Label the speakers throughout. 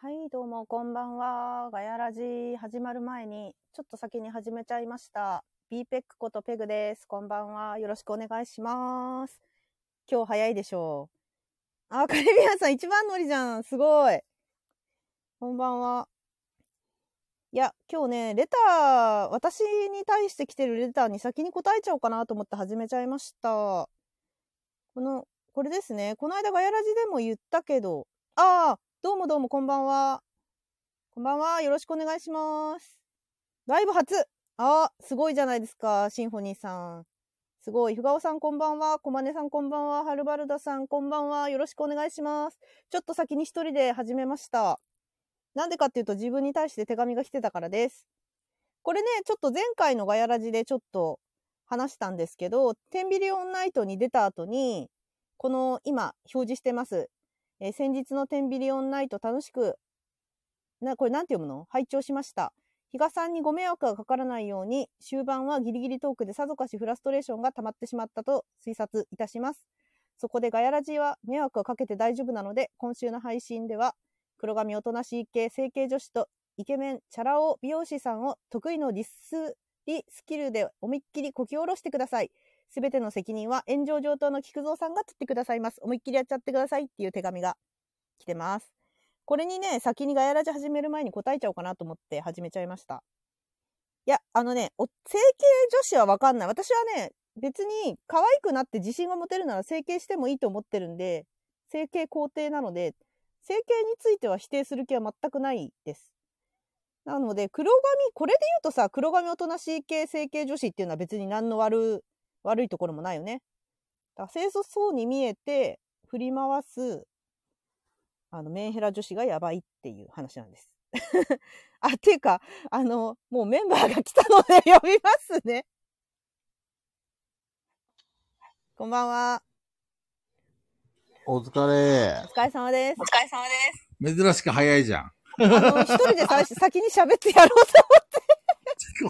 Speaker 1: はい、どうも、こんばんは。ガヤラジ始まる前に、ちょっと先に始めちゃいました。b ペックことペグです。こんばんは。よろしくお願いします。今日早いでしょう。あ、カレビアンさん一番乗りじゃん。すごい。こんばんは。いや、今日ね、レター、私に対して来てるレターに先に答えちゃおうかなと思って始めちゃいました。この、これですね。この間ガヤラジでも言ったけど、ああ、どうもどうもこんばんは。こんばんは。よろしくお願いします。ライブ初ああ、すごいじゃないですか。シンフォニーさん。すごい。ふがおさんこんばんは。こまねさんこんばんは。はるばるださんこんばんは。よろしくお願いします。ちょっと先に一人で始めました。なんでかっていうと自分に対して手紙が来てたからです。これね、ちょっと前回のガヤラジでちょっと話したんですけど、テンビリオンナイトに出た後に、この今表示してます。えー、先日のテンビリオンナイト楽しく、な、これなんて読むの拝聴しました。比嘉さんにご迷惑がかからないように、終盤はギリギリトークでさぞかしフラストレーションが溜まってしまったと推察いたします。そこでガヤラジは迷惑をかけて大丈夫なので、今週の配信では、黒髪おとなしい系整形女子とイケメンチャラ男美容師さんを得意のディスリスキルで思いっきりこき下ろしてください。すべての責任は炎上上等の菊蔵さんが取ってくださいます。思いっきりやっちゃってくださいっていう手紙が来てます。これにね、先にガヤラジ始める前に答えちゃおうかなと思って始めちゃいました。いや、あのね、整形女子はわかんない。私はね、別に可愛くなって自信が持てるなら整形してもいいと思ってるんで、整形肯定なので、整形については否定する気は全くないです。なので、黒髪、これで言うとさ、黒髪おとなしい系整形女子っていうのは別に何の悪、悪いところもないよね。だから清楚そうに見えて振り回す、あの、メンヘラ女子がやばいっていう話なんです。 あ、っていうか、あの、もうメンバーが来たので呼びますね。こんばんは。
Speaker 2: お疲れ。。
Speaker 1: お疲れ様です。
Speaker 3: お疲れ様です
Speaker 2: 珍しく早いじゃん。あ
Speaker 1: の、一人で最初、先に喋ってやろうと
Speaker 2: 思って。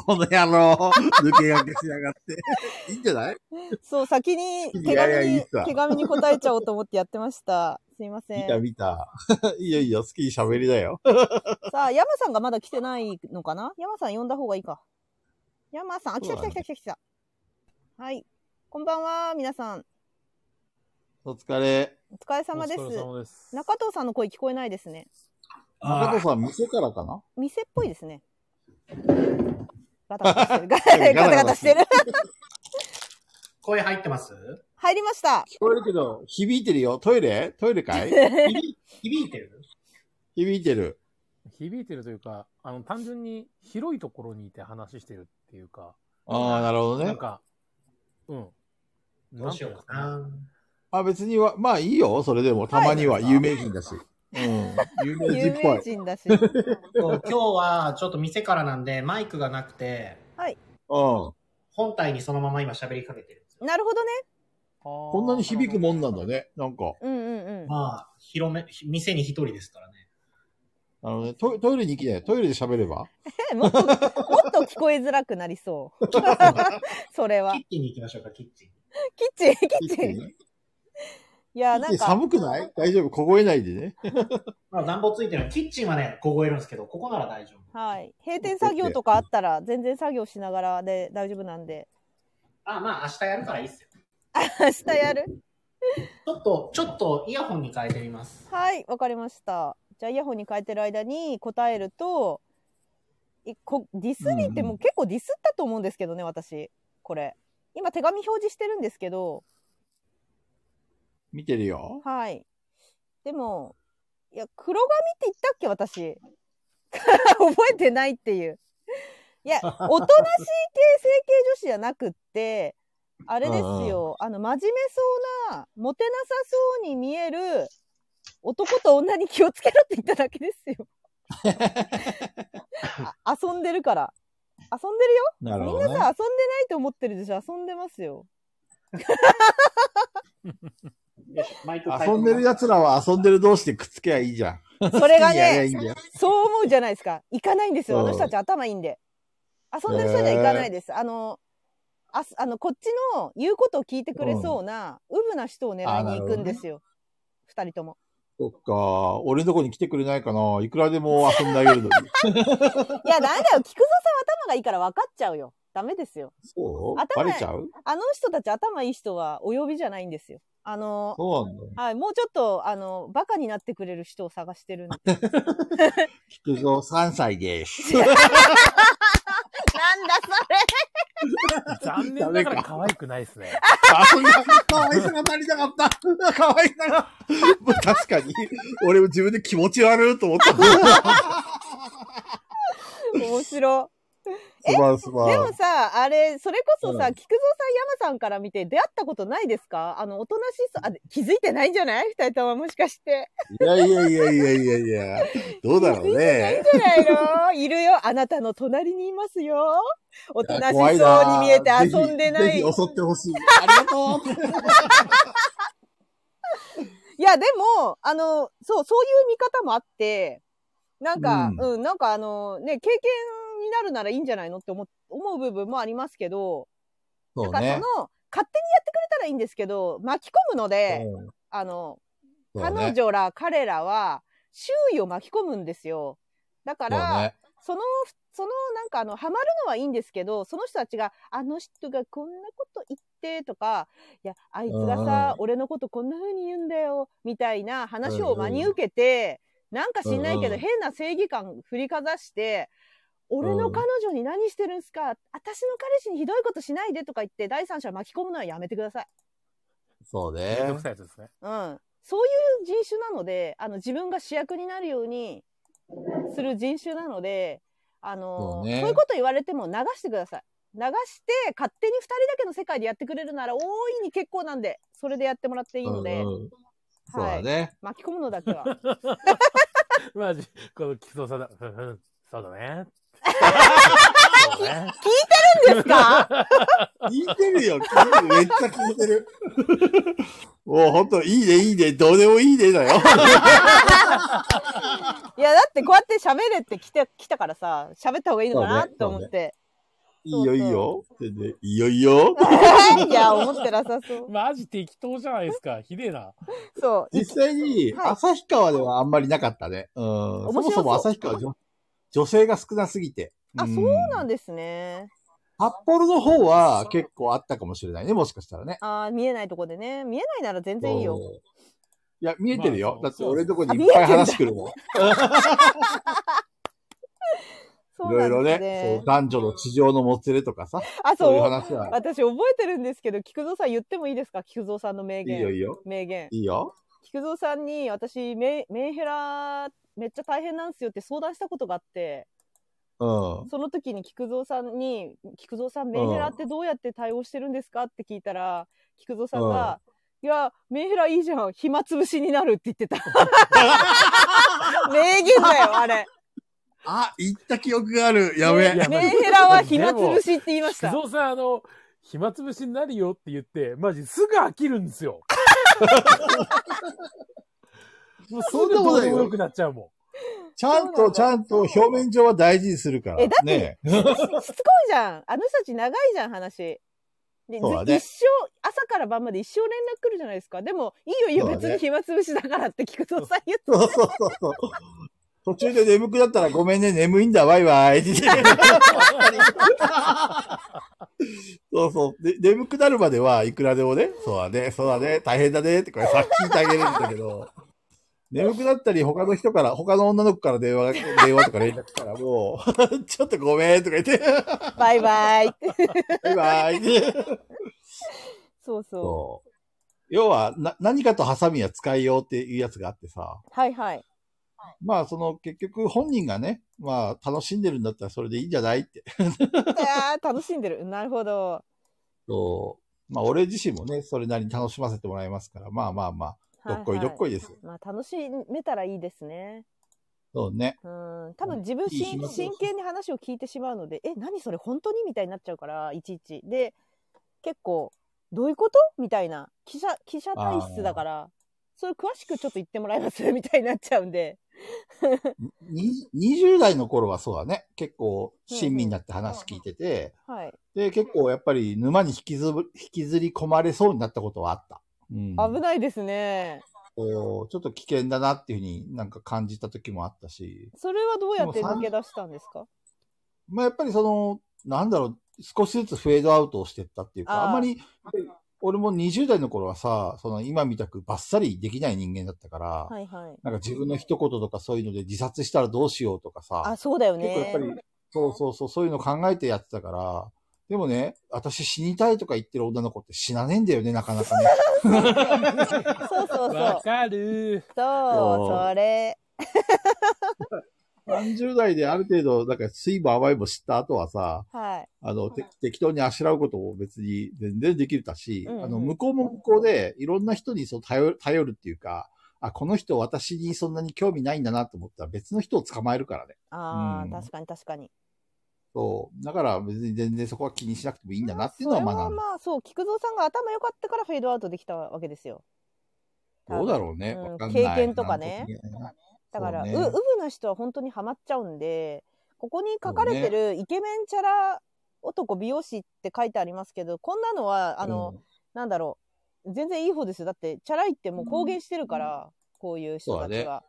Speaker 2: この野郎、抜け駆けしやがって 。いいんじゃない
Speaker 1: そう、先に手紙にいやいや手紙に答えちゃおうと思ってやってました。すいません。
Speaker 2: 見た見た。 いいよいいよ、好きに喋りだよ。
Speaker 1: さあ、山さんがまだ来てないのかな山さん呼んだ方がいいか。山さん、あ、来た来た来た来た来た。はい。こんばんは、皆さん。
Speaker 2: お疲れ。
Speaker 1: お疲れ様です。中藤さんの声聞こえないですね。
Speaker 2: 中藤さん、店からかな
Speaker 1: 店っぽいですね。ガタガタ してる。ガタガタしてる。
Speaker 3: 声入ってます
Speaker 1: 入りました。、
Speaker 2: 聞こえるけど、響いてるよ。トイレトイレかい
Speaker 3: 響いてる
Speaker 2: 響いてる。
Speaker 4: 響いてるというか、あの、単純に広いところにいて話してるっていうか。
Speaker 2: ああ、なるほどね。
Speaker 4: なんか、うん。
Speaker 3: どうしようかな。
Speaker 2: あ、別には、まあいいよ、それでも。たまには有名人だし。うん
Speaker 1: 有名人っぽい。有名人だし。今
Speaker 3: 日はちょっと店からなんで、マイクがなくて、
Speaker 1: はい。
Speaker 2: うん。
Speaker 3: 本体にそのまま今喋りかけてるんです
Speaker 1: なるほどね。
Speaker 2: こんなに響くもん なんだね、なんか。
Speaker 1: うんうんうん。
Speaker 3: まあ、広め、店に一人ですからね。
Speaker 2: あのね、トトイレに行きなよ。トイレで喋れば
Speaker 1: え、もっと、もっと聞こえづらくなりそう。 それは。
Speaker 3: キッチンに行きましょうか、キッチン。
Speaker 1: キッチン、キッチン。いや、なんか。
Speaker 2: 寒くない大丈夫凍えないでね。
Speaker 3: まあ、暖房ついてるキッチンはね、凍えるんですけど、ここなら大丈夫。
Speaker 1: はい。閉店作業とかあったら、全然作業しながらで大丈夫なん で。
Speaker 3: あ、まあ、明日やるからいいっすよ。
Speaker 1: 明日やる
Speaker 3: ちょっと、ちょっとイヤホンに変えてみます。
Speaker 1: はい、わかりました。じゃあ、イヤホンに変えてる間に答えると、えこディスりってもう結構ディスったと思うんですけどね、私。これ。今、手紙表示してるんですけど、
Speaker 2: 見てるよ。
Speaker 1: はい。でも、いや、黒髪って言ったっけ、私。 覚えてないっていう。い や、おとなしい系整形女子じゃなくって、あれですよ、あの、真面目そうな、モテなさそうに見える男と女に気をつけろって言っただけです よ。遊んでるから。遊んでるよ、ね、みんなさ、遊んでないと思ってるでしょ遊んでます よ。
Speaker 2: 遊んでる奴らは遊んでる同士でくっつけばいいじゃん。
Speaker 1: それがね、そう思うじゃないですか。行かないんですよ。あの人たち頭いいんで。遊んでる人じゃ行かないです。えー、あの、ああの、こっちの言うことを聞いてくれそうな、うぶ、ん、な人を狙いに行くんですよ。二、ね、人とも。
Speaker 2: そっか。俺のとこに来てくれないかな。いくらでも遊んであげ るのに。
Speaker 1: いや、なんだよ。菊蔵さん頭がいいから分かっちゃうよ。ダメですよ。
Speaker 2: そう
Speaker 1: 頭
Speaker 2: バレちゃう
Speaker 1: あの人たち頭いい人はお呼びじゃないんですよ。あの、
Speaker 2: そうなんだ。
Speaker 1: はい、もうちょっと、あの、バカになってくれる人を探してるんで。
Speaker 2: 菊蔵3 歳です。
Speaker 1: なんだ
Speaker 4: 残念ながら可愛くないですね。
Speaker 2: あ、そんな、可愛さが足りなかった。 可愛さが。確かに。俺も自分で気持ち悪い と思った。
Speaker 1: それ面白。
Speaker 2: すまんす
Speaker 1: で
Speaker 2: ま
Speaker 1: も
Speaker 2: ん。
Speaker 1: さ、あれ、それこそさ、
Speaker 2: うん
Speaker 1: 菊蔵さん、山さんから見て出会ったことないですかあの、おとなしそう、あ、気づいてないんじゃない二人とももしかして。
Speaker 2: いやいやいやいやいやいや。どうだろうね。
Speaker 1: じゃないのいるよ。あなたの隣にいますよ。おとなしそう
Speaker 2: 怖い
Speaker 1: に
Speaker 2: なぁ
Speaker 1: 見えて遊んでな
Speaker 2: ぜひ
Speaker 1: い。
Speaker 2: ぜひ襲ってほしい。ありがとう。
Speaker 1: いや、でも、あの、そう、そういう見方もあって、なんか、う、
Speaker 2: うん
Speaker 1: なんかあの、ね、経験になるならいいんじゃないのって思う思う部分もありますけど、
Speaker 2: そ
Speaker 1: な
Speaker 2: う
Speaker 1: んかそ
Speaker 2: ね
Speaker 1: の。、勝手にやってくれたらいいんですけど、巻き込むので、
Speaker 2: うん
Speaker 1: あの、
Speaker 2: そう
Speaker 1: 彼
Speaker 2: ね。
Speaker 1: 女ら、彼らは、周囲を巻き込むんですよ。だか
Speaker 2: そう
Speaker 1: ら、
Speaker 2: ね
Speaker 1: その、そのなんかあの、ハマるのはいいんですけど、その人たちが、あの人がこんなこと言ってとか、いや、あいつが
Speaker 2: うんう
Speaker 1: さ
Speaker 2: ん、
Speaker 1: 俺のことこんな風に言うんだよ、みたいな話
Speaker 2: うん
Speaker 1: を
Speaker 2: うん
Speaker 1: 真に受けて、なんか知んないけ
Speaker 2: うん
Speaker 1: ど、
Speaker 2: うん
Speaker 1: 変な正義感振りかざして、俺の彼女に何してるんすか私の彼氏にひどいことしないでとか言って、第三者を巻き込むのはやめてください。
Speaker 2: そう
Speaker 4: めんど
Speaker 2: ね
Speaker 4: く。さいやつですね。
Speaker 1: うん。そういう人種なので、あの、自分が主役になるようにする人種なので、あの、
Speaker 2: そ
Speaker 1: そうう,、
Speaker 2: ね
Speaker 1: いうこと言われても流してください。流して、勝手に二人だけの世界でやってくれるなら、大いに結構なんで、それでやってもらっていいので、
Speaker 2: うんうんそうだね。
Speaker 1: 巻き込むのだけは。
Speaker 4: まあ、じこの木曽さんだ。うんうんそうだね。 そうだね
Speaker 1: いいんです か
Speaker 2: 聞いてるよ、聞いてる。めっちゃ聞いてる。もうほんと、いいね、いいね、どうでもいいね だよ。
Speaker 1: いや、だってこうやって喋れって来て、来たからさ、喋った方がいいのかな
Speaker 2: そうね
Speaker 1: と思って。
Speaker 2: いいよ、いいよ。でねいいよ、いいよ。
Speaker 1: いや、思ってなさそう。
Speaker 4: マジ適当じゃないですか。ひでえな。
Speaker 1: そう。
Speaker 2: 実際に、
Speaker 1: はい
Speaker 2: 旭川ではあんまりなかったね。うん。そ
Speaker 1: 白
Speaker 2: も
Speaker 1: そう
Speaker 2: そも旭川は女、女性が少なすぎて。
Speaker 1: あ、そうんなんですね。
Speaker 2: 札幌の方は結構あったかもしれないね、もしかしたらね。
Speaker 1: あー見えないとこでね。見えないなら全然いいよ。
Speaker 2: そう。いや、見えてるよ。
Speaker 4: まあ
Speaker 2: だって
Speaker 4: そう
Speaker 2: 俺のとこ
Speaker 1: あ
Speaker 2: に
Speaker 1: 見
Speaker 2: い
Speaker 1: え
Speaker 2: って
Speaker 1: ん
Speaker 2: ぱ
Speaker 1: だ
Speaker 2: い話来るもん。い
Speaker 1: そう
Speaker 2: ろい
Speaker 1: な
Speaker 2: ろ
Speaker 1: んです
Speaker 2: ね、そう男女の地上のもつれとかさ、
Speaker 1: あ、
Speaker 2: そういう
Speaker 1: そう。
Speaker 2: 話は。
Speaker 1: 私覚えてるんですけど、菊蔵さん言ってもいいですか菊蔵さんの名
Speaker 2: い
Speaker 1: 言。
Speaker 2: いよ、いいよ。
Speaker 1: 名言。
Speaker 2: いいよ。
Speaker 1: 菊蔵さんに、私、メメンヘラ、めっちゃ大変なんですよって相談したことがあって、
Speaker 2: うん。
Speaker 1: その時に菊蔵さんに、菊蔵さん、メンヘラってどうやって対応してるんですかって聞いたら、菊蔵さんが、いや、メンヘラいいじゃん。暇つぶしになるって言ってた。 名言だよ、あれ。
Speaker 2: あ、言った記憶がある。やべ
Speaker 4: いや
Speaker 2: え。
Speaker 1: メンヘラは暇つぶしって言いまし
Speaker 4: 木
Speaker 1: た。
Speaker 4: 曽さん、あの、暇つぶしになるよって言って、マジすぐ飽きるんで すよ。もうそんなことでもよくなっちゃうもん。
Speaker 2: ちゃんと、ちゃんと表面上は大事にするから。
Speaker 1: えだって
Speaker 2: ねえ
Speaker 1: しつこいじゃん。あの人たち長いじゃん、話。で、ず
Speaker 2: そうだね
Speaker 1: 一生、朝から晩まで一生連絡来るじゃないですか。でも、いいよいいよ、
Speaker 2: そうだね
Speaker 1: 別に暇つぶしだからって菊蔵さん言って。
Speaker 2: そうそうそうそう。途中で眠くなったらごめんね、眠いんだ、バイバイ。そうそう。で、眠くなるまではいくらでもね、そうだね、そうだね、大変だね、ってこれさっき言ってあげれるんだけど、眠くなったり他の人から、他の女の子から電話、電話とか連絡来たらもう、 ちょっとごめんとか言って、
Speaker 1: バイバイって。
Speaker 2: バイバイって。
Speaker 1: そうそ
Speaker 2: そう。要は、な、何かとハサミは使いようっていうやつがあってさ、
Speaker 1: う。はいはい。
Speaker 2: まあその結局本人がね、まあ楽しんでるんだったらそれでいいんじゃないって。
Speaker 1: いやー楽しんでる。なるほど。
Speaker 2: そう。まあ俺自身もね、それなりに楽しませてもらいますから、まあまあまあ、
Speaker 1: は
Speaker 2: どっこいどっこ
Speaker 1: い。
Speaker 2: いですよ。
Speaker 1: まあ、楽しめたらいいですね。
Speaker 2: そうね。
Speaker 1: うん。多分自分
Speaker 2: いい
Speaker 1: 真
Speaker 2: 暇そう
Speaker 1: 真剣に話を聞いてしまうので、え、何それ本当にみたいになっちゃうから、いちいち。で、結構、どういうことみたいな。記者、記者体質だから、それ詳しくちょっと言ってもらえます みたいになっちゃうんで。
Speaker 2: に20代の頃はそうだね。結構親身になって話聞いてて、
Speaker 1: はい。
Speaker 2: で、結構やっぱり沼に引きずぶ引きずり込まれそうになったことはあった。うん、
Speaker 1: 危ないですね。
Speaker 2: こう、ちょっと危険だなっていうふうになんか感じた時もあったし、
Speaker 1: それはどうやって
Speaker 2: も
Speaker 1: 抜
Speaker 2: うさん
Speaker 1: け出したんですか
Speaker 2: まあやっぱりその、なんだろう、少しずつフェードアウトをしてったっていうか、
Speaker 1: あー
Speaker 2: あんまり、俺も20代の頃はさ、その今みたくバッサリできない人間だったから、
Speaker 1: はいはい。
Speaker 2: なんか自分の一言とかそういうので自殺したらどうしようとかさ
Speaker 1: あ、、そうだよ
Speaker 2: 結構やっ
Speaker 1: ね
Speaker 2: ぱ。り、そうそうそう、そういうの考えてやってたから、でもね、私死にたいとか言ってる女の子って死なねえんだよね、なかな かね。
Speaker 1: そう そうそ
Speaker 4: わ
Speaker 1: う。
Speaker 4: かる。
Speaker 1: そう、それ。
Speaker 2: 30代である程度、なんか水分甘いも知った後はさ、
Speaker 1: は
Speaker 2: あの、て適当にあしらうことを別に全然できるたし、
Speaker 1: うんうん
Speaker 2: あの、向こうも向こうでいろんな人にそう頼る頼るっていうか、あ、この人私にそんなに興味ないんだなと思ったら別の人を捕まえるからね。
Speaker 1: い。ああ、
Speaker 2: うん
Speaker 1: 確かに確かに。
Speaker 2: そう。だから別に全然そこは気にしなくてもいいんだなってい
Speaker 1: そ
Speaker 2: うの
Speaker 1: れ
Speaker 2: は
Speaker 1: は
Speaker 2: 学んだ。
Speaker 1: まあ、そう、菊蔵さんが頭良かったからフェードアウトできたわけですよ。
Speaker 2: どうだろうね。
Speaker 1: うん
Speaker 2: わかんない。
Speaker 1: 経験とかね
Speaker 2: なんとも言えない
Speaker 1: だから、
Speaker 2: そううね
Speaker 1: ウブな人は本当にハマっちゃうんで、ここに書かれてるイケメンチャラ男美容師って書いてありますけど、こんなのは、あの、
Speaker 2: うん
Speaker 1: なんだろう、全然いい方ですよ。だって、チャラいってもう公言してるから、こういう人た
Speaker 2: そ
Speaker 1: ち
Speaker 2: うだ
Speaker 1: が。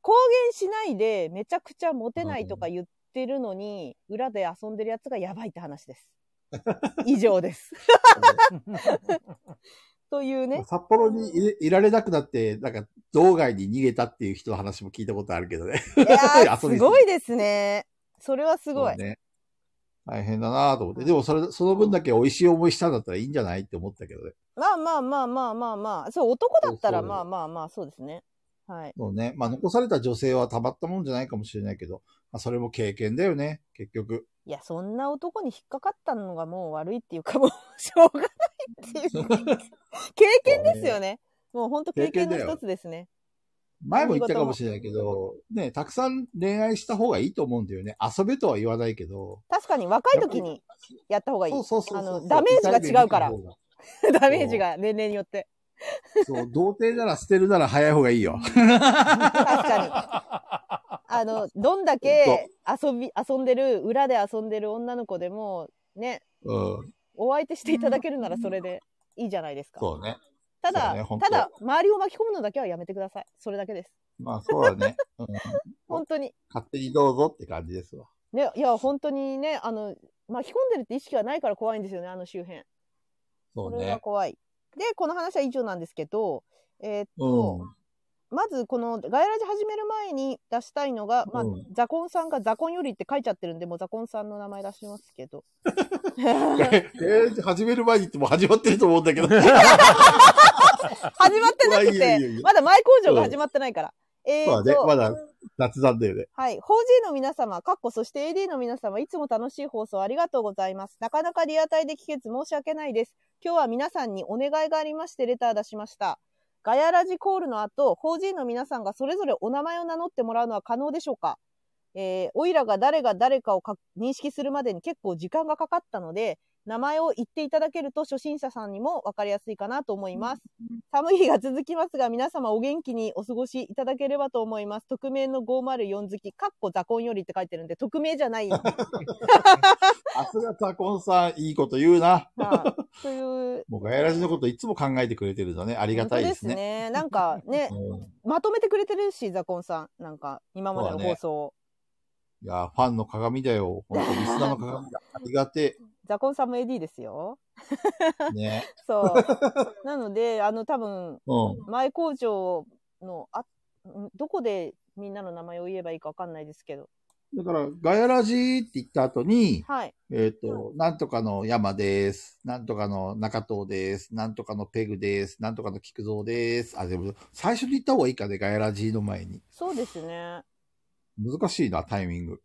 Speaker 1: 公言しないで、めちゃくちゃモテないとか言ってるのに、裏で遊んでるやつがやばいって話 です。以上です。というね。
Speaker 2: 札幌にいいられなくなって、なんか、道外に逃げたっていう人の話も聞いたことあるけどね。
Speaker 1: いやー
Speaker 2: 遊
Speaker 1: す
Speaker 2: びすぎ
Speaker 1: ごいですね。それはすご
Speaker 2: そ。
Speaker 1: いう
Speaker 2: ね。大変だなぁと思って。でも、それ、その分だけ美味しい思いしたんだったらいいんじゃないって思ったけどね。
Speaker 1: まあまあまあまあまあまあ、そう、男だったら
Speaker 2: そうそう
Speaker 1: まあまあまあ、そうですね。はい。
Speaker 2: そうね。まあ、残された女性はたまったもんじゃないかもしれないけど、まあ、それも経験だよね、結局。
Speaker 1: いや、そんな男に引っかかったのがもう悪いっていうか、 もうしょうがないっていうか。経験ですよね。もう本当経験の
Speaker 2: 経験だよ
Speaker 1: 一つですね。
Speaker 2: 前も言ったかもしれないけど、ね、たくさん恋愛した方がいいと思うんだよね。遊べとは言わないけど。
Speaker 1: 確かに若い時にやった方がいい
Speaker 2: そう。そうそうそう
Speaker 1: あのダメージが違うから
Speaker 2: 痛い目見た方が
Speaker 1: ダメージが年齢によって。
Speaker 2: そう、童貞なら捨てるなら早い方がい いよ。
Speaker 1: 確かに。あの、どんだけ遊び、遊んでる、裏で遊んでる女の子でも、ね、
Speaker 2: うん。
Speaker 1: お相手していただけるならそれでいいじゃないですか。
Speaker 2: そうね。
Speaker 1: た
Speaker 2: そ
Speaker 1: だ、
Speaker 2: うね本当
Speaker 1: ただ、周りを巻き込むのだけはやめてください。それだけです。
Speaker 2: まあ、そうだね。うん
Speaker 1: 本当に。
Speaker 2: 勝手にどうぞって感じですわ。
Speaker 1: ね、いや、本当にね、あの、巻き込んでるって意識がないから怖いんですよね、あの周辺。
Speaker 2: そ
Speaker 1: こ
Speaker 2: う
Speaker 1: れが
Speaker 2: ね。
Speaker 1: 怖い。で、この話は以上なんですけど、えーっ
Speaker 2: うん
Speaker 1: と、。まずこのガイラジ始める前に出したいのが、まあ
Speaker 2: うん、
Speaker 1: ザコンさんがザコンよりって書いちゃってるんで、もうザコンさんの名前出しますけ ど。
Speaker 2: えー、始める前にってもう始まってると思う んだけど。
Speaker 1: 始まってなく
Speaker 2: いやいやいやい
Speaker 1: て
Speaker 2: や、
Speaker 1: まだ前工場が始まってないから。え
Speaker 2: ま
Speaker 1: ー
Speaker 2: あ
Speaker 1: っ
Speaker 2: ね
Speaker 1: と、、
Speaker 2: まだ雑談だよね。
Speaker 1: はい。法事の皆様、かっこそして AD の皆様、いつも楽しい放送ありがとうございます。なかなかリアタイで聞けず申し訳ないです。今日は皆さんにお願いがありましてレター出しました。ガヤラジコールの後、法事の皆さんがそれぞれお名前を名乗ってもらうのは可能でしょうかえー、おいらが誰が誰かをか認識するまでに結構時間がかかったので、名前を言っていただけると初心者さんにも分かりやすいかなと思います。寒い日が続きますが、皆様お元気にお過ごしいただければと思います。匿名の504好き、かっこザコンよりって書いてるんで、匿名じゃない。は
Speaker 2: さすがザコンさん、いいこと言うな。
Speaker 1: あ、という。
Speaker 2: もうガヤラジのこといつも考えてくれてるんだね。ありがたいですね。
Speaker 1: 本当なんかね、
Speaker 2: うん
Speaker 1: まとめてくれてるし、ザコンさん。なんか、今までの放送を。
Speaker 2: いやー、ファンの鏡だよ。本 当リスナーの鏡だ。ありがて
Speaker 1: ザコンさんも AD ですよ。
Speaker 2: え。ね。
Speaker 1: そう。なので、あの、多分、
Speaker 2: うん。
Speaker 1: 前工場の、あ、んどこでみんなの名前を言えばいいかわかんないですけど。
Speaker 2: だから、ガヤラジーって言った後に、
Speaker 1: はい。
Speaker 2: えっ、と、なんとかの山です。なんとかの中藤です。なんとかのペグです。なんとかの菊蔵です。あ、でも、最初に言った方がいいかね、ガヤラジーの前に。
Speaker 1: そうですね。
Speaker 2: 難しいな、タイミング。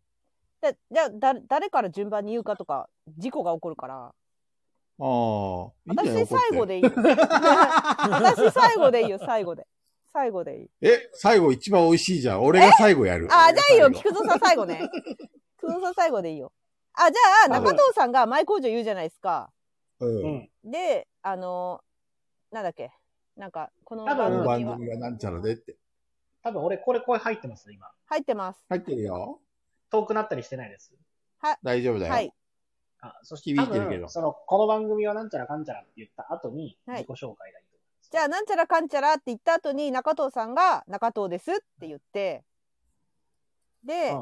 Speaker 1: だじゃあだ、誰から順番に言うかとか、事故が起こるから。
Speaker 2: ああ。いいんじゃな
Speaker 1: 私
Speaker 2: い
Speaker 1: 最後。
Speaker 2: 怒って
Speaker 1: でいい。私最後でいいよ、最後で。最後でいい。
Speaker 2: え、最後一番美味しいじゃん。俺が最後やる。
Speaker 1: あ、じゃあいいよ、
Speaker 2: 最後
Speaker 1: 菊蔵さん最後ね。菊蔵さん最後でいいよ。あ、じゃあ、中藤さんが前工場言うじゃないですか。
Speaker 2: う。
Speaker 3: うんん。
Speaker 1: で、あの、なんだっけ。なんか、この
Speaker 3: 多
Speaker 1: 番
Speaker 3: 分
Speaker 2: この番
Speaker 1: 組は
Speaker 2: 組がなんちゃらでって。
Speaker 3: 多分俺、これ声入ってます、今。
Speaker 1: 入ってます。
Speaker 2: 入ってるよ。
Speaker 3: 遠くなったりしてないです。
Speaker 2: 大丈夫だよ。
Speaker 1: はい。
Speaker 3: あ、そして
Speaker 2: 響いてるけど
Speaker 3: 多分その、この番組はなんちゃらかんちゃらって言った後に、
Speaker 1: はい
Speaker 3: 自己紹介がいいと思います。
Speaker 1: じゃあ、なんちゃらかんちゃらって言った後に、中藤さんが、中藤ですって言って、で、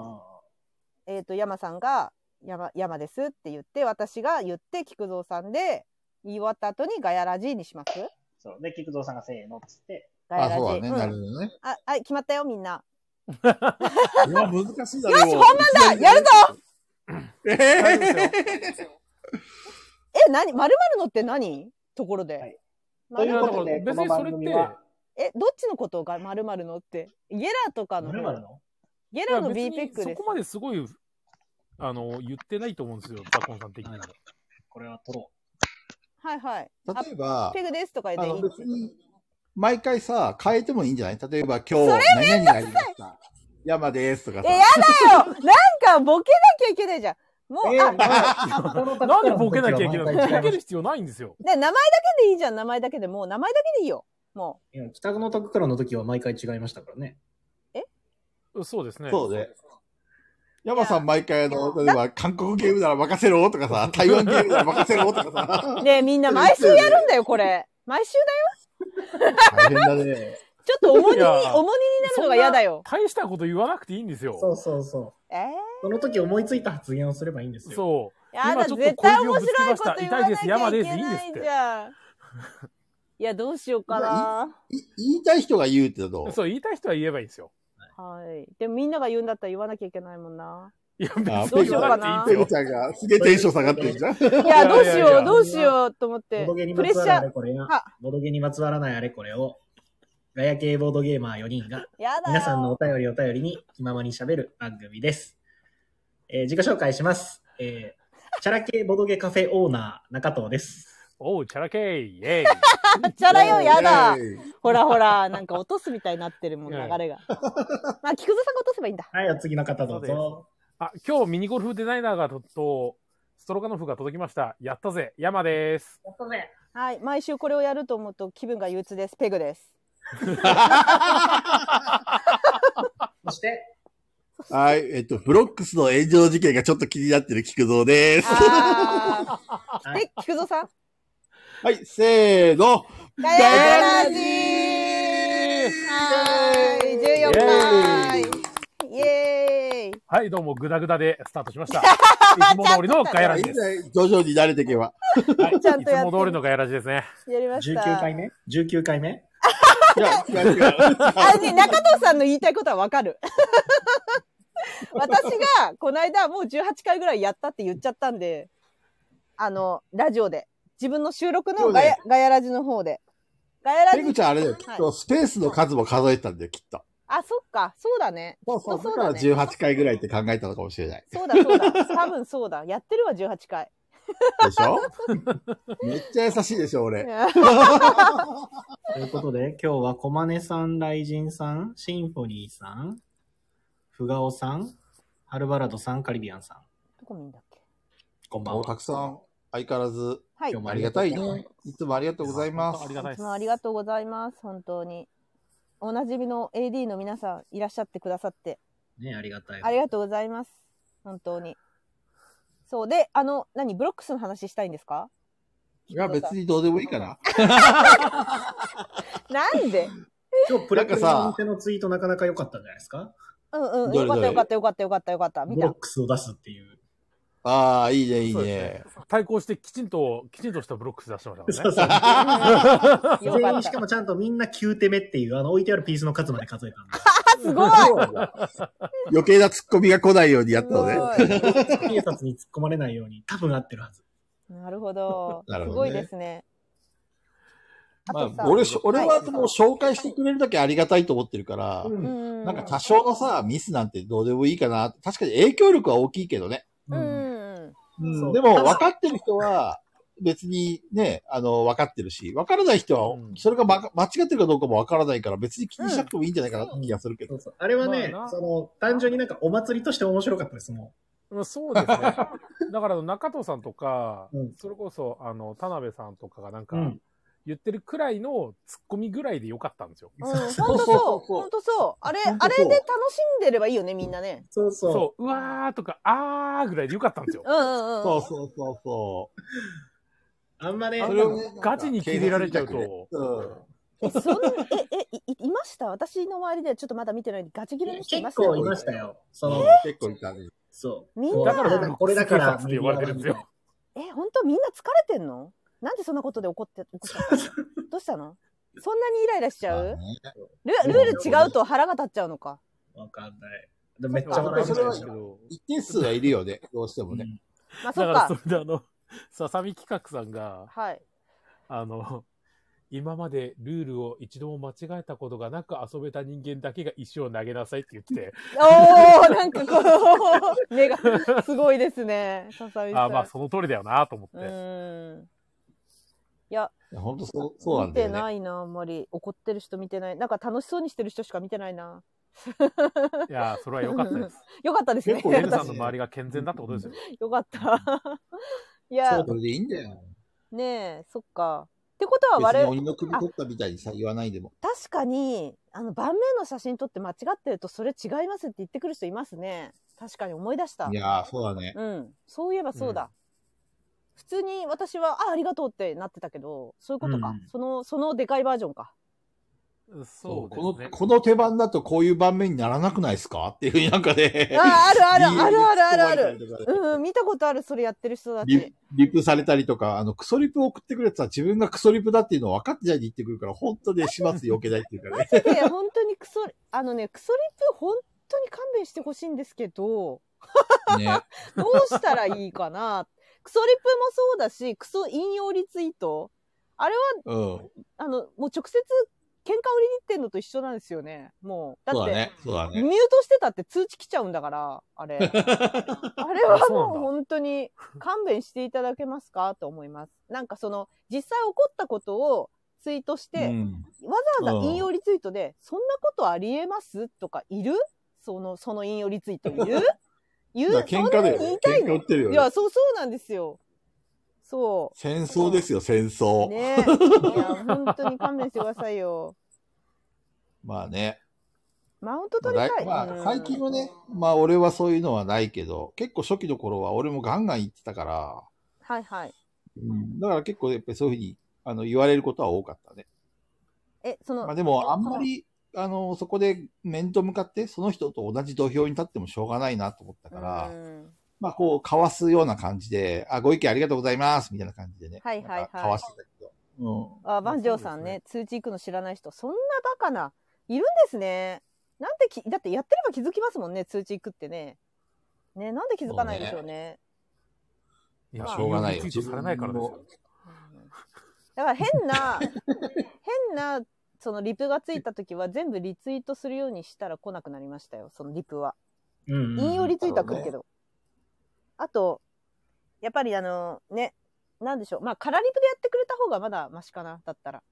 Speaker 1: えっ、と、山さんが、山、山ですって言って、私が言って、菊蔵さんで、言い終わった後にガヤラジーにします
Speaker 5: そう。で、菊蔵さんがせーのっつって、
Speaker 1: ガヤ
Speaker 2: あ、
Speaker 1: ラジ
Speaker 2: そう
Speaker 1: ー。
Speaker 2: だね。
Speaker 1: うん
Speaker 2: なるほどね。
Speaker 1: あ、はい、決まったよ、みんな。
Speaker 2: うわ、 難しいだ
Speaker 1: よし本番だやるぞ
Speaker 2: え
Speaker 4: 大丈夫
Speaker 2: え
Speaker 4: ですよ。
Speaker 1: え、何まるまるのって何ところで。
Speaker 5: はい
Speaker 1: ま
Speaker 5: と
Speaker 1: る
Speaker 5: いうことで、
Speaker 4: いやだ
Speaker 5: こ
Speaker 4: から
Speaker 5: の番組は、
Speaker 1: え、どっちのことがまるまるのって。ゲラとかの。
Speaker 5: 〇〇の
Speaker 1: ゲ
Speaker 4: いや
Speaker 1: ラの
Speaker 4: 別
Speaker 1: B ペ
Speaker 4: に
Speaker 1: ック
Speaker 4: そ
Speaker 1: です
Speaker 4: こ。まですごい、あの、言ってないと思うんですよ、ザコンさん的にも。
Speaker 5: これは取ろ
Speaker 1: はいはい。あ
Speaker 2: 例えば、
Speaker 1: ペグですとか
Speaker 2: あ
Speaker 1: 言っ
Speaker 2: の
Speaker 1: ていい。
Speaker 2: 別に、毎回さ、変えてもいいんじゃない例えば今日、何々がありました。山ですとか
Speaker 1: え、
Speaker 2: さ。
Speaker 1: やだよ なんかボケなきゃいけないじゃん。もう、
Speaker 5: う。え
Speaker 1: あ、
Speaker 5: ー、
Speaker 1: で
Speaker 4: な
Speaker 5: なん
Speaker 4: でボケなきゃいけない のボケる必要ないんですよ。
Speaker 1: 名前だけでいいじゃん、名前だけで。もう名前だけでいいよ。も
Speaker 3: いや北の宅からの時は毎回違いましたからね。
Speaker 4: そうですね。
Speaker 2: そうね。山さん毎回あの、例えば韓国ゲームなら任せろと かさ、台湾ゲームなら任せろとかさ
Speaker 1: う。。ねえみんな毎週やるんだよ、これ。毎週だよ。
Speaker 2: 大変だね。
Speaker 1: ちょっと重荷
Speaker 4: い
Speaker 1: に、
Speaker 4: や
Speaker 1: 重荷になるのが嫌だよ。
Speaker 4: 大したこと言わなくていいんですよ。
Speaker 3: そうそうそ
Speaker 1: えー
Speaker 3: う。その時思いついた発言をすればいいんですよ。
Speaker 4: そう。
Speaker 1: やだ、
Speaker 4: 今ちょっと
Speaker 1: 絶対面白いこと
Speaker 4: 小
Speaker 1: 言
Speaker 4: 指
Speaker 1: わ
Speaker 4: を
Speaker 1: な
Speaker 4: ぶつけました痛い
Speaker 1: き
Speaker 4: で
Speaker 1: ゃ
Speaker 4: す
Speaker 1: い
Speaker 4: 山
Speaker 1: け
Speaker 4: ですいいん
Speaker 1: な
Speaker 4: です
Speaker 1: い
Speaker 4: って
Speaker 1: じゃん。いや、どうしようかな。
Speaker 2: い言いたい人が言うってのはどう
Speaker 4: そう、言いたい人は言えばいいんですよ。
Speaker 1: はい。でもみんなが言うんだったら言わなきゃいけないもんな。
Speaker 4: いや、別
Speaker 2: あ
Speaker 4: に
Speaker 1: どうしよ
Speaker 4: 言
Speaker 1: う
Speaker 4: わ
Speaker 1: か
Speaker 4: な
Speaker 1: な
Speaker 4: くてい
Speaker 2: ペ
Speaker 4: いんで
Speaker 2: グ
Speaker 4: す
Speaker 2: ちゃんがすげえテンション下がってるじゃん。
Speaker 1: いや、どうし
Speaker 4: いやいや
Speaker 1: よ、
Speaker 4: いうや
Speaker 1: どうしようと思って
Speaker 3: ボ。ドゲに
Speaker 1: プ
Speaker 3: ま
Speaker 1: レッ
Speaker 3: つ
Speaker 1: シ
Speaker 3: わ
Speaker 1: ャー
Speaker 3: るあれ。これや
Speaker 1: あ、
Speaker 3: ボドゲにまつわらないあれこれを、ガヤ系ボードゲーマー4人が、
Speaker 1: やだよ。
Speaker 3: 皆さんのお便りお便りに気ままに喋る番組です。えー自己紹介します。えーチャラ系ボドゲカフェオーナー、中藤です。
Speaker 4: よ。おう、チャラけイイェイ。
Speaker 1: あっちゃらよ、やだ
Speaker 2: イ。ェイ
Speaker 1: ほらほら、なんか落とすみたいになってるもん、流
Speaker 4: いやい
Speaker 1: れが。まあ、菊蔵さんが落とせばいいんだ。
Speaker 3: はい、お次の方どうぞ。
Speaker 4: あ、今日ミニゴルフデザイナーがと、とストロガノフが届きました。やったぜ、山です。
Speaker 1: はい。毎週これをやると思うと気分が憂鬱です。ペグです。
Speaker 3: そして、
Speaker 2: はい、えっと、ブロックスの炎上事件がちょっと気になってる菊蔵です。
Speaker 1: あ ー。で、菊蔵さん。
Speaker 2: はい、せーの。
Speaker 1: ガ
Speaker 2: ガ
Speaker 1: ヤラジ
Speaker 2: ー
Speaker 1: はい。14回。イエーイ。
Speaker 4: はい、どうも、グダグダでスタートし ました。いつも通りのガヤラジ
Speaker 2: いい
Speaker 4: で
Speaker 2: ん
Speaker 4: す。
Speaker 2: だよ徐々に慣れてい けば。
Speaker 4: はい、い
Speaker 1: ちゃんとやって
Speaker 4: つも通りのガヤラジですね。
Speaker 1: やりました。
Speaker 3: 19回目 ?19 回目
Speaker 2: いや、違う違う。
Speaker 1: あね、中藤さんの言いたいことはわかる。 私が、この間もう18回ぐらいやったって言っちゃったんで、あの、ラジオで。自分の収録のガヤ,、ガヤラジの方で。ガヤラ
Speaker 2: ペグ
Speaker 1: ジ、
Speaker 2: ちゃんあれだよ、きっとスペースの数も数えてたんだよ、きっと。
Speaker 1: あ、そっか、そうだね。
Speaker 2: そうそう、
Speaker 1: そ
Speaker 2: だ
Speaker 1: う
Speaker 2: か
Speaker 1: だ
Speaker 2: ら
Speaker 1: ね
Speaker 2: 18回ぐらいって考えたのかもしれない。
Speaker 1: そうだそう だ。多分そうだ。やってるわ、18回。
Speaker 2: でし ょめっちゃ優しいでしょ、俺。
Speaker 3: ということで、今日はコマネさん、雷神さん、シンフォニーさん、フガオさん、ハルバラドさん、カリビアンさん。
Speaker 1: どこ見んだっけ
Speaker 3: こんばん
Speaker 2: もう
Speaker 3: は。
Speaker 2: たくさん、相変わらず、
Speaker 1: はい。
Speaker 3: 今日
Speaker 1: い
Speaker 3: も
Speaker 2: ありがたいね。いつもありがとうございま
Speaker 4: あ
Speaker 2: す
Speaker 4: り。がたいで
Speaker 1: つ
Speaker 4: す。
Speaker 1: もありがとうございます、本当に。おなじみの AD の皆さんいらっしゃってくださって。
Speaker 3: ね、ありがたい。
Speaker 1: ありがとうございます。本当に。そう。で、あの、何、ブロックスの話したいんですか
Speaker 2: いや、別にどうでもいいかな。
Speaker 1: なん で
Speaker 3: 今日、プラク
Speaker 2: なん
Speaker 3: リ
Speaker 2: かさ
Speaker 3: のお店のツイートなかなか良かったんじゃないですか
Speaker 1: うんうん。
Speaker 2: ど
Speaker 1: よ
Speaker 2: れ
Speaker 1: かっ
Speaker 2: ど
Speaker 1: た
Speaker 2: れ
Speaker 1: よかったよかったよかったよかった。見
Speaker 3: ブロッ
Speaker 1: た。
Speaker 3: クスを出すっていう。
Speaker 2: ああ、いいね、いい
Speaker 4: そうで
Speaker 2: ね。
Speaker 4: すね。対抗してきちんと、きちんとしたブロックス出してました
Speaker 3: そ
Speaker 4: か
Speaker 3: うそう。
Speaker 4: ら ね。
Speaker 1: よ
Speaker 3: 全
Speaker 1: かっ
Speaker 3: 員しか
Speaker 1: た。
Speaker 3: もちゃんとみんな9手目っていう、あの、置いてあるピースの数まで数えたん
Speaker 1: あ、すごい
Speaker 2: 余計な突っ込みが来ないようにやったのね。
Speaker 1: すごい
Speaker 3: で、警察に突っ込まれないように多分合ってるはず。
Speaker 1: なるほど。
Speaker 2: なる
Speaker 1: す
Speaker 2: ほど
Speaker 1: ご
Speaker 2: ね
Speaker 1: いですね。
Speaker 2: ま
Speaker 1: あとさ
Speaker 2: あ、俺し、俺はもう
Speaker 1: い
Speaker 2: 紹介してくれるだけありがたいと思ってるから、
Speaker 3: う
Speaker 1: うん。
Speaker 2: なんか多少のさ、ミスなんてどうでもいいかな。確かに影響力は大きいけどね。
Speaker 1: う
Speaker 3: うん
Speaker 1: ん。
Speaker 3: そう
Speaker 2: でも、分かってる人は、別にね、あの、分かってるし、分からない人は
Speaker 4: う、ん
Speaker 2: それがま間違ってるかどうかも分からないから、別に気にしなくてもいいんじゃないかなって気がするけ
Speaker 3: そ
Speaker 2: ど。
Speaker 3: うそうあれはね、
Speaker 4: まあな
Speaker 3: その、単純になんかお祭りとして面白かったです、も
Speaker 4: まあそうですね。だから、中藤さんとか、
Speaker 3: うん
Speaker 4: それこそ、あの、田辺さんとかがなん
Speaker 3: う。
Speaker 4: か、言ってるくらいのツッコミぐらいでよかったんですよ。
Speaker 1: うん、本当
Speaker 2: う
Speaker 1: そう。本当そう。あれ、
Speaker 2: ほん
Speaker 1: あ
Speaker 2: と
Speaker 1: れ
Speaker 2: そ
Speaker 1: で
Speaker 2: う
Speaker 1: 楽しんでればいいよね、みんなね。
Speaker 3: そうそう。
Speaker 4: そう、うわーとか、あーぐらいでよかったんですよ
Speaker 1: う。んうんうん。
Speaker 2: そうそうそうそ
Speaker 3: あんまね、
Speaker 2: う。
Speaker 4: あ
Speaker 2: そ
Speaker 4: ん
Speaker 2: れ
Speaker 4: な
Speaker 2: をね
Speaker 4: ガチに切れられちゃうと
Speaker 2: なんか警察みたくね
Speaker 1: え、そん、え、え、いいいました私の周りではちょっとまだ見てないんで、ガチ切れの人いま
Speaker 3: 結
Speaker 1: したよ
Speaker 3: 構いましたよ。その、
Speaker 2: 結構いたね。
Speaker 3: そう。
Speaker 1: みんなだから
Speaker 4: 僕
Speaker 3: これだから、
Speaker 4: 警察って呼ばれてるんですよ。
Speaker 1: え、本当みんな疲れてんのなんでそんなことで怒って、怒ったのどうしたのそんなにイライラしちゃうルルール違うと腹が立っちゃうのか。
Speaker 3: わかんない。でめっちゃ
Speaker 2: あ
Speaker 3: 笑いま
Speaker 2: それは
Speaker 3: したよ。
Speaker 2: 一定数はいるよね、どうしても
Speaker 3: う
Speaker 2: ね。
Speaker 3: ん
Speaker 1: まあそ
Speaker 4: だか
Speaker 1: っ
Speaker 4: ら
Speaker 1: か
Speaker 4: そ。れであの、ささみ企画さんが、
Speaker 1: はい。
Speaker 4: あの、今までルールを一度も間違えたことがなく遊べた人間だけが石を投げなさいって言って
Speaker 1: おー、なんかこう、目がすごいですね。ささみ
Speaker 4: て、
Speaker 1: さん。
Speaker 4: あまあその通りだよなと思って。
Speaker 1: うーん。いや、
Speaker 2: 本当そう、そうなん
Speaker 1: 見
Speaker 2: だ
Speaker 1: て
Speaker 2: よね。
Speaker 1: ないな、あんまり。怒ってる人見てない。なんか楽しそうにしてる人しか見てないな。
Speaker 4: いや、それは良かったです。
Speaker 1: よかったですね。
Speaker 2: 結構
Speaker 4: エ
Speaker 2: ね
Speaker 4: ルさん
Speaker 1: 私
Speaker 4: の周りが健全だってことですよ。
Speaker 1: よかった。いや
Speaker 2: そ、れでいいんだよ。
Speaker 1: ねえ、そっか。ってことは我
Speaker 2: 別に
Speaker 1: 々、
Speaker 2: 鬼の首取ったみたいにさ、言わないでも。
Speaker 1: 確かに、あの、盤面の写真撮って間違ってると、それ違いますって言ってくる人いますね。確かに思い出した
Speaker 2: い。やー、そうだね。
Speaker 1: うん。そういえばそうだ。普通に私は、あ、ありがとうってなってたけど、そういうことか。
Speaker 3: うん
Speaker 1: その、そのでかいバージョンか。
Speaker 2: そ
Speaker 4: そうう
Speaker 2: こ
Speaker 4: です
Speaker 2: の、
Speaker 4: ね。
Speaker 2: この手番だとこういう盤面にならなくないですかっていうふうになんかね。
Speaker 1: あ、あるある、あるあるあるあ
Speaker 2: 理
Speaker 1: る。
Speaker 2: 由で突っ込まれたりとかね
Speaker 1: うん、見たことある、それやってる人た
Speaker 2: リ
Speaker 1: ち。
Speaker 2: リプされたりとか、あの、クソリプを送ってくるやつは自分がクソリプだっていうのを分かってないで言ってくるから、本当で始末避けないっていうかね。
Speaker 1: で、本当にクソ、あのね、クソリップ、本当に勘弁してほしいんですけど、
Speaker 2: ね。
Speaker 1: どうしたらいいかな。クソリプもそうだし、クソ引用リツイート。あれは、
Speaker 2: うん。
Speaker 1: あの、もう直接、喧嘩売りに行ってんのと一緒なんですよね。もう。だ
Speaker 2: そ
Speaker 1: っ
Speaker 2: う
Speaker 1: て、
Speaker 2: だね。そうだ
Speaker 1: ミュ
Speaker 2: ね。
Speaker 1: ートしてたって通知来ちゃうんだから、あ れ。あれはもう本当に勘弁していただけますかと思います。なんかその、実際起こったことをツイートし
Speaker 2: う
Speaker 1: て、
Speaker 2: ん。
Speaker 1: わざわざ引用リツイートで、そんなことありえますとか、いるその、その引用リツイートい る言う
Speaker 2: だから喧嘩だよ
Speaker 1: そんなに言い
Speaker 2: ね。
Speaker 1: たい
Speaker 2: 喧嘩
Speaker 1: の
Speaker 2: 売ってるよ
Speaker 1: い
Speaker 2: ね。
Speaker 1: や、そうそうなんですよ。そ
Speaker 2: 戦争ですよ、戦
Speaker 1: う。
Speaker 2: 争。
Speaker 1: ね いや、本当に勘弁してくださいよ。
Speaker 2: まあね。
Speaker 1: マウント
Speaker 2: まあ
Speaker 1: 取りたい。
Speaker 2: まあ
Speaker 1: うん
Speaker 2: 最近はね、まあ俺はそういうのはないけど、結構初期の頃は俺もガンガン言ってたから、
Speaker 1: はいはい。
Speaker 2: うん、だから結構やっぱりそういうふうにあの言われることは多かったね。
Speaker 1: え、その、
Speaker 2: まあでもあんまり、あの、そこで面と向かってその人と同じ土俵に立ってもしょうがないなと思ったから、
Speaker 1: うん
Speaker 2: まあこう、かわすような感じで、あ、ご意見ありがとうございますみたいな感じでね。
Speaker 1: はいはいはい
Speaker 2: なんかかわしてたけど。うん。
Speaker 1: あ、万丈さんね、通知行くの知らない人、そんなバカな、いるんですね。なんてき、だってやってれば気づきますもんね、通知行くってね。ね、なんで気づかないんでしょうね。
Speaker 4: い
Speaker 1: ま
Speaker 4: や、
Speaker 1: あ
Speaker 4: し
Speaker 2: し
Speaker 4: ょ
Speaker 2: ょ
Speaker 4: う
Speaker 2: う
Speaker 4: が
Speaker 2: が
Speaker 4: な
Speaker 2: ないい
Speaker 4: よ。
Speaker 2: よ
Speaker 4: ツイートされないからですよ。
Speaker 1: うんだから変 な、変な、そのリプがついた時は全部リツイートするようにしたら来なくなりましたよ、そのリプは。
Speaker 3: うん
Speaker 1: 引用
Speaker 3: うん
Speaker 1: リツイートは来るけど。あと、やっぱりあの、ね、なんでしょう。まあ、空リプでやってくれた方がまだマシかな、だったら。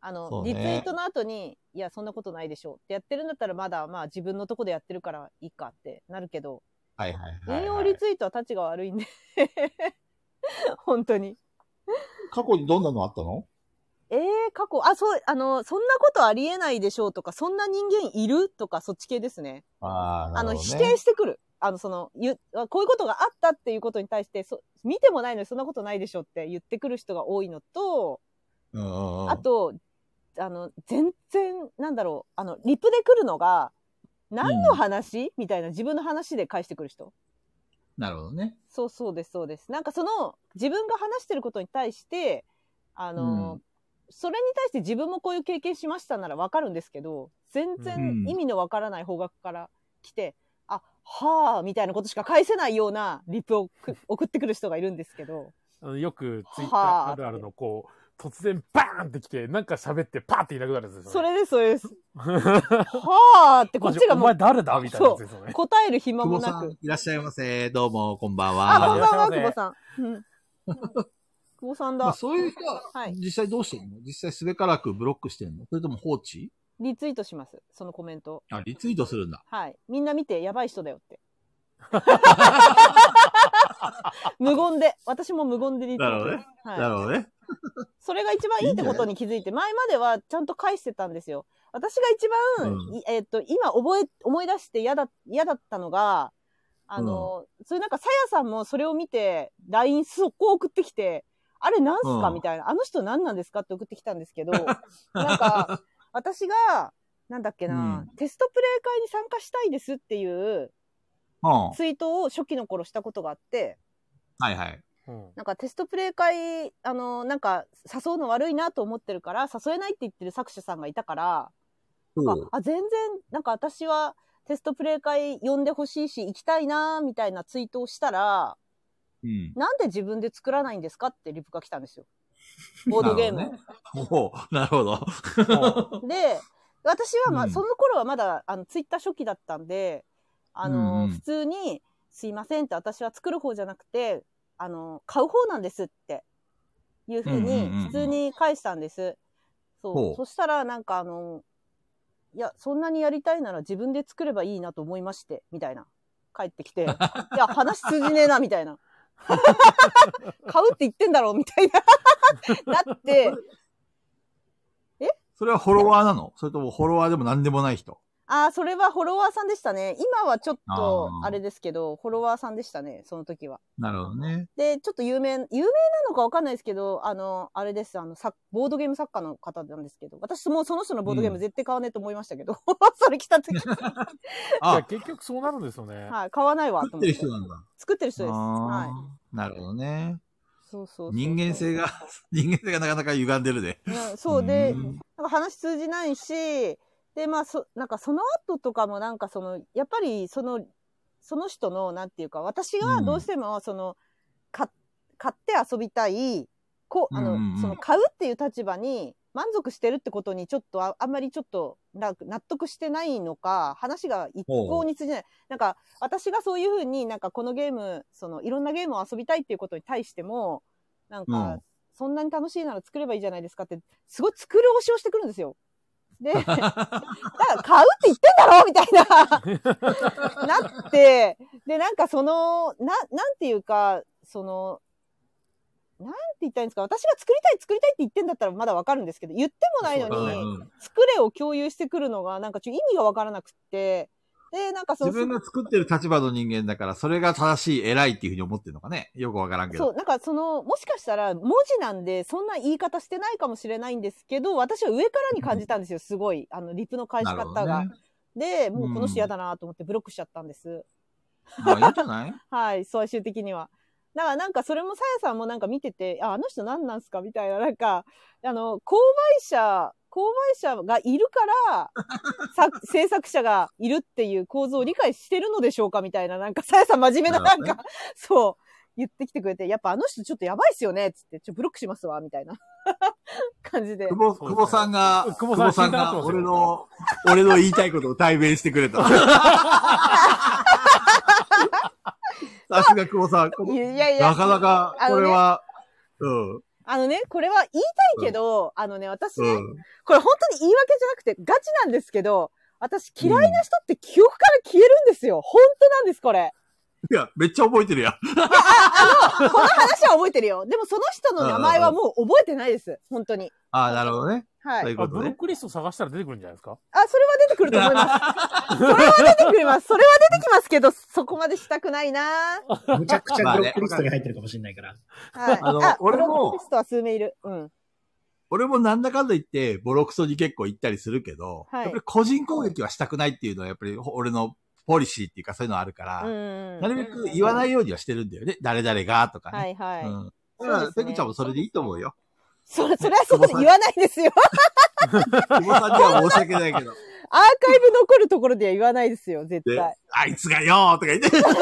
Speaker 1: あ
Speaker 2: そ
Speaker 1: の、
Speaker 2: うね
Speaker 1: リツイートの後に、いや、そんなことないでしょうってやってるんだったらまだ、まあ自分のとこでやってるからいいかってなるけど、
Speaker 2: はいはいはい、はい。
Speaker 1: 引用リツイートは立ちが悪いんで。 本当に。
Speaker 2: 過去にどんなのあったの
Speaker 1: ええ過去、あ、そう、あの、そんなことありえないでしょうとか、そんな人間いるとか、そっち系ですね。
Speaker 2: ああ、
Speaker 1: あ
Speaker 2: な
Speaker 1: の、
Speaker 2: るほ
Speaker 1: 否
Speaker 2: どね。
Speaker 1: 定してくる。あの、その、ゆあこういうことがあったっていうことに対して、そ見てもないのにそんなことないでしょって言ってくる人が多いのと、
Speaker 2: うんうんうん。
Speaker 1: あと、あの、全然、なんだろう、あの、リプで来るのが、何の話、みたいな自分の話で返してくる人。
Speaker 2: なるほどね。
Speaker 1: そうそうです、そうです。なんかその、自分が話してることに対して、あの、
Speaker 2: う
Speaker 1: それに対して自分もこういう経験しましたならわかるんですけど、全然
Speaker 2: うん
Speaker 1: 意味のわからない方角から来て、あ、はあ、みたいなことしか返せないようなリプをく送ってくる人がいるんですけど、
Speaker 4: あのよくツイッタ
Speaker 1: はあ
Speaker 4: ーあるあるのこう、突然バーンってきて、なんか喋ってパーっていなくなるんですよ。
Speaker 1: それです、それです。
Speaker 4: こ
Speaker 1: はあって、こっちが
Speaker 4: お
Speaker 1: も
Speaker 4: 前
Speaker 1: う
Speaker 4: 誰だみたいなやつですよね。
Speaker 1: 答える暇
Speaker 2: 久
Speaker 1: も
Speaker 2: 保
Speaker 1: な
Speaker 2: さ
Speaker 1: く
Speaker 2: ん。、いらっしゃいませ。どうも、こんばん
Speaker 1: あ、
Speaker 2: は。
Speaker 1: こんばんは、
Speaker 4: い
Speaker 1: 久
Speaker 4: ら
Speaker 1: 保
Speaker 4: っし
Speaker 1: さん。うん久保さん
Speaker 2: まあ、
Speaker 1: だ。
Speaker 2: そういう人は、
Speaker 1: はい。
Speaker 2: 実際どうしてるの実際すべからくブロックしてるのそれとも放置
Speaker 1: リツイートします、そのコメント。
Speaker 2: あ、リツイートするんだ。
Speaker 1: はい。みんな見て、やばい人だよ って。無言で。私も無言でリツイート。
Speaker 2: なるほどねな
Speaker 1: はい。
Speaker 2: るほどね。
Speaker 1: それが一番いいってことに気づいて、前まではちゃんと返してたんですよ。私が一番、
Speaker 2: うん
Speaker 1: いえっと、今覚え、思い出して嫌だ、嫌だったのが、あの、それなんか、さやさんもそれを見て、LINE 速攻送ってきて、あれなんすか、
Speaker 2: うん
Speaker 1: みたいな。あの人何なんですかって送ってきたんですけど、なんか、私が、なんだっけな、テストプレイ会に参加したいですっていう
Speaker 2: うん。は
Speaker 1: ツイートを初期の頃したことがあって、
Speaker 2: いはい。
Speaker 4: うん
Speaker 1: なんかテストプレイ会、あの、なんか誘うの悪いなと思ってるから、誘えないって言ってる作者さんがいたから、なんかあ、全然、なんか私はテストプレイ会呼んでほしいし、行きたいなみたいなツイートをしたら、
Speaker 2: うん。
Speaker 1: なんで自分で作らないんですかってリプが来たんですよ。ボードゲーム。
Speaker 2: なるほどね。おうなるほど。
Speaker 1: で、私は、まあ
Speaker 2: うん
Speaker 1: その頃はまだあのツイッター初期だったんで、あの、
Speaker 2: うんうん
Speaker 1: 普通に、すいませんって私は作る方じゃなくて、あの、買う方なんですって、いうふう
Speaker 2: う
Speaker 1: に
Speaker 2: んうんうんうん、
Speaker 1: 普通に返したんです。
Speaker 2: ほ
Speaker 1: そうう。そしたら、なんかあの、いや、そんなにやりたいなら自分で作ればいいなと思いまして、みたいな。帰って きて、いや、話通じねえな、みたいな。 買うって言ってんだろう、みたい な。だって、
Speaker 2: それはフォロワーなのそれともフォロワーでも何でもない人
Speaker 1: ああ、それはフォロワーさんでしたね。今はちょっと
Speaker 2: あ、ー
Speaker 1: あれですけど、フォロワーさんでしたね、その時は。
Speaker 2: なるほどね。
Speaker 1: で、ちょっと有名、有名なのかわかんないですけど、あの、あれです、あの、さボードゲーム作家の方なんですけど、私もうその人のボードゲー
Speaker 2: う
Speaker 1: ム
Speaker 2: ん
Speaker 1: 絶対買わねえと思いましたけど、 それ来た 時、
Speaker 4: い
Speaker 2: あ
Speaker 4: や、、結局そうなるんですよね。
Speaker 1: はい、買わないわと
Speaker 2: 作っ
Speaker 1: 思って
Speaker 2: る
Speaker 1: て。
Speaker 2: 人なんだ。
Speaker 1: 作ってる人です。
Speaker 2: あ
Speaker 1: は
Speaker 2: ーなるほどね。
Speaker 1: い。そうそうそう
Speaker 2: 人間性。が、 人間性がなかなか歪んでるね。
Speaker 1: うん、そうで、
Speaker 2: ん
Speaker 1: なんか話通じないし、で、まあ、そ、なんかその後とかもなんかその、やっぱりその、その人の、なんていうか、私
Speaker 2: う
Speaker 1: は
Speaker 2: ん
Speaker 1: どうしても、その、か、買って遊びたい、こう、あの、
Speaker 2: うんうんうん
Speaker 1: その、買うっていう立場に満足してるってことにちょっとあ、あんまりちょっと、な納得してないのか、話が一向に通じない。なんか、私がそういうふうになんかこのゲーム、その、いろんなゲームを遊びたいっていうことに対しても、なんか、
Speaker 2: うん
Speaker 1: そんなに楽しいなら作ればいいじゃないですかって、すごい作る推しをしてくるんですよ。で、 だから買うって言ってんだろみたい な、なって、で、なんかその、な、なんていうか、その、なんて言ったらいいんですか、私が作りたい作りたいって言ってんだったらまだわかるんですけど、言ってもないの
Speaker 2: うん
Speaker 1: に、
Speaker 2: うん
Speaker 1: 作れを共有してくるのが、なんかちょっと意味がわからなくって、で、なんかそ
Speaker 2: 自
Speaker 1: の、
Speaker 2: 分が作ってる立場の人間だから、それが正しい、偉いっていうふうに思ってるのかね。よくわからんけど。
Speaker 1: そう、なんかその、もしかしたら文字なんで、そんな言い方してないかもしれないんですけど、私は上からに感じたんですよ、すごい。あの、リプの返し
Speaker 2: なるほど
Speaker 1: 方が。
Speaker 2: ね。
Speaker 1: で、もうこの人嫌だなと思ってブロックしちゃったんです。
Speaker 2: まあ、いいんじ ゃない
Speaker 1: はい、最終的には。だからなんかそれもさやさんもなんか見てて、あ、あの人何なんすかみたいな、なんか、あの、購買者、購買者がいるから、 さ制作者がいるっていう構造を理解してるのでしょうかみたいな、なんかさやさん真面目な、
Speaker 2: な
Speaker 1: な
Speaker 2: る
Speaker 1: ん
Speaker 2: ほどね
Speaker 1: か、そう、言ってきてくれて、やっぱあの人ちょっとやばいっすよねっつって、ちょ、ブロックしますわ、みたいな 感じで
Speaker 2: 久。保、
Speaker 4: そう
Speaker 2: 久保さんが、
Speaker 4: 久
Speaker 2: 久
Speaker 4: 保
Speaker 2: 保
Speaker 4: さ
Speaker 2: さん
Speaker 4: ん死んだ後です
Speaker 2: が、
Speaker 4: よ
Speaker 2: 俺の、俺の言いたいことを対面してくれ た。さすが久保さん。
Speaker 1: いやいや、
Speaker 2: なかなか、これは、うん。
Speaker 1: あのね、これは言いたいけど、あのね、私ね、
Speaker 2: うん。
Speaker 1: これ本当に言い訳じゃなくてガチなんですけど、私嫌いな人って記憶から消えるんですよ。本当なんです、これ。
Speaker 2: いや、めっちゃ覚えてるやん。
Speaker 1: この話は覚えてるよ。でもその人の名前はもう覚えてないです。本当に。
Speaker 2: ああ、なるほどね。
Speaker 1: はい。あ、そ
Speaker 2: とい
Speaker 1: れ
Speaker 2: う
Speaker 4: あ
Speaker 2: こと
Speaker 4: ブロッ
Speaker 2: で。
Speaker 4: クリスト探したら出てくるんじゃないですか
Speaker 1: は出てくると思います。 それは出てくるます。それは出てきますけど、そこまでしたくないなぁ
Speaker 3: むちゃくちゃブロックリストに入ってるかもしれないから。
Speaker 1: はい。
Speaker 2: あの俺も
Speaker 1: ブロックリストは数名いる。うん。
Speaker 2: 俺もなんだかんだ言って、ボロクソに結構行ったりするけど、
Speaker 1: はい
Speaker 2: やっぱり個人攻撃はしたくないっていうのは、やっぱり俺のポリシーっていうかそういうのあるから、
Speaker 1: うん。
Speaker 2: なるべく言わないようにはしてるんだよね。誰々がとかね。
Speaker 1: はいはい。
Speaker 2: うん。
Speaker 1: そ
Speaker 2: だ
Speaker 1: う
Speaker 2: か
Speaker 1: ですね
Speaker 2: ら、ペグちゃんもそれでいいと思うよ。
Speaker 1: そ、それはそうです言わないですよ。
Speaker 2: 久保さんには申し訳ないけど、
Speaker 1: アーカイブ残るところでは言わないですよ、絶対。
Speaker 2: あいつがよーとか言って。そう
Speaker 1: マ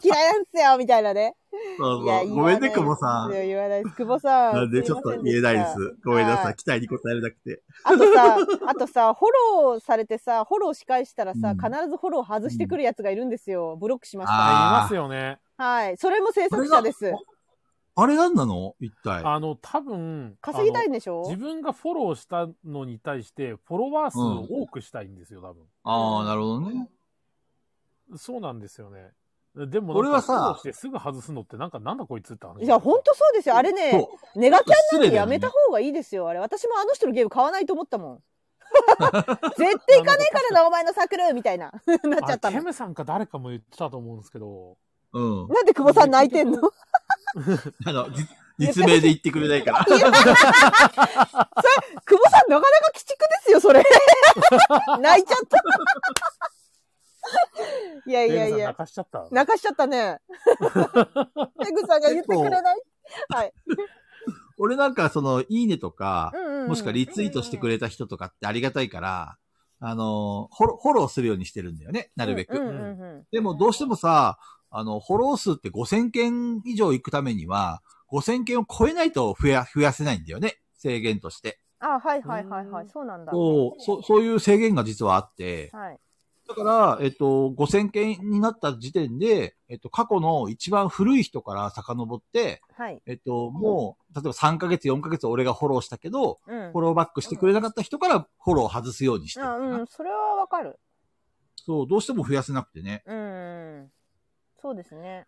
Speaker 1: ジ嫌いなんですよ、みたいなね。
Speaker 2: そう
Speaker 1: いや
Speaker 2: ごめんね、久保さん
Speaker 1: い。や言わないです。久保さん。
Speaker 2: なんでちょっ
Speaker 1: す
Speaker 2: と
Speaker 1: ません
Speaker 2: 言え
Speaker 1: した
Speaker 2: ないです。ごめんなさ
Speaker 1: はい
Speaker 2: い。期待に応えれなくて。
Speaker 1: あとさ、あとさ、フォローされてさ、フォローし返したらさ、
Speaker 2: うん
Speaker 1: 必ずフォロー外してくるやつがいるんですよ。ブロックしまし
Speaker 4: い
Speaker 1: た。
Speaker 2: あー
Speaker 4: ますよね。
Speaker 1: はい。それも制作者です。
Speaker 2: あれなんなの一体。
Speaker 4: あの、多分、
Speaker 1: 稼ぎたいんでし
Speaker 4: あの
Speaker 1: ょ
Speaker 4: 自分がフォローしたのに対して、フォロワー数を多くしたいんですよ、多分。
Speaker 2: ああ、なるほどね。
Speaker 4: そうなんですよね。でも、
Speaker 2: 俺はさ
Speaker 4: なんかフォローしてすぐ外すのって、なんか、なんだこいつって話。
Speaker 1: いや、ほんとそうですよ。あれね、
Speaker 2: そう。
Speaker 1: ネガキャンなん
Speaker 2: 失礼
Speaker 1: て
Speaker 2: だ
Speaker 1: や
Speaker 2: よね
Speaker 1: めた方がいいですよ。あれ、私もあの人のゲーム買わないと思ったもん。 絶対行かねえからな、お前のサークルみたいな。 なっちゃった
Speaker 4: あれケ
Speaker 1: の。
Speaker 4: ムさんか誰かも言ってたと思うんですけど、
Speaker 2: うん。
Speaker 1: なんで久保さん泣いてんの
Speaker 2: あの、じ実名で言ってくれないから。
Speaker 1: 久保さん、なかなか鬼畜ですよ、それ。 泣いちゃった。 いやいや
Speaker 4: デー
Speaker 1: い
Speaker 4: ブさん
Speaker 1: や
Speaker 4: 泣。かしちゃった。
Speaker 1: 泣かしちゃった ね。ペグさんが言ってくれないはい。
Speaker 2: 俺なんかその、いいねとか、
Speaker 1: うんうん
Speaker 2: もしくはリツイートしてくれた人とかってありがたいから、あの、フォローフォローするようにしてるんだよね、なるべ
Speaker 1: うんう
Speaker 2: く。
Speaker 1: んうん
Speaker 2: でもどうしてもさ、あの、フォロー数って5000件以上行くためには、5000件を超えないと増や、増やせないんだよね、制限として。
Speaker 1: あ、はいはいはいはい。そうなんだ。は
Speaker 2: そう、そう、そういう制限が実はあって、
Speaker 1: い。
Speaker 2: だから、えっと、5000件になった時点で、えっと、過去の一番古い人から遡って、
Speaker 1: はい。
Speaker 2: えっと、もう、例えば3ヶ月、4ヶ月俺がフォローしたけど、
Speaker 1: うん
Speaker 2: フォ。ローバックしてくれなかった人からフォローを外すようにしてる
Speaker 1: あ
Speaker 2: かな
Speaker 1: うん、それはわかる。
Speaker 2: そう、どうしても増やせなくてね。
Speaker 1: うん。そうですね。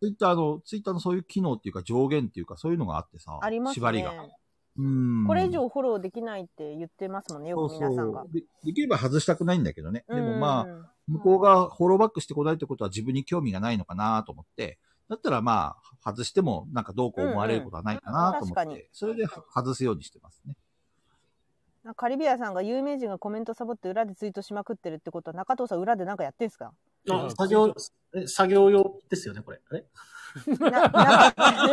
Speaker 2: ツイッターの、ツイッターのそういう機能っていうか上限っていうかそういうのがあってさ、
Speaker 1: あります
Speaker 2: 縛り
Speaker 1: ね
Speaker 2: が。。うん。
Speaker 1: これ以上フォローできないって言ってますもんね、
Speaker 2: そ
Speaker 1: よ
Speaker 2: う
Speaker 1: く
Speaker 2: そう、
Speaker 1: 皆さんが。
Speaker 2: で。できれば外したくないんだけどね。でもまあ、
Speaker 1: あ、
Speaker 2: 向こうがフォローバックしてこないってことは自分に興味がないのかなと思って、だったらまあ、外してもなんかどうこう思われることはないかなと思って、
Speaker 1: うんうん確か
Speaker 2: それで外すようにしてますね。
Speaker 1: なんかカリビアさんが有名人がコメントサボって裏でツイートしまくってるってことは中藤さん裏でなんかやってんす か
Speaker 3: あ作業、え作業用ですよね、これ。あれ
Speaker 1: ななんか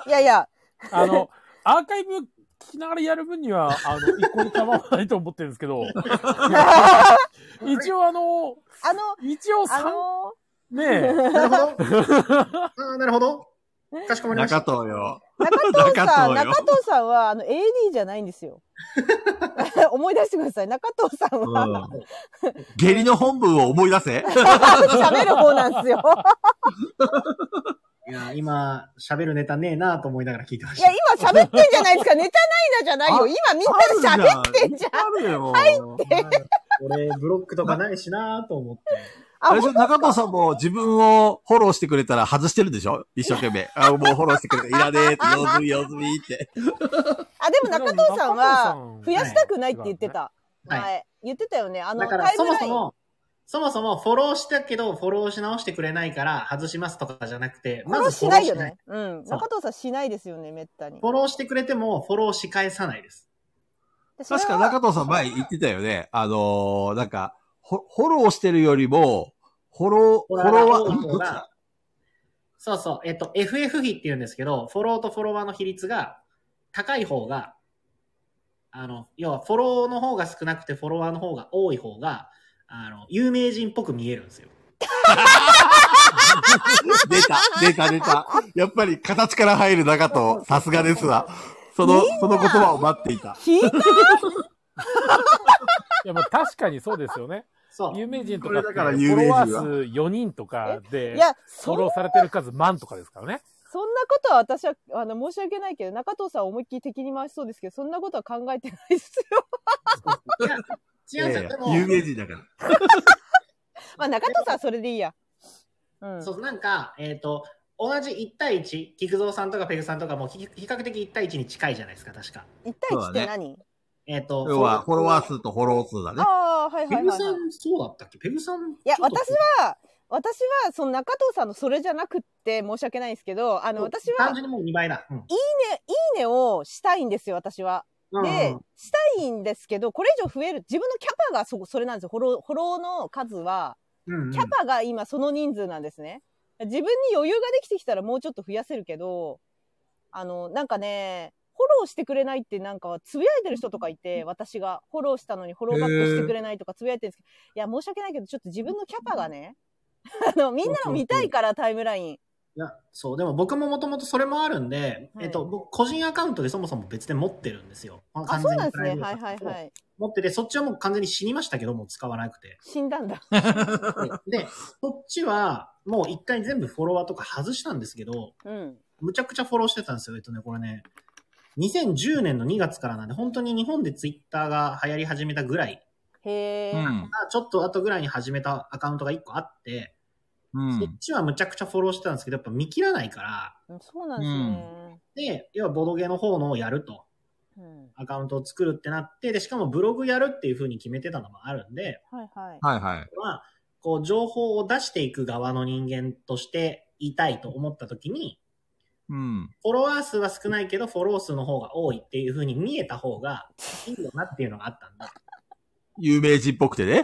Speaker 1: いやいや、
Speaker 4: あの、アーカイブ聞きながらやる分には、あの、一向に構わないと思ってるんですけど、 一応あの、
Speaker 1: あの、
Speaker 4: 一応
Speaker 1: あ
Speaker 4: 三
Speaker 1: の
Speaker 4: ね
Speaker 3: なるほ ど。ああ、なるほど。かしこまりました。
Speaker 2: 中藤よ。
Speaker 1: 中藤さん、
Speaker 2: 中藤よ
Speaker 1: 中藤さんは、あの、AD じゃないんですよ。 思い出してください。中藤さん
Speaker 2: う
Speaker 1: は、
Speaker 2: ん。下痢の本文を思い出せ。
Speaker 1: 喋る方なんですよ。
Speaker 3: いや、今、喋るネタねえなと思いながら聞いてま
Speaker 1: い
Speaker 3: し
Speaker 1: や、
Speaker 3: た。
Speaker 1: 今喋ってんじゃないですか。ネタないなじゃないよ。今 みんなで喋ってんじゃん。
Speaker 2: あるよ。
Speaker 3: 俺、ブロックとかないしなと思って。
Speaker 1: あ、
Speaker 2: あれで
Speaker 1: ほ
Speaker 2: し
Speaker 1: ん
Speaker 2: ょ中藤さんも自分をフォローしてくれたら外してるでしょ一生懸命。あ、もうフォローしてくれた。いらねえって、用済み用済みって。
Speaker 1: あ、でも中藤さんは、増やしたくないって言ってた。
Speaker 3: はい
Speaker 1: 前。言ってたよね。あの、
Speaker 3: だ
Speaker 1: タ
Speaker 3: か
Speaker 1: イム
Speaker 3: ら、
Speaker 1: ライン。
Speaker 3: そもそも、そもそもフォローしたけど、フォローし直してくれないから外しますとかじゃなくて、ま
Speaker 1: フォロー
Speaker 3: ずフ
Speaker 1: し
Speaker 3: ォロ
Speaker 1: な
Speaker 3: ー
Speaker 1: い
Speaker 3: し
Speaker 1: よ
Speaker 3: ない
Speaker 1: ね。。うん。
Speaker 3: そう
Speaker 1: 中藤さんしないですよね、めったに
Speaker 3: フ。ォローしてくれても、フォローし返さないです。
Speaker 1: でそれ
Speaker 2: 確か
Speaker 1: は
Speaker 2: 中藤さん前言ってたよね。あのー、なんか、ほフォローしてるよりも、フォロー、フォロワ
Speaker 3: の方
Speaker 2: ー、
Speaker 3: がそうそう、えっと、FF 比って言うんですけど、フォローとフォロワーの比率が高い方が、あの、要はフォローの方が少なくて、フォロワーの方が多い方が、あの、有名人っぽく見えるんですよ。
Speaker 2: 出た、出た、出た。やっぱり形から入る中藤、さすがですわ。その、その言葉を待っていた。
Speaker 1: 聞いた
Speaker 4: いや、まあ確かにそうで すよね。
Speaker 3: そう。
Speaker 4: 有名人とか
Speaker 2: これ
Speaker 4: って、
Speaker 2: だ
Speaker 4: フ
Speaker 2: から
Speaker 4: ォ
Speaker 2: 有名人
Speaker 4: ロ
Speaker 2: は
Speaker 4: ワー数4人とかで、
Speaker 1: いや、
Speaker 4: フ
Speaker 1: そ
Speaker 4: ォ
Speaker 1: ん
Speaker 4: ローされてる数万とかですからね。
Speaker 1: そんなことは私は、あの、申し訳ないけど、中藤さんは思いっきり敵に回しそうですけど、そんなことは考えてないですよ。
Speaker 3: 違うんですよ。でも、
Speaker 2: 有名人だから。
Speaker 1: まあ、中藤さんはそれでいいや。うん。
Speaker 3: そう、なんか、えっ、と、同じ1対1、菊蔵さんとかペグさんとかもひ比較的1対1に近いじゃないですか、確か。
Speaker 1: 一対一って何、
Speaker 3: えっ、と、
Speaker 2: 要は、フォロワー数とフォロー数だね。
Speaker 1: ああ、はい
Speaker 3: ペ
Speaker 1: はい
Speaker 3: グ
Speaker 1: はい、
Speaker 3: さ
Speaker 1: はい。
Speaker 3: ん、そうだったっけペグさん。い
Speaker 1: いや、私は、私は、その中藤さんのそれじゃなくって申し訳ないんですけど、あの、私は、
Speaker 3: 単純にもう2倍だ。うん
Speaker 1: いいねをしたいんですよ、私は。
Speaker 3: うん
Speaker 1: で
Speaker 3: うん、
Speaker 1: したいんですけど、これ以上増える、自分のキャパがそ、それなんですよ。フォロー、フォローの数は、
Speaker 3: うんうん
Speaker 1: キャパが今その人数なんですね。自分に余裕ができてきたらもうちょっと増やせるけど、あの、なんかね、フォローしてくれないってなんか、つぶやいてる人とかいて、私がフォローしたのにフォローバックしてくれないとかつぶやいてるんですけど、いや、申し訳ないけど、ちょっと自分のキャパがね、 あの、みんなの見たいからタイムライン。
Speaker 3: いや、そう、でも僕ももともとそれもあるんで、
Speaker 1: はい
Speaker 3: えっと、僕、個人アカウントでそもそも別で持ってるんですよ。
Speaker 1: あ、そうなんですね。
Speaker 3: 完全にプラ
Speaker 1: はい
Speaker 3: イベート
Speaker 1: は
Speaker 3: ア
Speaker 1: い
Speaker 3: カウントを
Speaker 1: はい。
Speaker 3: 持ってて、そっちはもう完全に死にましたけど、もう使わなく て。
Speaker 1: 死んだんだ。
Speaker 3: で、でそっちは、もう一回全部フォロワーとか外したんですけど、
Speaker 1: うん。
Speaker 3: むちゃくちゃフォローしてたんですよ。えっとね、これね、2010年の2月からなんで、本当に日本でツイッターが流行り始めたぐらい、
Speaker 1: へ
Speaker 2: う
Speaker 1: ー
Speaker 2: ん。
Speaker 3: まあちょっと後ぐらいに始めたアカウントが1個あって、
Speaker 2: う
Speaker 3: そ
Speaker 2: ん
Speaker 3: っ。ちはむちゃくちゃフォローしてたんですけど、やっぱ見切らないから、
Speaker 1: うんそうなんですよね。
Speaker 3: で、要はボドゲの方のをやると、
Speaker 1: うん。
Speaker 3: アカウントを作るってなって、で、しかもブログやるっていう風に決めてたのもあるんで、
Speaker 1: はいはい。
Speaker 2: はいはい。
Speaker 3: まあ、こう、情報を出していく側の人間としていたいと思った時に、
Speaker 2: うん。
Speaker 3: フォロワー数は少ないけど、フォロー数の方が多いっていう風に見えた方がいいよなっていうのがあったんだ。
Speaker 2: 有名人っぽくてね。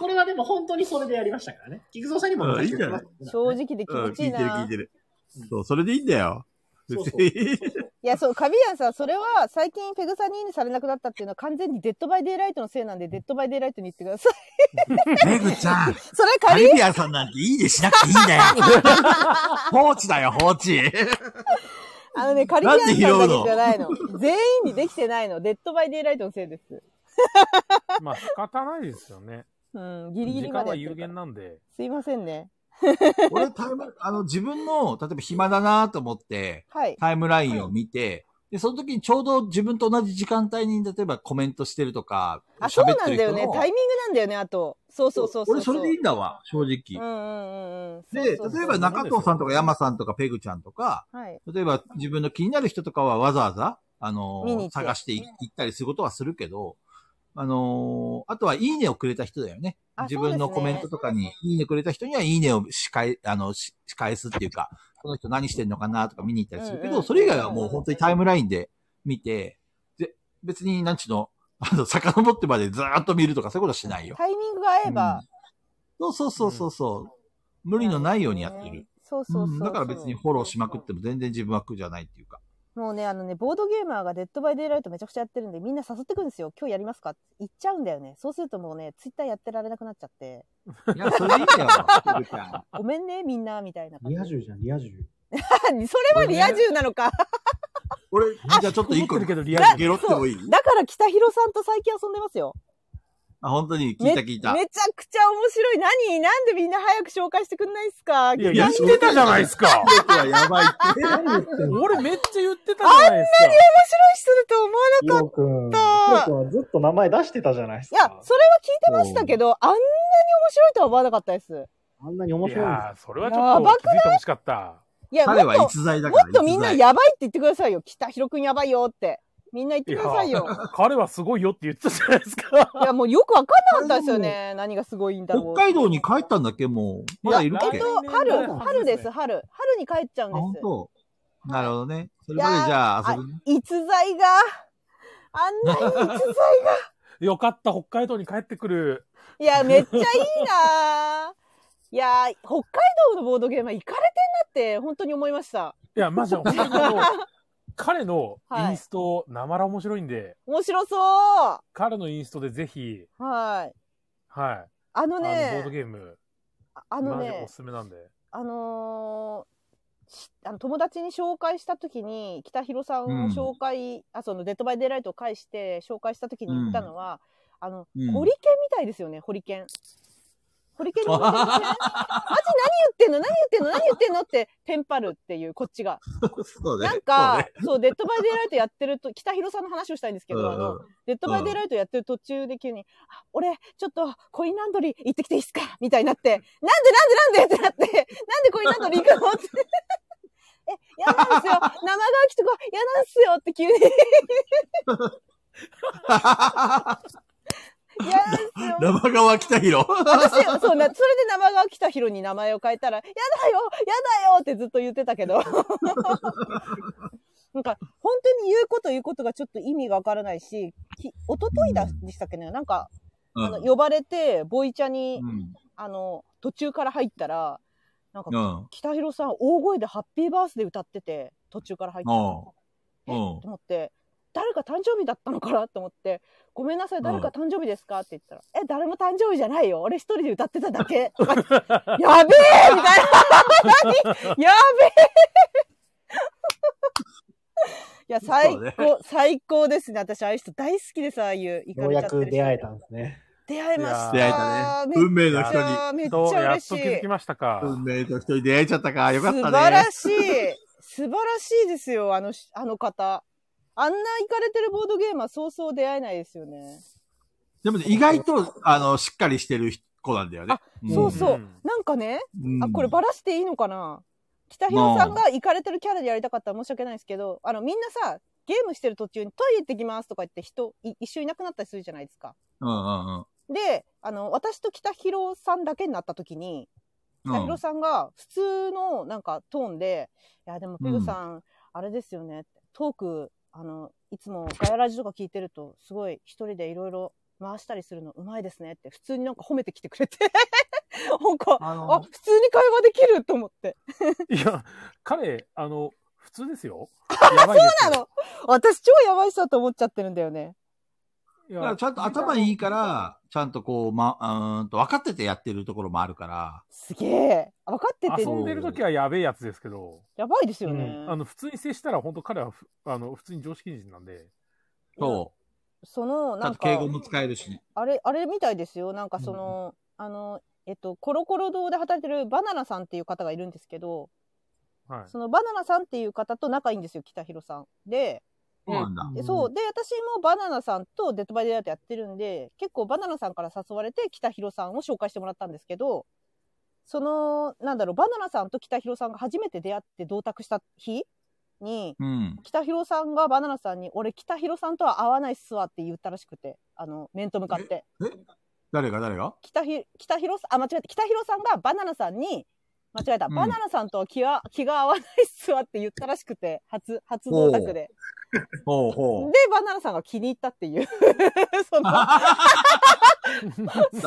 Speaker 3: これはでも本当にそれでやりましたからね。菊蔵さんにも
Speaker 2: うんいい
Speaker 3: 昔
Speaker 2: んじゃない
Speaker 1: 正直で気
Speaker 2: うん、
Speaker 1: 持ちいい
Speaker 2: 聞いてる
Speaker 1: な。
Speaker 2: 聞いてる。そう、それでいいんだよ。
Speaker 3: そうそう
Speaker 2: 別 に
Speaker 1: いや、そう、カビアンさん、それは最近ペグサニーにされなくなったっていうのは完全にデッドバイデイライトのせいなんで、デッドバイデイライトに言ってく ださい。
Speaker 2: めぐちゃ ん、
Speaker 1: それ
Speaker 2: カ
Speaker 1: 仮
Speaker 2: リビアンさんなんていいねしなくていいん だよ。放置だよ、放 置。
Speaker 1: あのね、カリビアンさん
Speaker 2: な
Speaker 1: だ
Speaker 2: んで拾う
Speaker 1: け
Speaker 2: の
Speaker 1: じゃないの。全員にできてないの。デッドバイデイライトのせいです。
Speaker 4: まあ仕方ないですよね。
Speaker 1: うん、 ギリギ
Speaker 4: 時
Speaker 1: リまで
Speaker 4: 間
Speaker 1: や
Speaker 4: は
Speaker 1: って
Speaker 4: 有
Speaker 1: るから
Speaker 4: 限なんで。
Speaker 1: すいませんね。
Speaker 2: 俺、タイム、あの、自分の、例えば暇だなと思って、
Speaker 1: はい。
Speaker 2: タイムラインを見て、で、その時にちょうど自分と同じ時間帯に、例えばコメントしてるとか、
Speaker 1: あ、そう
Speaker 2: 喋っ
Speaker 1: な
Speaker 2: て
Speaker 1: ん
Speaker 2: る
Speaker 1: だ
Speaker 2: 人
Speaker 1: よ
Speaker 2: の
Speaker 1: ね。タイミングなんだよね、あと。そうそうそうそう。
Speaker 2: 俺、それでいいんだわ、正
Speaker 1: うん
Speaker 2: 直。
Speaker 1: うんうんうん。
Speaker 2: で、例
Speaker 1: そうそう
Speaker 2: えば中藤さんとか山さんとかペグちゃんとか、
Speaker 1: はい。
Speaker 2: 例えば自分の気になる人とかはわざわざ、あのー
Speaker 1: 見に行って
Speaker 2: 探してい行ったりすることはするけど、あのーあとはいいねをくれた人だよね。
Speaker 1: あ
Speaker 2: 自分のコメントとかに、いいねくれた人にはいいねを仕返、あの、し仕返すっていうか、この人何してんのかなとか見に行ったりするけ
Speaker 1: うんう
Speaker 2: ど、
Speaker 1: ん
Speaker 2: それ以外はもう本当にタイムラインで見て、で、別になんちゅうの、 あの、遡ってまでずーっと見るとかそういうことはしないよ。
Speaker 1: タイミングが合えば。
Speaker 2: そうそうそうそうそう。無理のないようにやってる。
Speaker 1: そうそうそうう。
Speaker 2: んだから別にフォローしまくっても全然自分は苦じゃないっていうか。
Speaker 1: もうね、あのね、ボードゲーマーがデッドバイデイライトめちゃくちゃやってるんで、みんな誘ってくるんですよ。今日やりますかって言っちゃうんだよね。そうするともうね、ツイッターやってられなくなっちゃって、
Speaker 2: いや、それでいいんだよ、ペグちゃん。
Speaker 1: ごめんね、みんな、みたいな感じ。
Speaker 6: リア充じゃん、リア充。
Speaker 1: それはリア充なのか。
Speaker 2: 俺、じゃあちょっと一個
Speaker 4: 思ってるけどリアル
Speaker 2: ゲロってもいい
Speaker 1: だから北広さんと最近遊んでますよ。
Speaker 2: あ、本当に聞いた聞いた。
Speaker 1: めめちゃくちゃ面白い。何なんでみんな早く紹介してくんないっすか
Speaker 4: いや、
Speaker 2: いや
Speaker 4: 言ってたじゃないですか。
Speaker 2: 僕はやばいって。
Speaker 4: 俺めっちゃ言ってたじゃないですか。
Speaker 1: すると思わ
Speaker 6: ヒロ君。ヒロ君はずっと名前出してたじゃないです
Speaker 1: いや
Speaker 6: か、。
Speaker 1: それは聞いてましたけど、あんなに面白いとは思わなかったです。
Speaker 6: あんなに面
Speaker 4: い
Speaker 6: 白いんで
Speaker 4: やー、それはちょっと気づいてほしかった。
Speaker 1: いや、もっ
Speaker 2: 彼
Speaker 1: と、
Speaker 2: は
Speaker 1: もっ
Speaker 2: 逸材だから。
Speaker 1: とみんな
Speaker 2: 逸材
Speaker 1: やばいって言ってくださいよ。北広くんやばいよって。みんな言ってくださいよ。
Speaker 4: 彼はすごいよって言ってたじゃないですか。
Speaker 1: いや、もうよくわかんなかったですよね。何がすごいんだろう。
Speaker 2: 北海道に帰ったんだっけ、もう。まだいるっ
Speaker 1: え
Speaker 2: け
Speaker 1: っ
Speaker 2: あ、
Speaker 1: と、
Speaker 4: 来
Speaker 1: 春、
Speaker 4: 年
Speaker 1: 春です、春。春に帰っちゃうん
Speaker 2: 本
Speaker 1: です。
Speaker 2: 当。なるほどね。それまでじゃあ遊ぶね。
Speaker 1: 逸材が、あんなに逸材が。
Speaker 4: よかった、北海道に帰ってくる。
Speaker 1: いや、めっちゃいいなぁ。いやー、北海道のボードゲームは行かれてんなって、本当に思いました。
Speaker 4: いや、マジで、本当にあの彼のインスト、なまら面白いんで、
Speaker 1: 面白そう。
Speaker 4: 彼のインストでぜひ、
Speaker 1: はい。
Speaker 4: はい、
Speaker 1: あの
Speaker 4: あの、ボー
Speaker 1: ね、
Speaker 4: ドゲーム、
Speaker 1: あの
Speaker 4: マジで
Speaker 1: ね
Speaker 4: おす、すめなんで。
Speaker 1: あのーしあの友達に紹介した時に北広さんを紹介、あその「デッド・バイ・デイ・ライト」を介して紹介した時に言ったのは、あの、
Speaker 2: うん
Speaker 1: ホリケンみたいですよねホリケン。ホリケンに似て ませんマジ何言ってんの何言ってんの何言ってんのってテンパるっていうこっちが。
Speaker 2: そうね。
Speaker 1: なんかそう,、デッド・バイ・デイ・ライトやってると北広さんの話をしたいんですけ
Speaker 2: そう
Speaker 1: ど、
Speaker 2: ね、
Speaker 1: あ
Speaker 2: うんう
Speaker 1: の
Speaker 2: ん
Speaker 1: デッドバイデイライトやってる途中で急に、あ俺、ちょっとコインランドリー行ってきていいっすかみたいにな って、なんでなんでなんでってなって、なんでコインランドリー行くのって。 え、嫌なんですよ。生乾きとか嫌なんすよって急 に。嫌なんすよ。
Speaker 2: 生川北広。
Speaker 1: 私、そうな、それで生川北広に名前を変えたら、やだよやだよってずっと言ってたけど。 なんか、本当に言うこと言うことがちょっと意味がわからないし、き一昨日だでしたっけね、なんか、
Speaker 2: う
Speaker 1: あの
Speaker 2: ん。
Speaker 1: 呼ばれて、ボイチャに、
Speaker 2: うん
Speaker 1: あの、途中から入ったら、なんか、
Speaker 2: うん。
Speaker 1: 北広さん、大声でハッピーバースデー歌ってて、途中から入ったら。
Speaker 2: おう
Speaker 1: え
Speaker 2: おう
Speaker 1: と思って、誰か誕生日だったのかなと思って、ごめんなさい、誰か誕生日ですかって言ったら、え、誰も誕生日じゃないよ。俺一人で歌ってただけ。とか言ってやべえみたいな何やべえいや、最
Speaker 2: そうね
Speaker 1: 高、最高ですね。私、ああいう人大好きです、ああいう。行
Speaker 6: すよ。よ
Speaker 1: か
Speaker 6: う
Speaker 1: れちゃ
Speaker 6: や
Speaker 1: って
Speaker 6: く出会えた
Speaker 1: る人
Speaker 6: んですね。
Speaker 1: 出会いました。
Speaker 2: 出会えたね。
Speaker 1: めっ
Speaker 2: 運命の人
Speaker 1: ち
Speaker 2: に。
Speaker 1: ゃ、めっち
Speaker 4: と、
Speaker 1: ゃ
Speaker 4: やっ
Speaker 1: 嬉し
Speaker 4: と気づき
Speaker 1: い。
Speaker 4: ましたか。
Speaker 2: 運命の人に出会えちゃったか。よかっ
Speaker 1: 素
Speaker 2: た
Speaker 1: 晴
Speaker 2: ね
Speaker 1: ら。しい。素晴らしいですよ、あのし、あの方。あんな行かれてるボードゲーマー、そうそう出会えないですよね。
Speaker 2: でもね、意外と、あの、しっかりしてる子なんだよね
Speaker 1: あ。そうそう。
Speaker 4: うん
Speaker 1: なんかね、
Speaker 2: うん
Speaker 1: あ、これバラしていいのかな北広さんが行かれてるキャラでやりたかったら申し訳ないんですけど、あの、みんなさ、ゲームしてる途中にトイレ行ってきますとか言って人、い一緒いなくなったりするじゃないですか。
Speaker 2: うんうんうん。
Speaker 1: で、あの、私と北広さんだけになった時に、
Speaker 2: うん
Speaker 1: タヒロさんが普通のなんかトーンで、いや、でもペグさん、あれですよねって、トーク、あの、いつもガヤラジとか聞いてると、すごい一人でいろいろ回したりするのうまいですねって、普通になんか褒めてきてくれて、なんか、
Speaker 3: あの
Speaker 1: あ、普通に会話できると思って。
Speaker 4: いや、彼、あの、普通ですよ。やばいです
Speaker 1: あ
Speaker 4: よ
Speaker 1: の、私超やばい人だと思っちゃってるんだよね。
Speaker 4: い
Speaker 2: だから
Speaker 4: や
Speaker 2: ちゃんと頭いいから、ちゃんとこう、ま、うーんと分かっててやってるところもあるから、
Speaker 1: すげえ。分かってて、
Speaker 4: 遊んでる時はやべえやつですけど、
Speaker 1: やばいですよね。
Speaker 4: あの普通に接したら本当彼はふあの普通に常識人なんで、
Speaker 2: そ
Speaker 1: その、
Speaker 2: う。ちゃ
Speaker 1: なんん
Speaker 2: と
Speaker 1: か、
Speaker 2: 敬語も使えるしね。
Speaker 1: あれ、あれみたいですよ。なんかその、あの、えっと、コロコロ堂で働いてるバナナさんっていう方がいるんですけど、
Speaker 4: は
Speaker 1: そのバナナさんっていう方と仲いいんですよ、北広さん。で、
Speaker 2: そうなんだ。
Speaker 1: でそう。で、私もバナナさんとデッドバイデイライトやってるんで、結構バナナさんから誘われて北広さんを紹介してもらったんですけど、その、なんだろう、バナナさんと北広さんが初めて出会って同卓した日に、
Speaker 2: うん。
Speaker 1: 北広さんがバナナさんに、俺北広さんとは合わないっすわって言ったらしくて、あの、面と向かって。
Speaker 2: 誰が誰が
Speaker 1: 北ひ北広さん、あ、間違えた。北広さんがバナナさんに、間違えた。
Speaker 2: うん
Speaker 1: バナナさんとは気は、 気が合わないっすわって言ったらしくて、初、初同卓で。
Speaker 2: ほう
Speaker 1: で
Speaker 2: ほう。、
Speaker 1: バナナさんが気に入ったっていう。 その、
Speaker 2: な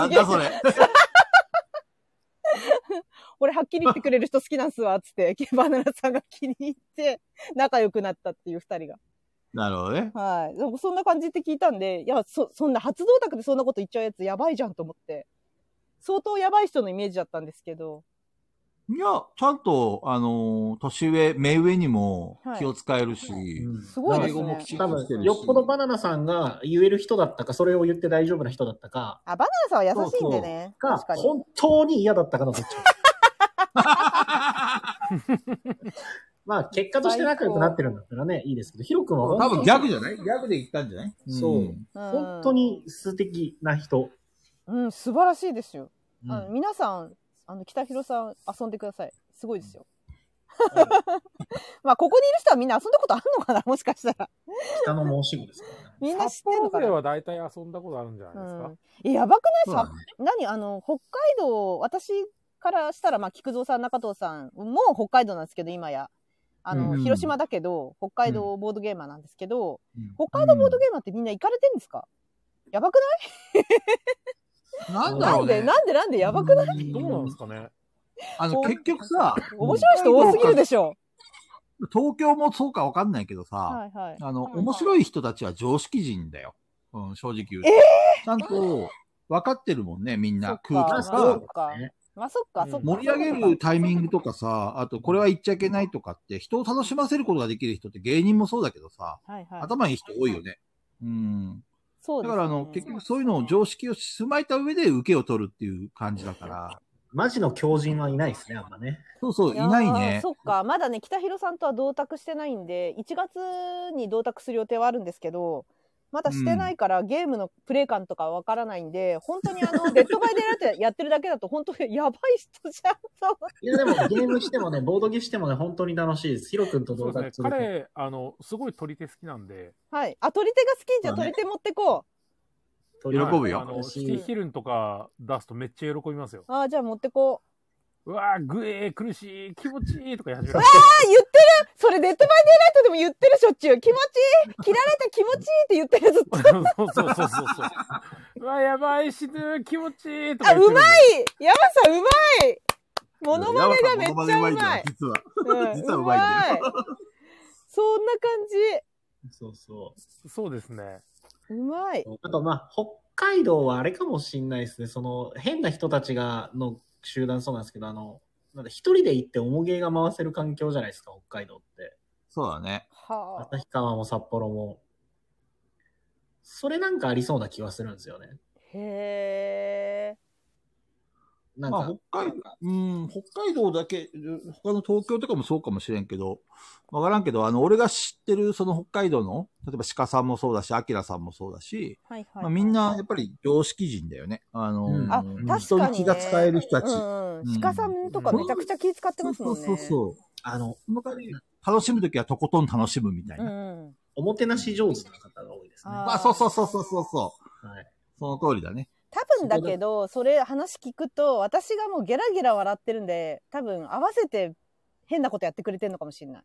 Speaker 2: んだそれ。
Speaker 1: 俺はっきり言ってくれる人好きなんすわ、つって、バナナさんが気に入って、仲良くなったっていう二人が。
Speaker 2: なるほどね。
Speaker 1: はい。でもそんな感じって聞いたんで、いや、そ、そんな初同卓でそんなこと言っちゃうやつやばいじゃんと思って。相当やばい人のイメージだったんですけど。
Speaker 2: いや、ちゃんと、あのー年上、目上にも気を使えるし、
Speaker 1: すごいで
Speaker 2: 英
Speaker 1: す
Speaker 2: 語も
Speaker 1: ね
Speaker 2: き。ちん
Speaker 3: 多
Speaker 2: として
Speaker 3: 分
Speaker 2: るし。
Speaker 3: よっぽどバナナさんが言える人だったか、それを言って大丈夫な人だったか、
Speaker 1: あ、バナナさんは優しいんでね。
Speaker 3: が
Speaker 1: 確か、に。
Speaker 3: 本当に嫌だったかのどっち か。まあ、結果として仲良くなってるんだったらね、いいですけど、ヒロ君は
Speaker 2: 多
Speaker 3: 本当
Speaker 2: 分
Speaker 3: に
Speaker 2: ギャグじゃないギャグで言ったんじゃない
Speaker 3: そうん
Speaker 1: うん
Speaker 3: 本当。に素敵な人。
Speaker 1: うん、素晴らしいですよ。
Speaker 3: うん
Speaker 1: あの皆さん、あの、北広さん遊んでください。すごいですよ。 まあ、ここにいる人はみんな遊んだことあるのかな もしかしたら。
Speaker 3: 北の申し子ですからね。
Speaker 1: みんな知っ
Speaker 4: 札
Speaker 1: てるの
Speaker 4: 幌
Speaker 1: か
Speaker 4: 勢
Speaker 1: な
Speaker 4: は大体遊んだことあるんじゃないですか。
Speaker 1: うんえ、やばくない
Speaker 2: そう
Speaker 1: さ
Speaker 2: だ、ね。
Speaker 1: 何あの、北海道、私からしたら、まあ、菊蔵さん、中藤さんも北海道なんですけど、今や。あの、
Speaker 2: うん
Speaker 1: 広島だけど、北海道ボードゲーマーなんですけど、
Speaker 2: うん
Speaker 1: 北海道ボードゲーマーってみんな行かれてんですかやばく
Speaker 2: なん
Speaker 1: な
Speaker 2: だ
Speaker 1: い、な
Speaker 2: ろうんね
Speaker 1: で、。なんで、なんで、やばくない、
Speaker 4: どうなんですかね。
Speaker 2: あの、
Speaker 1: こう
Speaker 2: 結局さ、
Speaker 1: 面白い人多すぎるでしょ。
Speaker 2: 東京もそうかわかんないけどさ、
Speaker 1: はいはい。
Speaker 2: あの、
Speaker 1: はい
Speaker 2: 面白い人たちは常識人だよ。うん、正直言うと。
Speaker 1: え
Speaker 2: ちゃんと分かってるもんね、みん
Speaker 1: そ
Speaker 2: な
Speaker 1: っ。
Speaker 2: 空気と
Speaker 1: まあそ
Speaker 2: か
Speaker 1: う。か。まあ、そっか、そっか。
Speaker 2: 盛り上げるタイミングとかさ、あとこれは言っちゃいけないとかって、人を楽しませることができる人って芸人もそうだけどさ、
Speaker 1: はいはい。
Speaker 2: 頭いい人多いよね。うん。
Speaker 1: そう
Speaker 2: だ
Speaker 1: ですね
Speaker 2: からあの、結局そういうのを常識をしまいた上で受けを取るっていう感じだから、
Speaker 3: マジの狂人はいないですね、あんまね。
Speaker 2: そうそう、いない
Speaker 1: やー
Speaker 2: ね
Speaker 1: そ。っか、まだね、北広さんとは同卓してないんで、1月に同卓する予定はあるんですけど、まだしてないから、ゲームのプレイ感とかわからないんで、本当にあ の、デッドバイデイライトやってるだけだと、本当にやばい人じゃんと思って。
Speaker 3: いや、でもゲームしてもね、ボードゲームしてもね、本当に楽しいです。ヒロ君と
Speaker 4: そ
Speaker 3: 同
Speaker 4: うで
Speaker 3: 卓
Speaker 4: す
Speaker 3: す
Speaker 4: ね。
Speaker 3: ると。
Speaker 4: 彼、あの、すごい取り手好きなんで、
Speaker 1: はい。あ、取り手が好きじゃあ
Speaker 2: そう
Speaker 1: 取
Speaker 2: ね
Speaker 1: り手持ってこ
Speaker 3: 喜
Speaker 2: ぶよ
Speaker 4: あの、シティヒルンとか出すとめっちゃ喜びますよ。
Speaker 1: う。あーじゃあ持ってこう。
Speaker 4: うわー、グエー、苦しい、気持ちいいとか言い始める。
Speaker 1: あ、言ってるそれデッドバイデイライトでも言ってるしょっちゅう。気持ちいい切られた気持ちいいって言ってるずっと。
Speaker 4: そうそうそうそうそう。うわ、やばい、死ぬ、気持ちいいとか
Speaker 1: あ、
Speaker 4: 言っ
Speaker 1: う
Speaker 4: てるん
Speaker 1: ま
Speaker 4: で
Speaker 1: い山さんうまいモノマネがめっちゃう
Speaker 2: い
Speaker 1: まい
Speaker 2: 実は。
Speaker 1: うん
Speaker 2: 実はうまいんだよ
Speaker 1: うまいそんな感
Speaker 3: そうそ
Speaker 4: そうですね。
Speaker 1: じ。うまい。
Speaker 3: う。あと、まあ、北海道はあれかもしんないですね。その、変な人たちが、の集団そうなんですけど、あの、なんだ、一人で行って重げが回せる環境じゃないですか、北海道って。
Speaker 2: そうだね。
Speaker 1: はあ。
Speaker 3: 旭川も札幌も。それなんかありそうな気はするんですよね。
Speaker 1: へえ。
Speaker 3: なんか、
Speaker 2: まあ、北海道、うん、北海道だけ、うん他の東京とかもそうかもしれんけど、わからんけど、あの、俺が知ってる、その北海道の、例えば鹿さんもそうだし、アキラさんもそうだし、
Speaker 1: はいはい。
Speaker 2: まあ、みんな、やっぱり常識人だよね。あの、
Speaker 3: うんあ
Speaker 1: 確かにね
Speaker 2: 人に気が使える人たち。
Speaker 1: うんう
Speaker 2: うん
Speaker 1: ん。鹿さんとかめちゃくちゃ気使ってますもんね。
Speaker 2: そうそうそうそう。
Speaker 3: あの、
Speaker 2: その代わり、楽しむときはとことん楽しむみたいな。
Speaker 1: うんうん。
Speaker 3: おもてなし上手な方が多いですね。
Speaker 1: あー
Speaker 2: まあ、そうそうそうそうそうそう。
Speaker 3: はい。
Speaker 2: その通りだね。
Speaker 1: 多分だけど、それ話聞くと、私がもうゲラゲラ笑ってるんで、多分合わせて変なことやってくれてるのかもしれない。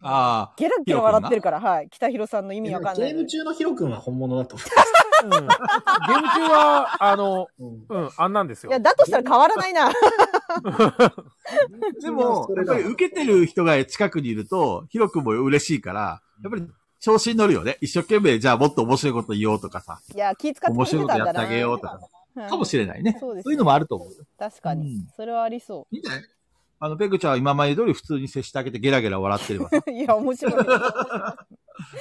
Speaker 2: ああ。
Speaker 1: ゲラゲラ笑ってるから、はい。北広さんの意
Speaker 3: ゲ
Speaker 1: 味わかんない
Speaker 3: ー
Speaker 1: の
Speaker 3: ム
Speaker 1: に。
Speaker 3: 中のヒロ君は本物だと思
Speaker 4: うん。ゲーム中は、あの、
Speaker 3: う。うん
Speaker 4: うん、あんなんです
Speaker 1: い
Speaker 4: よ
Speaker 1: や、。だとしたら変わらないな。
Speaker 2: でも、やっぱり受けてる人が近くにいると、広くも嬉しいから、やっぱり調子に乗るよね。一生懸命、じゃあもっと面白いこと言おうとかさ、
Speaker 1: いや、気使って
Speaker 2: 面
Speaker 1: くれ
Speaker 2: 白い
Speaker 1: て
Speaker 2: こ
Speaker 1: た
Speaker 2: と
Speaker 1: んだ
Speaker 2: やって
Speaker 1: な。
Speaker 2: あげようとか、
Speaker 1: うん
Speaker 2: かもしれないね。
Speaker 1: そうです
Speaker 2: そういうのもあると思う。
Speaker 1: 確かに、
Speaker 2: うん
Speaker 1: それはありそ
Speaker 2: いいんじゃないあの、ペグちゃんは今まで通り普通に接してあげてゲラゲラ笑ってれば さ、
Speaker 1: う。いや、面白い。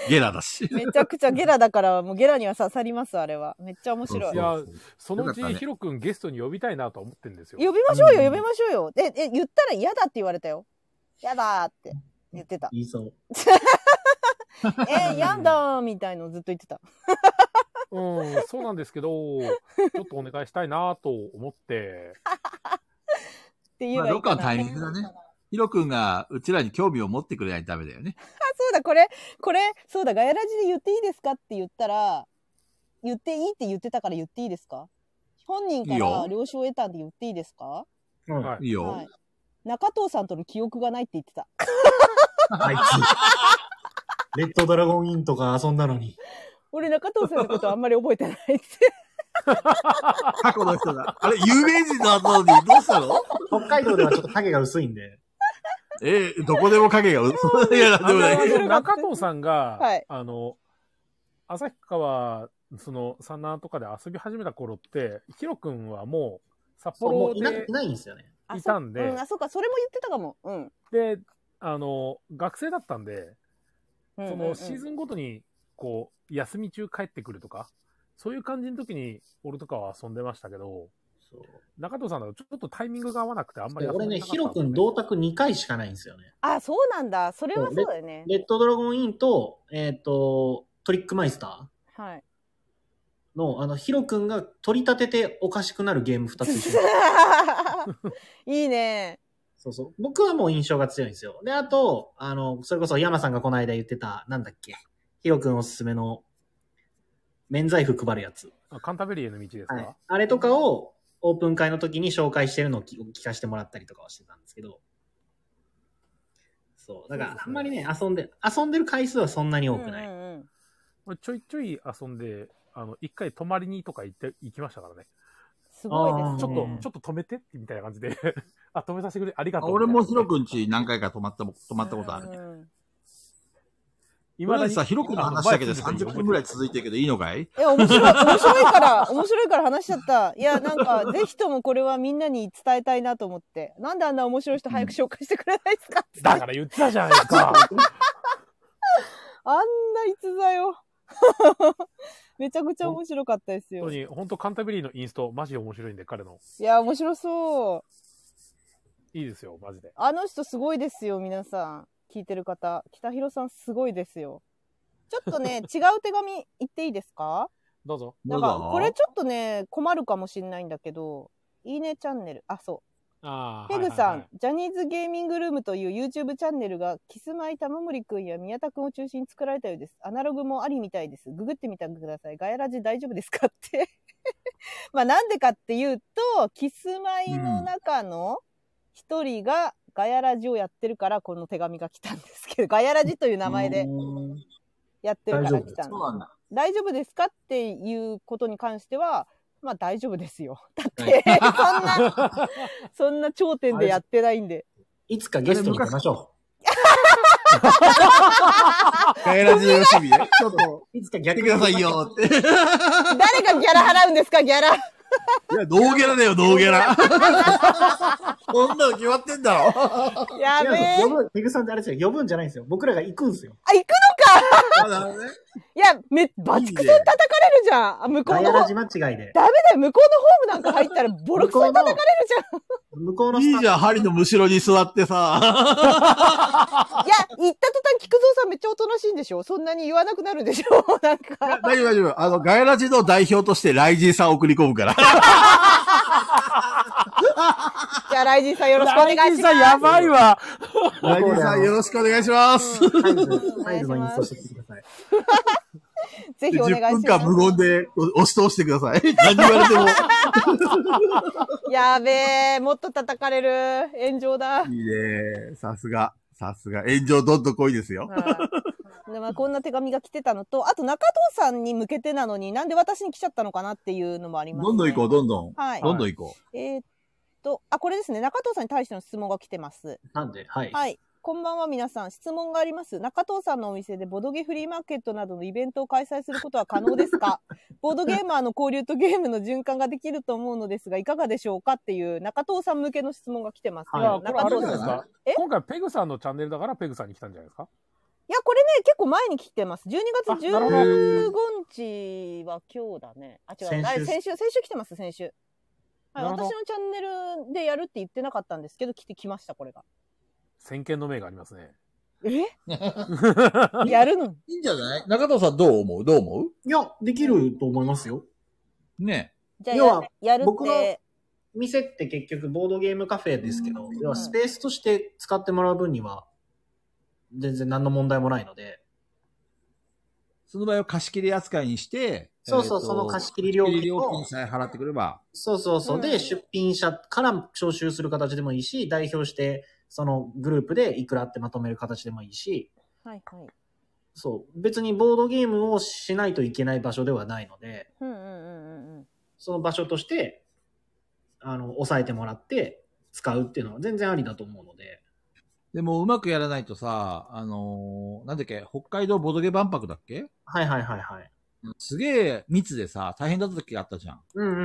Speaker 2: ゲラだし。
Speaker 1: めちゃくちゃゲラだから、もうゲラには刺さります、あれは。めっちゃ面白い。
Speaker 4: いやそのう
Speaker 2: よかった
Speaker 4: ち
Speaker 2: ね
Speaker 4: ヒロ君ゲストに呼びたいなと思ってるんですよ。
Speaker 1: 呼びましょうよ、
Speaker 2: うん
Speaker 1: 呼びましょうよ。え、え、言ったら嫌だって言われたよ。嫌だーって言って た。
Speaker 3: 言いそう。
Speaker 1: えー、やだーみたいのずっと言ってた。
Speaker 4: うん、そうなんですけど、ちょっとお願いしたいなと思って。
Speaker 1: って言え
Speaker 2: まあ、
Speaker 1: ばいい
Speaker 2: どっか
Speaker 1: か
Speaker 2: の
Speaker 1: な。
Speaker 2: タイミングだね。ヒロ君がうちらに興味を持ってくれないとダメだよね。
Speaker 1: あ、そうだ、これ、これ、そうだ、ガヤラジで言っていいですかって言ったら、言っていいって言ってたから言っていいですか本人か
Speaker 2: いい
Speaker 1: ら
Speaker 2: よ
Speaker 1: 了承を得たんで言っていいですか
Speaker 3: うん
Speaker 4: はい
Speaker 2: いいよ。
Speaker 1: はい。中藤さんとの記憶がないって言ってた。
Speaker 3: あい つ。レッドドラゴンインとか遊んだのに。
Speaker 1: 俺中藤さんのことあんま り覚えてないって。
Speaker 2: 過去の人が。あれ、有名人だったのに、どうしたの
Speaker 3: 北海道ではちょっと影が薄いんで。
Speaker 2: ええどこでも影 が嘘。いや、なんでもな
Speaker 1: あ
Speaker 2: い。
Speaker 1: の
Speaker 4: 中藤さんが、
Speaker 1: はい
Speaker 4: あの、旭川、その、サナーとかで遊び始めた頃って、ヒロ君はもう、札
Speaker 3: そうも
Speaker 4: 幌
Speaker 3: ういな
Speaker 4: で
Speaker 3: い、ないんですよね。
Speaker 1: あ
Speaker 4: いたんで
Speaker 1: そうん、あ、そうか、それも言ってたかも。うん。
Speaker 4: で、あの、学生だったんで、
Speaker 1: うん
Speaker 4: そ
Speaker 1: うんうん
Speaker 4: の、シーズンごとに、こう、休み中帰ってくるとか、そういう感じの時に、俺とかは遊んでましたけど、
Speaker 3: そう
Speaker 4: 中藤さんだとちょっとタイミングが合わなくて、あんまり遊んで
Speaker 3: 俺ね、
Speaker 4: なかっ
Speaker 3: ヒロ
Speaker 4: た
Speaker 3: 君
Speaker 4: んですよ
Speaker 3: 銅卓2回しかないんですよね。
Speaker 1: あ、そうなんだ。それはそうだよね。
Speaker 3: レッドドラゴンインと、えっ、と、トリックマイスタ
Speaker 1: はい。
Speaker 3: ーの、あの、ヒロ君が取り立てておかしくなるゲーム2つ一緒 に
Speaker 1: いいね。
Speaker 3: そうそう。僕はもう印象が強いんですよ。で、あと、あの、それこそ山さんがこの間言ってた、なんだっけ。ヒロ君おすすめの、免罪符配るやつ。
Speaker 4: あカンタベリーへの道ですか、
Speaker 3: はい、あれとかをオープン会の時に紹介してるのを聞聞かせてもらったりとかはしてたんですけど。そう。だか
Speaker 4: そう
Speaker 3: ら、
Speaker 4: ですね
Speaker 3: あんまりね、遊んで、遊んでる回数はそんなに多くない。
Speaker 1: うんうんうん
Speaker 4: 俺ちょいちょい遊んで、あの、一回泊まりにとか行って、行きましたからね。
Speaker 1: すごいです
Speaker 3: あ
Speaker 1: ね。
Speaker 3: ー
Speaker 4: ちょっと、
Speaker 3: うん
Speaker 4: ちょっと止めてみたいな感じで。 あ、止めさせてくれ。ありがとう。
Speaker 2: 俺もヒロ
Speaker 4: く。
Speaker 2: 君ち何回か泊まったも、泊まったことある。
Speaker 1: うん
Speaker 2: 今
Speaker 4: 今
Speaker 2: だ
Speaker 4: だ
Speaker 2: に
Speaker 4: に
Speaker 2: さ、ヒロ君の話だけで30分ぐらい続いてるけどいいのかい
Speaker 1: え、面白い、面白いから、面白いから話しちゃった。いや、なん か、ぜひともこれはみんなに伝えたいなと思って。なんであんな面白い人早く紹介してくれないですか、
Speaker 4: だから言ってたじゃないですか。
Speaker 1: あんな逸材を。 めちゃくちゃ面白かったです
Speaker 4: 本当
Speaker 1: よ。い
Speaker 4: に、本当カンタベリーのインスト、マジ面白いんで、彼の。
Speaker 1: や、面白そう。
Speaker 4: いいですよ、マジで。
Speaker 1: あの人すごいですよ、皆さん。聞いてる方。北広さんすごいですよ。ちょっとね、違う手紙言っていいですか
Speaker 4: どうぞ。
Speaker 1: なんか、これちょっとね、困るかもしんないんだけど、いいねチャンネル。あ、そう。
Speaker 4: ああ。
Speaker 1: ペグさん、
Speaker 4: はいはいはい
Speaker 1: ジャニーズゲーミングルームという YouTube チャンネルが、キスマイ玉森くんや宮田くんを中心に作られたようです。アナログもありみたいです。ググってみてください。ガヤラジ大丈夫ですかって。 まあなんでかっていうと、キスマイの中の一人がガヤラジをやってるから、この手紙が来たんですけど、ガヤラジという名前でやってるから来たん
Speaker 2: そう
Speaker 1: です。
Speaker 2: なんだ。
Speaker 1: 大丈夫ですかっていうことに関しては、まあ大丈夫ですよ。だって、そんな、そんな頂点でやってないんで。
Speaker 3: いつかゲストに出ましょ
Speaker 7: ガヤラジのよしみね。ちょっと、
Speaker 3: う。いつか
Speaker 7: 来
Speaker 3: 逆
Speaker 7: て
Speaker 3: に
Speaker 7: くださいよって。い
Speaker 1: 誰がギャラ払うんですか、ギャラ。
Speaker 7: や、ノーギャラだ よ、ノーギャラ。こんなの決まってんだろ。
Speaker 1: や
Speaker 3: 違う
Speaker 1: べえ。
Speaker 3: んです呼ぶ、ペグさんってあれですよ。呼ぶんじゃないんですよ。僕らが行くんですよ。
Speaker 1: あ、行く
Speaker 7: まだね。
Speaker 1: いや、め、バチクソに叩かれるじゃん。あ、向こ
Speaker 3: ガ
Speaker 1: うの
Speaker 3: ヤ
Speaker 1: 方。
Speaker 3: ラ
Speaker 1: ダ
Speaker 3: ジ
Speaker 1: メ
Speaker 3: 間違いで。
Speaker 1: だよ、向こうのホームなんか入ったらボロクソに叩かれるじ
Speaker 3: 向こうのス
Speaker 7: い
Speaker 3: タ
Speaker 7: い
Speaker 3: ッ
Speaker 7: じゃん、針のむしろに座ってさ。
Speaker 1: ゃん。いや、行った途端、菊蔵さんめっちゃおとなしいんでしょそんなに言わなくなるんでしょ なんか。
Speaker 7: 大丈夫、大丈夫。あの、ガヤラジの代表としてライジンさんを送り込む から。
Speaker 1: じゃあ、ライジンさんよろしくお願いします。
Speaker 4: ライジンさんやばいわ。
Speaker 7: ライジンさんよろしくお願いします。
Speaker 3: フサイズのインストしてきてください。
Speaker 1: ぜひお願いします。
Speaker 2: 10分間無言で押し通してください。何言われても。
Speaker 1: やべえ、もっと叩かれる。炎上 だ。
Speaker 2: いいね。さすが。さすが。炎上どんどん濃いですよ。
Speaker 1: はいでまあこんな手紙が来てたのと、あと中藤さんに向けてなのに、なんで私に来ちゃったのかなっていうのもあります、ね。
Speaker 2: どんどん行こう、どんどん。
Speaker 1: はい。
Speaker 2: どんどん行こ
Speaker 1: えーっと、あ、これですね。中藤さんに対しての質問が来てます。
Speaker 3: なんで、はい。
Speaker 1: はい。こんばんは皆さん。質問があります。中藤さんのお店でボドゲフリーマーケットなどのイベントを開催することは可能です かボードゲーマーの交流とゲームの循環ができると思うのですが、いかがでしょうかっていう中藤さん向けの質問が来てますね。
Speaker 4: いや、これあ
Speaker 1: 中
Speaker 4: れ
Speaker 1: 藤
Speaker 4: じゃない
Speaker 1: さん。
Speaker 4: で
Speaker 1: い
Speaker 4: すか
Speaker 1: え。
Speaker 4: 今回ペグさんのチャンネルだからペグさんに来たんじゃないですか。
Speaker 1: や、これね、結構前に来てます。12月
Speaker 4: あなるほど
Speaker 1: 15日は今日だね。あ、違う。
Speaker 3: 先週
Speaker 1: あれ先週、先週来てます、先週。はい、
Speaker 4: なるほど
Speaker 1: 私のチャンネルでやるって言ってなかったんですけど、来てきました、これが。
Speaker 4: 先見の明がありますね。
Speaker 1: えやるの
Speaker 2: う。いいんじゃない中藤さんどう思うどう思
Speaker 3: いや、できると思いますよ。
Speaker 2: うね
Speaker 1: じゃあ
Speaker 3: 要は
Speaker 1: や、やるっ
Speaker 3: 僕の
Speaker 1: て。
Speaker 3: 店って結局ボードゲームカフェですけど、要はスペースとして使ってもらう分には、全然何の問題もないので、
Speaker 2: その場合を貸し切り扱いにして、
Speaker 3: そうそう
Speaker 2: えーと
Speaker 3: その貸し切り料金を
Speaker 2: 貸し切り料金さえ払ってくれば。
Speaker 3: そうそうそう。
Speaker 1: う
Speaker 3: で、
Speaker 1: ん
Speaker 3: 出品者から徴収する形でもいいし、代表して、そのグループでいくらってまとめる形でもいいし、
Speaker 1: はいはい。
Speaker 3: そう。別にボードゲームをしないといけない場所ではないので、
Speaker 1: うんうんうんうんうん。
Speaker 3: その場所として、あの、抑えてもらって使うっていうのは全然ありだと思うので。
Speaker 2: でもうまくやらないとさ、あのーなんだっけ、北海道ボドゲ万博だっけ
Speaker 3: はいはいはいはい。
Speaker 2: すげえ密でさ、大変だった時があったじゃん。
Speaker 3: うんうんう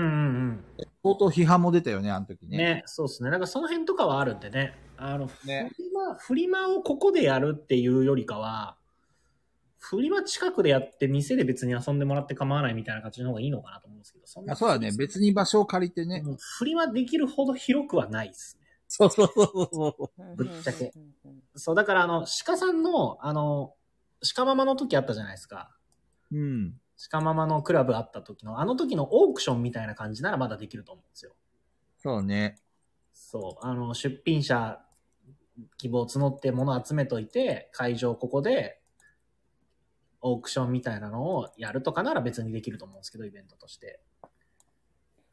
Speaker 3: ん
Speaker 2: 相当批判も出たよね、あの時
Speaker 3: うん。
Speaker 2: ね。
Speaker 3: ね、そうですね。なんかその辺とかはあるんでね。あの、
Speaker 2: ね
Speaker 3: フリマ、フリマをここでやるっていうよりかは、フリマ近くでやって店で別に遊んでもらって構わないみたいな感じの方がいいのかなと思うんですけど、そんな
Speaker 2: あそうだね、別に場所を借りてね。
Speaker 3: もうフリマできるほど広くはないですね。
Speaker 2: そうそうそうそ
Speaker 1: ぶ
Speaker 3: ぶっちゃけ。そう、だからあの、鹿さんの、あの、鹿ママの時あったじゃないですか。
Speaker 2: う。うん。
Speaker 3: 鹿ママのクラブあった時の、あの時のオークションみたいな感じならまだできると思うんですよ。
Speaker 2: そうね。
Speaker 3: そう、あの、出品者希望募って物集めといて、会場ここで、オークションみたいなのをやるとかなら別にできると思うんですけど、イベントとして。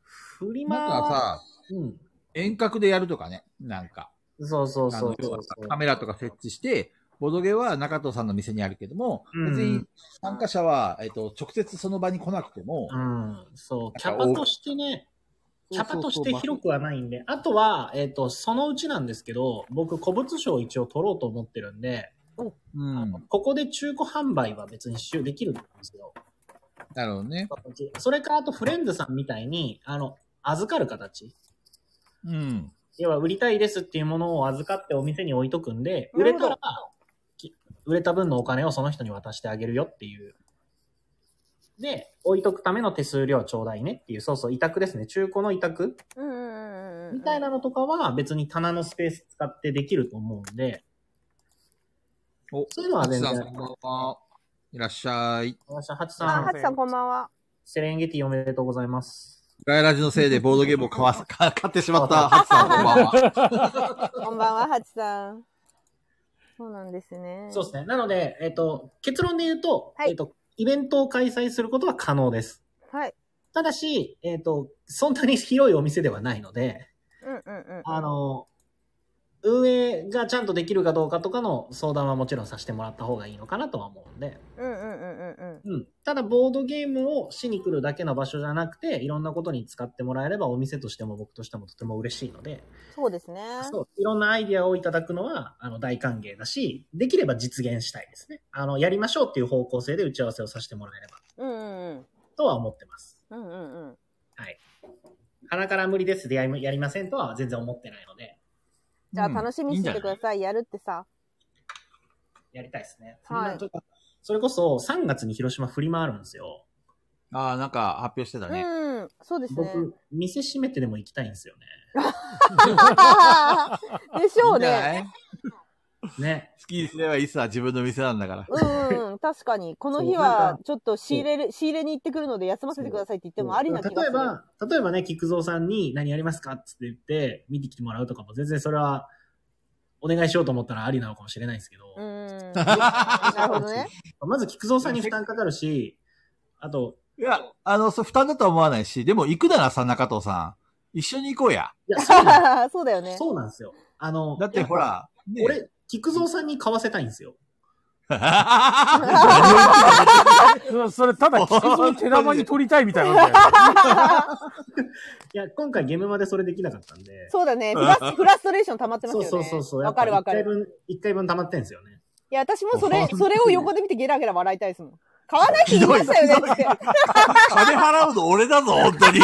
Speaker 3: フリマ
Speaker 2: なんか
Speaker 3: は、
Speaker 2: さ、
Speaker 3: うん。
Speaker 2: 遠隔でやるとかね、なんか。
Speaker 3: そうそう
Speaker 2: あ
Speaker 3: そ
Speaker 2: の
Speaker 3: う
Speaker 2: 要
Speaker 3: そ
Speaker 2: は
Speaker 3: う
Speaker 2: さカメラとか設置して、ボドゲは中藤さんの店にあるけども、
Speaker 3: うん
Speaker 2: 別に参加者は、えっと、直接その場に来なくても、
Speaker 3: うん、そう、キ
Speaker 2: な
Speaker 3: ャ
Speaker 2: んか
Speaker 3: パ
Speaker 2: お
Speaker 3: としてね、キ
Speaker 2: そうそうそう
Speaker 3: ャパとして広くはないんで、あとは、えっ、と、そのうちなんですけど、僕、古物商を一応取ろうと思ってるんで、
Speaker 2: うん。
Speaker 3: ここで中古販売は別に使用できるんですけど、
Speaker 2: なるほどね。
Speaker 3: それか、あと、フレンズさんみたいに、あの、預かる形。
Speaker 2: うん。
Speaker 3: 要は、売りたいですっていうものを預かってお店に置いとくんで、売
Speaker 1: なる
Speaker 3: れ
Speaker 1: ほど
Speaker 3: たら、き売れた分のお金をその人に渡してあげるよっていう。で、置いとくための手数料ちょうだいねっていう、そうそう、委託ですね。中古の委託。
Speaker 1: うんうんうんうん。
Speaker 3: みたいなのとかは別に棚のスペース使ってできると思うんで、
Speaker 2: お、
Speaker 3: そういうのは全
Speaker 2: さん、
Speaker 3: 然
Speaker 2: こん。ばんは。いらっしゃい。
Speaker 3: おしゃハチ
Speaker 1: あ、
Speaker 3: さ
Speaker 1: ハ
Speaker 3: ん、
Speaker 1: チさんこんばんは。
Speaker 3: セレンゲティおめでとうございます。
Speaker 2: ガイラジのせいでボードゲームを買わす、買買ってしまった、ハチさん、こんばんは。
Speaker 1: こんばんは、ハチさん。そうなんですね。
Speaker 3: そうですね。なので、えっ、と、結論で言うと、
Speaker 1: はい
Speaker 3: えっ、と、イベントを開催することは可能です。
Speaker 1: はい。
Speaker 3: ただし、えっ、と、そんなに広いお店ではないので、
Speaker 1: うんうんうん。
Speaker 3: あの、運営がちゃんとできるかどうかとかの相談はもちろんさせてもらった方がいいのかなとは思うんで。
Speaker 1: うんうんうんうんうん。
Speaker 3: うん、ただボードゲームをしに来るだけの場所じゃなくていろんなことに使ってもらえればお店としても僕としてもとても嬉しいので
Speaker 1: そうですね。
Speaker 3: そういろんなアイディアをいただくのはあの大歓迎だしできれば実現したいですねあのやりましょうっていう方向性で打ち合わせをさせてもらえれば
Speaker 1: うんうんうん。
Speaker 3: とは思ってます
Speaker 1: うんうんうん。
Speaker 3: 鼻から無理ですでやりやりませんとは全然思ってないので
Speaker 1: じゃあ
Speaker 2: うん
Speaker 1: 楽しみにしててく
Speaker 2: いいんじゃ
Speaker 1: ださ
Speaker 2: ない
Speaker 1: い。やるってさ。
Speaker 3: やりたいですね、
Speaker 1: はい
Speaker 3: フリマとかそれこそ3月に広島振り回るんですよ
Speaker 2: ああ、なんか発表してたね。
Speaker 1: うん。そうですね。
Speaker 3: 僕店閉めてでも行きたいんですよ
Speaker 1: でしょう
Speaker 2: いいんじ
Speaker 1: ね。
Speaker 2: ゃない。
Speaker 3: ねね
Speaker 2: 好きにすればいいさ、自分の店なんだから。
Speaker 1: うんうん、確か に。この日
Speaker 3: そうな
Speaker 1: は
Speaker 3: ん、
Speaker 1: ちょっと仕入れる、仕入れに行ってくるので休ませてくださいって言ってもありな気がす
Speaker 3: 例え
Speaker 1: る。
Speaker 3: ば、例えばね、菊蔵さんに何やりますかっつって言って、見てきてもらうとかも全然それは、お願いしようと思ったらありなのかもしれないんですけど、
Speaker 1: うん。なるほどね。
Speaker 3: まず菊蔵さんに負担かかるし、あと、
Speaker 2: いや、あの、そう、負担だとは思わないし、でも行くならさ、中藤さん、一緒に行こうや。
Speaker 3: いや、そうなんで
Speaker 1: そうだよ
Speaker 3: す
Speaker 1: ね。
Speaker 3: そうなんですよ。あの、
Speaker 2: だってほら、ね、
Speaker 3: 俺、菊蔵さんに買わせたいんですよ。
Speaker 4: そそれ、ただ、菊蔵手玉に取りたいみたいなんだよ。
Speaker 3: いや、今回ゲームまでそれできなかったんで。
Speaker 1: そうだね。フラスフラストレーション溜まってますよ
Speaker 3: そう
Speaker 1: ね。
Speaker 3: そうそうそう。や
Speaker 1: わ
Speaker 3: っぱ
Speaker 1: かるわか
Speaker 3: 一回
Speaker 1: る。
Speaker 3: 分、一回分溜まってんですよ ね。
Speaker 1: いや、私もそれ、それを横で見てゲラゲラ笑いたいですもん。買わないって言いましたよねって。
Speaker 2: 金払うの俺だぞ、本当に。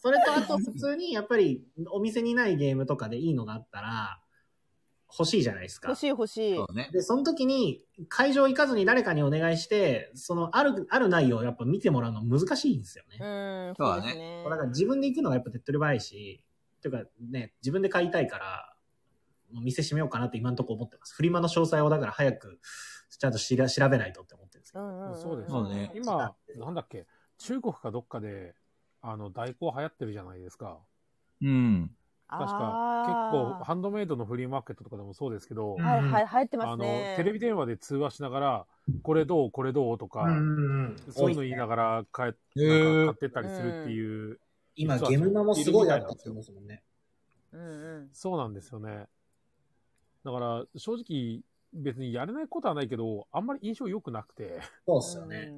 Speaker 3: それと、あと、普通に、やっぱり、お店にないゲームとかでいいのがあったら、欲しいじゃないですか
Speaker 1: 欲し。い欲しい。
Speaker 2: そうね。
Speaker 3: で、その時に、会場行かずに誰かにお願いして、その、ある、ある内容をやっぱ見てもらうの難しいんですよ
Speaker 1: う
Speaker 3: ね。
Speaker 1: ん、
Speaker 2: そう
Speaker 1: そう
Speaker 2: だ
Speaker 1: で
Speaker 2: ね
Speaker 1: すね
Speaker 3: だ。から自分で行くのがやっぱ手っ取り早いし、というかね、自分で買いたいから、もう店閉めようかなって今のところ思ってます。フリマの詳細をだから早く、ちゃんとしら調べないとって思ってるんですけ
Speaker 1: う
Speaker 3: ど。
Speaker 1: んうんん
Speaker 4: そうです
Speaker 2: そうね
Speaker 4: 今、なんだっけ、中国かどっかで、あの、代行流行ってるじゃないですか。
Speaker 2: うん。
Speaker 4: 確か、結構、ハンドメイドのフリーマーケットとかでもそうですけど
Speaker 1: あー
Speaker 3: うん、
Speaker 1: はいはい、入ってま
Speaker 4: あ
Speaker 1: す
Speaker 4: の
Speaker 1: ね。、
Speaker 4: テレビ電話で通話しながら、これどう、これどうとか
Speaker 6: う、んうん。
Speaker 4: そういうの言いながら買え
Speaker 2: へ
Speaker 4: なん
Speaker 2: ー
Speaker 4: か買ってったりするっていう、
Speaker 3: 今、ゲムマもすごいあったって思うんですもんね。
Speaker 1: うんうん。
Speaker 4: そうなんですよね。だから、正直、別にやれないことはないけど、あんまり印象良くなくて。
Speaker 3: そうっすよね。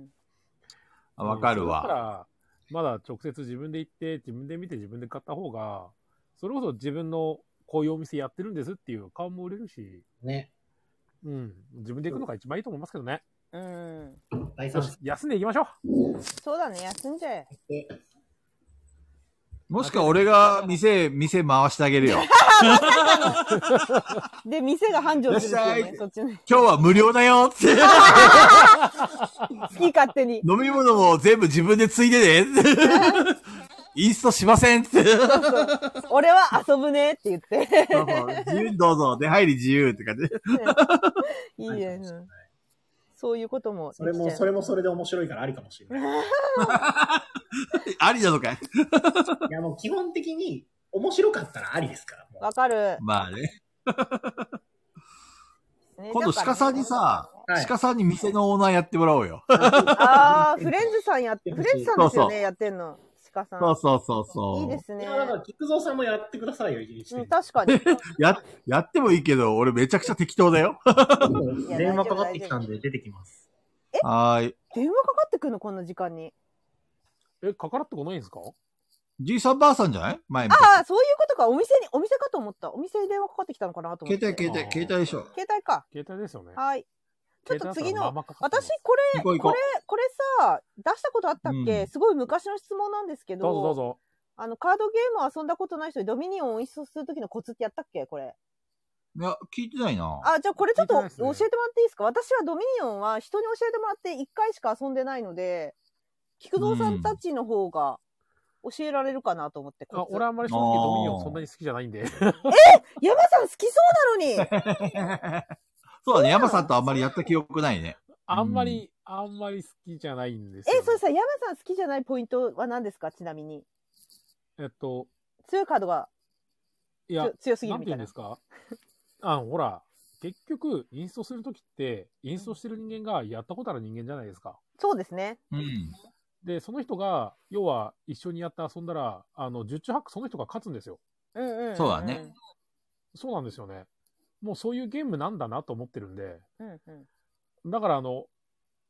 Speaker 2: あわかる
Speaker 4: だか
Speaker 2: わ。
Speaker 4: ら、まだ直接自分で行って、自分で見て自分で買った方が、それこそ自分のこういうお店やってるんですっていう顔も売れるし、
Speaker 3: ね。
Speaker 4: うん、自分で行くのが一番いいと思いますけどね。
Speaker 1: うん。うん。
Speaker 3: 第
Speaker 4: よ
Speaker 3: 三
Speaker 4: し、休んでいきましょう
Speaker 1: そうだね、休んじゃえ。
Speaker 2: もしくは俺が店、店回してあげるよ。
Speaker 1: で、店が繁盛するんですよね、
Speaker 2: い
Speaker 1: そっちの。好
Speaker 2: 今日は無料だよ って。
Speaker 1: き勝手に。
Speaker 2: 飲み物も全部自分でつい でね。インストしませんって。
Speaker 1: 俺は遊ぶねって言って。
Speaker 2: どうぞ 自由にどうぞ、出入り自由って感じ。
Speaker 1: いいね。うんそういうことも。
Speaker 3: それも、そ
Speaker 1: れ。
Speaker 3: れもそれで面白いからありかもしれない。
Speaker 2: ありなのかい
Speaker 3: いや、もう基本的に面白かったらありですから。もう
Speaker 1: わかる。
Speaker 2: まあね。
Speaker 1: ね
Speaker 2: 今度鹿さんに。さ、
Speaker 3: はい
Speaker 2: 鹿さんに店のオーナーやってもらおうよ。
Speaker 1: だからあー、フレンズさんやって、フレンズさんですよ
Speaker 2: そうそ
Speaker 1: ね、やってんの。鹿さん。
Speaker 2: そうそうそうそう。
Speaker 1: いいですね
Speaker 3: い。やだから、菊蔵さんもやってくださいよ、一日
Speaker 1: う
Speaker 3: で
Speaker 1: ん、。確かに。
Speaker 2: や、やってもいいけど、俺めちゃくちゃ適当だよ。
Speaker 1: や
Speaker 3: 電話かかってきたんで出てきます。
Speaker 2: はーい。
Speaker 1: 電話かかってくるの、こんな時間に。。
Speaker 4: え、かからってこないんですか
Speaker 2: じいさんばあさんじゃない前見
Speaker 1: ああ、そういうことか。お店に、お店かと思った。お店に電話かかってきたのかなと思って。
Speaker 2: 携帯、携
Speaker 4: あ
Speaker 2: 帯、
Speaker 4: ー
Speaker 2: 携帯でしょ。
Speaker 1: 携帯か。
Speaker 4: 携帯ですよね。
Speaker 1: はい。ちょっと次の
Speaker 4: 携帯だらまあまあかかってま
Speaker 1: 私
Speaker 4: す、
Speaker 1: これ、
Speaker 2: 行こう行
Speaker 1: こ
Speaker 2: こ
Speaker 1: れ、これさ、出したことあったっけ、
Speaker 2: うん
Speaker 1: すごい昔の質問なんですけど、
Speaker 4: どうぞどうぞ。
Speaker 1: あの、カードゲームを遊んだことない人にドミニオンを一掃するときのコツってやったっけこれ。
Speaker 2: う。いや、聞いてないな。
Speaker 1: あ、じゃあこれちょっと
Speaker 4: 聞いて
Speaker 1: 教
Speaker 4: ない
Speaker 1: えて
Speaker 4: です
Speaker 1: もら
Speaker 4: ね
Speaker 1: っていいですか私はドミニオンは人に教えてもらって1回しか遊んでないので、菊蔵さんたちの方が教えられるかなと思って。
Speaker 4: あ
Speaker 1: コツ
Speaker 4: 俺あんまり正直ドミニオンそんなに好きじゃないんで。
Speaker 1: 山さん好きそうなのに
Speaker 2: そうだね。山さんとあんまりやった記憶ないね。
Speaker 4: あんまり、あんまり好きじゃないんですよ、ね。
Speaker 1: え、そうさ、山さん好きじゃないポイントは何ですかちなみに。
Speaker 4: えっと、
Speaker 1: 強いカードが
Speaker 4: い
Speaker 1: つ
Speaker 4: や
Speaker 1: よ、強すぎ
Speaker 4: な
Speaker 1: る
Speaker 4: ん
Speaker 1: みたい
Speaker 4: て言うん
Speaker 1: な。
Speaker 4: ですか あほら、結局、インストするときって、インストしてる人間がやったことある人間じゃないですか。
Speaker 1: そうですね。
Speaker 2: うん。
Speaker 4: で、その人が、要は、一緒にやって遊んだら、あの、十中八九その人が勝つんですよ。
Speaker 1: うんうんんん
Speaker 2: そうだね。
Speaker 4: そうなんですよね。もうそういうゲームなんだなと思ってるんで、
Speaker 1: うんうん
Speaker 4: だからあの、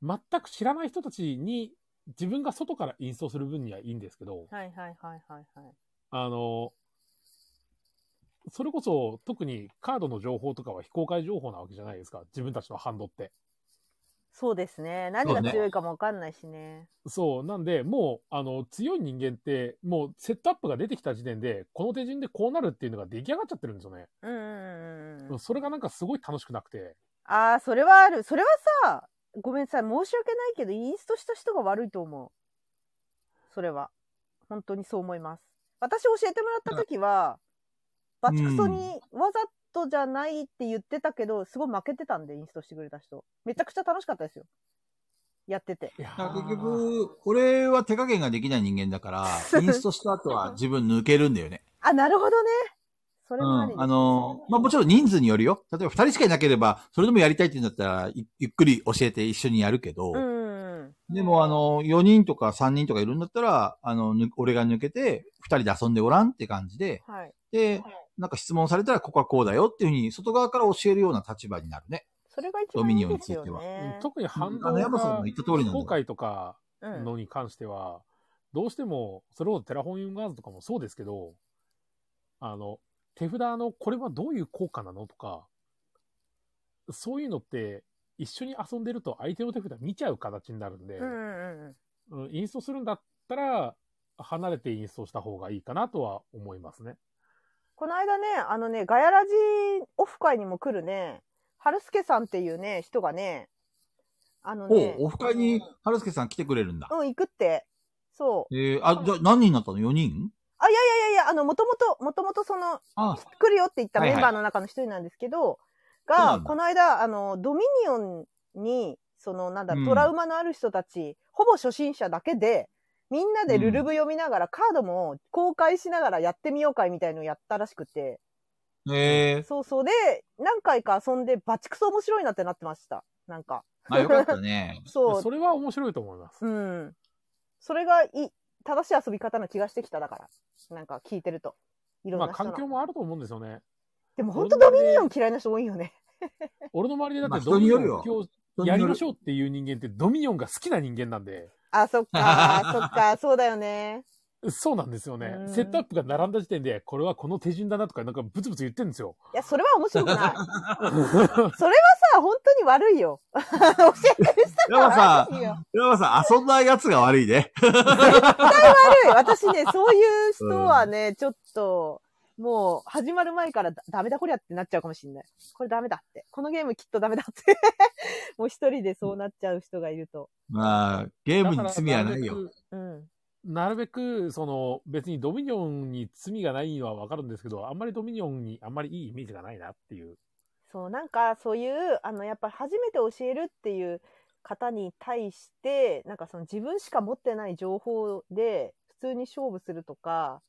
Speaker 4: 全く知らない人たちに、自分が外からインストする分にはいいんですけど、
Speaker 1: はいはいはいはいはい。
Speaker 4: あの、それこそ特にカードの情報とかは非公開情報なわけじゃないですか。自分たちのハンドって。
Speaker 1: そうですね。何が強いかもわかんないしね。
Speaker 4: そう。なんで、もう、あの、強い人間って、もうセットアップが出てきた時点で、この手順でこうなるっていうのが出来上がっちゃってるんですよね。
Speaker 1: うんうんうんうん。
Speaker 4: それがなんかすごい楽しくなくて。
Speaker 1: ああ、それはある。それはさ、ごめんなさい。申し訳ないけど、インストした人が悪いと思う。それは。本当にそう思います。私教えてもらった時は、バチクソにわざとじゃないって言ってたけど、すごい負けてたんで、インストしてくれた人。めちゃくちゃ楽しかったですよ。やってて。
Speaker 4: いや
Speaker 2: だから結局、俺は手加減ができない人間だから、インストした後は自分抜けるんだよね。
Speaker 1: あ、なるほどね。それ
Speaker 2: う
Speaker 1: もあり、
Speaker 2: ん。あのー、まあ、もちろん人数によるよ。例えば二人しかいなければ、それでもやりたいって言うんだったら、ゆゆっくり教えて一緒にやるけ
Speaker 1: う
Speaker 2: ど、
Speaker 1: んうんうん。
Speaker 2: でも、あの、4人とか3人とかいるんだったら、あの、ぬ俺が抜けて、2人で遊んでおらんって感じで、
Speaker 1: はい。
Speaker 2: で、なんか質問されたら、ここはこうだよっていうふうに、外側から教えるような立場になるね。
Speaker 1: それが一
Speaker 2: ド
Speaker 1: 番
Speaker 2: ミ
Speaker 1: い
Speaker 2: ニ
Speaker 1: い
Speaker 2: オンに
Speaker 1: で
Speaker 2: つい
Speaker 1: す
Speaker 2: ては
Speaker 1: よね。
Speaker 4: 特に反
Speaker 2: あ
Speaker 4: 動
Speaker 2: の
Speaker 4: が
Speaker 2: 山さんの言った通りなんだよ
Speaker 4: 非公開とか
Speaker 1: うん。
Speaker 4: のに関しては、どうしても、それをテラフォーミングアーズとかもそうですけど、あの、手札のこれはどういう効果なのとか、そういうのって、一緒に遊んでると相手の手札見ちゃう形になるんで、
Speaker 1: うんうんうん。
Speaker 4: うん、インストするんだったら、離れてインストした方がいいかなとは思いますね。
Speaker 1: この間ね、あのね、ガヤラジオフ会にも来るね、春助さんっていうね、人がね、あのね、
Speaker 2: おオフ会に、春介さん来てくれるんだ。
Speaker 1: うん、行くって。そう。
Speaker 2: えー、あ、じゃあ何人になったの ?4 人
Speaker 1: あ、いやいやいやいや、あの、もともと、もともとその、
Speaker 2: あ、
Speaker 1: 来るよって言った
Speaker 2: はい
Speaker 1: メ
Speaker 2: はい
Speaker 1: ンバーの中の一人なんですけど、
Speaker 2: そうな
Speaker 1: が、
Speaker 2: んだ
Speaker 1: この間、あの、ドミニオンに、その、なんだ、
Speaker 2: うん
Speaker 1: トラウマのある人たち、ほぼ初心者だけで、みんなでルルブ読みながら、カードも公開しながらやってみようかいみたいのをやったらしくて、
Speaker 2: えー、
Speaker 1: そうそうで、何回か遊んで、バチクソ面白いなってなってました。なんか。。
Speaker 2: まあよかったね
Speaker 1: そう。
Speaker 4: それは面白いと思います。
Speaker 1: うん。それがいい、正しい遊び方の気がしてきただから。なんか聞いてると。いろん
Speaker 4: ま
Speaker 1: な
Speaker 4: あ、
Speaker 1: 人の。
Speaker 4: 環境もあると思うんですよね。
Speaker 1: でも本当ドミニオン嫌いな人多いよね。
Speaker 4: 俺の周りでだって
Speaker 2: まあ人によるよ
Speaker 4: ドミニオンをやりましょうっていう人間ってドミニオンが好きな人間なんで、
Speaker 1: あ、そっ か、そっか、そうだよね。
Speaker 4: そうなんですよね
Speaker 1: う。ん
Speaker 4: セットアップが並んだ時点で、これはこの手順だなとか、なんかブツブツ言ってるんですよ。
Speaker 1: いや、それは面白く ない。それはさ、本当に悪いよ。 教えてる人が
Speaker 2: 山さ
Speaker 1: 悪いよ。
Speaker 2: ん、山さん、遊んだやつが悪いね。
Speaker 1: 悪い。私ね、そういう人はね、ちょっと、もう、始まる前からだダメだこりゃってなっちゃうかもしれない。これダメだって。このゲームきっとダメだって。 もう一人でそうなっちゃう人がいると。
Speaker 2: まあ、ゲームに罪はない
Speaker 4: だから
Speaker 2: よ。
Speaker 4: るべく。
Speaker 1: うん。
Speaker 4: なるべく、その、別にドミニオンに罪がないのはわかるんですけど、あんまりドミニオンにあんまりいいイメージがないなっていう。
Speaker 1: そう、なんかそういう、あの、やっぱり初めて教えるっていう方に対して、なんかその自分しか持ってない情報で普通に勝負するとか、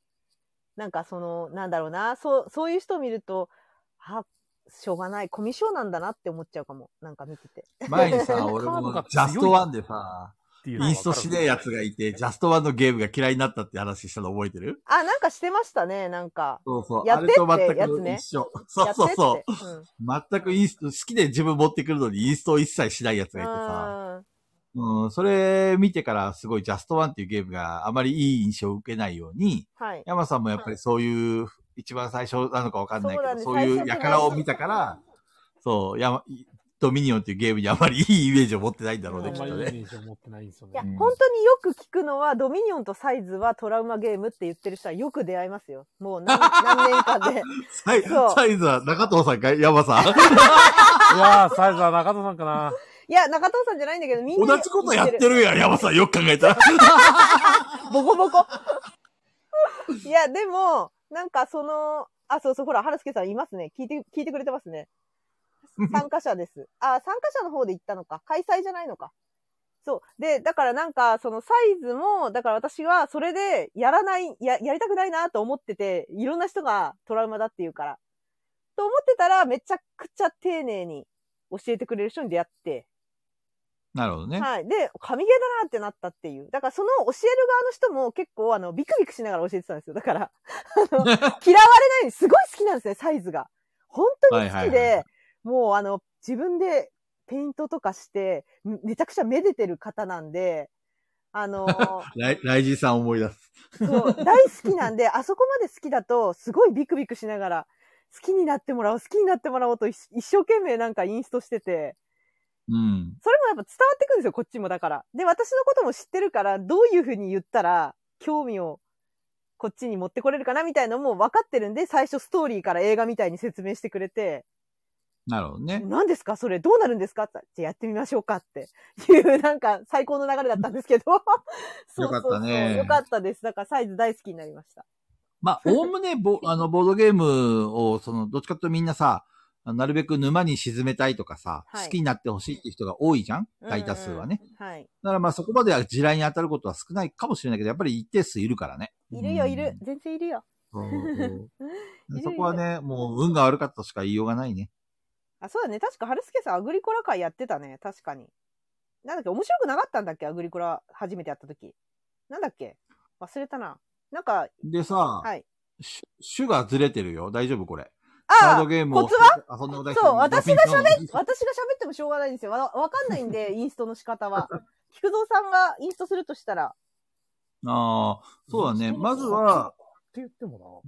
Speaker 1: なんかその、なんだろうな、そう、そういう人を見ると、あ、しょうがない、コミュ障なんだなって思っちゃうかも。なんか見てて。
Speaker 2: 前にさ、俺
Speaker 4: カードが強
Speaker 2: も
Speaker 4: い
Speaker 2: ジャストワンでさ、
Speaker 4: っていうの
Speaker 2: イン
Speaker 4: はわ
Speaker 2: ス
Speaker 4: かる
Speaker 2: トしねえやつがいて、ジャストワンのゲームが嫌いになったって話したの覚えてる
Speaker 1: あ、なんかしてましたね、なんか。
Speaker 2: そうそう。
Speaker 1: や
Speaker 2: あ
Speaker 1: って
Speaker 2: れと全
Speaker 1: ってやつ
Speaker 2: く
Speaker 1: ね
Speaker 2: 一緒。そうそうそう。
Speaker 1: やってって。うん
Speaker 2: 全くインスト、好きで自分持ってくるのにインストを一切しないやつがいてさ。
Speaker 1: うん。
Speaker 2: うん、それ見てからすごいジャストワンっていうゲームがあまりいい印象を受けないように、
Speaker 1: はい。
Speaker 2: 山さんもやっぱりそういう、一番最初なのかわかんないけど、
Speaker 1: そ
Speaker 2: そうう
Speaker 1: だね
Speaker 2: いう輩を見たから、そう、やま、ドミニオンっていうゲームにあまりいいイメージを持ってないんだろうね、
Speaker 4: あ
Speaker 2: き
Speaker 4: ん
Speaker 2: っ
Speaker 4: まりい
Speaker 2: と
Speaker 4: いイメ
Speaker 2: ね。
Speaker 4: ージを持ってないんですよね。
Speaker 1: いや、
Speaker 2: うん
Speaker 1: 本当によく聞くのは、ドミニオンとサイズはトラウマゲームって言ってる人はよく出会いますよ。もう何何年か で。
Speaker 2: はい、
Speaker 1: そう
Speaker 2: サイズは中藤さんか山さん
Speaker 4: いやー、サイズは中田さんかな。
Speaker 1: いや、中藤さんじゃないんだけど、みんな
Speaker 2: 同じことやってるやん、山さん。よく考えたら。
Speaker 1: ボコボコ。いや、でも、なんかその、あ、そうそう、ほら、春輔さんいますね。聞いて、聞いてくれてますね。参加者です。あ、参加者の方で行ったのか。開催じゃないのか。そう。で、だからなんか、そのサイズも、だから私はそれでやらない、や、やりたくないなと思ってて、いろんな人がトラウマだって言うから。と思ってたら、めちゃくちゃ丁寧に教えてくれる人に出会って、
Speaker 2: なるほどね。
Speaker 1: はい。で、神ゲーだなってなったっていう。だからその教える側の人も結構あの、ビクビクしながら教えてたんですよ。だから、あの、嫌わ れないようにすごい好きなんですね、サイズが。本当に好きで、
Speaker 2: はいはいは
Speaker 1: もうあの、自分でペイントとかして、めめちゃくちゃめでてる方なんで、あ の、
Speaker 2: ライライジーさん思い出す。
Speaker 1: そう、大好きなんで、あそこまで好きだと、すごいビクビクしながら、好きになってもらおう、好きになってもらおうと一一生懸命なんかインストしてて、
Speaker 2: うん。
Speaker 1: それもやっぱ伝わってくるんですよ、こっちもだから。で、私のことも知ってるから、どういうふうに言ったら、興味をこっちに持ってこれるかなみたいなのも分かってるんで、最初ストーリーから映画みたいに説明してくれて、
Speaker 2: なるほどね。
Speaker 1: 何ですかそれどうなるんですかって言ったらじゃあやってみましょうかっていう、なんか最高の流れだったんです けど。そうそうそう
Speaker 2: よかったね
Speaker 1: よかったです。だからサイズ大好きになりました。
Speaker 2: まあ、おおむねボ、あの、ボードゲームを、その、どっちかというとみんなさ、なるべく沼に沈めたいとかさ、
Speaker 1: はい
Speaker 2: 好きになってほしいっていう人が多いじゃん大多数はね。
Speaker 1: うんうん。はい。
Speaker 2: だからまあそこまでは地雷に当たることは少ないかもしれないけど、やっぱり一定数いるからね。
Speaker 1: いるよ、いる。全然いるよ。
Speaker 2: うん。 そう
Speaker 1: いる
Speaker 2: そこはね、もう運が悪かったとしか言いようがないね。
Speaker 1: あ、そうだね。確か、春助さん、アグリコラ会やってたね。確かに。なんだっけ、面白くなかったんだっけ、アグリコラ初めてやった時。なんだっけ忘れたな。なんか、
Speaker 2: でさ、
Speaker 1: はい。
Speaker 2: し種がずれてるよ。大丈夫これ。カ
Speaker 1: あ
Speaker 2: ード
Speaker 1: あ
Speaker 2: ゲームを。
Speaker 1: コツは
Speaker 2: 遊んだことない人
Speaker 1: そう、私が喋っ、私が
Speaker 2: っ
Speaker 1: 喋ってもしょうがないんですよ。わ、わかんないん で、インストの仕方は。菊蔵さんがインストするとしたら、
Speaker 2: ああ、そうだね。まずは、
Speaker 4: って言っても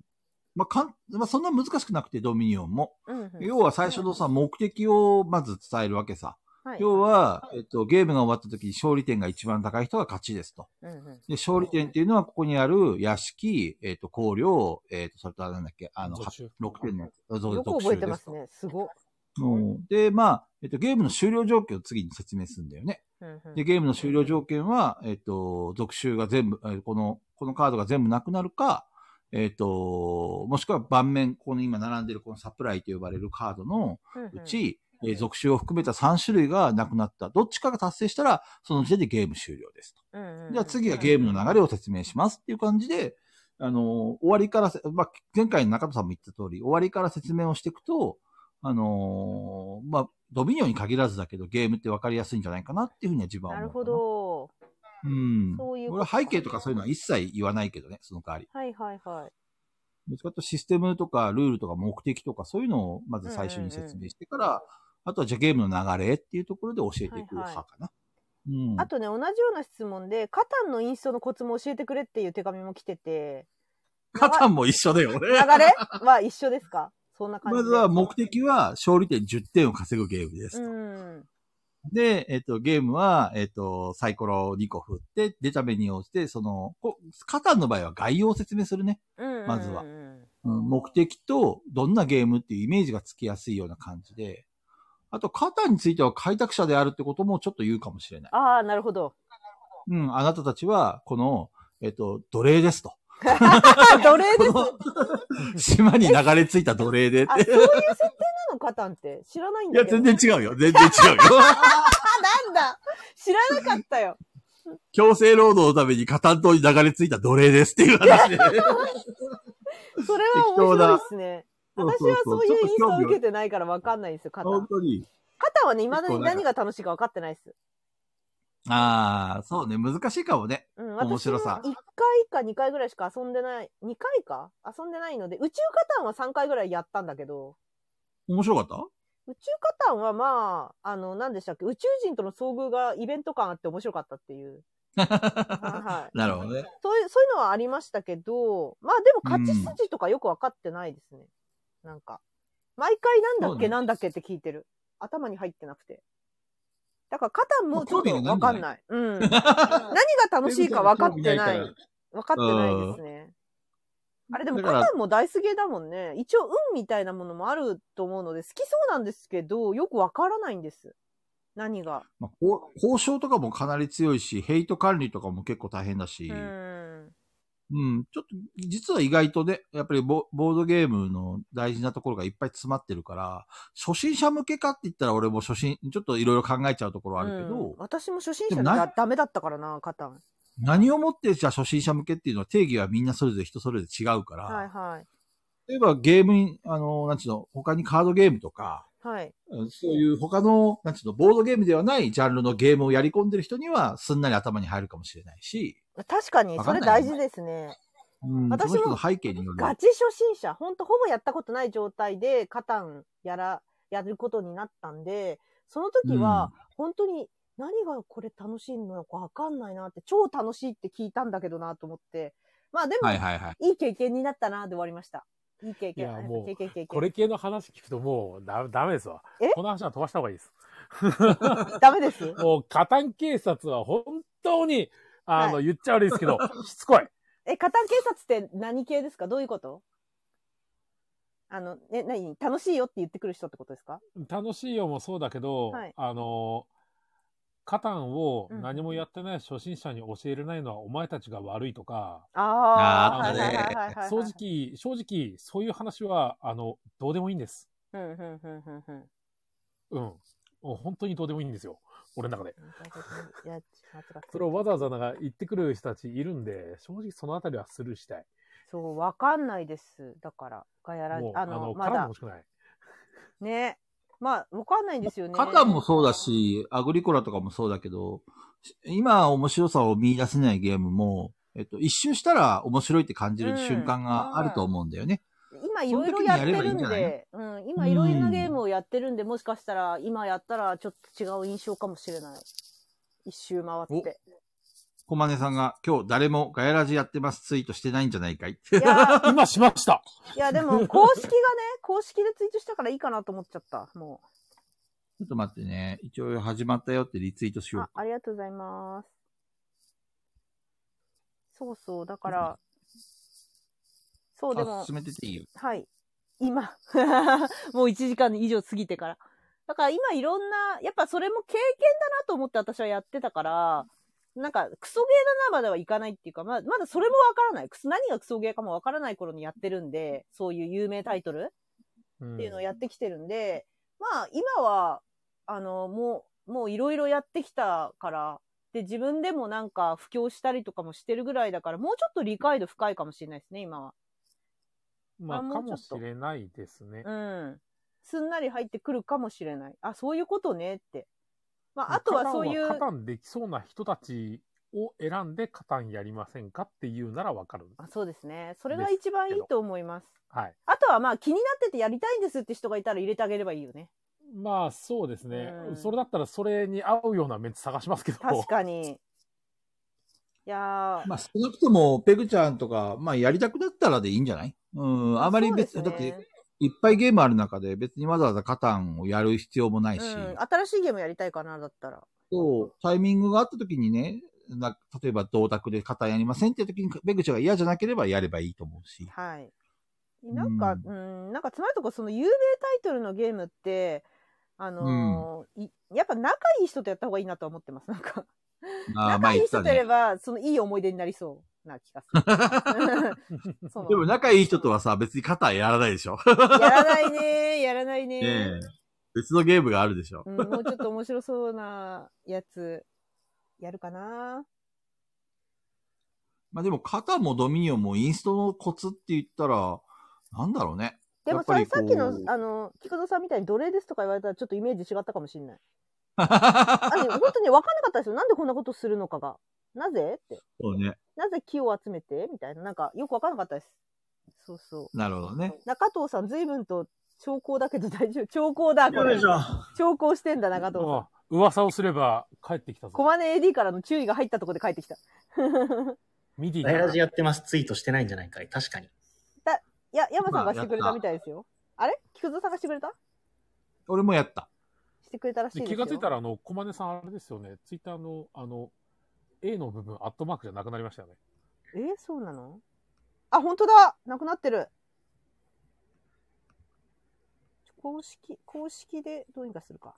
Speaker 2: まあ、かん、まあ、そんな難しくなくて、ドミニオンも。
Speaker 1: うんうん、
Speaker 2: 要は最初のさ、目的をまず伝えるわけさ。
Speaker 1: はい。
Speaker 2: 要は、えっと、ゲームが終わった時に勝利点が一番高い人が勝ちですと。
Speaker 1: うんうん
Speaker 2: で、勝利点っていうのは、ここにある屋敷、えっと、香料、えっと、それとあれなんだっけ、あの、
Speaker 4: 属
Speaker 2: は
Speaker 4: 州
Speaker 2: 6点のやつ。そう
Speaker 1: よく覚えてます。ね。すご。
Speaker 2: 特集ですうんで、まあ、えっと、ゲームの終了条件を次に説明するんだよね。
Speaker 1: うんうん
Speaker 2: で、ゲームの終了条件は、えっと、続集が全部、えーこの、このカードが全部なくなるか、えっと、もしくは盤面、この今並んでるこのサプライと呼ばれるカードのうち、えー続集を含めた3種類がなくなった。どっちかが達成したら、その時点でゲーム終了ですと。じゃあ次はゲームの流れを説明しますっていう感じで、あの、終わりからせ、まあ、前回の中野さんも言った通り、終わりから説明をしていくと、あのーまあ、ドミニオンに限らずだけど、ゲームって分かりやすいんじゃないかなっていうふうには自分は
Speaker 1: なる
Speaker 2: 思うか
Speaker 1: ほ。ど。
Speaker 2: うん。
Speaker 1: そういうこと
Speaker 2: 俺は背景とかそういうのは一切言わないけどね、その代わり。
Speaker 1: はいはいはい。
Speaker 2: どっちかというとシステムとかルールとか目的とかそういうのをまず最初に説明してから、あとはじゃあゲームの流れっていうところで教えていく派かな。うん。
Speaker 1: あとね、同じような質問で、カタンのインストのコツも教えてくれっていう手紙も来てて、
Speaker 2: カタンも一緒だよ、
Speaker 1: 流
Speaker 2: 俺。
Speaker 1: れは一緒ですかそんな感じ
Speaker 2: ま
Speaker 1: で。
Speaker 2: ずは目的は勝利点10点を稼ぐゲームです。
Speaker 1: うん。
Speaker 2: で、えっと、ゲームは、えっと、サイコロを2個振って、出た目に応じて、その、こカタンの場合は概要を説明するね。
Speaker 1: うん
Speaker 2: まずは
Speaker 1: うん
Speaker 2: うん目的とどんなゲームっていうイメージがつきやすいような感じで、あと、カタンについては開拓者であるってこともちょっと言うかもしれない。
Speaker 1: ああ、なるほど。
Speaker 2: うん、あなたたちは、この、えっと、奴隷で すと。
Speaker 1: あ、奴隷で
Speaker 2: こ
Speaker 1: す。
Speaker 2: の島に流れ着いた奴隷でって。
Speaker 1: あ、そういう設定なのカタンって。知らないん
Speaker 2: い
Speaker 1: だ
Speaker 2: や、
Speaker 1: けど。
Speaker 2: 全然違うよ。全然違 うよ。
Speaker 1: あ、なんだ知らなかった よ。
Speaker 2: 強制労働のためにカタン島に流れ着いた奴隷ですってい う話で。
Speaker 1: それは面白いですね。私はそういうインストを受け
Speaker 2: て
Speaker 1: てないから分かんないですよ、カタン
Speaker 2: 本。当に。
Speaker 1: カタンはね、未だに何が楽しいか分かってないです。
Speaker 2: ああ、そうね。難しいかもね。
Speaker 1: うん、
Speaker 2: 面白さ
Speaker 1: 1回か2回ぐらいしか遊んでない、2回か遊んでないので、宇宙カタンは3回ぐらいやったんだけど、
Speaker 2: 面白かった
Speaker 1: 宇宙カタンはまあ、あの、何でしたっけ、宇宙人との遭遇がイベント感あって面白かったっていう。はいはい。
Speaker 2: なるほどね。
Speaker 1: そういう、そういうのはありましたけど、まあでも勝ち筋とかよく分かってないですね。なんか。毎回なんだ
Speaker 2: そ
Speaker 1: っ
Speaker 2: うね
Speaker 1: けなんだっけって聞いてる。頭に入ってなくて。だから、カタンもちょっと
Speaker 2: まあ興味が
Speaker 1: 分かんない。うん。何が楽しいか分かってない。分かってないですね。あれでも
Speaker 2: だから
Speaker 1: カタンもダイスゲーだもんね。一応運みたいなものもあると思うので好きそうなんですけど、よくわからないんです。何が。
Speaker 2: まあ、こう交渉とかもかなり強いし、ヘイト管理とかも結構大変だし、
Speaker 1: う
Speaker 2: うん、
Speaker 1: ーん。
Speaker 2: ちょっと、実は意外とね、やっぱりボボードゲームの大事なところがいっぱい詰まってるから、初心者向けかって言ったら俺も初心、ちょっといろいろ考えちゃうところはあるけど、
Speaker 1: うん私も初心者
Speaker 2: でも
Speaker 1: だ
Speaker 2: な
Speaker 1: ダメだったからな、カタン。
Speaker 2: 何をもってじゃあ初心者向けっていうのは定義はみんなそれぞれ人それぞれ違うから、
Speaker 1: はいはい。
Speaker 2: 例えばゲームに、あの、なんちゅうの、他にカードゲームとか、
Speaker 1: はい。
Speaker 2: うんそういう他の、なんちゅうの、ボードゲームではないジャンルのゲームをやり込んでる人には、すんなり頭に入るかもしれないし、
Speaker 1: 確かに、
Speaker 2: わ
Speaker 1: そ
Speaker 2: かん
Speaker 1: れ
Speaker 2: ない
Speaker 1: 大
Speaker 2: よね
Speaker 1: 事ですね。
Speaker 2: うん、
Speaker 1: 私も
Speaker 2: その人の背景による。
Speaker 1: ガチ初心者、ほんとほぼやったことない状態で、カタンやら、やることになったんで、その時は、本当に何がこれ楽しいのかわかんないなって、超楽しいって聞いたんだけどなと思って。まあでも、
Speaker 2: はい
Speaker 1: い、
Speaker 2: はいはい。
Speaker 1: い経験になったなで終わりました。いい経験。
Speaker 4: いや
Speaker 1: あ
Speaker 4: もう
Speaker 1: 経験経験。
Speaker 4: な。これ系の話聞くともうだダメですわ
Speaker 1: え。
Speaker 4: この話は飛ばした方がいいです。
Speaker 1: ダメです。
Speaker 4: もう、カタン警察は本当に、あの、
Speaker 1: は
Speaker 4: 言っちゃ悪いですけ ど、しつこい。
Speaker 1: え、カタン警察って何系ですかどういうことあの、え、何楽しいよって言ってくる人ってことですか
Speaker 4: 楽しいよもそうだけど、
Speaker 1: はい
Speaker 4: あの、カタンを
Speaker 1: うん
Speaker 4: 何もやってない初心者に教えれないのはお前たちが悪いとか、
Speaker 1: ああ、
Speaker 4: なるほど
Speaker 1: はい
Speaker 4: ね
Speaker 1: はいはいはいはい。
Speaker 4: 正直、正直、そういう話は、あの、どうでもいいんです。
Speaker 1: うん。うん、うん、うん、うん、うん。
Speaker 4: うん。もう本当にどうでもいいんですよ。俺の中で。
Speaker 1: いや、
Speaker 4: それをわざわざなんか言ってくる人たちいるんで、正直そのあたりはスルーしたい。
Speaker 1: そう、わかんないです。だから、ガヤラジ
Speaker 4: もう、、あ
Speaker 1: あ
Speaker 4: の、
Speaker 1: の、ま
Speaker 4: 絡んで
Speaker 1: だ
Speaker 4: ほ、しくない。
Speaker 1: ね、まあ、わかんないんですよね。
Speaker 2: カタンもそうだし、アグリコラとかもそうだけど、今面白さを見出せないゲームも、えっと、一周したら面白いって感じる瞬間があると思うんだよね。
Speaker 1: 今いろいろやってるん
Speaker 2: その時にやればいいん
Speaker 1: で、うん、今いろいろなゲームをやってるんで、もしかしたら今やったらちょっと違う印象かもしれない。一周回って。
Speaker 2: 小金さんが今日誰もガヤラジやってますツイートしてないんじゃないかい。
Speaker 1: いや、
Speaker 4: 今しま した
Speaker 1: いやでも公式がね、公式でツイートしたからいいかなと思っちゃった。も
Speaker 2: ちょっと待ってね。一応始まったよってリツイートし
Speaker 1: う。
Speaker 2: よ
Speaker 1: あ
Speaker 2: う。
Speaker 1: ありがとうございます。そうそう、だから、そうで
Speaker 2: あ
Speaker 1: も、
Speaker 2: 進めてていいよ。
Speaker 1: はい。今。 もう1時間以上過ぎてから。だから今いろんな、やっぱそれも経験だなと思って私はやってたから、なんかクソゲーだなまではいかないっていうか、まあ、まだそれもわからない。クソ何がクソゲーかもわからない頃にやってるんで、そういう有名タイトルっていうのをやってきてるんで、まあ今は、あの、もう、もういろいろやってきたから、で、自分でもなんか布教したりとかもしてるぐらいだから、もうちょっと理解度深いかもしれないですね、今は。
Speaker 4: まあ、
Speaker 1: あも
Speaker 4: か
Speaker 1: うちょ
Speaker 4: も
Speaker 1: っ
Speaker 4: し
Speaker 1: と
Speaker 4: れないですね。
Speaker 1: うん。すんなり入ってくるかもしれない。あ、そういうことねって。まあ、あとはそうい
Speaker 4: カタン
Speaker 1: う
Speaker 4: カ、タンできそうな人たちを選んでカタンやりませんかっていうならわかる。
Speaker 1: あそうですね。それが一番いいと思います。
Speaker 4: はい。
Speaker 1: あとはまあ気になっててやりたいんですって人がいたら入れてあげればいいよね。
Speaker 4: まあ、そうですね。
Speaker 1: うん
Speaker 4: それだったらそれに合うようなメンツ探しますけど。
Speaker 1: 確かに。いやー、
Speaker 2: まあ少なくとも、ペグちゃんとか、まあやりたくなったらでいいんじゃないうん、あまり別
Speaker 1: そうで
Speaker 2: に、だっ
Speaker 1: すね
Speaker 2: ていっぱいゲームある中で別にわざわざカタンをやる必要もないし、
Speaker 1: うん、新しいゲームやりたいかな、だったら。
Speaker 2: そう、タイミングがあった時にね、な例えば銅卓でカタンやりませんっていう時に、ペグちゃんが嫌じゃなければやればいいと思うし。
Speaker 1: はい。なんか、う、
Speaker 2: うん
Speaker 1: なんかつまりところその有名タイトルのゲームって、あのーいやっぱ仲いい人とやった方がいいなとは思ってます。なんか。
Speaker 2: あー
Speaker 1: 仲いい
Speaker 2: た
Speaker 1: 人とやれば、そのいい思い出になりそうな気がす る。その
Speaker 2: でも仲いい人とはさ、別に肩やらないでしょ。
Speaker 1: やらないね、やらないね。
Speaker 2: ねえ別のゲームがあるでしょ。
Speaker 1: うん、もうちょっと面白そうなやつ、やるかな。
Speaker 2: まあでも肩もドミニオンもインストのコツって言ったら、なんだろうね。
Speaker 1: でもさ
Speaker 2: やっ
Speaker 1: さ
Speaker 2: ぱ
Speaker 1: っ
Speaker 2: り
Speaker 1: き
Speaker 2: こう
Speaker 1: の、あの、菊蔵さんみたいに奴隷ですとか言われたらちょっとイメージ違ったかもしれない。あでも本当に分かんなかったですよ。なんでこんなことするのかが。なぜって。
Speaker 2: そうね。
Speaker 1: なぜ木を集めてみたいな。なんか、よく分かんなかったです。そうそ
Speaker 2: なるほど
Speaker 1: う
Speaker 2: ね。。
Speaker 1: 中藤さん、随分と、兆候だけど大丈夫。兆候だ、これ。兆候してんだ、中 藤さん。
Speaker 4: あ噂をすれば帰ってきた
Speaker 1: コ
Speaker 4: ぞ。
Speaker 1: マネ AD からの注意が入ったところで帰ってきた。
Speaker 4: ミディ
Speaker 3: ガヤラジ
Speaker 4: だ。
Speaker 3: やってます、ツイートしてないんじゃないかい。確かに。
Speaker 1: いや、山さんがしてくれたみたいですよ。あれ菊蔵さんがしてくれた
Speaker 2: 俺もやった。
Speaker 1: してくれたらしい
Speaker 4: で
Speaker 1: です
Speaker 4: 気
Speaker 1: よ。
Speaker 4: がついたら、あの、コマネさんあれですよね。ツイッターの、あの、A の部分、アットマークじゃなくなりましたよね。
Speaker 1: えーそうなのあ、本当だなくなってる公式、公式でどうにかするか。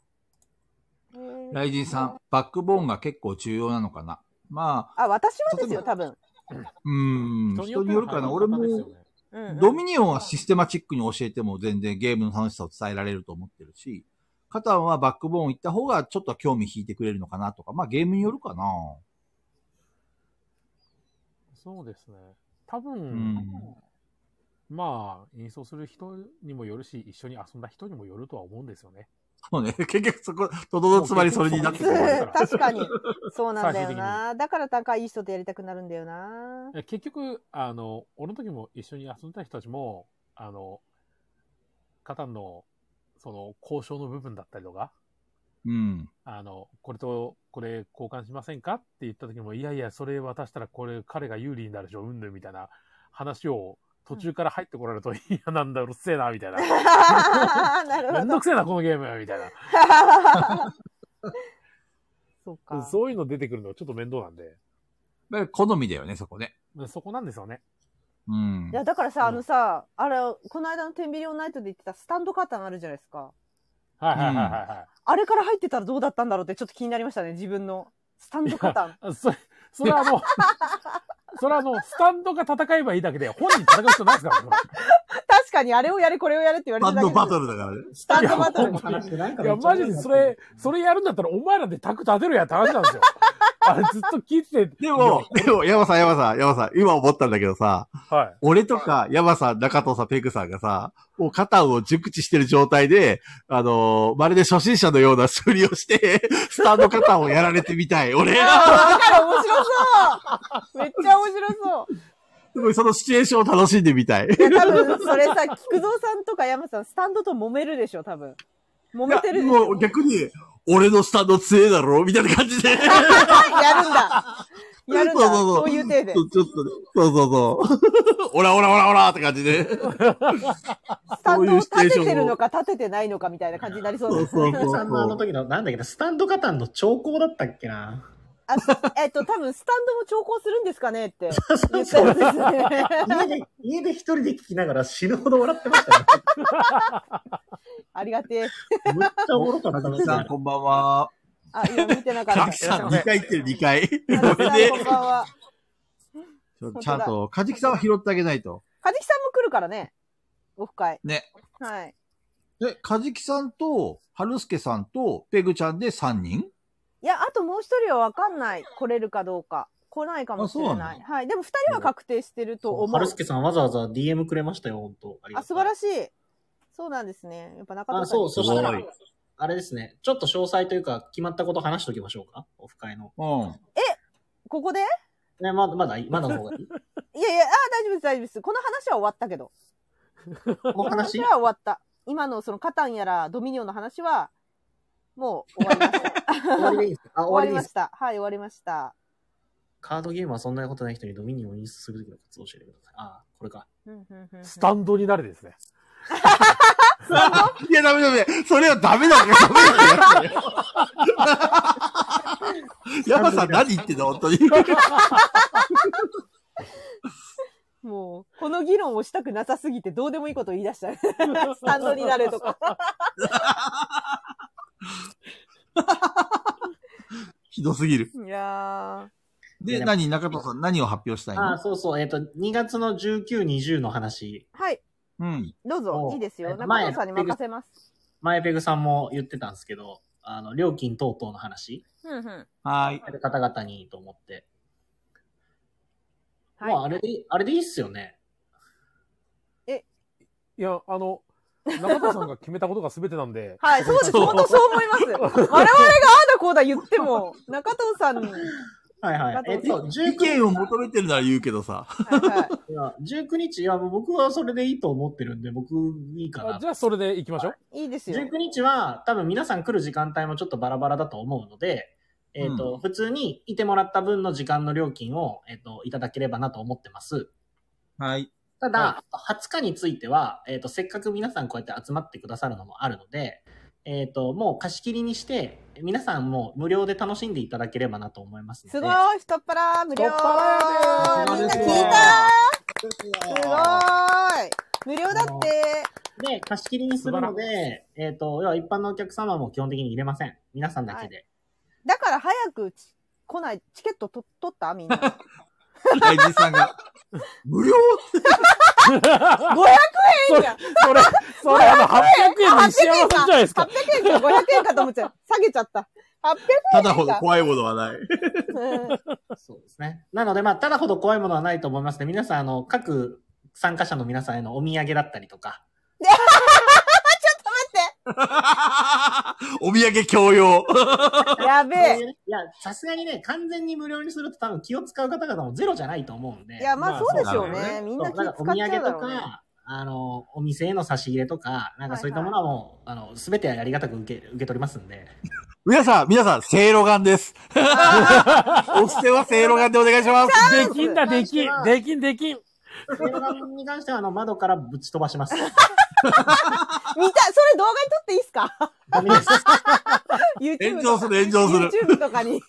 Speaker 1: えー
Speaker 2: ライジンさん、バックボーンが結構重要なのかな。まあ、
Speaker 1: あ、私はですよ、多分。
Speaker 2: うーん、人によるかな。俺も、
Speaker 1: うんうん、
Speaker 2: ドミニオンはシステマチックに教えても全然ゲームの楽しさを伝えられると思ってるし、カタンはバックボーン行った方がちょっと興味引いてくれるのかなとか、まあゲームによるかな。
Speaker 4: そうですね。多分、
Speaker 2: うん
Speaker 4: まあ、演奏する人にもよるし、一緒に遊んだ人にもよるとは思うんですよね。
Speaker 2: そうね。 結局そこ、とどのつまりそれになってくる
Speaker 4: ドミニオンは
Speaker 2: か
Speaker 4: そう
Speaker 2: ら。
Speaker 1: 確かに。そうなんだよな。だから仲いい人とやりたくなるんだよ な。
Speaker 4: え結局、あの、俺の時も一緒に遊んでた人たちも、あの、カタンの、その、交渉の部分だったりとか、
Speaker 2: うん。
Speaker 4: あの、これとこれ交換しませんかって言った時も、いやいや、それ渡したらこれ彼が有利になるでしょ、うんぬんみたいな話を途中から入ってこられると、いや、なんだ、うるせえな、みたい な。
Speaker 1: なる
Speaker 4: め
Speaker 1: ほ
Speaker 4: ん
Speaker 1: ど
Speaker 4: どく。せえな、このゲーム、みたいな。
Speaker 1: そうか。
Speaker 4: そういうの出てくるのちょっと面倒なんで、
Speaker 2: やっぱり好みだよね、そこね。
Speaker 4: まあそこなんですよね。
Speaker 2: うん
Speaker 1: い。や、だからさ、
Speaker 4: うん
Speaker 1: あのさ、あれ、この間のテンビリオンナイトで言ってたスタンドカタンあるじゃないですか。
Speaker 4: はいはいはいは
Speaker 1: あれから入ってたらどうだったんだろうってちょっと気になりましたね、自分の。スタンドカ タン。
Speaker 4: いはい。それ、それはあの、 それはあの、スタンドが戦えばいいだけで、本人戦う人ないですから、
Speaker 1: 確かにあれをやれ、これをやれって言われ
Speaker 2: バ
Speaker 1: てだけで
Speaker 2: ンド
Speaker 1: す
Speaker 2: バトルだからね。
Speaker 1: スタンドバトル。
Speaker 4: いや
Speaker 3: 話してないか
Speaker 4: いや、マジでそれ、それやるんだったら、お前らで卓立てるやって話なんですよ。あれずっと聞いてて。
Speaker 2: でも、で も、山さん、山さん、山さん、今思ったんだけどさ、
Speaker 4: は
Speaker 2: 俺とか山さん、中藤さん、ペグさんがさ、もう肩を熟知してる状態で、あのーまるで初心者のような素振りをして、 スタンド肩をやられてみたい。俺、
Speaker 1: あー面白そうめっちゃ面白そう
Speaker 2: すごいそのシチュエーションを楽しんでみたい。
Speaker 1: いや多 分それさ、菊蔵さんとか山さん、スタンドと揉めるでしょ、多分。揉めてる
Speaker 2: い
Speaker 1: で
Speaker 2: や
Speaker 1: しょ。
Speaker 2: もう逆に、俺のスタンド強えだろみたいな感じ で。
Speaker 1: やるんだ。やるんだ。
Speaker 2: そうそうそう
Speaker 1: そういう体で
Speaker 2: ち。ょっとね、そうそうそう。オラオラオラオラって感じで。
Speaker 1: スタンドを
Speaker 2: そうい
Speaker 1: 立
Speaker 2: うシチュエーション
Speaker 1: て
Speaker 2: を
Speaker 1: てるのか立ててないのかみたいな感じになりそう
Speaker 2: そ
Speaker 1: で
Speaker 2: う
Speaker 1: す。
Speaker 2: そう
Speaker 3: ペグさんのあの
Speaker 2: そう。
Speaker 3: 時の、なんだっけな、スタンドカタンの兆候だったっけな。
Speaker 1: あえっと、多分スタンドも調校するんですかねって言ったやつですね。
Speaker 3: 家で、家で一人で聞きながら死ぬほど笑ってましたね。
Speaker 1: ありがてえ。
Speaker 3: むっちゃおもろかった
Speaker 2: か
Speaker 3: で
Speaker 2: き
Speaker 3: す
Speaker 2: さん、
Speaker 3: ね。
Speaker 2: こんばんは。
Speaker 1: あ、今見てなかった。
Speaker 2: かきさん、2回行ってる、2回。
Speaker 1: あの
Speaker 2: ごめん
Speaker 1: さ
Speaker 2: ね
Speaker 1: んこんばんは。
Speaker 2: ちょちゃんと、かじきさんは拾ってあげないと。
Speaker 1: かじきさんも来るからね。オフ会。
Speaker 2: ね。
Speaker 1: はい。
Speaker 2: え、かじきさんと、はるすけさんと、ペグちゃんで3人
Speaker 1: いや、あともう一人はわかんない。来れるかどうか。来ないかもしれ
Speaker 2: あそうな
Speaker 1: ない。はい。でも二人は確定してると思
Speaker 3: は
Speaker 1: う
Speaker 3: る。すけさんわざわざ DM くれましたよ、本当ありが
Speaker 1: あ、
Speaker 3: とう
Speaker 1: 素晴らしい。そうなんですね。やっぱ中
Speaker 3: あ、
Speaker 1: 田さん
Speaker 3: そう、
Speaker 1: に
Speaker 3: そ
Speaker 1: 聞いて
Speaker 3: し
Speaker 1: も
Speaker 3: た
Speaker 1: らう。
Speaker 3: ら
Speaker 2: すごい、
Speaker 3: あれですね、ちょっと詳細というか、決まったこと話しておきましょうか、オフ会の。
Speaker 2: うん。
Speaker 1: ここで
Speaker 3: ね、まだ、まだいい、まだの方がいい。
Speaker 1: いやいや、あ大丈夫です、大丈夫です。この話は終わったけど。
Speaker 3: お
Speaker 1: この話
Speaker 3: 話
Speaker 1: は終わった。今のそのカタンやらドミニオンの話は、もう終わりました。
Speaker 3: 終わりでいいんですか
Speaker 1: 終
Speaker 3: あ、
Speaker 1: わ
Speaker 3: 終わ
Speaker 1: り
Speaker 3: りでいい
Speaker 1: ま
Speaker 3: んです
Speaker 1: した。はい、終わりました。
Speaker 3: カードゲームはそんなことない人にドミニオンを印刷するときのコツを教えてください。あ、これか。
Speaker 1: うんうんうんうん
Speaker 4: い。スタンドになれ ですね。
Speaker 2: いや、ダメダメ。それはダメだよ。ダメだよ。ヤマさん、何言ってんの本当に。
Speaker 1: もう、この議論をしたくなさすぎてどうでもいいことを言い出した。スタンドになるとか。
Speaker 2: ひどすぎる。
Speaker 1: いや
Speaker 2: で、何、中藤さん、何を発表したい
Speaker 3: あ、
Speaker 2: の
Speaker 3: そうそう、えっと、2月の19、20の話、
Speaker 1: ー。はい、
Speaker 2: うん。
Speaker 1: どうぞ
Speaker 3: お、
Speaker 1: いいです
Speaker 3: え
Speaker 1: よ。
Speaker 3: 前
Speaker 1: 中野さんに任せます。
Speaker 3: 前ペグさんも言ってたんですけど、あの、料金等々の話、
Speaker 1: うんうん。
Speaker 2: はーい。
Speaker 3: 方々にと思って。
Speaker 1: はい。、
Speaker 3: まあ、あれでいい、あれでいいっすよね。
Speaker 4: いや、あの、中田さんが決めたことが全てなんで
Speaker 1: はい、そうです。
Speaker 2: そう
Speaker 1: 本当そう思います。我々がああだこうだ言っても、中藤さんに、はい
Speaker 3: はい
Speaker 1: あ
Speaker 3: はい。
Speaker 1: と
Speaker 3: えっと、
Speaker 2: 意
Speaker 3: 19
Speaker 2: 見を求めてるなら言うけどさ。
Speaker 1: はい。
Speaker 3: いや、19日、いや、もう僕はそれでいいと思ってるんで、僕、いいか
Speaker 4: あ
Speaker 3: な
Speaker 4: じ。ゃあそれで行きまし ょう。
Speaker 1: いいですよ。
Speaker 3: 19日は、多分皆さん来る時間帯もちょっとバラバラだと思うので、えっ、と、普通にいてもらった分の時間の料金を、えっ、と、いただければなと思ってます。
Speaker 2: はい。
Speaker 3: ただ、20日については、えっ、と、せっかく皆さんこうやって集まってくださるのもあるので、えっ、と、もう貸し切りにして、皆さんも無料で楽しんでいただければなと思いますので。
Speaker 1: すごい、太っ腹、無料。みん
Speaker 4: 太っ腹
Speaker 1: な聞い
Speaker 3: です
Speaker 1: たすごい。無料だって。
Speaker 3: で、貸し切りにするので、えっ、と、要は一般のお客様も基本的に入れません。皆さんだけで。
Speaker 1: だから早くち来ない、チケットと取ったみんな。500
Speaker 2: 大臣さんが。無料
Speaker 1: 円じゃん
Speaker 4: それ、それ、あ の、800円に幸せじゃないです
Speaker 1: 800
Speaker 4: か。
Speaker 1: 円じゃん !500 円かと思っちゃう。下げちゃった。800
Speaker 2: ただほど怖いものはない。
Speaker 1: 円。うん
Speaker 3: そうですね。なので、まあ、ただほど怖いものはないと思いますね。皆さん、あの、各参加者の皆さんへのお土産だったりとか。
Speaker 2: お土産強要。
Speaker 1: やべえ
Speaker 3: そういう。ねいや、さすがにね、完全に無料にすると多分気を使う方々もゼロじゃないと思うんで。
Speaker 1: いや、ま
Speaker 4: ま
Speaker 1: あ
Speaker 4: あ
Speaker 1: そうでしょう
Speaker 2: そうだ
Speaker 1: ね。
Speaker 2: よ
Speaker 1: みんな気
Speaker 3: そう
Speaker 1: 使っち
Speaker 3: だからお土
Speaker 1: ゃう
Speaker 3: 産
Speaker 1: だ
Speaker 3: と
Speaker 1: ろうね。
Speaker 3: か、あの、お店への差し入れとか、なんかそういったものはもう、あの、すべてやり方く受け、受け取りますんで。
Speaker 2: 皆さん、皆さん、せいろがんです。お布施はせいろがんでお願いします。
Speaker 1: 800円
Speaker 4: できんだ、できん、できん、できん。
Speaker 3: それに関しては、あの、窓からぶち飛ばします。
Speaker 1: 見たいそれ動画に撮っていいっすか
Speaker 3: ダ メです。
Speaker 1: ?YouTube
Speaker 2: 炎上する、炎上する。
Speaker 1: YouTube とかに。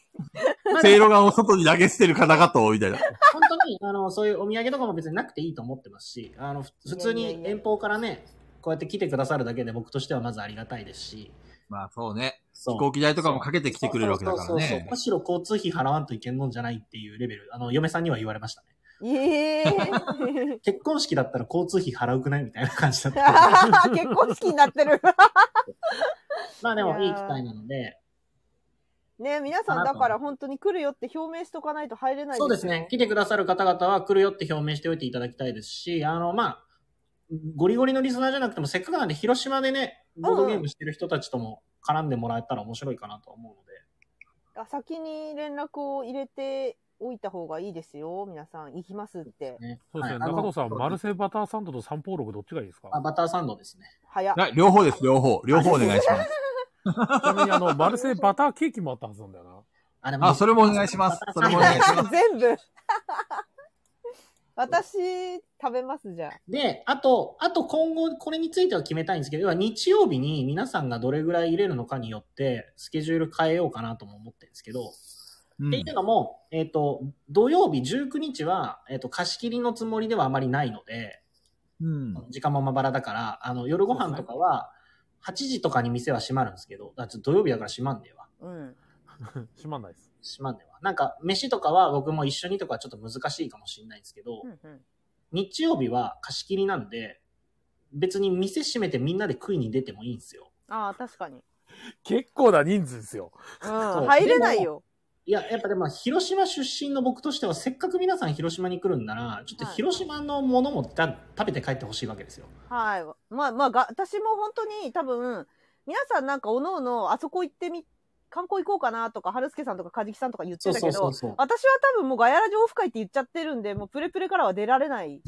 Speaker 2: せいろがんを外に投げ捨てる方々、みたいな。
Speaker 3: 本当に、あの、そういうお土産とかも別になくていいと思ってますし、あの、ふ普通
Speaker 1: いやいやい
Speaker 3: に
Speaker 1: や
Speaker 3: 遠方からね、こうやって来てくださるだけで僕としてはまずありがたいですし、
Speaker 2: まあそうね。
Speaker 3: そう
Speaker 2: 飛行機代とかもかけてきてくれるわけだから
Speaker 3: そうそうそうそ
Speaker 2: ね
Speaker 3: う。むしろ交通費払わんといけんのんじゃないっていうレベル、あの、嫁さんには言われましたね。
Speaker 1: ええー。
Speaker 3: 結婚式だったら交通費払うくないみたいな感じだ った。
Speaker 1: 結婚式になってる。
Speaker 3: まあでも
Speaker 1: い
Speaker 3: いい
Speaker 1: やー
Speaker 3: 機会なので、
Speaker 1: ね、皆さんだから本当に来るよって表明しとかないと入れない
Speaker 3: そうですね。来てくださる方々は来るよって表明しておいていただきたいですし、あの、まあ、ゴリゴリのリスナーじゃなくても、せっかくなんで広島でね、ボードゲームしてる人たちとも絡んでもらえたら面白いかなと思うので。
Speaker 1: あ先に連絡を入れておいた方がいいですよ。皆さん、行きますって。
Speaker 3: ね、
Speaker 4: そうですね。
Speaker 3: はいあの
Speaker 4: 中藤さん、マルセイバターサンドとサンポーログどっちがいいですか
Speaker 3: あバターサンドですね。
Speaker 1: 早っ。
Speaker 2: はい、両方です、両方。両方お願いします。
Speaker 4: ちなみにあ の、マルセイバターケーキもあったはずなんだよな。
Speaker 3: あ、で
Speaker 2: あ、それもお願いします。それもお願いします。
Speaker 1: 全部。 私、食べますじゃあ。
Speaker 3: で、あと、あと今後、これについては決めたいんですけど、要は日曜日に皆さんがどれぐらい入れるのかによって、スケジュール変えようかなとも思ってるんですけど、
Speaker 2: うん
Speaker 3: っていうのも、えっ、と、土曜日19日は、えっ、と、貸し切りのつもりではあまりないので、
Speaker 2: うん。
Speaker 3: 時間もまばらだから、あの、夜ご飯とかは、8時とかに店は閉まるんですけど、だって土曜日だから閉まんねえわ。
Speaker 1: うん。
Speaker 4: 閉まんないです。
Speaker 3: 閉まんねえわ。なんか、飯とかは僕も一緒にとかはちょっと難しいかもしれないんですけど、
Speaker 1: うんうん
Speaker 3: 日曜日は貸し切りなんで、別に店閉めてみんなで食いに出てもいいんですよ。
Speaker 1: ああ、確かに。
Speaker 4: 結構な人数ですよ。
Speaker 1: う。
Speaker 3: うんん
Speaker 1: 入れないよ。
Speaker 3: いや、やっぱでも、広島出身の僕としては、せっかく皆さん広島に来るんなら、ちょっと
Speaker 1: はい
Speaker 3: 広島のものもた、食べて帰ってほしいわけですよ。
Speaker 1: はい。まあまあが、私も本当に多分、皆さんなんかおのおの、あそこ行ってみ、観光行こうかなとか、春輔さんとか梶木さんとか言って
Speaker 3: そう
Speaker 1: た
Speaker 3: そ
Speaker 1: け
Speaker 3: うそ
Speaker 1: ど
Speaker 3: う、そう。
Speaker 1: 私は多分もうガヤラジオフ会って言っちゃってるんで、もうプレプレからは出られ ない。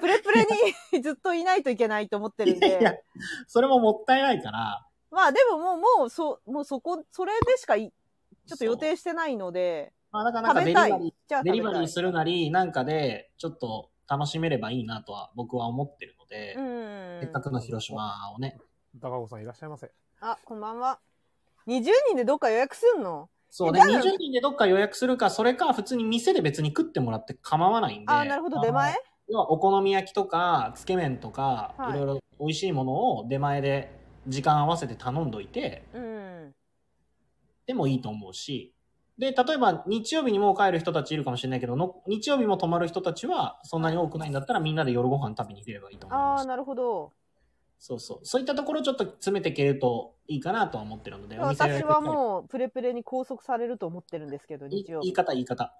Speaker 1: プレプレにずっといないといけないと思ってるん
Speaker 3: いやいや
Speaker 1: で。、
Speaker 3: それももったいないから、
Speaker 1: まあでももう、もう、そ、もうそこ、それでしかい、ちょっと予定してないので、
Speaker 3: まあ、だから
Speaker 1: 食
Speaker 3: なんか
Speaker 1: べ
Speaker 3: デリバ
Speaker 1: た
Speaker 3: リ
Speaker 1: い
Speaker 3: ー、。
Speaker 1: じゃあ
Speaker 3: デ
Speaker 1: 食べ
Speaker 3: リバ
Speaker 1: た
Speaker 3: リ
Speaker 1: い
Speaker 3: ー。するなり、なんかで、ちょっと楽しめればいいなとは、僕は思ってるので、
Speaker 1: うん
Speaker 3: せっかくの広島をね。
Speaker 4: 高子さんいらっしゃいませ。
Speaker 1: あ、こんばんは。20人でどっか予約すんの
Speaker 3: そう
Speaker 1: え
Speaker 3: ね、
Speaker 1: 多分
Speaker 3: 20人でどっか予約するか、それか普通に店で別に食ってもらって構わないんで。
Speaker 1: あ、なるほど、出前
Speaker 3: あの要はお好み焼きとか、つけ麺とか、
Speaker 1: はい
Speaker 3: い、ろいろ美味しいものを出前で時間合わせて頼んどいて、
Speaker 1: うん。
Speaker 3: でもいいと思うし。で、例えば日曜日にもう帰る人たちいるかもしれないけど、の日曜日も泊まる人たちはそんなに多くないんだったらみんなで夜ご飯食べに行ければいいと思い
Speaker 1: あ
Speaker 3: ま
Speaker 1: あ、
Speaker 3: す。
Speaker 1: なるほど。
Speaker 3: そうそう。そういったところちょっと詰めていけるといいかなとは思ってるので、お店をやっ
Speaker 1: 私
Speaker 3: て
Speaker 1: はもう、プレプレに拘束されると思ってるんですけど、
Speaker 3: い
Speaker 1: 日曜
Speaker 3: 言い
Speaker 1: 日。
Speaker 3: 方言い方。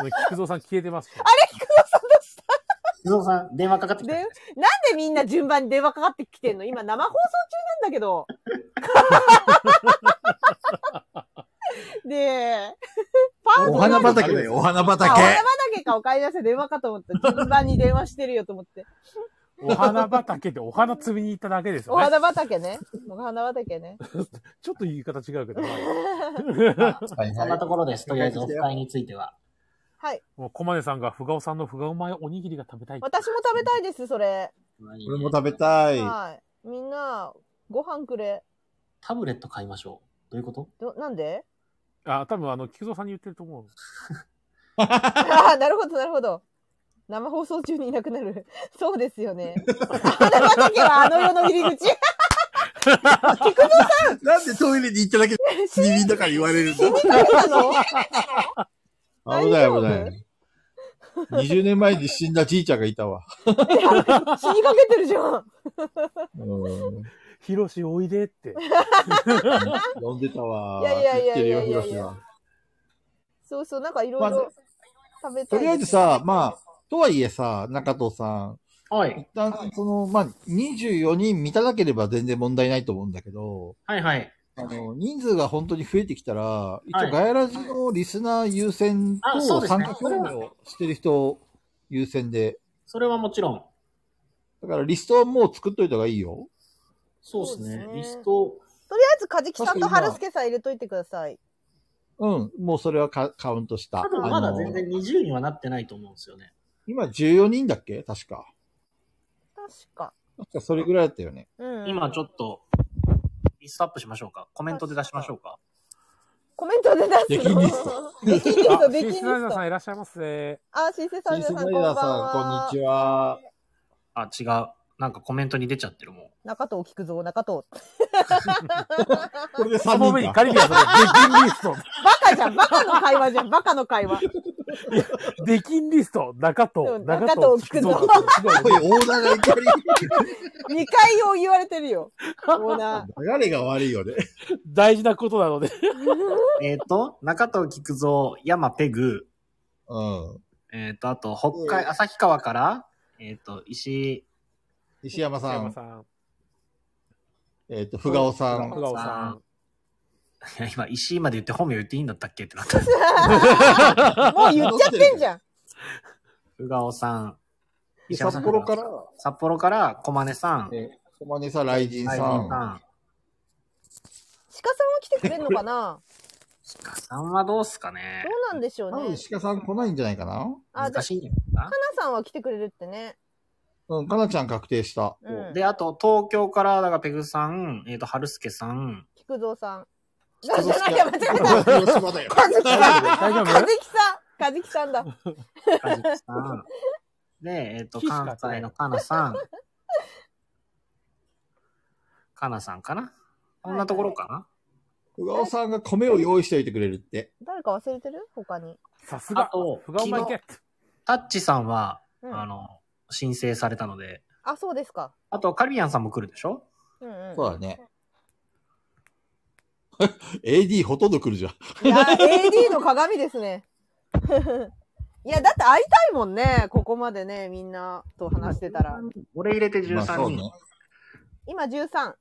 Speaker 4: これ菊蔵さん消えてます。あ
Speaker 3: 伊藤さん、電話かかってき
Speaker 1: で、
Speaker 3: た
Speaker 1: なん。でみんな順番に電話かかってきてんの今生放送中なんだけど。で、パン
Speaker 2: お花
Speaker 1: 畑
Speaker 2: 畑だよ、お花
Speaker 1: あ、お花
Speaker 2: 畑。
Speaker 1: 畑かお帰りなさい電話かと思った。順番に電話してるよと思って。
Speaker 4: お花畑でお花摘みに行っただけです
Speaker 1: お
Speaker 4: よね。
Speaker 1: 花畑ね。お花畑ね。
Speaker 4: ちょっと言い方違うけど、
Speaker 7: はい
Speaker 3: そんなところです。とりあえず、
Speaker 7: 了
Speaker 3: オ
Speaker 7: 解で
Speaker 3: フ
Speaker 7: す
Speaker 3: 会については。
Speaker 1: はい。
Speaker 4: もう、コマネさんが、ふがおさんのふがうまいおにぎりが食べたい。
Speaker 1: 私も食べたいです、それ。
Speaker 3: 俺
Speaker 7: 俺も食べたい。
Speaker 1: はい。みんな、ご飯くれ。
Speaker 3: タブレット買いましょう。どういうこと
Speaker 1: ど、なんで
Speaker 4: あ、多分あの、菊蔵さんに言ってると思う。
Speaker 1: ああ、なるほど、なるほど。生放送中にいなくなる。そうですよね。花畑はあの世の入り口。 菊蔵さ
Speaker 2: なんでトイレに行っただけ
Speaker 1: ん、死に
Speaker 2: 耳の中に言われるんだ
Speaker 1: かけたの大
Speaker 7: 危ない
Speaker 1: 丈
Speaker 7: 危
Speaker 1: 夫
Speaker 7: ない。20年前に死んだじいちゃんがいたわ。
Speaker 1: 死にかけてるじゃん。
Speaker 7: うん。
Speaker 4: ヒロシおい でって。
Speaker 7: 呼んでたわ。
Speaker 1: いやいやいやい
Speaker 7: 生きて
Speaker 1: やいやいや
Speaker 7: るよヒロシは
Speaker 1: そうそう、なんかいろい
Speaker 7: ま
Speaker 1: ろ食べたいです、
Speaker 7: とりあえずさ、まあ、とはいえさ、中藤さん、
Speaker 3: は
Speaker 7: 一
Speaker 3: い。
Speaker 7: 旦、その、まあ、24人満たなければ全然問題ないと思うんだけど、
Speaker 3: はいはい。
Speaker 7: あの、人数が本当に増えてきたら、一
Speaker 3: は
Speaker 7: 応
Speaker 3: い
Speaker 7: ガヤラジのリスナー優先
Speaker 3: あそ
Speaker 7: と
Speaker 3: うです
Speaker 7: 参
Speaker 3: ね
Speaker 7: 加表明をしてる人優先で、
Speaker 3: それはもちろん。
Speaker 7: だからリストはもう作っといた方がいいよ。
Speaker 3: そうですね
Speaker 1: そう。
Speaker 3: リ
Speaker 1: ですね
Speaker 3: スト。
Speaker 1: とりあえず、カジキさんと春助さん入れといてください。
Speaker 7: うん、もうそれはカカウントした。
Speaker 3: 多分ま
Speaker 7: あ
Speaker 3: だ
Speaker 7: の
Speaker 3: 全然20にはなってないと思うんですよね。
Speaker 7: 今14人だっけ確か。
Speaker 1: 確か。
Speaker 7: 確かそれぐらいだったよね。
Speaker 1: うん、
Speaker 3: 今ちょっと、リストアップしましょうか。コメントで出しましょうか。
Speaker 1: コメントで出
Speaker 7: 出
Speaker 1: すの。
Speaker 7: 禁リスト
Speaker 1: 出禁リスト、
Speaker 4: あ、
Speaker 1: 出
Speaker 4: シ
Speaker 1: 禁
Speaker 4: ン
Speaker 1: リ
Speaker 4: セ
Speaker 1: ス
Speaker 4: ナイザー
Speaker 1: ト
Speaker 4: さ。んいらっしゃいますね。
Speaker 1: あ、シンセサ
Speaker 7: シ
Speaker 1: イザ
Speaker 7: ンセ
Speaker 1: ー
Speaker 7: ナ
Speaker 1: さん、こ
Speaker 7: イ
Speaker 1: んばん
Speaker 7: ザー
Speaker 1: は。
Speaker 7: さん、こんにちは。
Speaker 3: あ、違う。なんかコメントに出ちゃってるもん。
Speaker 1: 中藤聞くぞ、中藤。
Speaker 2: これで
Speaker 4: そ
Speaker 2: 3
Speaker 4: の
Speaker 2: 人
Speaker 4: 上に
Speaker 2: か。
Speaker 4: カリビアンさんが
Speaker 1: バカじゃん、バカの会話じゃん、バカの会話。
Speaker 4: 出禁リスト、出禁リスト、中
Speaker 1: う
Speaker 4: 藤、
Speaker 1: ん
Speaker 4: 中藤
Speaker 1: 中藤聞く
Speaker 2: すごいオーダーがいきなり。
Speaker 1: 2回よう言われてるよ。オーナ
Speaker 2: 流れが悪いよね。
Speaker 4: 大事なことなので。
Speaker 3: えっ、と、中藤菊蔵、山ペグ、
Speaker 2: うん。
Speaker 3: えっ、と、あと、北
Speaker 2: う
Speaker 3: 海、
Speaker 2: ん
Speaker 3: 旭川から、えっ、と、石、
Speaker 2: 石山さ
Speaker 4: 山
Speaker 2: ん、
Speaker 4: さん、
Speaker 2: えっ、と、ふがおさ
Speaker 4: 小
Speaker 2: ん、
Speaker 4: 川さん。
Speaker 3: いや今、石井まで言って本名言っていいんだったっけってなった。
Speaker 1: ー。もう言っちゃってんじゃん。
Speaker 3: ふがおさん、石山
Speaker 2: 札
Speaker 3: さん
Speaker 2: 幌から、
Speaker 3: 札幌から、小金さん、
Speaker 2: えー、小金さん、雷神
Speaker 3: 大
Speaker 2: さ
Speaker 3: 門
Speaker 2: ん、
Speaker 3: さん、
Speaker 1: 鹿さんは来てくれんのかな
Speaker 3: 鹿さんはどうっすかね
Speaker 1: どうなんでしょう
Speaker 2: 多
Speaker 1: ね
Speaker 2: 分。鹿さん来ないんじゃないかな
Speaker 1: あ、で
Speaker 3: 難
Speaker 1: か
Speaker 3: しいんじゃないか
Speaker 1: なさんは来てくれるってね。
Speaker 2: うん、かなちゃん確定した。
Speaker 1: う
Speaker 3: な。
Speaker 1: ん。
Speaker 3: で、あと、東京から、だから、ペグさん、えっ、と、春介さん、
Speaker 1: 菊蔵さん。じ
Speaker 3: 菊
Speaker 1: ゃ
Speaker 3: 蔵
Speaker 1: な
Speaker 3: さん
Speaker 1: いや、間違えた。
Speaker 2: 広島だよ。
Speaker 4: 大丈
Speaker 1: かず
Speaker 4: 夫
Speaker 1: きさん。かずきさんだ。
Speaker 3: かじきさん、で、えっ、と、
Speaker 4: 岸
Speaker 3: 関
Speaker 4: 田
Speaker 3: 西のかなさん、かなさんかなこんなところかな、
Speaker 2: ふがおさんが米を用意しておいてくれるって。
Speaker 1: 誰か忘れてる他に。
Speaker 4: さすが
Speaker 3: あと。
Speaker 4: ふがおまいけ。
Speaker 3: タッチさんは、
Speaker 1: うん
Speaker 3: あの、申請されたので、
Speaker 1: あ、そうですか。
Speaker 3: あと、カリビアンさんも来るでしょ
Speaker 1: うんうん。
Speaker 2: そうだね。AD ほとんど来るじゃん。
Speaker 1: いや、AD の鏡ですね。 いや、だって会いたいもんね。ここまでね、みんなと話してたら。
Speaker 3: 俺入れて
Speaker 2: まあ
Speaker 3: 13
Speaker 2: そう
Speaker 3: 人
Speaker 2: ね。
Speaker 1: 今13。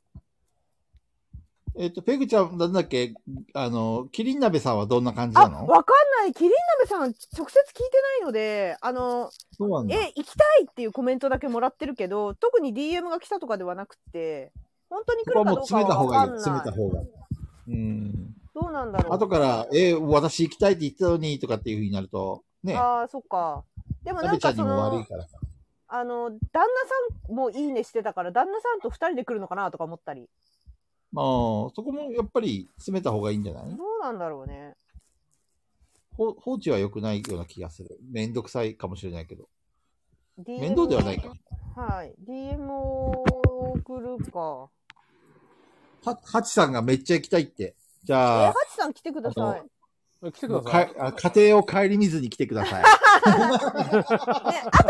Speaker 2: えっ、と、ペグちゃん、なんだっけ、あの、キリン鍋さんはどんな感じ
Speaker 1: あ、
Speaker 2: なの
Speaker 1: わかんない。キリン鍋さん、直接聞いてないので、あの、
Speaker 2: そうなんだ。
Speaker 1: え、行きたいっていうコメントだけもらってるけど、特に DM が来たとかではなくて、本当に来
Speaker 2: ここ
Speaker 1: る
Speaker 2: は
Speaker 1: か
Speaker 2: もう
Speaker 1: どうか
Speaker 2: 詰めた
Speaker 1: は
Speaker 2: 方
Speaker 1: わかん
Speaker 2: がいいよ。
Speaker 1: ない。
Speaker 2: 詰めた方が。うん。
Speaker 1: どうなんだろう。
Speaker 2: 後から、えー私行きたいって言ってたのに、とかっていうふうになると、ね、
Speaker 1: ああ、そっか。でも
Speaker 2: 鍋
Speaker 1: なん
Speaker 2: ちゃ
Speaker 1: か
Speaker 2: んに
Speaker 1: そ
Speaker 2: も悪い
Speaker 1: の、
Speaker 2: からさ。
Speaker 1: あの、旦那さんもいいねしてたから、旦那さんと二人で来るのかなとか思ったり。
Speaker 2: まあ、そこもやっぱり詰めた方がいいんじゃない
Speaker 1: どうなんだろうね。
Speaker 2: ほ放置は良くないような気がする。めんどくさいかもしれないけど。
Speaker 1: DM
Speaker 2: 面倒ではないか。
Speaker 1: はい。DM を送るか。
Speaker 2: は、ハチさんがめっちゃ行きたいって。じ
Speaker 1: え、
Speaker 2: ゃ
Speaker 1: ハ
Speaker 2: あ、
Speaker 1: チさん来てくだ
Speaker 2: あ
Speaker 1: さい。ね、
Speaker 4: 来てく
Speaker 2: もう
Speaker 4: ださ
Speaker 2: か
Speaker 4: い。
Speaker 2: あ家庭を顧みずに来てください。
Speaker 1: あと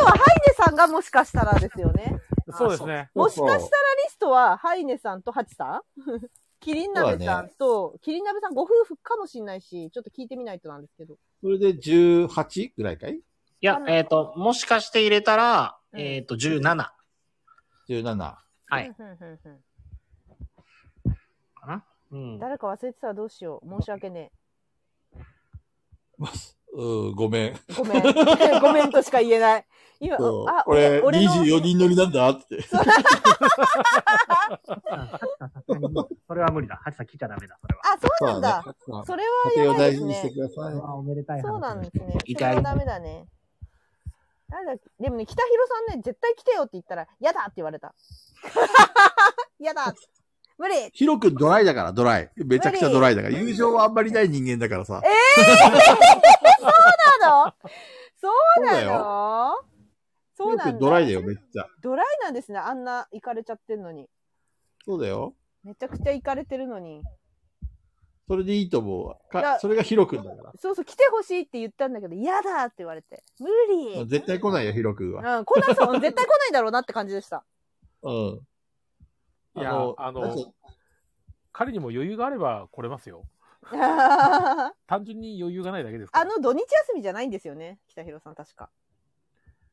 Speaker 1: はハイネさんがもしかしたらですよね。
Speaker 4: そうですね。
Speaker 1: もしかしたらリストは、ハイネさんとハチさん キリン鍋さんと、キリン鍋さんご夫婦かもしれないし、ちょっと聞いてみないとなんですけど。
Speaker 2: それで 18? ぐらいかい
Speaker 3: いや、えっ、と、もしかして入れたら、
Speaker 1: うん
Speaker 3: えっ、と、17
Speaker 2: ?17。あ
Speaker 3: はい
Speaker 1: ふんふんふんふ
Speaker 3: かな。うん
Speaker 1: ん。。誰か忘れてたらどうしよう。申し訳ね
Speaker 2: うーごめん。
Speaker 1: え。ごめん。 ごめんとしか言えない。今、
Speaker 2: そう
Speaker 1: あ、
Speaker 2: 俺、
Speaker 1: 俺の
Speaker 2: 24人乗りなんだって。
Speaker 3: それは無理だ。ハチさん来ちゃダメだ。それは。
Speaker 1: あ、そうなんだ。
Speaker 2: そうだね
Speaker 1: それ
Speaker 2: 家
Speaker 1: はや
Speaker 2: 庭を
Speaker 1: ばい
Speaker 2: 大
Speaker 1: です
Speaker 2: 事にして
Speaker 1: ね
Speaker 2: く。ださい。
Speaker 3: おめでたい
Speaker 1: そうなんですね。
Speaker 3: 意
Speaker 1: それ
Speaker 3: 外
Speaker 1: はダメだね。誰だっけでもね、北広さんね、絶対来てよって言ったら、やだって言われた。 やだ無理え
Speaker 2: ヒロ君ドライだから、ドライ。めちゃくちゃドライだから。友情はあんまりない人間だから
Speaker 1: ー
Speaker 2: さ。
Speaker 1: なのそう
Speaker 2: そう
Speaker 1: な
Speaker 2: だ
Speaker 1: の
Speaker 2: よ
Speaker 1: そう
Speaker 2: ヒ
Speaker 1: な
Speaker 2: ロ
Speaker 1: んだ。
Speaker 2: 君ドライだよ、めっちゃ。
Speaker 1: ドライなんですね。あんな行かれちゃってんのに。
Speaker 2: そうだよ。
Speaker 1: めちゃくちゃ行かれてるのに。
Speaker 2: それでいいと思うわ。
Speaker 1: いや
Speaker 2: か、それがヒロ君だから。
Speaker 1: そうそう、来てほしいって言ったんだけど、やだって言われて。無理
Speaker 2: 絶対来ないよ、ヒロ君は。
Speaker 1: うん、来ないそう。絶対来ないだろうなって感じでした。
Speaker 2: うん。
Speaker 4: いや、あ
Speaker 2: なんか
Speaker 4: の、彼にも余裕があれば来れますよ。
Speaker 1: あ
Speaker 4: 単純に余裕がないだけですから。
Speaker 1: の、土日休みじゃないんですよね。北広さん、確か。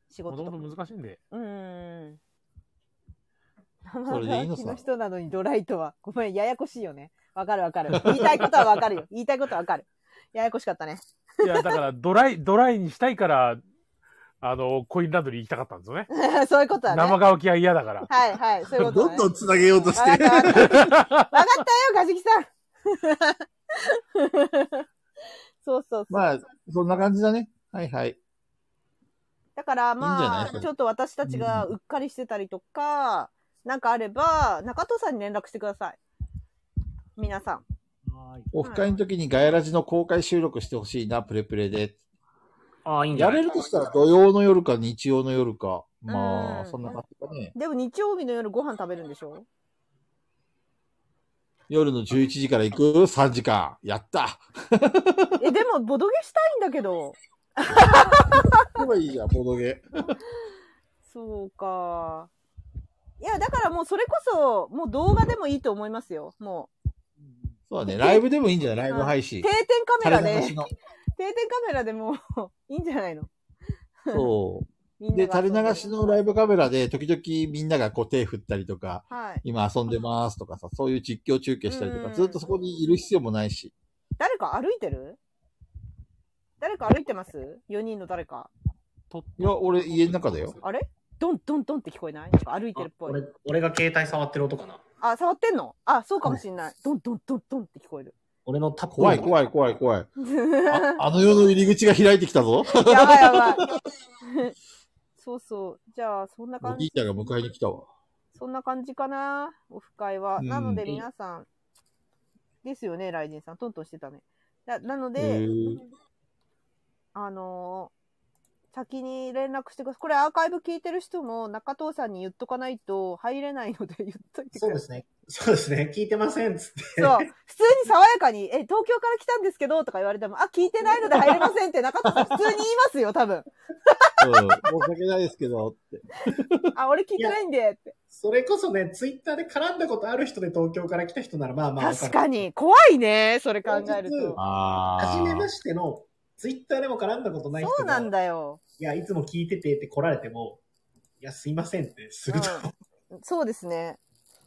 Speaker 1: 仕
Speaker 4: も
Speaker 1: 事と
Speaker 4: と
Speaker 1: か
Speaker 4: もと難しいんで。
Speaker 1: うーん。
Speaker 2: それでいいのさ
Speaker 1: 生乾きの人なのにドライとは。ごめん、ややこしいよね。わかるわかる。言いたいことはわかるよ。言いたいことはわかる。ややこしかったね。
Speaker 4: いや、だから、ドライ、ドライにしたいから、あの、コインランドリー行きたかったんですよね。
Speaker 1: そういうことだね。
Speaker 4: 生乾きは嫌だから。
Speaker 1: はいはい、そういうことだ、
Speaker 2: どん
Speaker 1: ね。
Speaker 2: どん繋げようとし。
Speaker 1: わかってたわかった。わかったよ、かじきさん。そうそうそう。
Speaker 2: まあ、そんな感じだね。はいはい。
Speaker 1: だから
Speaker 2: いいんじゃ
Speaker 1: ま
Speaker 2: ないそ
Speaker 1: あ、
Speaker 2: れ
Speaker 1: ちょっと私たちがうっかりしてたりとか、なんかあれば、中戸さんに連絡してください。皆さん。
Speaker 3: はい。
Speaker 2: オフ会の時にガヤラジの公開収録してほしいな、プレプレで。
Speaker 3: ああ、いいんじゃ
Speaker 2: や
Speaker 3: ない
Speaker 2: れるとしたら土曜の夜か日曜の夜か。
Speaker 1: う
Speaker 2: ま
Speaker 1: ん
Speaker 2: あ、そんな感じかね。
Speaker 1: でも日曜日の夜ご飯食べるんでしょ
Speaker 2: 夜の11時から行く ?3 時間。やった
Speaker 1: え、でもボドゲしたいんだけど。
Speaker 2: 行けばいいじゃん、ボドゲ。
Speaker 1: そうか。いや、だからもうそれこそ、もう動画でもいいと思いますよ。も
Speaker 2: そうだね、ライブでもいいんじゃないライブ配
Speaker 1: う。
Speaker 2: 信
Speaker 1: 定。点カメラ
Speaker 2: 垂れ
Speaker 1: で、
Speaker 2: 流
Speaker 1: 定
Speaker 2: し
Speaker 1: 点
Speaker 2: の。
Speaker 1: カメラでもういいんじゃないの
Speaker 2: そ
Speaker 1: み
Speaker 2: う。
Speaker 1: んな
Speaker 2: で、
Speaker 1: が
Speaker 2: 垂れ流しのライブカメラで、時々みんながこう手振ったりとか、
Speaker 1: はい。
Speaker 2: 今遊んでますとかさ、そういう実況中継したりと
Speaker 1: う
Speaker 2: か、
Speaker 1: ん
Speaker 2: ずっとそこにいる必要もないし。
Speaker 1: 誰か歩いてる誰か歩いてます ?4 人の誰か。
Speaker 2: いや、俺家の中だよ。
Speaker 1: あれドンドンドンって聞こえないなんか歩いてるっぽい
Speaker 3: 俺。俺が携帯触ってる音かな。
Speaker 1: あ、触ってんのあ、そうかもしんない。ドンドンドンドンって聞こえる。
Speaker 3: 俺のタップ
Speaker 2: 怖い怖い怖い怖い。ああの世の入り口が開いてきたぞ。
Speaker 1: やばいやばい。 そうそう。じゃあ、そんな
Speaker 2: お
Speaker 1: 感
Speaker 2: じい
Speaker 1: じ、
Speaker 2: ちゃんが迎えに来たわ。
Speaker 1: そんな感じかな。オフ会は。
Speaker 2: うん
Speaker 1: なので皆さん、ですよね、ライジンさん。トントンしてたね。ななの
Speaker 2: へ
Speaker 1: で、
Speaker 2: ー
Speaker 1: あのー先に連絡してください。これアーカイブ聞いてる人も中藤さんに言っとかないと入れないので言っといて
Speaker 3: そう
Speaker 1: くだ
Speaker 3: で
Speaker 1: さい。
Speaker 3: すね。そうですね。聞いてませんっつって。
Speaker 1: そう。普通に爽やかに、え、東京から来たんですけどとか言われても、あ、聞いてないので入れませんって中藤さん普通に言いますよ、多分。
Speaker 2: うん。申し訳ないですけど、って。
Speaker 1: あ、俺聞いてないんでって。
Speaker 3: それこそね、ツイッターで絡んだことある人で東京から来た人ならまあまあわる
Speaker 1: 確か。に。怖いね、それ考えると。
Speaker 2: あ
Speaker 3: 初め ま
Speaker 2: し
Speaker 3: しての、ツイッターでも絡んだことない人
Speaker 1: そうなんだよ。
Speaker 3: いや、いつも聞いててって来られても、いや、すいませんってすると。
Speaker 1: うん、そうですね。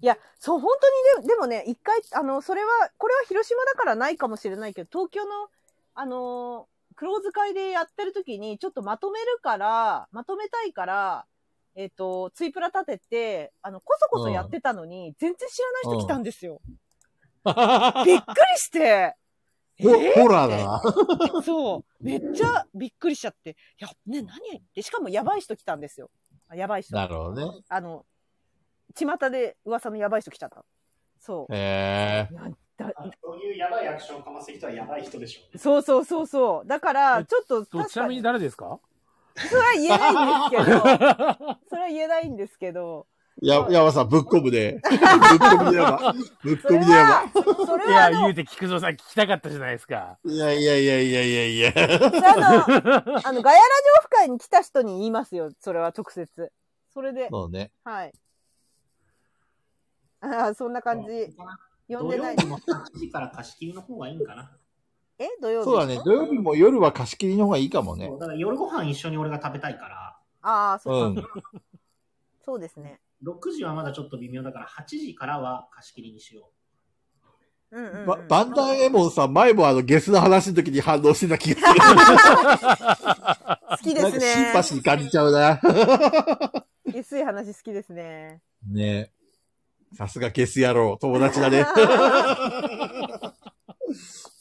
Speaker 1: いや、そう、本当にででもね、一回、あの、それは、これは広島だからないかもしれないけど、東京の、あのークローズ会でやってる時に、ちょっとまとめるから、まとめたいから、えっ、と、ツイプラ立てて、あの、こそこそやってたのに、全然知らない人来たんですよ。びっくりして、
Speaker 2: ホホラーだな。
Speaker 1: そう、めっちゃびっくりしちゃって、いや、ね、何って、しかもやばい人来たんですよ。あやばい人。
Speaker 2: なるほどね。
Speaker 1: あの、巷で噂のやばい人来ちゃった。そう。
Speaker 2: へえ。
Speaker 1: なんだ
Speaker 3: そういうやばいアクションかます人はやばい人でしょ。
Speaker 1: そうそうそうそう。だから、
Speaker 4: え
Speaker 1: ちょっと、
Speaker 4: と
Speaker 1: 確
Speaker 4: ちな
Speaker 1: か
Speaker 4: み
Speaker 1: に
Speaker 4: に、誰ですか
Speaker 1: それは言えないんですけど、それは言えないんですけど、
Speaker 2: や、やばさん、ぶっこむで。ぶっこみでやば。ぶっ
Speaker 1: それ
Speaker 2: こみでや
Speaker 1: は、それ
Speaker 4: い
Speaker 1: はあ
Speaker 4: や、
Speaker 1: の
Speaker 4: 言う、て菊蔵さん聞きたかったじゃないで すか。
Speaker 2: ば。いやいやいやいやいやいや。
Speaker 1: それはあの、あの、ガヤラジオフ会に来た人に言いますよ。それは直接。それで、
Speaker 2: そうね。
Speaker 1: はい。ああ、そんな感じ。呼ん
Speaker 3: 土
Speaker 1: でな
Speaker 3: 曜
Speaker 1: い
Speaker 3: 日。も8時から貸し切りの方がいいんかな。
Speaker 1: え土曜日
Speaker 2: そうだね。土曜日も夜は貸し切りの方がいいかもね
Speaker 3: そ。うだから夜ご飯一緒に俺が食べたいから、
Speaker 1: ああ、そううか、
Speaker 2: ん。
Speaker 1: そうですね。
Speaker 3: 6時はまだちょっと微妙だから、8時からは貸し切りにしよ
Speaker 1: うんうん、うん
Speaker 2: ばバンダーエモンさん、前もあの、ゲスの話の時に反応してた気がする。
Speaker 1: 好きで
Speaker 2: なん
Speaker 1: す
Speaker 2: か
Speaker 1: ね。
Speaker 2: シン パシー感じちゃうな。
Speaker 1: 下水話好きですね。
Speaker 2: ねさすがゲス野郎、友達だね。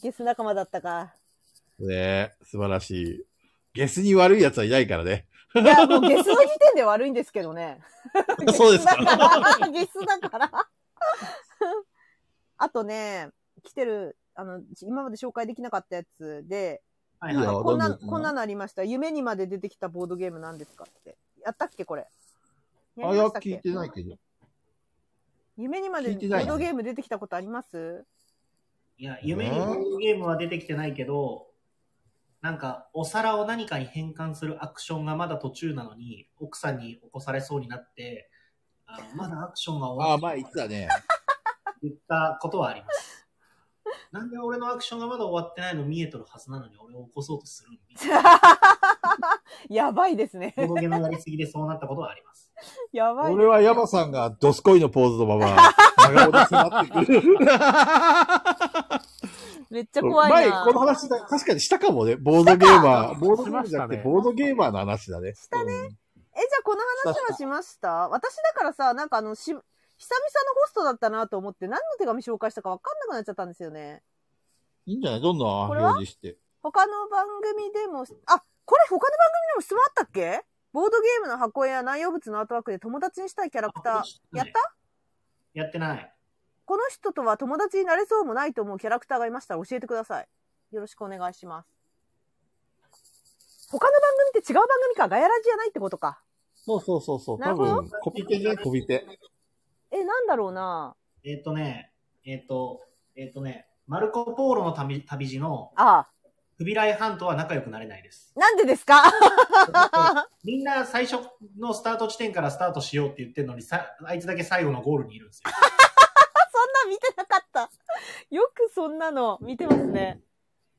Speaker 1: ゲス仲間だったか。
Speaker 2: ね素晴らしい。ゲスに悪い奴はいないからね。
Speaker 1: いや、もうゲスの時点で悪いんですけどね。
Speaker 2: そうです
Speaker 1: だ
Speaker 2: か。
Speaker 1: から、 ゲスだから。あとね、来てる、あの、今まで紹介できなかったやつで、
Speaker 3: う。はい
Speaker 2: いい
Speaker 3: はい。
Speaker 2: よ
Speaker 1: こんな、
Speaker 2: どんどん
Speaker 1: こんなのありました。夢にまで出てきたボードゲームなんですかって。やったっけこれ。や
Speaker 2: あ、
Speaker 1: り
Speaker 2: いや、
Speaker 1: ましたっ
Speaker 2: 聞い
Speaker 1: け
Speaker 2: てないけど。
Speaker 1: 夢にまで
Speaker 2: 聞い
Speaker 1: ボ
Speaker 2: てない
Speaker 1: ー
Speaker 2: ね
Speaker 1: ドゲーム出てきたことあります
Speaker 3: いや、夢にボードゲームは出てきてないけど、なんか、お皿を何かに変換するアクションがまだ途中なのに、奥さんに起こされそうになって、あのまだアクションが終
Speaker 2: あ
Speaker 3: わ
Speaker 2: あ、
Speaker 3: ってな
Speaker 2: 前
Speaker 3: い
Speaker 2: 言ってたね。
Speaker 3: 言ったことはあります。なんで俺のアクションがまだ終わってないの見えとるはずなのに俺を起こそうとするみたい
Speaker 1: やばいですね。
Speaker 3: な。ボードゲームやりすぎでそうなったことはあります。
Speaker 1: やばい
Speaker 2: 俺はヤマさんがドスコイのポーズのまま、長尾に迫ってくる。
Speaker 1: めっちゃ怖いな。
Speaker 2: 前、この話だ、確かにしたかもね。ボードゲーマー。ボードゲ
Speaker 4: し
Speaker 2: ー
Speaker 4: ま
Speaker 2: ム
Speaker 4: し
Speaker 2: じゃ
Speaker 4: た
Speaker 2: なく
Speaker 4: ね
Speaker 2: て、ボードゲーマーの話だね。
Speaker 1: したねえ、じゃあこの話はしました私だからさ、なんかあの、し、久々のホストだったなと思って、何の手紙紹介したか分かんなくなっちゃったんですよね。
Speaker 2: うん。いいんじゃないどんどん
Speaker 1: これは
Speaker 2: 表示して。
Speaker 1: 他の番組でも、あ、これ他の番組でも質問あったっけボードゲームの箱絵や内容物のアートワークで友達にしたいキャラクター。やった
Speaker 3: やってない。
Speaker 1: この人とは友達になれそうもないと思うキャラクターがいましたら教えてください。よろしくお願いします。他の番組って違う番組か。ガヤラジじゃないってことか。
Speaker 7: そうそうそうそう。
Speaker 1: な
Speaker 7: 多
Speaker 1: るほど
Speaker 7: 分、コピペね、コピペ。
Speaker 1: え、なんだろうな。
Speaker 3: えっ、とね、えっ、と、えっ、とね、マルコ・ポーロの旅旅路の
Speaker 1: あ
Speaker 3: フビライ半島は仲良くなれないです。
Speaker 1: あ。なんでですか
Speaker 3: みんな最初のスタート地点からスタートしようって言ってるのに、さあいつだけ最後のゴールにいるんですよ。
Speaker 1: そんな見てなかった。よくそんなの見てますね。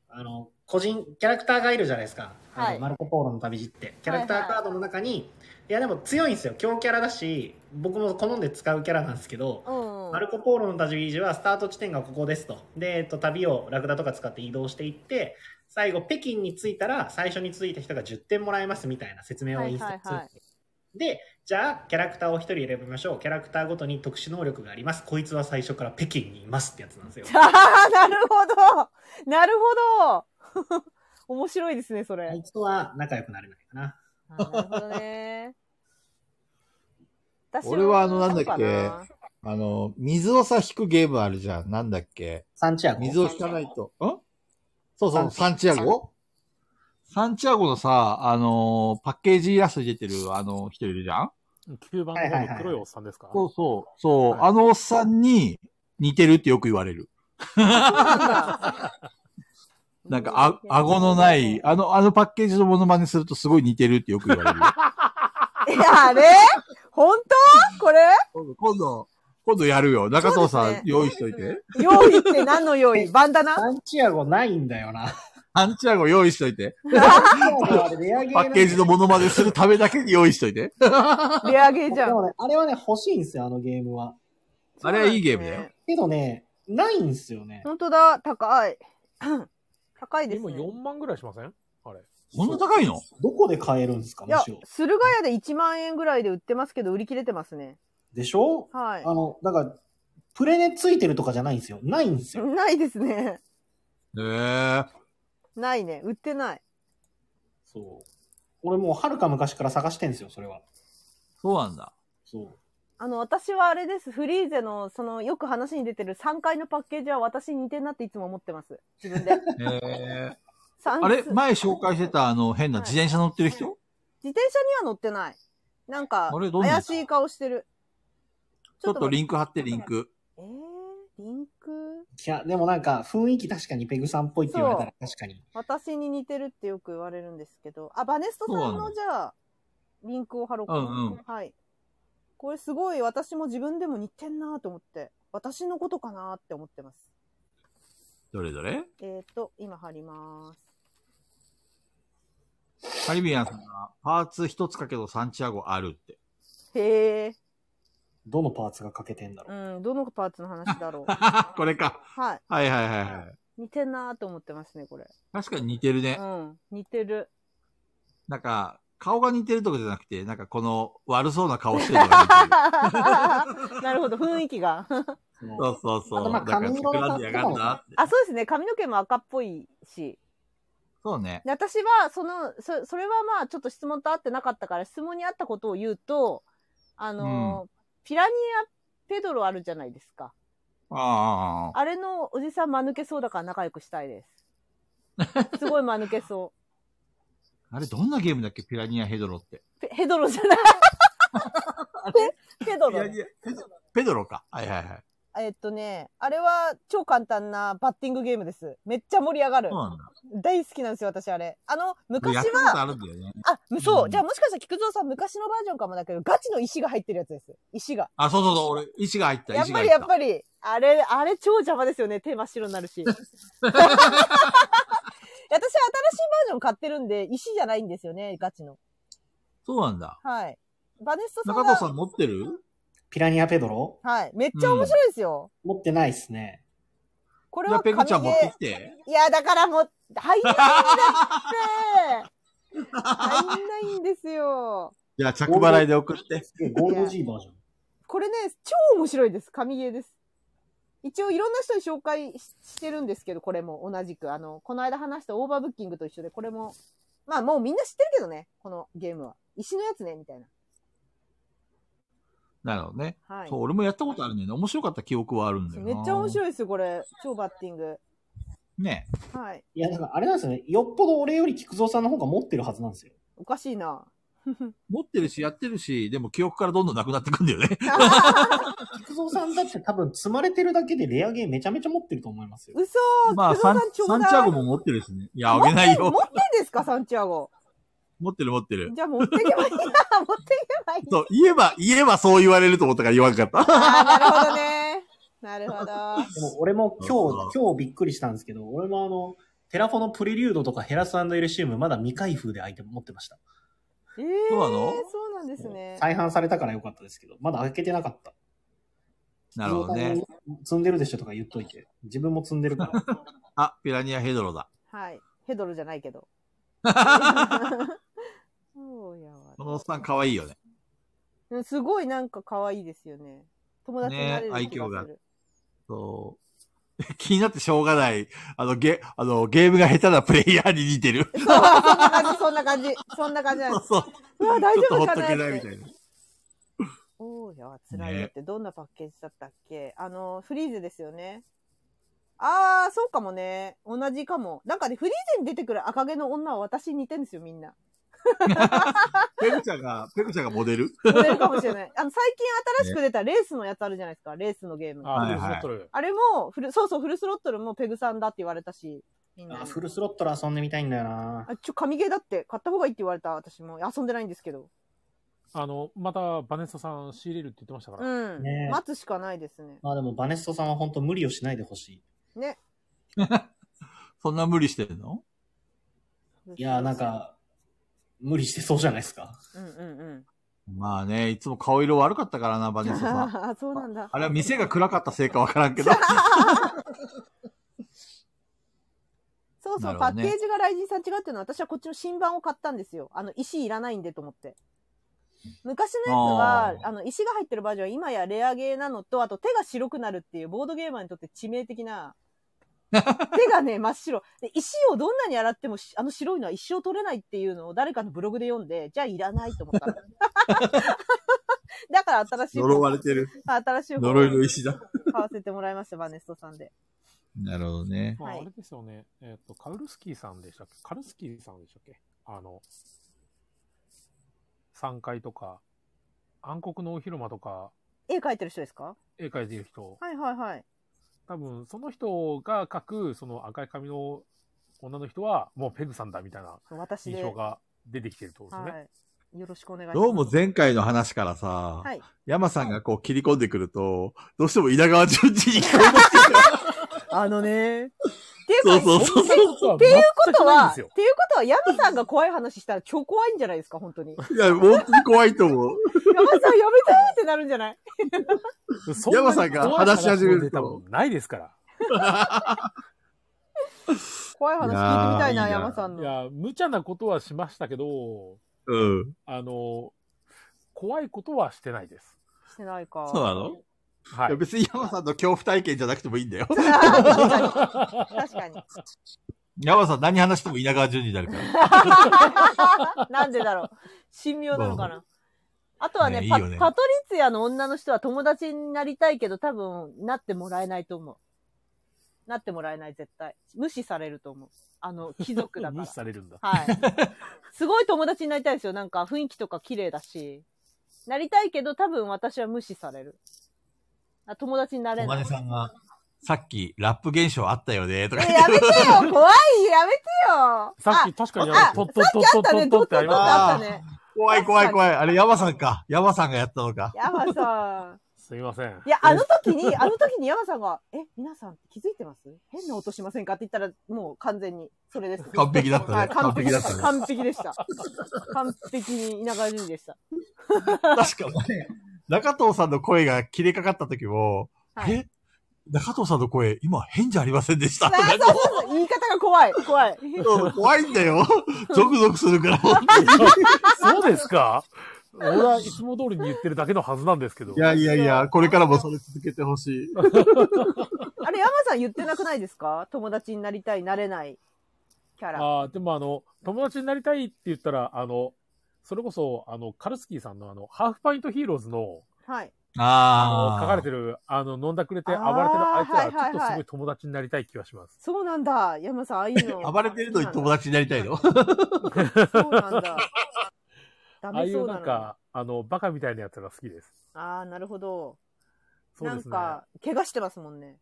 Speaker 3: あの、個人、キャラクターがいるじゃないですか。あの
Speaker 1: はい
Speaker 3: マルコ・ポーロの旅路って。キャラクタ
Speaker 1: はいは
Speaker 3: ー
Speaker 1: い
Speaker 3: カードの中に、いやでも強いんですよ。強キャラだし、僕も好んで使うキャラなんですけど、
Speaker 1: うん。
Speaker 3: マルコ・ポーロの旅路はスタート地点がここですと。で、えっと、旅をラクダとか使って移動していって、最後、北京に着いたら、最初に着いた人が10点もらえますみたいな説明をインスタにする。
Speaker 1: はいはいは
Speaker 3: で、じゃあ、キャラクターを1人選びましょう。キャラクターごとに特殊能力があります。こいつは最初から北京にいますってやつなんですよ。
Speaker 1: ああ、なるほど。なるほど。 面白いですね、それ。
Speaker 3: あいつとは仲良くなれないかな。
Speaker 1: あーなるほどね。私
Speaker 7: 俺はあのなんだっけ
Speaker 1: そうかな
Speaker 7: あの、水をさ、引くゲームあるじゃん。なんだっけ
Speaker 3: サンチアゴ。
Speaker 7: 水を引かないと。んそうそう、サンチア
Speaker 3: サン
Speaker 7: ゴ
Speaker 2: サンチアゴのさ、あのーパッケージイラストに出てる、あのー人いるじゃん
Speaker 4: 9番の方の黒いおっさんですか、
Speaker 2: そうそう。そう、
Speaker 4: はい
Speaker 2: あのおっさんに似てるってよく言われる。 なんか、あ、顎のない、あの、あのパッケージのモノマネするとすごい似てるってよく言 われる。
Speaker 1: いや、あれ本当これ
Speaker 2: 今度今度、今度やるよ。中藤さ
Speaker 1: そ
Speaker 2: ん、
Speaker 1: うですね
Speaker 2: 用意しといて。
Speaker 1: 用意って何の用意 バンダナ
Speaker 3: サンチアゴないんだよ な。
Speaker 2: サンチアゴ用意しといて。
Speaker 3: サンチアゴはあれレアゲー
Speaker 2: パ
Speaker 3: なんだよ
Speaker 2: ッケージのモノマネするためだけに用意しといて。
Speaker 1: レアゲーじゃ
Speaker 3: で
Speaker 1: ん。
Speaker 3: もね、あれはね、欲しいんですよ、あのゲームは。
Speaker 2: あれはいいゲームだよ。
Speaker 3: けどね、ないんですよね。
Speaker 1: 本当だ、高い。 高いです
Speaker 4: 今
Speaker 1: ね。
Speaker 4: 4万ぐらいしませんあれ。
Speaker 2: こんな高いの
Speaker 3: どこで買えるんですか
Speaker 1: い
Speaker 3: む
Speaker 1: や
Speaker 3: しろ、。
Speaker 1: 駿河屋で1万円ぐらいで売ってますけど、売り切れてますね。
Speaker 3: でしょ
Speaker 1: はい
Speaker 3: あ。の、だから、プレネついてるとかじゃないんですよ。ないんですよ。
Speaker 1: ないですね。
Speaker 2: へえ。
Speaker 1: ないね。売ってない。
Speaker 3: そう。俺もうはるか昔から探してんですよ、それは。
Speaker 2: そうなんだ。
Speaker 3: そう。
Speaker 1: あの、私はあれです。フリーゼの、その、よく話に出てる3階のパッケージは私に似てんなっていつも思ってます。自分で。
Speaker 2: へえ。
Speaker 1: 三
Speaker 2: あれ前紹介してたあの変な自転車乗ってる人
Speaker 1: 自転車には乗ってない。なんか
Speaker 2: あれ、どんな
Speaker 1: 怪しい顔してる。
Speaker 2: ちょっとリ
Speaker 1: ン
Speaker 2: ンク貼ってリンク。
Speaker 1: ク。えー、リンク
Speaker 3: いや、でもなんか、雰囲気確かにペグさんっぽいって言われたら確かに。
Speaker 1: 私に似てるってよく言われるんですけど。あ、バネストさん
Speaker 2: そうな
Speaker 1: の
Speaker 2: の
Speaker 1: じゃあ、リンクを貼ろうかな。
Speaker 2: うんうん
Speaker 1: はい。これすごい私も自分でも似てんなと思って、私のことかなって思ってます。
Speaker 2: どれどれ
Speaker 1: えっ、ー、と、今貼ります。
Speaker 2: カリビアンさんがパーツ一つかけどサンチアゴあるって。
Speaker 1: へえ。
Speaker 3: どのパーツが欠けてんだろう。
Speaker 1: うん、どのパーツの話だ ろう。
Speaker 2: これか。
Speaker 1: はい。
Speaker 2: はいはいはいはい。
Speaker 1: 似てんなと思ってますね、これ。
Speaker 2: 確かに似てるね
Speaker 1: う。ん、似てる。
Speaker 2: なんか、顔が似てるとかじゃなくて、なんかこの悪そうな顔してるの が似て る
Speaker 1: なるほど、雰囲気が。
Speaker 3: その
Speaker 2: そうそうそ
Speaker 3: あと
Speaker 2: う。
Speaker 3: ま
Speaker 2: だ
Speaker 3: あ
Speaker 2: から
Speaker 3: 髪色が
Speaker 2: 企んでやがんなって。
Speaker 1: あ、そうですね。髪の毛も赤っぽいし。
Speaker 2: そうね。
Speaker 1: で私は、その、そ、それはまあ、ちょっと質問と合ってなかったから、質問に合ったことを言うと、あのー、ピラニア・ペドロあるじゃないですか。
Speaker 2: ああああ、
Speaker 1: あれのおじさん間抜けそうだから仲良くしたい です。すごい間抜けそ
Speaker 2: あれどんなゲームだっけピラニアヘドロって。
Speaker 1: う。ペヘドロじゃ ないペペド
Speaker 2: ピ
Speaker 1: ロ
Speaker 2: ラ。ニア、ペドペドロか。はいはいはい。
Speaker 1: えっとね、あれは超簡単なバッティングゲームです。めっちゃ盛り上がる
Speaker 2: そう。なんだ。
Speaker 1: 大好きなんですよ、私あれ。あの、
Speaker 2: 俺
Speaker 1: 昔
Speaker 2: やったこ
Speaker 1: は
Speaker 2: と、あるんだよね。
Speaker 1: あ、そうう。
Speaker 2: ん
Speaker 1: じゃあもしかしたら菊蔵さん昔のバージョンかもだけど、ガチの石が入ってるやつです。石が。
Speaker 2: あ、そうそうそう。俺、石が入った。
Speaker 1: やっ
Speaker 2: 石が
Speaker 1: ぱ
Speaker 2: 入
Speaker 1: り
Speaker 2: った。
Speaker 1: やっぱり、あれ、あれ超邪魔ですよね。手真っ白になる し。私は新しいバージョン買ってるんで、石じゃないんですよね、ガチの。
Speaker 2: そうなんだ。
Speaker 1: はい。バネストさん
Speaker 2: 中
Speaker 1: が。
Speaker 2: 藤さん持ってる
Speaker 3: ピラニアペドロ
Speaker 1: はい。めっちゃ面白いですよ。
Speaker 3: 持ってないっすね。
Speaker 1: これ
Speaker 2: じゃあ
Speaker 1: は
Speaker 2: ペ
Speaker 1: 神
Speaker 2: グ
Speaker 1: ゲ
Speaker 2: ちゃん持ってきて。
Speaker 1: いや、だからもう、入んないんだって。入んないんですよ。
Speaker 2: じゃあ着払いで送って。
Speaker 3: すげえ、ゴールド G バージョン。
Speaker 1: これね、超面白いです。神ゲーです。一応いろんな人に紹介ししてるんですけど、これも同じく。あの、この間話したオーバーブッキングと一緒で、これも、まあもうみんな知ってるけどね、このゲームは。石のやつね、みたいな。
Speaker 2: なるほどね。
Speaker 1: はい
Speaker 2: そ。う、俺もやったことあるんだよね。面白かった記憶はあるんだ
Speaker 1: そう
Speaker 2: よ
Speaker 1: めっちゃ面
Speaker 2: い。
Speaker 1: 白いですよ、これ。超バッティング。
Speaker 2: ね。
Speaker 1: はい。
Speaker 3: いや、だからあれなんですよね。よっぽど俺より菊蔵さんの方が持ってるはずなんですよ。
Speaker 1: おかしい な。
Speaker 2: 持ってるし、やってるし、でも記憶からどんどんなくなってくんだよね。
Speaker 3: 菊蔵さんだって多分積まれてるだけでレアゲーめちゃめちゃ持ってると思いますよ。
Speaker 1: 嘘
Speaker 2: まあ、
Speaker 1: 菊蔵
Speaker 2: サン
Speaker 1: さんちょう
Speaker 2: サ
Speaker 1: だい
Speaker 2: ンチャゴも持ってるしね。いや、あげない
Speaker 1: 持って
Speaker 2: よ。
Speaker 1: 持ってんですか、サンチアゴ。
Speaker 2: 持ってる持ってる。
Speaker 1: じゃあ持ってけばいいな。持ってけばいいな。
Speaker 2: そう、言えば、言えばそう言われると思ったから言わん かった。
Speaker 1: あーなるほどね。なるほ ど。
Speaker 3: でも俺も今
Speaker 2: そう
Speaker 3: 日、今日びっくりしたんですけど、俺もあの、テラフォのプレリュードとかヘラスエルシウムまだ未開封でアイテム持ってました。
Speaker 1: えー、
Speaker 2: そうなの
Speaker 1: そうなんですね。
Speaker 3: 再販されたからよかったですけど、まだ開けてなかった。
Speaker 2: なるほどね。。
Speaker 3: 積んでるでしょとか言っといて。自分も積んでるから。
Speaker 2: あ、ピラニアヘドロだ。
Speaker 1: はい。ヘドロじゃないけ ど。そうやわ
Speaker 2: このおっさん可愛いよね。
Speaker 1: うん。すごいなんか可愛いですよね。友達になれる気がする。
Speaker 2: そう。 気になってしょうがない。あの、ゲ、あの、ゲームが下手なプレイヤーに似てる。
Speaker 1: そう そんな感じ、そんな感じ。そんな感じなん
Speaker 2: そう
Speaker 1: です。
Speaker 2: そう。
Speaker 1: うわ、大 丈
Speaker 2: ちょっと
Speaker 1: 夫
Speaker 2: ほっ
Speaker 1: か
Speaker 2: とけ
Speaker 1: な
Speaker 2: ない
Speaker 1: っ
Speaker 2: みた
Speaker 1: て。
Speaker 2: いな。
Speaker 1: おーやわ、辛いよって、どんなパッケージだったっけあの、フリーズですよね。あー、そうかもね。同じかも。なんかね、フリーズに出てくる赤毛の女は私に似てるんですよ、みんな。
Speaker 2: ペグちゃんが、ペグちゃんがモデル
Speaker 1: モデルかもしれ ない。あの、最近新しく出たレースのやつあるじゃないですか、レースのゲーム。
Speaker 4: あ、
Speaker 2: はい
Speaker 4: フ
Speaker 2: はい
Speaker 4: ルスロットル。
Speaker 1: あれもフル、そうそう、フルスロットルもペグさんだって言われたし、みんな
Speaker 3: あ
Speaker 1: に。
Speaker 3: フルスロットル遊んでみたいんだよな。
Speaker 1: あ、ちょ、神ゲーだって、買った方がいいって言われた、私も。遊んでないんですけど。
Speaker 4: あの、また、バネッサさん仕入れるって言ってましたから。
Speaker 1: うん。
Speaker 3: ねえ
Speaker 1: 待つしかないですね。
Speaker 3: まあでもバネストさんは本当無理をしないでほしい。
Speaker 1: ね。
Speaker 2: そんな無理してるの
Speaker 3: いやーなん。か、無理してそうじゃないですか。
Speaker 1: うんうんうん。
Speaker 2: まあね、いつも顔色悪かったからな、バネッサさん。
Speaker 1: あそうなんだ。
Speaker 2: あれは店が暗かったせいかわからん けど。
Speaker 1: そうそ
Speaker 2: な
Speaker 1: う、
Speaker 2: る
Speaker 1: パ
Speaker 2: ほど
Speaker 1: ッ
Speaker 2: ね
Speaker 1: ケージがライジンさん違うっていうのは、私はこっちの新版を買ったんですよ。あの、石いらないんでと思って。昔のやつは、
Speaker 2: あ
Speaker 1: あの、石が入ってるバージョンは今やレアゲーなのと、あと手が白くなるっていうボードゲーマーにとって致命的 な、手がね、真っ白。で、石をどんなに洗ってもし、あの白いのは一生取れないっていうのを誰かのブログで読んで、じゃあいらないと思 った。だから新しい、
Speaker 2: 呪われてる。
Speaker 1: 新しい
Speaker 2: 呪いの石だ。
Speaker 1: 買わせてもらいました、バネストさんで。
Speaker 2: なるほどね。
Speaker 4: まあ、
Speaker 1: は
Speaker 4: あ
Speaker 1: い
Speaker 4: れですよね。えっ、と、カウルスキーさんでしたっけカルスキーさんでしたっけあの、3階とか、暗黒の大広間とか、
Speaker 1: 絵描いてる人ですか
Speaker 4: 絵描いてる人、
Speaker 1: はいはいはい。
Speaker 4: 多分その人が描く、その赤い髪の女の人は、もうペグさんだみたいな
Speaker 1: 私
Speaker 4: 印
Speaker 1: で。
Speaker 4: 象が出てきてるってことですね。
Speaker 1: はい。よろしくお願いします。
Speaker 2: どうも前回の話からさ、
Speaker 1: はい。
Speaker 2: 山さんがこう切り込んでくると、どうしても稲川淳二に聞こえますよ。
Speaker 1: あのね。っていう
Speaker 2: そう
Speaker 1: か、
Speaker 2: そうそう。
Speaker 4: そうそう
Speaker 1: っていうことは、っ
Speaker 4: 全くないんです
Speaker 1: ていう
Speaker 4: よ
Speaker 1: ことは、山さんが怖い話したら超怖いんじゃない ですか、本当に。
Speaker 2: いや、本当に怖いと思う。
Speaker 1: 山さんやめてってなるんじゃない
Speaker 4: そんなに
Speaker 2: 山さんが話し始めると
Speaker 4: 怖い話のデータもないですから。
Speaker 1: 怖い話聞いてみたいな、
Speaker 2: いやーいいな
Speaker 1: 山さん
Speaker 4: い
Speaker 1: の。
Speaker 4: や、無茶なことはしましたけど、
Speaker 2: うん。
Speaker 4: あの、怖いことはしてないです。
Speaker 1: してないか。
Speaker 2: そうなの、
Speaker 4: はい
Speaker 2: いや、。別に山さんの恐怖体験じゃなくてもいいんだよ。
Speaker 1: 確かに。
Speaker 2: 山さん何話しても稲川淳二になるから。
Speaker 1: なんでだろう。神妙なのかな。あとはね
Speaker 2: ねいい
Speaker 1: パ
Speaker 2: よね
Speaker 1: パトリツィアの女の人は友達になりたいけど、多分、なってもらえないと思う。なってもらえない、絶対。無視されると思う。あの、貴族だか
Speaker 4: 無
Speaker 1: ら
Speaker 4: 視。されるんだ。
Speaker 1: はい。すごい友達になりたいですよ。なんか雰囲気とか綺麗だし。なりたいけど、多分私は無視される。あ友達になれ
Speaker 2: 小
Speaker 1: ない。
Speaker 2: 金さんが、さっきラップ現象あったよね、とか
Speaker 1: え
Speaker 2: 言っ
Speaker 1: や
Speaker 2: て
Speaker 1: めてよ怖いやめてよ
Speaker 4: さっ
Speaker 1: あ
Speaker 4: き確かに
Speaker 1: あ
Speaker 4: あの、とっとっとっ
Speaker 1: あ
Speaker 4: と
Speaker 1: っ
Speaker 4: ったと
Speaker 1: ね、
Speaker 4: っ
Speaker 1: ドッ
Speaker 4: とっ
Speaker 1: ト
Speaker 4: て
Speaker 1: ド
Speaker 4: あ
Speaker 1: ットあっ
Speaker 4: りました。
Speaker 1: たね。
Speaker 2: 怖い怖い怖い。あれ山さんか。山さんがやったのか。
Speaker 1: 山さん。
Speaker 4: すみません。
Speaker 1: いや、あの時に、あの時に山さんが、え、皆さん気づいてます変な音しませんかって言ったら、もう完全に、それです。
Speaker 2: 完璧だったね
Speaker 1: はい完璧でし
Speaker 2: 完璧だった
Speaker 1: た。
Speaker 2: ね
Speaker 1: 完璧でした。完璧に稲川淳二でした。
Speaker 2: 確かね、中藤さんの声が切れかかった時も、
Speaker 1: はい
Speaker 2: え中藤さんの声、今変じゃありませんでした。
Speaker 1: あそうそうそう言い方が怖い、怖い。
Speaker 2: そう怖いんだ よ。ゾクゾクするから。い
Speaker 4: そうですか俺はいつも通りに言ってるだけのはずなんですけど。
Speaker 2: やいやいや、これからもそれ続けてほしい。
Speaker 1: あれ、山さん言ってなくないですか友達になりたい、なれないキャラ。
Speaker 4: あーでもあの、友達になりたいって言ったら、あの、それこそ、あの、カルスキーさんのあの、ハーフパイントヒーローズの、
Speaker 1: はい。
Speaker 4: あの書かれ
Speaker 2: る。
Speaker 4: てる、あの、飲んだくれて
Speaker 1: あ
Speaker 4: 暴れてる
Speaker 1: ー
Speaker 4: あいつら、
Speaker 1: はいはいはい
Speaker 4: ちょっとすごい友達になりたい気はします。
Speaker 1: そうなんだ。山さん、ああいうの。
Speaker 2: 暴れてるのに友達になりたいの
Speaker 1: そうなんだ。ダ
Speaker 4: ああ
Speaker 1: メ
Speaker 4: い
Speaker 1: そううな
Speaker 4: なん
Speaker 1: の。あ
Speaker 4: か、あの、バカみたいなやつが好きです。
Speaker 1: あー、なるほど。
Speaker 4: そう
Speaker 1: な
Speaker 4: で
Speaker 1: ん
Speaker 4: すね。
Speaker 1: か、怪我してますもんね。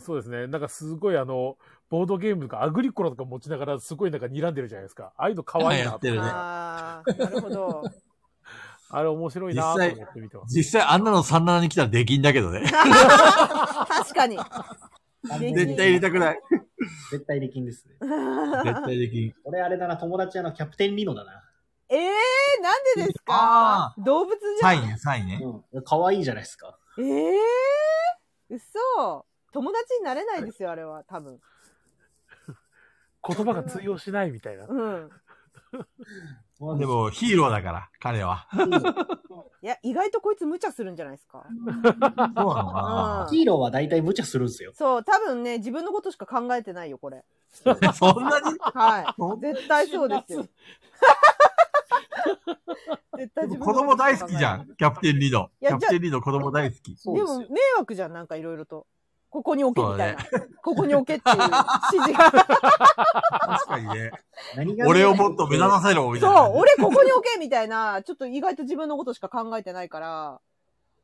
Speaker 4: そうですね。なんかすごいあの、ボードゲームとかアグリコラとか持ちながらすごいなんか睨んでるじゃないですか。ああいうの可愛い
Speaker 2: や
Speaker 4: な
Speaker 2: ってるね
Speaker 1: ああ、なるほど。
Speaker 4: あれ面白いな
Speaker 2: 実
Speaker 4: と
Speaker 2: 際
Speaker 4: 思って見てま す。
Speaker 2: 実際あんなの37に来たらできんだけどね。
Speaker 1: 確かに。
Speaker 6: で
Speaker 2: 絶対入れたくない。
Speaker 3: 絶対できんですね。
Speaker 2: 絶対できん。
Speaker 3: 俺あれだな、友達あの、キャプテンリノだな。
Speaker 1: ええー、なんでですか
Speaker 2: あ
Speaker 1: 動物じゃ
Speaker 2: サ
Speaker 1: ん。
Speaker 2: インね、サインね。
Speaker 3: うん。可愛いじゃないですか。
Speaker 1: ええー、嘘。友達になれないですよ、あれは、多分。
Speaker 4: 言葉が通用しないみたいな。
Speaker 1: うん。
Speaker 2: でもヒーローだから、彼は。そ
Speaker 1: いや、意外とこいつ無茶するんじゃないですか。
Speaker 2: うなのか
Speaker 3: ヒーローは大体無茶するんですよ。
Speaker 1: そう、多分ね、自分のことしか考えてないよ、これ。
Speaker 2: な そんなに
Speaker 1: はい。絶対そうですよ。絶対
Speaker 2: で
Speaker 1: 自分
Speaker 2: も子
Speaker 1: のこ
Speaker 2: 供
Speaker 1: としか考えてない
Speaker 2: 大好きじゃん。。キャプテンリード。
Speaker 1: い
Speaker 2: キ
Speaker 1: や
Speaker 2: ャプテンリード子供大好き。
Speaker 3: そう
Speaker 1: で
Speaker 3: です
Speaker 1: も
Speaker 3: よ
Speaker 1: 迷。惑じゃん、なんかいろいろと。ここに置けみたいな。
Speaker 2: そ
Speaker 1: ここに置けっていう指示が。
Speaker 2: 確かにね。
Speaker 3: 何が
Speaker 2: 俺をもっと目立たせろ、みたいな。
Speaker 1: そう、俺ここに置けみたいな、 ちょっと意外と自分のことしか考えてないから、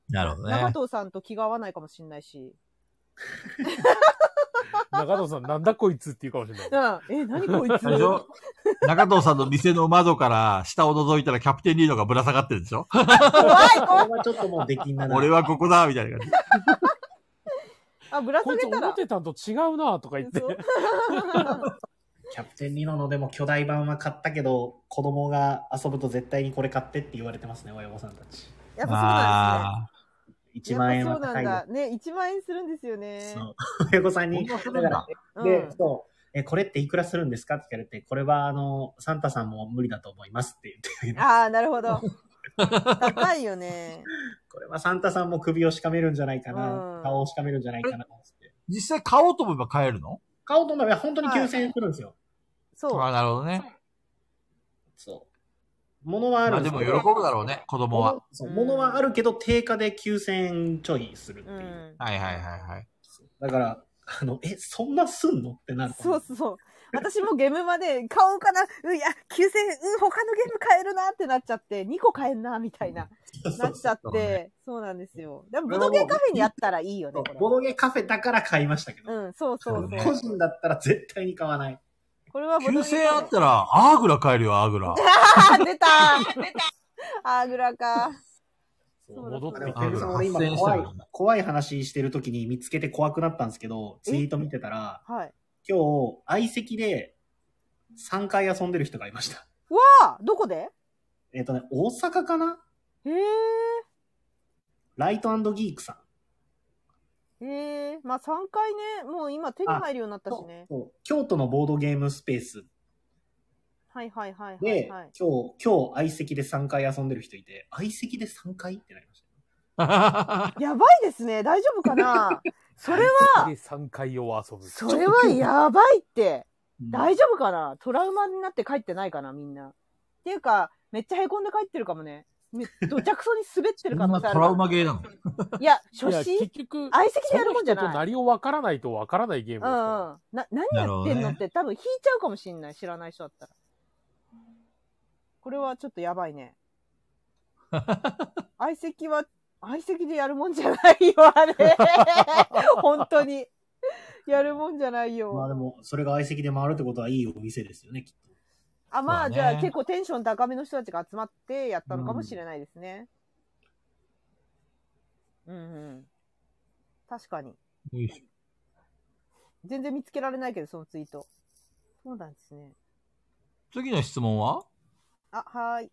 Speaker 2: なるほどね
Speaker 1: 長。藤さんと気が合わないかもしれないし。
Speaker 4: 中野さん、なんだこいつって言うかもし れない。
Speaker 1: うん。え、何こいつ
Speaker 2: あれでしょ中藤さんの店の窓から下を覗いたらキャプテンリードがぶら下がってるでしょ
Speaker 1: 怖い怖い
Speaker 3: 俺はちょっともうできんなな。
Speaker 2: 俺はここだ、みたいな感じ。
Speaker 1: あ、ぶら
Speaker 4: こ
Speaker 1: 下
Speaker 4: いつ
Speaker 1: げた
Speaker 4: 思っ
Speaker 1: ら。
Speaker 4: てたんと違うなとか言って。
Speaker 1: そう
Speaker 3: キャプテンリノのでも巨大版は買ったけど、子供が遊ぶと絶対にこれ買ってって言われてますね、親御さんたち。
Speaker 1: やっぱそうなん
Speaker 2: あ
Speaker 1: ですね。
Speaker 3: 1万円
Speaker 1: やっ
Speaker 3: は
Speaker 1: ぱそう
Speaker 3: 高
Speaker 1: ないん
Speaker 3: よ
Speaker 1: だ。ね、1万円するんですよね
Speaker 3: そ。う。親御さん
Speaker 2: あ。
Speaker 3: に、
Speaker 2: こんなす
Speaker 3: だ
Speaker 2: るん
Speaker 3: から
Speaker 2: だ。
Speaker 3: で、
Speaker 1: う
Speaker 3: そう、え、これっていくらするんですかって聞かれて、これはあの、サンタさんも無理だと思いますって言ってあげ
Speaker 1: ん。
Speaker 3: て、
Speaker 1: ああ、なるほど。高いよね。
Speaker 3: これはサンタさんも首をしかめるんじゃないか
Speaker 1: う、
Speaker 3: なん顔をしかめるんじゃないかな、つって。
Speaker 2: 実際買おうと思えば買えるの
Speaker 3: 買おうと思えば本当に
Speaker 1: はい
Speaker 3: 9000円するんですよ。
Speaker 1: そう。
Speaker 2: あなるほどね。
Speaker 3: そう。物は
Speaker 2: ま
Speaker 3: ある
Speaker 2: あ
Speaker 3: ん
Speaker 2: でも喜ぶ
Speaker 3: ど
Speaker 2: だろうね、子供は
Speaker 3: 物。そう物はあるけど、定価で9000円ちょいするって
Speaker 1: う
Speaker 3: いう。
Speaker 1: ん。
Speaker 2: はいはいはいはい。
Speaker 3: だから、あの、え、そんなすんのってなると思
Speaker 1: そうそう。私もゲームまで買おうかな、うん、いや、9000円、うん、他のゲーム買えるなってなっちゃって、2個買えんな、みたいな、なっちゃっ
Speaker 2: そう
Speaker 1: て
Speaker 2: ね、
Speaker 1: そうなんですよ。でも、ボドゲカフェにあったらいいよね、こ
Speaker 3: ボ
Speaker 1: れ。
Speaker 3: ドゲカフェだから買いましたけど、
Speaker 1: うん、そうそう
Speaker 2: そう
Speaker 1: そ
Speaker 3: 個
Speaker 1: う。
Speaker 3: 人だったら絶対に買わない。
Speaker 1: これはボドゲ
Speaker 2: 9000円あっ
Speaker 1: ら。
Speaker 2: たら、アーグラ買えるよ、アーグ
Speaker 1: あ
Speaker 2: ラ。
Speaker 1: ー出た出たあーグラか。そうだ
Speaker 4: 戻って
Speaker 3: でも
Speaker 4: き
Speaker 2: あ
Speaker 3: ペ
Speaker 4: て
Speaker 3: グ
Speaker 4: る
Speaker 3: さん俺今
Speaker 2: 発生して
Speaker 3: 怖
Speaker 2: た
Speaker 3: い
Speaker 2: もんね、
Speaker 3: 怖い話してる時に見つけて怖くなったんですけど、ツイート見てたら、
Speaker 1: はい。
Speaker 3: 今日、相席で3回遊んでる人がいました。
Speaker 1: あ、どこで
Speaker 3: えっ、とね、大阪かな
Speaker 1: へ
Speaker 3: ライトギークさん。
Speaker 1: え。へえ。まあ、3回ね、もう今手に入るようになったしね。
Speaker 3: そう京都のボードゲームスペース
Speaker 1: はいはいはいは
Speaker 3: で、
Speaker 1: い、はい。
Speaker 3: 今日、今日相席で3回遊んでる人いて、相席で3回ってなりました。
Speaker 1: やばいですね。大丈夫か なそれは、
Speaker 4: は3回を遊ぶ。
Speaker 1: それはやばいって。
Speaker 3: うん
Speaker 1: 大丈夫かなトラウマになって帰ってないかなみんな。っていうか、めっちゃへこんで帰ってるかもね。めどちゃくそに滑ってる可
Speaker 2: こん
Speaker 1: 能
Speaker 2: な
Speaker 1: 性
Speaker 2: ト
Speaker 1: ある
Speaker 2: ラウ
Speaker 1: か
Speaker 2: マゲーなの。
Speaker 1: ら。いや、
Speaker 4: い
Speaker 1: 初
Speaker 4: や結
Speaker 1: 心
Speaker 4: 局、
Speaker 1: 相席
Speaker 4: そ
Speaker 1: でやる
Speaker 4: の
Speaker 1: もんじゃ
Speaker 4: 人と
Speaker 1: ない。
Speaker 4: なりを分からないと分からないゲーム
Speaker 1: う
Speaker 4: ですか
Speaker 1: ん。な、何やってんの
Speaker 2: なるほど
Speaker 1: っ
Speaker 2: ね
Speaker 1: て、多分引いちゃうかもしんない。知らない人だったら。これはちょっとやばいね。相席は、相席でやるもんじゃないよ、あれ。本当に。やるもんじゃないよ。
Speaker 3: まあでも、それが相席で回るってことはいいお店ですよね、きっと。
Speaker 1: あ、まあ、
Speaker 2: そう
Speaker 1: じ
Speaker 2: だね
Speaker 1: ゃあ結構テンション高めの人たちが集まってやったのかもしれないですね。うん、うん。確かに。全然見つけられないけど、そのツイート。そうなんですね。
Speaker 2: 次の質問は
Speaker 1: あ、はーい。い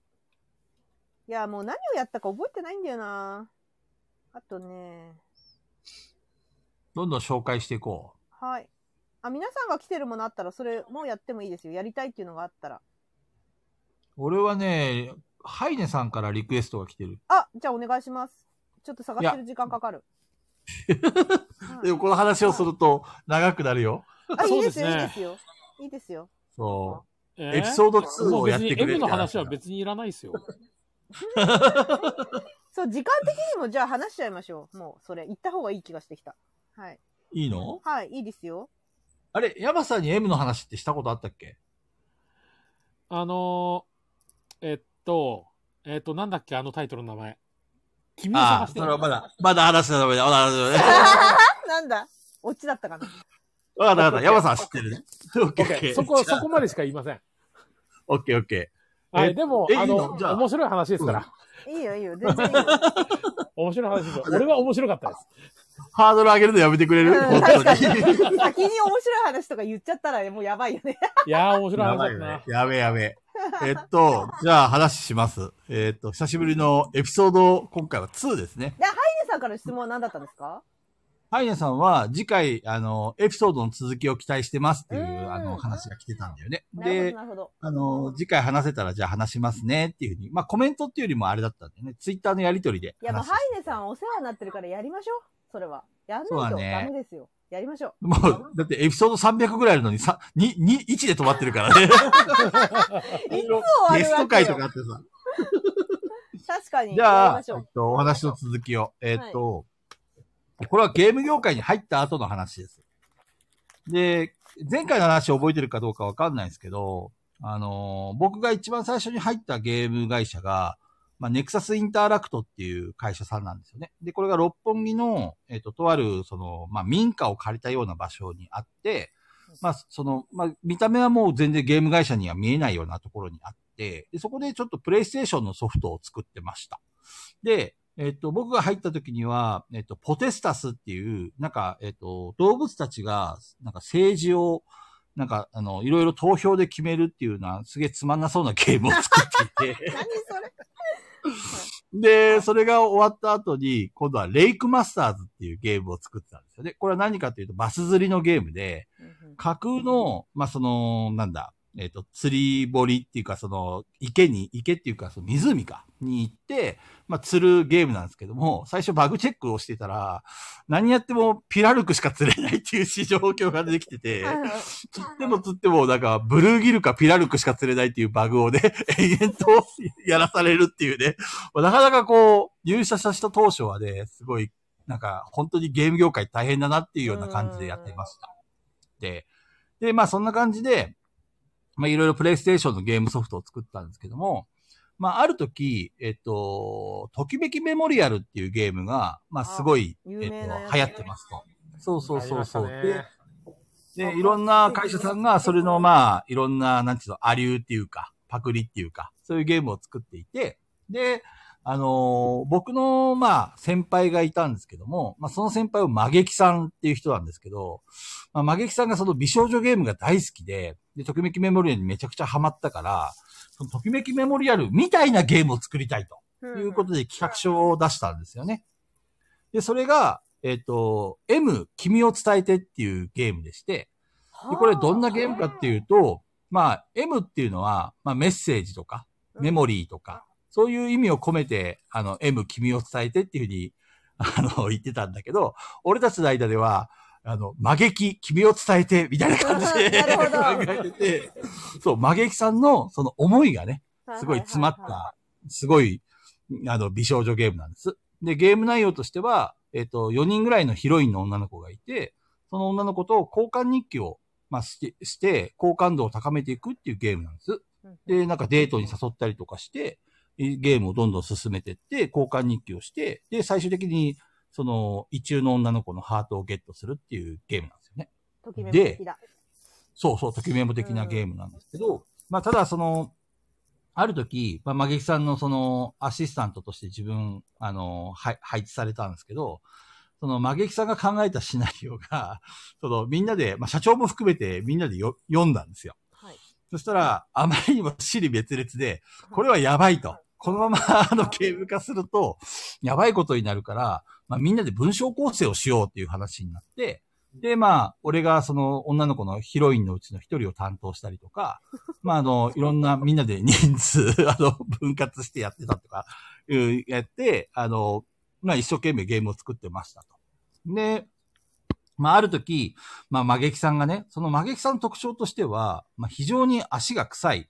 Speaker 1: や、もう何をやったか覚えてないんだよな。あとね、
Speaker 2: どんどん紹介していこ
Speaker 1: はい。あ、皆さんが来てるものあったら、それもうやってもいいですよ。やりたいっていうのがあったら。
Speaker 2: う。俺はね、ハイネさんからリクエストが来てる。
Speaker 1: あ、じゃあお願いします。ちょっと探してる時間かかる。はい
Speaker 2: でもこの話をすると長くなるよ。
Speaker 1: あ、いいです
Speaker 4: そ
Speaker 1: よ、いい
Speaker 4: うですね
Speaker 1: ですよ。いいです よ。
Speaker 2: そ
Speaker 4: ら。
Speaker 2: う。
Speaker 4: え
Speaker 2: エピソード
Speaker 4: ー
Speaker 2: 2をやってくれ
Speaker 4: もう別に M
Speaker 2: る
Speaker 4: の話は別にいらないですよ。
Speaker 1: そう、時間的にもじゃあ話しちゃいましょう。もう、それ、行った方がいい気がしてきた。はい。
Speaker 2: いいの
Speaker 1: はい、いいです よ。
Speaker 2: あれ、山さんに M の話ってしたことあったっけ
Speaker 4: あのー、えっと、えっと、なんだっけ、あのタイトルの名前。君を探してる
Speaker 2: だ、まだ話したダメだ。まだ話した
Speaker 1: なんだオチだったかな。
Speaker 2: わかったわかった。山さん知ってるね。オッケーオッケー。
Speaker 4: そこ、そこまでしか言いません。
Speaker 2: オッケーオッケ
Speaker 4: は
Speaker 2: え
Speaker 4: い、でも
Speaker 2: え、
Speaker 4: あ
Speaker 2: いいの
Speaker 4: の、
Speaker 2: じゃあ
Speaker 4: 面白い話ですから。
Speaker 1: いいよ、いい よ。全然いいよ。
Speaker 4: 面白い話ですよ。俺は面白かったです。
Speaker 2: ー。ハードル上げるのやめてくれる
Speaker 1: うん
Speaker 2: 本当
Speaker 1: 確
Speaker 2: に。
Speaker 1: 先に面白い話とか言っちゃったら、もうやばいよね。
Speaker 4: いやー、面白い
Speaker 2: や
Speaker 4: 話だ
Speaker 2: ば
Speaker 4: っ
Speaker 2: い
Speaker 4: た
Speaker 2: よね
Speaker 4: な。。
Speaker 2: やべえやべえ。えっと、じゃあ話します。えっと、久しぶりのエピソード、今回は2ですね。
Speaker 1: ヒデさんからの質問は何だったんですか
Speaker 2: ハイネさんは次回、あの、エピソードの続きを期待してますっていうう、
Speaker 1: ん
Speaker 2: あの、話が来てたんだよね。
Speaker 1: なるほど、
Speaker 2: で、
Speaker 1: なるほど。
Speaker 2: あの、次回話せたらじゃあ話しますねっていうふうに、まあコメントっていうよりもあれだったんだよね。ツイッターのやりとりで
Speaker 1: いや、もう、
Speaker 2: 話
Speaker 1: ハイネさんお世話になってるからやりましょう。それは。やん
Speaker 2: そう
Speaker 1: ないと
Speaker 2: だね
Speaker 1: ダメですよ。やりましょう。
Speaker 2: もう、だってエピソード300ぐらいあるのに、さ、に、に、1で止まってるからね。
Speaker 1: いつ終わ
Speaker 2: ゲ
Speaker 1: る
Speaker 2: スト
Speaker 1: わけ
Speaker 2: 会とかあ
Speaker 1: よ
Speaker 2: ってさ。
Speaker 1: 確かに。
Speaker 2: じ
Speaker 1: やり
Speaker 2: ゃあ
Speaker 1: ましょ、
Speaker 2: えっ
Speaker 1: う。
Speaker 2: とお話の続きを。えっと、これはゲーム業界に入った後の話です。で、前回の話覚えてるかどうかわかんないですけど、あのー僕が一番最初に入ったゲーム会社が、まあ、ネクサスインターラクトっていう会社さんなんですよね。で、これが六本木の、えっ、と、とある、その、まあ、民家を借りたような場所にあって、まあ、その、まあ、見た目はもう全然ゲーム会社には見えないようなところにあって、でそこでちょっとプレイステーションのソフトを作ってました。で、えっと、僕が入った時には、えっと、ポテスタスっていう、なんか、えっと、動物たちが、なんか政治を、なんか、あの、いろいろ投票で決めるっていうような、すげえつまんなそうなゲームを作ってい て。
Speaker 1: 何それ
Speaker 2: で、それが終わった後に、今度はレイクマスターズっていうゲームを作ってたんですよね。これは何かというと、バス釣りのゲームで、 架空の、まあ、その、なんだ、えっ、と、釣り堀っていうか、その、池に、池っていうか、その湖か、に行って、まあ、釣るゲームなんですけども、最初バグチェックをしてたら、何やってもピラルクしか釣れないっていう市場況ができてて、
Speaker 1: はいはい
Speaker 2: 釣っても釣っても、なんか、ブルーギルかピラルクしか釣れないっていうバグ をね、延々とやらされるっていうね、まあなかなかこう、入社した当初はね、すごい、なんか、本当にゲーム業界大変だなっていうような感じでやってました。で、で、まあそんな感じで、まあいろいろプレイステーションのゲームソフトを作ったんですけども、まあある時、えっと、ときめきメモリアルっていうゲームが、まあすごい、
Speaker 1: 有
Speaker 2: えっ
Speaker 1: 名なや
Speaker 2: と、
Speaker 1: つ
Speaker 2: 流行ってますと。そうそうそうそう。
Speaker 4: ありました
Speaker 2: で
Speaker 4: ね
Speaker 2: で、いろんな会社さんが、それのまあ、いろんな、なんちゅうの、アリューっていうか、パクリっていうか、そういうゲームを作っていて、で、あのー僕の、まあ、先輩がいたんですけども、まあ、その先輩をマゲキさんっていう人なんですけど、まあ、マゲキさんがその美少女ゲームが大好きで、で、ときめきメモリアルにめちゃくちゃハマったから、そのときめきメモリアルみたいなゲームを作りたいと。ということで企画書を出したんですよね。で、それが、えっ、と、M、君を伝えてっていうゲームでして、でこれどんなゲームかっていうと、まあ、M っていうのは、まあ、メッセージとか、メモリーとか、そういう意味を込めて、あの、M、君を伝えてっていうふうに、あの、言ってたんだけど、俺たちの間では、あの、魔劇、君を伝えて、みたいな感じで
Speaker 1: なるほど
Speaker 2: 考えてて、そう、魔劇さんのその思いがね、すごい詰まっ
Speaker 1: はは
Speaker 2: た、すごい、あの、美少女ゲームなんです。で、ゲーム内容としては、えっ、と、4人ぐらいのヒロインの女の子がいて、その女の子と交換日記を、まあ、して、して、好感度を高めていくっていうゲームなんです。
Speaker 1: いはい
Speaker 2: で、なんかデートに誘ったりとかして、えゲームをどんどん進めてって、交換日記をして、で、最終的に、その、一中の女の子のハートをゲットするっていうゲームなんですよね。
Speaker 1: ときめく好きだ。
Speaker 2: そうそう、ときメモ的なゲームなんですけど、まあ、ただその、ある時、まあ、マゲキさんのその、アシスタントとして自分、あの、はい、配置されたんですけど、その、マゲキさんが考えたシナリオが、その、みんなで、まあ、社長も含めてみんなでよ読んだんですよ。
Speaker 1: はい
Speaker 2: そしたら、あまりにも死に滅裂で、これ はやばいと。このまま、あの、ゲーム化すると、やばいことになるから、まあ、みんなで文章構成をしようっていう話になって、で、まあ、俺がその女の子のヒロインのうちの一人を担当したりとか、まあ、あの、いろんなみんなで人数、 あの、分割してやってたとか、いうやって、あの、まあ、一生懸命ゲームを作ってましたと。で、まあ、ある時、まあ、マゲキさんがね、そのマゲキさんの特徴としては、まあ、非常に足が臭い。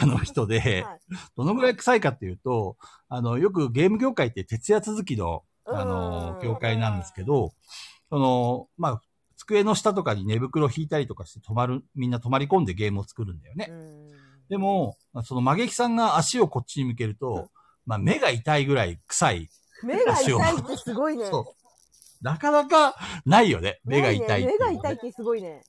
Speaker 2: あの人で、
Speaker 1: はい
Speaker 2: どのぐらい臭いかっていうと、あの、よくゲーム業界って徹夜続きの、あの、
Speaker 1: うん
Speaker 2: 業界なんですけど、その、まあ、机の下とかに寝袋引いたりとかして泊まる、みんな泊まり込んでゲームを作るんだよね。
Speaker 1: うん
Speaker 2: でも、その、げきさんが足をこっちに向けると、まあ、目が痛いぐらい臭い。
Speaker 1: 目が痛いってすごいね。
Speaker 2: そう。なかなかないよね。目が痛いっていうの
Speaker 1: 目
Speaker 2: ね
Speaker 1: が痛いってすごいね。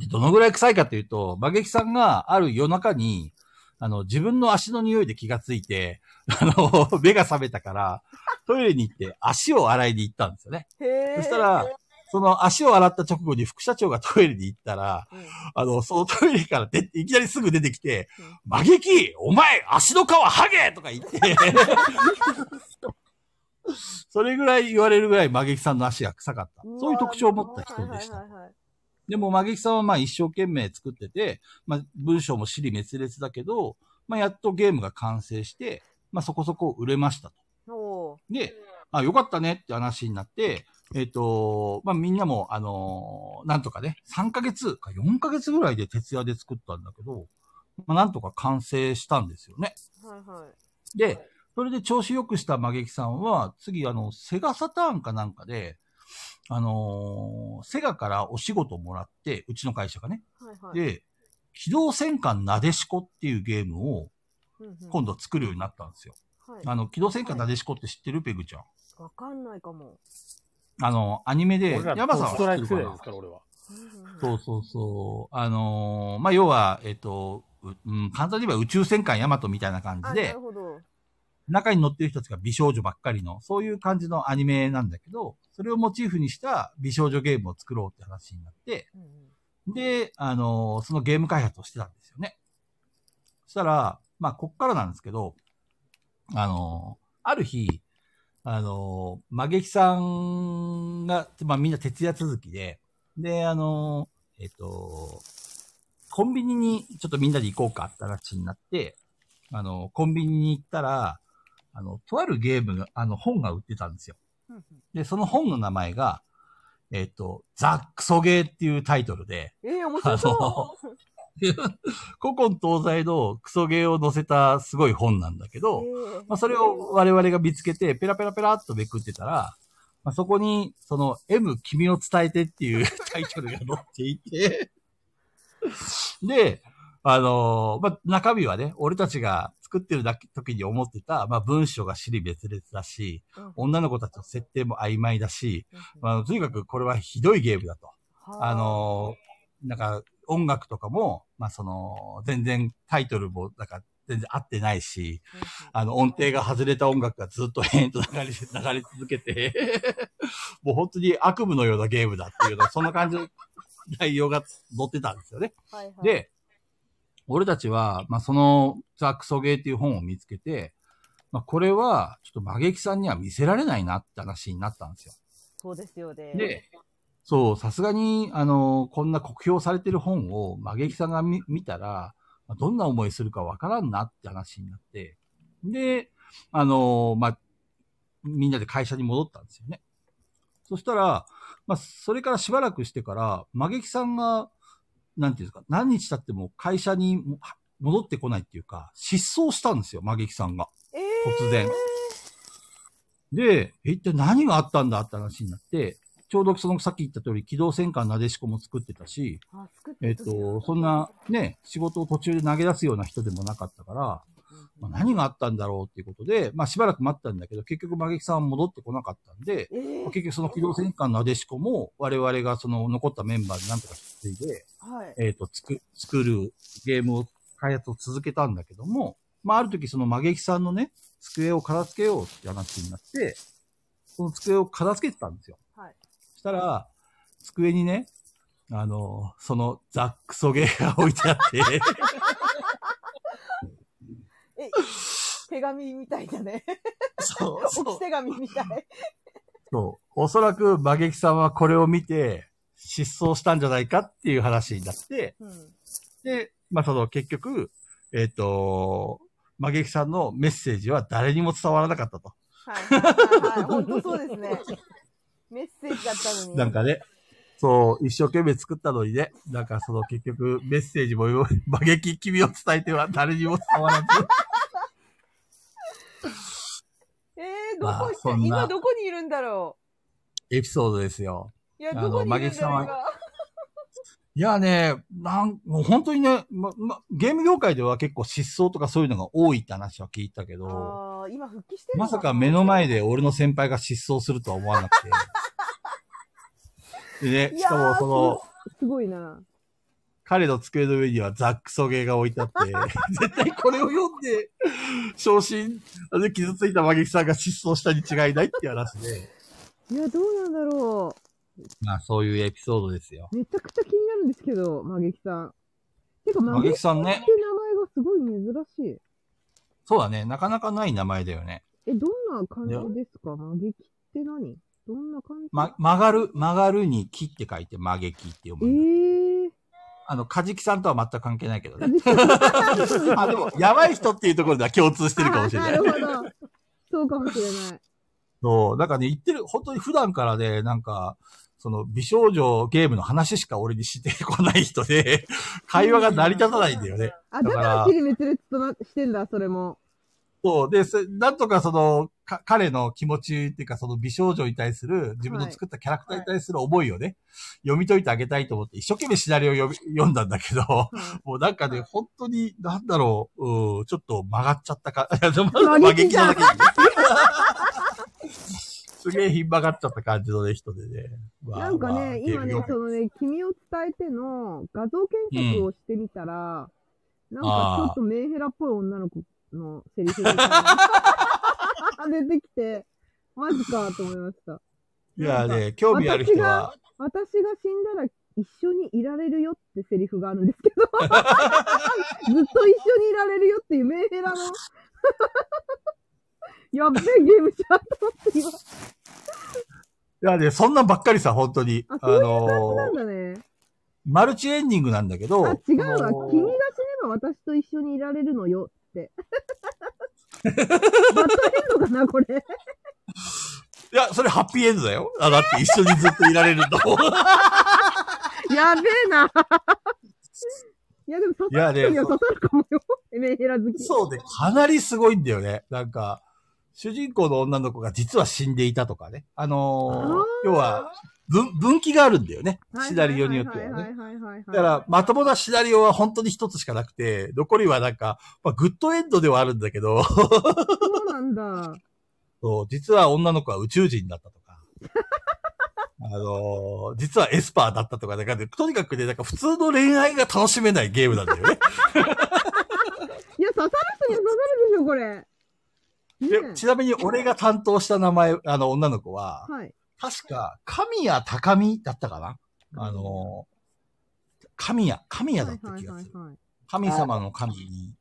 Speaker 2: で、どのぐらい臭いかっていうと、馬劇さんがある夜中に、あの、自分の足の匂いで気がついて、あの、 目が覚めたから、トイレに行って足を洗いに行ったんですよね。
Speaker 1: へえ。
Speaker 2: そしたら、その足を洗った直後に副社長がトイレに行ったら、
Speaker 1: うん、
Speaker 2: あの、そのトイレからで、いきなりすぐ出てきて
Speaker 1: うん、
Speaker 2: 馬劇お前、足の皮ハゲとか言 って、それぐらい言われるぐらい馬劇さんの足が臭かった。そういう特徴を持った人でした。
Speaker 1: はいはいはいはい
Speaker 2: でも、マゲキさんはまあ一生懸命作ってて、まあ文章も死に滅裂だけど、まあやっとゲームが完成して、まあそこそこ売れましたと。
Speaker 1: おー
Speaker 2: で、あ、よかったねって話になって、えっ、と、まあみんなも、あのーなんとかね、3ヶ月か4ヶ月ぐらいで徹夜で作ったんだけど、まあなんとか完成したんですよね。
Speaker 1: はいはい。
Speaker 2: で、それで調子良くしたマゲキさんは、次、あの、セガサターンかなんかで、あのーセガからお仕事をもらって、うちの会社がね、
Speaker 1: はいはい。
Speaker 2: で、機動戦艦なでしこっていうゲームを
Speaker 1: うんうん
Speaker 2: 今度作るようになったんですよ。
Speaker 1: はい
Speaker 2: あの、機動戦艦なでしこって知ってるペグちゃん。
Speaker 1: わかんないかも。
Speaker 2: あの、アニメで、
Speaker 4: 俺ら
Speaker 2: 山さんは
Speaker 4: ス
Speaker 2: 知
Speaker 4: トラ
Speaker 2: っ
Speaker 4: イ
Speaker 2: て
Speaker 4: ク
Speaker 2: る
Speaker 4: 世
Speaker 2: か
Speaker 4: 代で
Speaker 2: な
Speaker 4: すから、俺は。
Speaker 1: う
Speaker 2: そ
Speaker 1: ん
Speaker 2: うそうそう。あのーまあ、要は、えっと、ううん、簡単に言えば宇宙戦艦ヤマトみたいな感
Speaker 1: あな
Speaker 2: じで
Speaker 1: る、ほど。
Speaker 2: 中に乗ってる人たちが美少女ばっかりの、そういう感じのアニメなんだけど、それをモチーフにした美少女ゲームを作ろうって話になって、
Speaker 1: うんうん
Speaker 2: で、あのーそのゲーム開発をしてたんですよね。そしたら、まあ、こっからなんですけど、あのーある日、あのー、マゲキさんが、まあ、みんな徹夜続きで、で、あのーえっと、コンビニにちょっとみんなで行こうかって話になって、あのーコンビニに行ったら、あの、とあるゲームが、あの、本が売ってたんですよ。
Speaker 1: うんうん
Speaker 2: で、その本の名前が、えっと、ザ・クソゲーっていうタイトルで、
Speaker 1: えー、面白そう。
Speaker 2: 古今東西のクソゲーを載せたすごい本なんだけど、
Speaker 1: えー
Speaker 2: まあ、それを我々が見つけて、ペラペラペラっとめくってたら、まあ、そこに、その、M 君を伝えてっていう タイトルが載っていて、で、あのーまあ、中身はね、俺たちが作ってるだけ時に思ってた、まあ、文章が死に別々だし、
Speaker 1: うん
Speaker 2: 女の子たちの設定も曖昧だし、
Speaker 1: うんうん
Speaker 2: まあ、とにかくこれはひどいゲームだと。
Speaker 1: は
Speaker 2: あのーなんか、音楽とかも、まあ、その、全然タイトルも、なんか、全然合ってないし、
Speaker 1: うんうん
Speaker 2: あの、音程が外れた音楽がずっと延々と流れ、流れ続けて、 もう本当に悪夢のようなゲームだっていうの、そんな感じの内容が載ってたんですよね。
Speaker 1: はいはい、
Speaker 2: で、俺たちは、まあ、その、ザ・クソゲーっていう本を見つけて、まあ、これは、ちょっとマゲキさんには見せられないなって話になったんですよ。
Speaker 1: そうですよね。
Speaker 2: で、そう、さすがに、あの、こんな酷評されてる本を、マゲキさんが見見たら、まあどんな思いするかわからんなって話になって、で、あの、まあ、みんなで会社に戻ったんですよね。そしたら、まあ、それからしばらくしてから、マゲキさんが、なんていうんですか、何日経っても会社にもは戻ってこないっていうか、失踪したんですよ、マゲキさんが。
Speaker 1: え
Speaker 2: 突然。で、一体何があったんだって話になって、ちょうどそのさっき言った通り、機動戦艦なでしこも作ってたし、
Speaker 1: ー、あ作って
Speaker 2: えっ、と、そんなね、仕事を途中で投げ出すような人でもなかったから、まあ、何があったんだろうっていうことで、まあしばらく待ったんだけど、結局馬劇さんは戻ってこなかったんで、
Speaker 1: えー
Speaker 2: 結局その機動戦艦なでしこも我々がその残ったメンバーになんとか引き継いで、
Speaker 1: はい。
Speaker 2: えっ、と、つく、作るゲームを、開発を続けたんだけども、まあ、ある時そのマゲキさんのね、机を片付けようって話になって、その机を片付けてたんですよ。
Speaker 1: はい。
Speaker 2: したら、机にね、あの、そのザックソゲーが置いてあって、
Speaker 1: え、手紙みたいだね。
Speaker 2: そう、
Speaker 1: 置き
Speaker 2: そう、
Speaker 1: 手紙み たい。
Speaker 2: そう。おそらくマゲキさんはこれを見て、失踪したんじゃないかっていう話になって、
Speaker 1: うん。
Speaker 2: で、まあ、その結局、えっ、と、マゲキさんのメッセージは誰にも伝わらなかったと。
Speaker 1: はいはいはいはい。本当そうですね。メッセージだったのに。
Speaker 2: なんかね、そう、一生懸命作ったのにね、なんかその結局メッセージも 馬撃君を伝えては誰にも伝わらず。
Speaker 1: えー、どこ行
Speaker 2: まあ
Speaker 1: っ
Speaker 2: そ
Speaker 1: た
Speaker 2: んな
Speaker 1: 今どこにいるんだろ
Speaker 2: エピソードですよ。
Speaker 1: ういや、
Speaker 2: あの
Speaker 1: どこにいるんだろ
Speaker 2: マ
Speaker 1: う
Speaker 2: ギ
Speaker 1: が。
Speaker 2: いやね、なん、もう本当にね、ま、ま、ゲーム業界では結構失踪とかそういうのが多いって話は聞いたけど、
Speaker 1: あー今復帰してるの
Speaker 2: まさか目の前で俺の先輩が失踪するとは思わなく て。でね、
Speaker 1: い
Speaker 2: し
Speaker 1: やー
Speaker 2: かもその、
Speaker 1: すごいな。
Speaker 2: 彼の机の上にはザックソゲーが置いてあ って、絶対これを読んで、昇進、あの傷ついたマギキさんが失踪したに違いないって話で、
Speaker 1: いや、どうなんだろ
Speaker 2: まあそういうエピソードですよ。
Speaker 1: う。めちゃくちゃ気になるんですけど、マゲキさん。てか、
Speaker 2: マ
Speaker 1: マ
Speaker 2: ゲ
Speaker 1: ゲ
Speaker 2: キ
Speaker 1: キさ
Speaker 2: さ
Speaker 1: ん
Speaker 2: ん
Speaker 1: って名前
Speaker 2: ね
Speaker 1: が、すごい珍しい。
Speaker 2: そうだね、なかなかない名前だよね。
Speaker 1: え、どんな感じですかマゲキって何どんな感じ、
Speaker 2: ま、曲がる、曲がるに木って書いて曲げ木って読
Speaker 1: え
Speaker 2: むんだ。
Speaker 1: ー、
Speaker 2: あの、カジキさんとは全く関係ないけどね。
Speaker 1: カジ
Speaker 2: あ、でも、やばい人っていうところでは共通してるかもしれ
Speaker 1: あ
Speaker 2: な
Speaker 1: ー
Speaker 2: い。
Speaker 1: なるほど。そうかもしれない。
Speaker 2: そう、なんかね、言ってる、本当に普段からね、なんか、その、美少女ゲームの話しか俺にしてこない人 で、会話が成り立たないんだよね。
Speaker 1: あ、だ
Speaker 2: だか
Speaker 1: かららキリ滅裂となしてんだ、それも。
Speaker 2: そう、で、そなんとかその、か彼の気持ちっていうか、その美少女に対する、自分の作ったキャラクターに対する思いをね、読み解いてあげたいと思って、一生懸命シナリオを読み読んだんだけど、
Speaker 1: はい
Speaker 2: もうなんかね、本当に、なんだろう、うんちょっと曲がっちゃったか、
Speaker 1: 曲
Speaker 2: 曲
Speaker 1: げ
Speaker 2: げ
Speaker 1: き
Speaker 2: き
Speaker 1: だ
Speaker 2: だけに。 すげえひん曲がっちゃった感じのね、人でね。まあ
Speaker 1: なんか
Speaker 2: まあ
Speaker 1: ね、今ね
Speaker 2: ゲーム業、界
Speaker 1: そのね、君を伝えての画像検索をしてみたら、なんか
Speaker 2: あー
Speaker 1: ちょっとメンヘラっぽい女の子のセリフ が出てきて、マジかと思いました。
Speaker 2: いやね、興味ある人は、
Speaker 1: 私が死んだら一緒にいられるよってセリフがあるんです けど、ずっと一緒にいられるよっていうメンヘラの、 やっべえゲームしちゃったって今。
Speaker 2: いやね、そんなんばっかりさ、本当に。
Speaker 1: あ
Speaker 2: あ
Speaker 1: そういう
Speaker 2: の
Speaker 1: なん
Speaker 2: ー、
Speaker 1: だね。
Speaker 2: マルチエンディングなんだけど、
Speaker 1: あ、違うわ。
Speaker 2: その
Speaker 1: 君が死ねば私と一緒にいられるのよ って。バッドエンドかな、これ。
Speaker 2: いや、それハッピーエンドだよ。あ、だって一緒にずっといられると。
Speaker 1: やべえ な。いや、でも刺さる人
Speaker 2: い
Speaker 1: に
Speaker 2: や
Speaker 1: は
Speaker 2: ね
Speaker 1: 刺さるかもよ。メンヘラ好き。
Speaker 2: そうね、かなりすごいんだよね。なんか、主人公の女の子が実は死んでいたとかね。あのー要は、分、分岐があるんだよね。シナリオによっては
Speaker 1: はい
Speaker 2: ね。
Speaker 1: はいはいはいはいはい。
Speaker 2: だから、まともなシナリオは本当に一つしかなくて、残りはなんか、まあ、グッドエンドではあるんだけど、
Speaker 1: そうなんだ。
Speaker 2: そう実は女の子は宇宙人だったと か、あのー実はエスパーだったとか、なんかね、とにかくね、なんか普通の恋愛が楽しめないゲームなんだよね。
Speaker 1: いや、刺さる人には刺さるでしょ、これ。ね
Speaker 2: でちなみに俺が担当した名前、あの女の子は、
Speaker 1: はい。
Speaker 2: 確か、神谷高見だったかな、あのー、神谷、神谷だった気がする。
Speaker 1: はい。
Speaker 2: 神様の神に。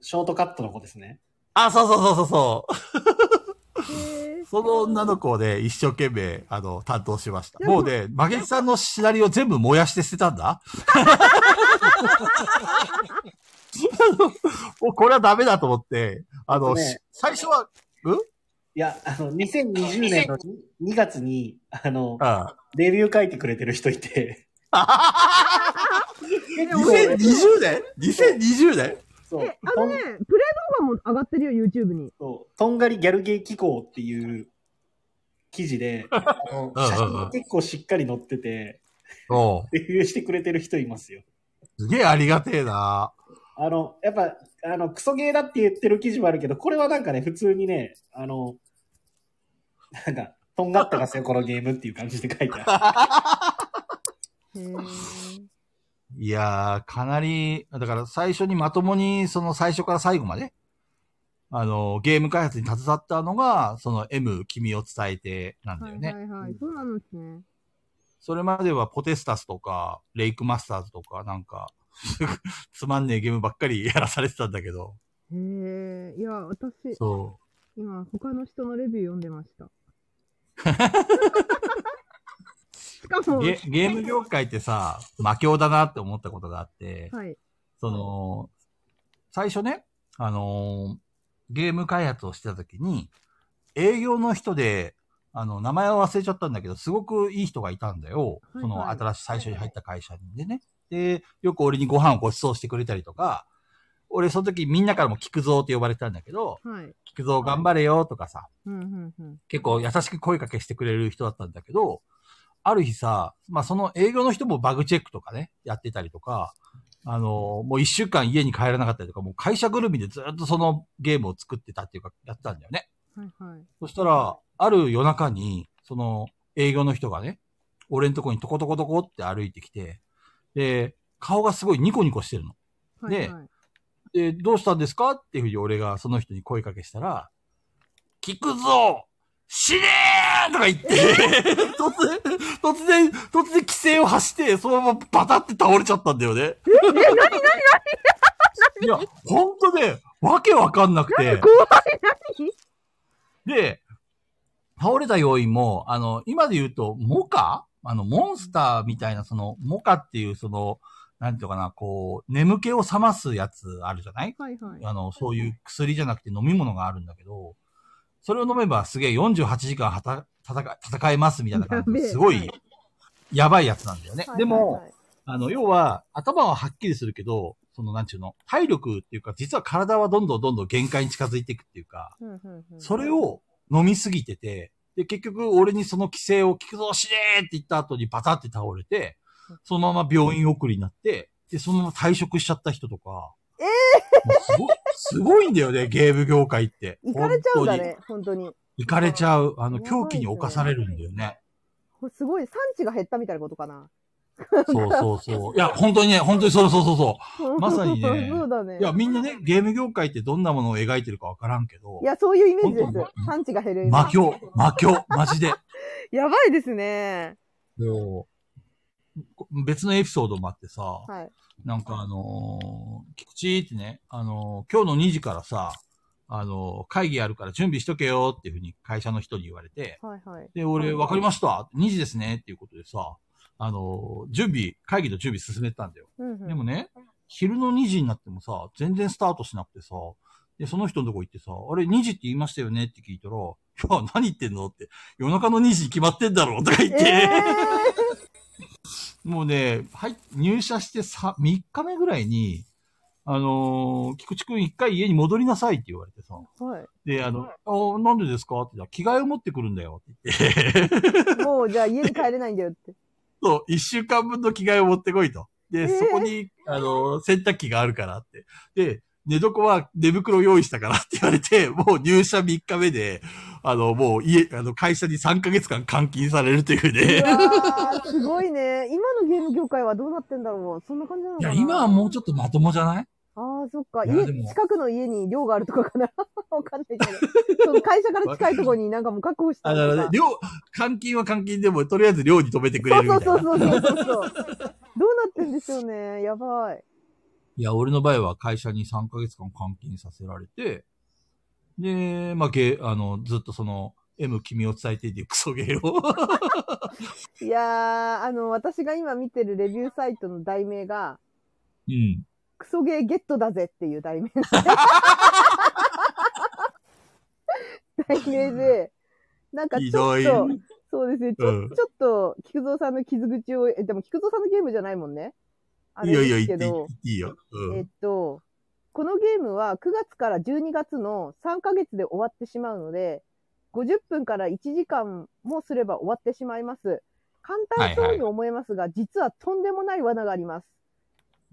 Speaker 3: ショートカットの子ですね。
Speaker 2: あ、そうそうそうそうそう。
Speaker 1: へー
Speaker 2: その女の子をね、一生懸命、あの、担当しました。
Speaker 1: でも
Speaker 2: もうね、マゲキさんのシナリオ全部燃やして捨てた んだもうこれはダメだと思って、あの、
Speaker 3: ね
Speaker 2: し最初は、
Speaker 3: いや、あの、2020年の2月に、あの、
Speaker 2: うん。
Speaker 3: レビュー書いてくれてる人いて、
Speaker 2: 2020年 ?2020 年
Speaker 3: そう
Speaker 1: え、、あのね、プレイ動画も上がってるよ、YouTube に。
Speaker 3: そう、とんがりギャルゲー機構っていう記事 で、あ
Speaker 2: うんうんう
Speaker 3: の
Speaker 2: ん
Speaker 3: 写真が結構しっかり載ってて、
Speaker 2: おう
Speaker 3: レビューしてくれてる人いますよ。
Speaker 2: すげえありがてえな
Speaker 3: あの、やっぱ、あの、クソゲーだって言ってる記事もあるけど、これはなんかね、普通にね、あの、なんか、とんがって ますよ、このゲームっていう感じで書いてある。
Speaker 1: へー
Speaker 2: いやー、かなり、だから最初にまともに、その最初から最後まで、あの、ゲーム開発に携わったのが、その M、君を伝えてなんだ
Speaker 1: は
Speaker 2: よ
Speaker 1: い
Speaker 2: ね。
Speaker 1: はいはい。そうなんですね。
Speaker 2: それまではポテスタスとか、レイクマスターズとか、なんか、 つまんねえゲームばっかりやらされてたんだけど。
Speaker 1: へえ、いや、私、
Speaker 2: そ
Speaker 1: 今、他の人のレビュー読んでま した。しか
Speaker 2: う。
Speaker 1: も、
Speaker 2: ゲゲーム業界ってさ、魔境だなって思ったことがあって、
Speaker 1: はい。
Speaker 2: その、最初ね、あのーゲーム開発をしてた時に、営業の人で、あの、名前を忘れちゃったんだけど、すごくいい人がいたんだ
Speaker 1: は
Speaker 2: よ。
Speaker 1: い
Speaker 2: その、
Speaker 1: はい
Speaker 2: 新しい最初に入った会社に。でね。で、よく俺にご飯をご馳走してくれたりとか、俺その時みんなからも菊蔵って呼ばれてたんだけど、
Speaker 1: はい。
Speaker 2: 菊蔵頑張れよとかさ、
Speaker 1: うんうんうん。
Speaker 2: 結構優しく声かけしてくれる人だったんだけど、ある日さ、まあその営業の人もバグチェックとかね、やってたりとか、あの、もう一週間家に帰らなかったりとか、もう会社ぐるみでずっとそのゲームを作ってたっていうか、やってたんだよね。
Speaker 1: はいはい。
Speaker 2: そしたら、ある夜中に、その営業の人がね、俺のとこにトコトコトコって歩いてきて、で、顔がすごいニコニコしてるの。
Speaker 1: はい
Speaker 2: で
Speaker 1: はい。
Speaker 2: で、どうしたんですかっていうふうに俺がその人に声かけしたら、聞くぞ死ねーとか言 って、突然、突然、突然規制を発して、そのままバタって倒れちゃったんだよね。
Speaker 1: え、え、なになに
Speaker 2: いや、ほんとね、わけわかんなくて。
Speaker 1: 怖い
Speaker 2: で、倒れた要因も、あの、今で言うと、モカあの、モンスターみたいな、その、モカっていう、その、なんていうのかな、こう、眠気を覚ますやつあるじゃない
Speaker 1: 何はいはい。
Speaker 2: あの、そういう薬じゃなくて飲み物があるんだけど、それを飲めばすげえ48時間はた戦い戦えますみたいな感じ
Speaker 1: やべ
Speaker 2: で、
Speaker 1: え
Speaker 2: すご
Speaker 1: はい
Speaker 2: い、やばいやつなんだよね。でも、
Speaker 8: はいはいはい、
Speaker 2: あの、要は、頭ははっきりするけど、その、なんちゅうの、体力っていうか、実は体はどんどんどんどん限界に近づいていくっていうか、
Speaker 1: うんうんうん
Speaker 2: それ、を飲みすぎてて、で、結局、俺にその規制を聞くぞ、死ねーって言った後にバタって倒れて、そのまま病院送りになって、で、そのまま退職しちゃった人とか。
Speaker 8: え
Speaker 2: もうすごい、すごいんだよね、ゲーム業界って。
Speaker 1: 行かれちゃうんだ
Speaker 2: 本当に。
Speaker 1: ね、本当に。
Speaker 2: 行かれちゃう。あの、
Speaker 1: やばいね
Speaker 2: 狂気に侵されるんだよ ね。
Speaker 1: これすごい、産地が減ったみたいなことかな。
Speaker 2: そうそうそう。いや、本当にね、本当にそうそうそうそまさにね
Speaker 1: そうだね。
Speaker 2: う。いや、みんなね、ゲーム業界ってどんなものを描いてるかわからんけど
Speaker 1: い、や、そういうイメージで
Speaker 2: 本当
Speaker 1: す。産地が減るイメー
Speaker 2: 魔
Speaker 1: ジ。
Speaker 2: 境、魔境、マジで。
Speaker 1: やばいですね。
Speaker 2: もう別のエピソードもあってさ、
Speaker 1: はい。
Speaker 2: なんかあのー、菊池ってね、あのー今日の2時からさ、あのー会議あるから準備しとけよっていうふうに会社の人に言われて、
Speaker 1: はいはい。
Speaker 2: で、俺、わかりました。2時ですね。っていうことでさ、あのー準備、会議の準備進めてたんだよ。
Speaker 1: うんうん
Speaker 2: でもね、昼の2時になってもさ、全然スタートしなくてさ、で、その人のとこ行ってさ、あれ2時って言いましたよねって聞いたら、いや、何言ってんのって、夜中の2時に決まってんだろうとか言って、
Speaker 1: え
Speaker 2: もうね、はい、入社してさ、3日目ぐらいに、あのー菊池くん一回家に戻りなさいって言われてさ。
Speaker 1: ー、は
Speaker 2: で、あの、あなんでですかって言ったら、着替えを持ってくるんだよって言って、
Speaker 1: い。もう、じゃあ家に帰れないんだよ って。
Speaker 2: そう、一週間分の着替えを持ってこいと。で、
Speaker 1: えー
Speaker 2: そこに、あの、洗濯機があるからって。で、寝床は寝袋を用意したからって 言われて、もう入社3日目で、あの、もう家、あの、会社に3ヶ月間監禁されるという
Speaker 1: う
Speaker 2: ね。
Speaker 1: わー、すごいね。今のゲーム業界はどうなってんだろう。そんな感じなの
Speaker 2: い
Speaker 1: か
Speaker 2: や、
Speaker 1: な。
Speaker 2: 今はもうちょっとまともじゃない
Speaker 1: ああ、そっか。
Speaker 2: いや
Speaker 1: 家、
Speaker 2: でも
Speaker 1: 近くの家に寮があるとかかな。 わかんないけど。その会社から近いところになんかもう確保した
Speaker 2: あ、
Speaker 1: り
Speaker 2: だか
Speaker 1: と
Speaker 2: らね
Speaker 1: か、。
Speaker 2: 寮、監禁は監禁でも、とりあえず寮に止めてくれるみたい
Speaker 1: そう
Speaker 2: な。
Speaker 1: そうそうそうそうそう。どうなってんでしょうね。やばい。
Speaker 2: いや、俺の場合は会社に3ヶ月間監禁させられて、で、まあ、ゲーあの、ずっとその、M 君を伝えてっていうクソゲ ーを。
Speaker 1: いやー、あの、私が今見てるレビューサイトの題名が、
Speaker 2: うん。
Speaker 1: クソゲーゲットだぜっていう題名。題名で、なんかちょっ
Speaker 2: ひどい
Speaker 1: と、そうですね、ちょ,、
Speaker 2: うん
Speaker 1: ちょっと、菊蔵さんの傷口を、えでも菊蔵さんのゲームじゃないもんね。あ
Speaker 2: いいよ
Speaker 1: れ
Speaker 2: いいよ、
Speaker 1: ですけ
Speaker 2: 言っていい
Speaker 1: ど、
Speaker 2: いいよ。うん
Speaker 1: えっと、このゲームは9月から12月の3ヶ月で終わってしまうので、50分から1時間もすれば終わってしまいます。簡単そうに思えますが、実はとんでもない罠があります。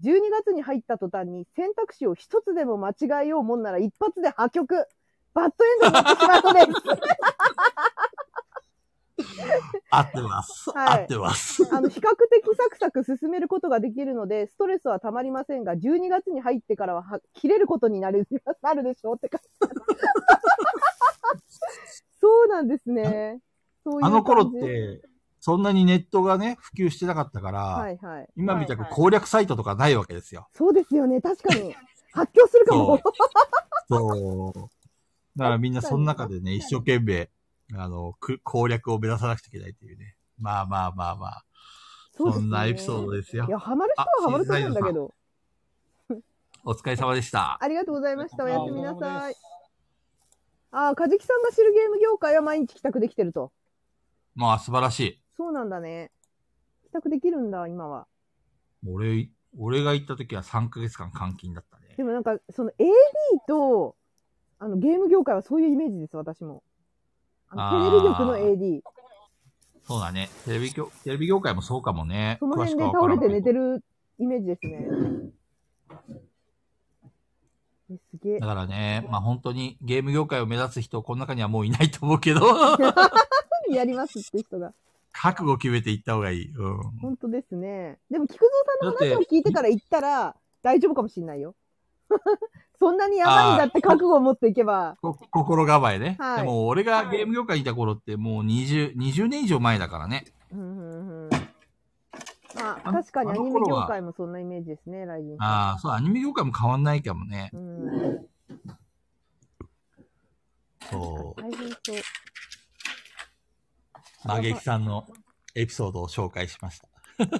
Speaker 1: 12月に入った途端に選択肢を一つでも間違えようもんなら一発で破局。バッドエンドになってしまうのです。
Speaker 2: 合ってます。
Speaker 1: はい
Speaker 2: 合ってます。
Speaker 1: あの、 比較的サクサク進めることができるので、ストレスはたまりませんが、12月に入ってからはは切れることになる、なるでしょうって感 じ。そうなんですね。そういう感じ
Speaker 2: あの頃っ。て、そんなにネットがね、普及してなかったから、
Speaker 1: はいはい。
Speaker 2: 今みたく攻略サイトとかないわけですよ。
Speaker 1: そうですよね、確か に。発狂するかも。
Speaker 2: そう。だからみんなその中でね、一生懸命、あの、く攻略を目指さなくちゃいけないっていうね。まあまあまあまあ。
Speaker 1: そうです
Speaker 2: そ
Speaker 1: ね
Speaker 2: んなエピソードですよ
Speaker 1: い。や、ハマる人はハマるそうなんだけど。
Speaker 2: お疲れ様でした。
Speaker 1: ありがとうございました。おやすみな
Speaker 4: あどうも
Speaker 1: さ
Speaker 4: で
Speaker 1: い。ああ、かじきさんが知るゲーム業界は毎日帰宅できてると。
Speaker 2: まあ、素晴らしい。
Speaker 1: そうなんだね。帰宅できるんだ、今は。
Speaker 2: 俺、俺が行った時は3ヶ月間監禁だったね
Speaker 1: で。もなんか、その AD と、あの、ゲーム業界はそういうイメージです、私も。あの
Speaker 2: あ
Speaker 1: テ
Speaker 2: ー
Speaker 1: レビ局の AD。
Speaker 2: そうだね。テレビ業、テレビ業界もそうかもね。
Speaker 1: その辺で
Speaker 2: 詳しくは
Speaker 1: 倒
Speaker 2: わから
Speaker 1: れ
Speaker 2: んけ
Speaker 1: て
Speaker 2: ど
Speaker 1: 寝てるイメージですね。えすげえ
Speaker 2: だ。からね、まあ本当にゲーム業界を目指す人、この中にはもういないと思うけど、
Speaker 1: やりますって人が。
Speaker 2: 覚悟決めていった方がいい。うん。
Speaker 1: 本当ですね。でも、菊蔵さんの話を聞いてから行ったら大丈夫かもしれないよ。 そんなにやばいんだって覚悟を持っていけば。
Speaker 2: こ心構えね。
Speaker 1: はい
Speaker 2: でも俺がゲーム業界にいた頃ってもう20、20年以上前だからね。
Speaker 1: うんうんうんまあ、
Speaker 2: あの
Speaker 1: 確かにアニ
Speaker 2: あ
Speaker 1: メ
Speaker 2: の頃
Speaker 1: 業
Speaker 2: は
Speaker 1: 界もそんなイメージですね、ライジンさん。
Speaker 2: ああ、そう、アニメ業界も変わんないかもね。
Speaker 1: うん。
Speaker 2: そ
Speaker 1: 大変そう。
Speaker 2: う。嘆きさんのエピソードを紹介しました。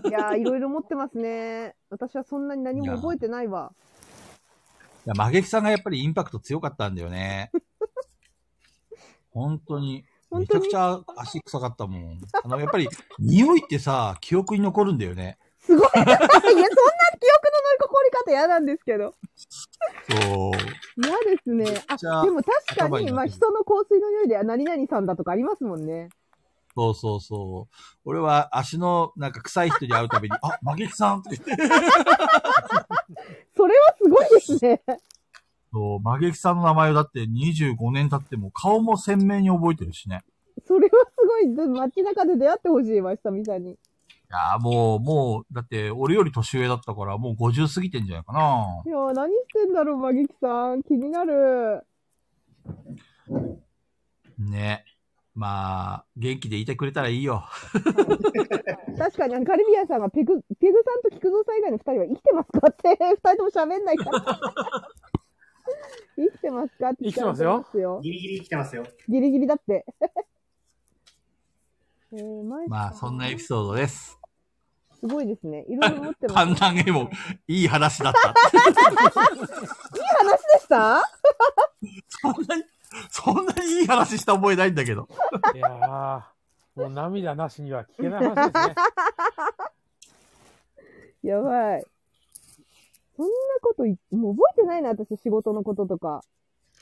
Speaker 1: いやー、いろいろ持ってますね。私はそんなに何も覚えてないわ。
Speaker 2: いや、マゲキさんがやっぱりインパクト強かったんだ よね。本当に。
Speaker 1: 本
Speaker 2: め
Speaker 1: 当
Speaker 2: ち
Speaker 1: に
Speaker 2: ゃくちゃ足臭かったもん。あの、やっぱり、匂いってさ、記憶に残るんだよね。
Speaker 1: すごい。いや、 そんな記憶の乗りこり方嫌なんですけど。
Speaker 2: そう。
Speaker 1: 嫌ですね。
Speaker 2: めっちゃ
Speaker 1: あ、でも確か
Speaker 2: 頭に
Speaker 1: に、
Speaker 2: 残る
Speaker 1: まあ人の香水の匂いで、あ何々さんだとかありますもんね。
Speaker 2: そうそうそう。俺は足のなんか臭い人に会うたびに、あ、マゲキさんって言って。
Speaker 1: それはすごいですね。
Speaker 2: そう、マゲキさんの名前をだって25年経っても顔も鮮明に覚えてるしね。
Speaker 1: それはすごい。で街中で出会ってほしいわ、久々に。。
Speaker 2: いやーもう、もう、だって俺より年上だったからもう50過ぎてんじゃないかない
Speaker 1: やー、何してんだろう、マギキさん。気になる。
Speaker 2: ね。まあ、元気でいてくれたらいいよ。
Speaker 1: 確かに、あのカリビアンさんがペグ、ペグさんと菊蔵さん以外の二人は生きてますかって、 二人とも喋んないから。 生きてますかって聞かれ
Speaker 4: 生きてます
Speaker 1: よ。
Speaker 3: ギリギリ生きてますよ。
Speaker 1: ギリギリだって。 えー、マイ
Speaker 2: まあ、そんなエピソードです。
Speaker 1: すごいですね。いろいろ持ってます ね。
Speaker 2: 簡単にも、いい話だった。
Speaker 1: いい話でした
Speaker 2: そんなに、そんなにいい話した覚えないんだけど。
Speaker 4: いやー、もう涙なしには聞けない話 ですね。
Speaker 1: やばい。そんなことい、もう覚えてないな、私、仕事のこととか。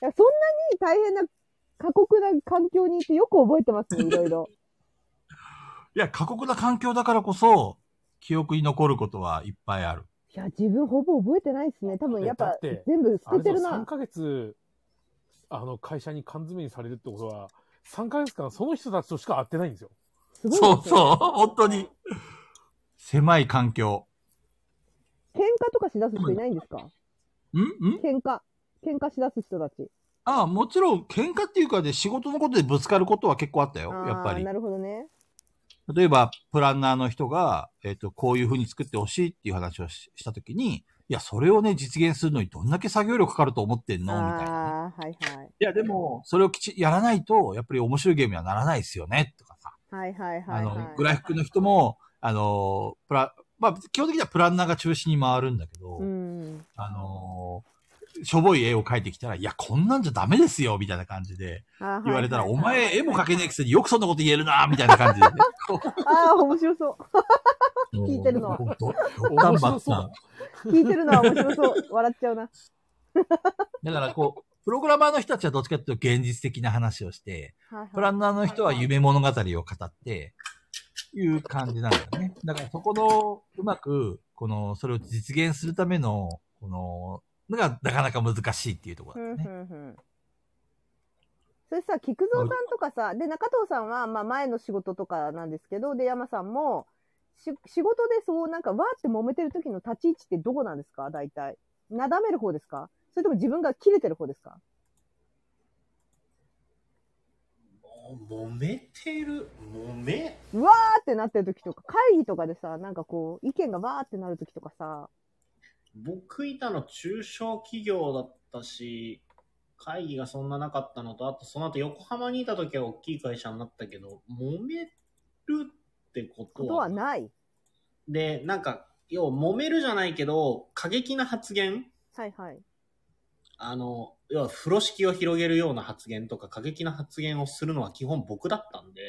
Speaker 1: いや、そんなに大変な、過酷な環境にいてよく覚えてますね、いろいろ。
Speaker 2: いや、過酷な環境だからこそ、記憶に残ることはいっぱいある。
Speaker 1: いや、自分ほぼ覚えてないですね。多分、やっ
Speaker 4: だ
Speaker 1: ぱ
Speaker 4: って、
Speaker 1: 全部捨
Speaker 4: あ
Speaker 1: て
Speaker 4: れ
Speaker 1: てる
Speaker 4: 3
Speaker 1: な。
Speaker 4: ヶ月、あの、会社に缶詰にされるってことは、3ヶ月間その人たちとしか会ってないんですよ。
Speaker 1: すごいです
Speaker 2: そ
Speaker 1: よ
Speaker 2: うそう、本当に。狭い環境。
Speaker 1: 喧嘩とかしだす人いないんですか
Speaker 2: んん
Speaker 1: 喧嘩。喧嘩しだす人たち。
Speaker 2: ああ、もちろん、喧嘩っていうかで仕事のことでぶつかることは結構あったよ、
Speaker 1: あー
Speaker 2: やっぱり
Speaker 1: な。るほどね。
Speaker 2: 例えば、プランナーの人が、えっ、と、こういう風に作ってほしいっていう話をししたときに、いや、それをね、実現するのにどんだけ作業量かかると思ってんのみたいな。
Speaker 1: ああ、はいはい。
Speaker 2: いや、でも、それをきち、やらないと、やっぱり面白いゲームにはならないですよね、とかさ。
Speaker 1: はいはいはい、
Speaker 2: あ
Speaker 1: は
Speaker 2: の、
Speaker 1: い。
Speaker 2: グラフィックの人も、あの、プラ、まあ、基本的にはプランナーが中心に回るんだけど、
Speaker 1: うん。
Speaker 2: あの、しょぼい絵を描いてきたら、いや、こんなんじゃダメですよ、みたいな感じで、
Speaker 1: あー
Speaker 2: 言われたら、
Speaker 1: はい
Speaker 2: お
Speaker 1: はいはい
Speaker 2: 前絵も描けねえくせによくそんなこと言えるな、みたいな感じでね。
Speaker 1: ああ、面白そう。聞いてるのは
Speaker 2: どど
Speaker 4: 面
Speaker 2: ど
Speaker 4: 白そうだ。
Speaker 1: 聞いてるのは面白そう。笑っちゃうな。
Speaker 2: だからこう、プログラマーの人たちはどっちかっていうと現実的な話をして、
Speaker 1: はいはい
Speaker 2: プランナーの人は夢物語を語って、いう感じなんだよね。だからそこの、うまく、この、それを実現するための、この、のがなかなか難しいっていうとこ
Speaker 1: ふ
Speaker 2: ろだよ
Speaker 1: んふ
Speaker 2: ね。
Speaker 1: んふん。それさ、菊蔵さんとかさ、で、中藤さんは、まあ前の仕事とかなんですけど、で、山さんも、し仕事でそう、なんか、わーって揉めてる時の立ち位置ってどこなんですか大体。なだめる方ですかそれとも自分が切れてる方ですか
Speaker 3: もう揉めてる、揉め。
Speaker 1: うわーってなってる時とか、会議とかでさ、なんかこう、意見がわーってなる時とかさ、
Speaker 3: 僕いたの中小企業だったし、会議がそんななかったのと、あとその後横浜にいた時は大きい会社になったけど、揉めるってこと
Speaker 1: こと
Speaker 3: は
Speaker 1: はない。
Speaker 3: で、なんか、要は揉めるじゃないけど、過激な発言
Speaker 1: はいはい。
Speaker 3: あの、要は風 呂敷を広げるような発言とか過激な発言をするのは基本僕だったんで、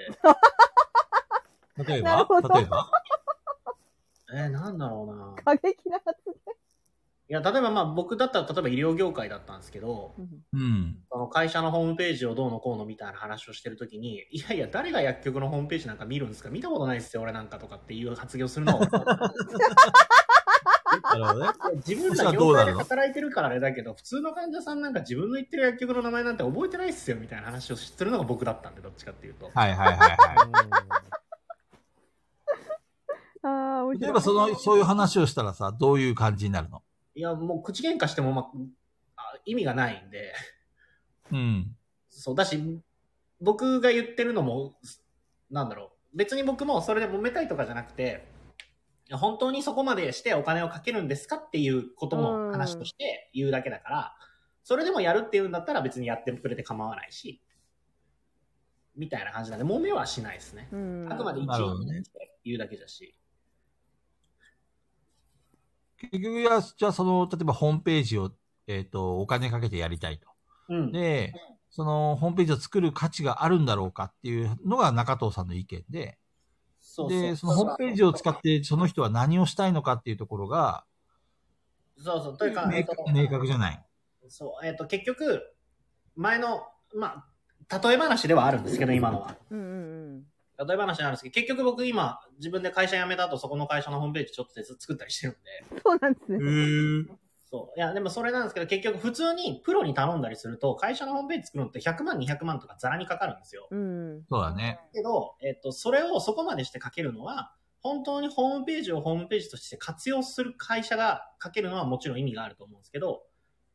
Speaker 2: 例え
Speaker 9: なるほ
Speaker 2: ば
Speaker 9: ど
Speaker 2: 例えば
Speaker 3: えー、なんだろうな。
Speaker 9: 過激な発
Speaker 3: いや、例えばまあ僕だったら、例えば医療業界だったんですけど、
Speaker 9: 言。
Speaker 2: うん。
Speaker 3: その会社のホームページをどうのこうのみたいな話をしてるときに、いやいや、誰が薬局のホームページなんか見るんですか見たことないですよ、俺なんかとかっていう発言をするの は俺は
Speaker 2: なるほどね。
Speaker 3: 自分
Speaker 2: そした
Speaker 3: ら
Speaker 2: らどう
Speaker 3: 業
Speaker 2: なる
Speaker 3: 界で
Speaker 2: の
Speaker 3: 働いてるからあれだけど、普通の患者さんなんか自分の言ってる薬局の名前なんて覚えてないっすよ、みたいな話をするのが僕だったんで、どっちかっていうと。
Speaker 2: はいはいはいは
Speaker 9: ああ、面 白
Speaker 2: い。例え
Speaker 9: い。
Speaker 2: ばその、そういう話をしたらさ、どういう感じになるの
Speaker 3: いや、もう口喧嘩しても、まあ、あ意味がないんで、
Speaker 2: うん。
Speaker 3: そう、だし、僕が言ってるのも、なんだろう。別に僕もそれで揉めたいとかじゃなくて、いや本当にそこまでしてお金をかけるんですかっていうこと
Speaker 9: うん
Speaker 3: も話として言うだけだから、それでもやるっていうんだったら別にやってくれて構わないし、みたいな感じなんで、揉めはしないですね。
Speaker 9: うん
Speaker 3: あくまで一
Speaker 2: なるほど
Speaker 3: 応
Speaker 2: ね
Speaker 3: 言うだけだし。
Speaker 2: 結局や、じゃあその、例えばホームページを、えっ、と、お金かけてやりたいと。
Speaker 3: うん。
Speaker 2: で、そのホームページを作る価値があるんだろうかっていうのが中藤さんの意見で、
Speaker 3: そうそう
Speaker 2: で、そのホームページを使ってその人は何をしたいのかっていうところが
Speaker 3: そうそう。というか、え
Speaker 2: 明
Speaker 3: っと
Speaker 2: 確明確じゃない。
Speaker 3: そう、えっ、と、結局、前の、まあ、例え話ではあるんですけど、今のは。
Speaker 9: うんうんうん。
Speaker 3: 例え話なんですけど、結局僕今、自分で会社辞めた後、そこの会社のホームページちょっとずつ作ったりしてるんで。
Speaker 9: そうなんですね。
Speaker 3: そう。いや、でもそれなんですけど、結局普通にプロに頼んだりすると、会社のホームページ作るのって100万、200万とかザラにかかるんですよ。
Speaker 9: うん。
Speaker 2: そうだね。
Speaker 3: けど、えっ、と、それをそこまでしてかけるのは、本当にホームページをホームページとして活用する会社がかけるのはもちろん意味があると思うんですけど、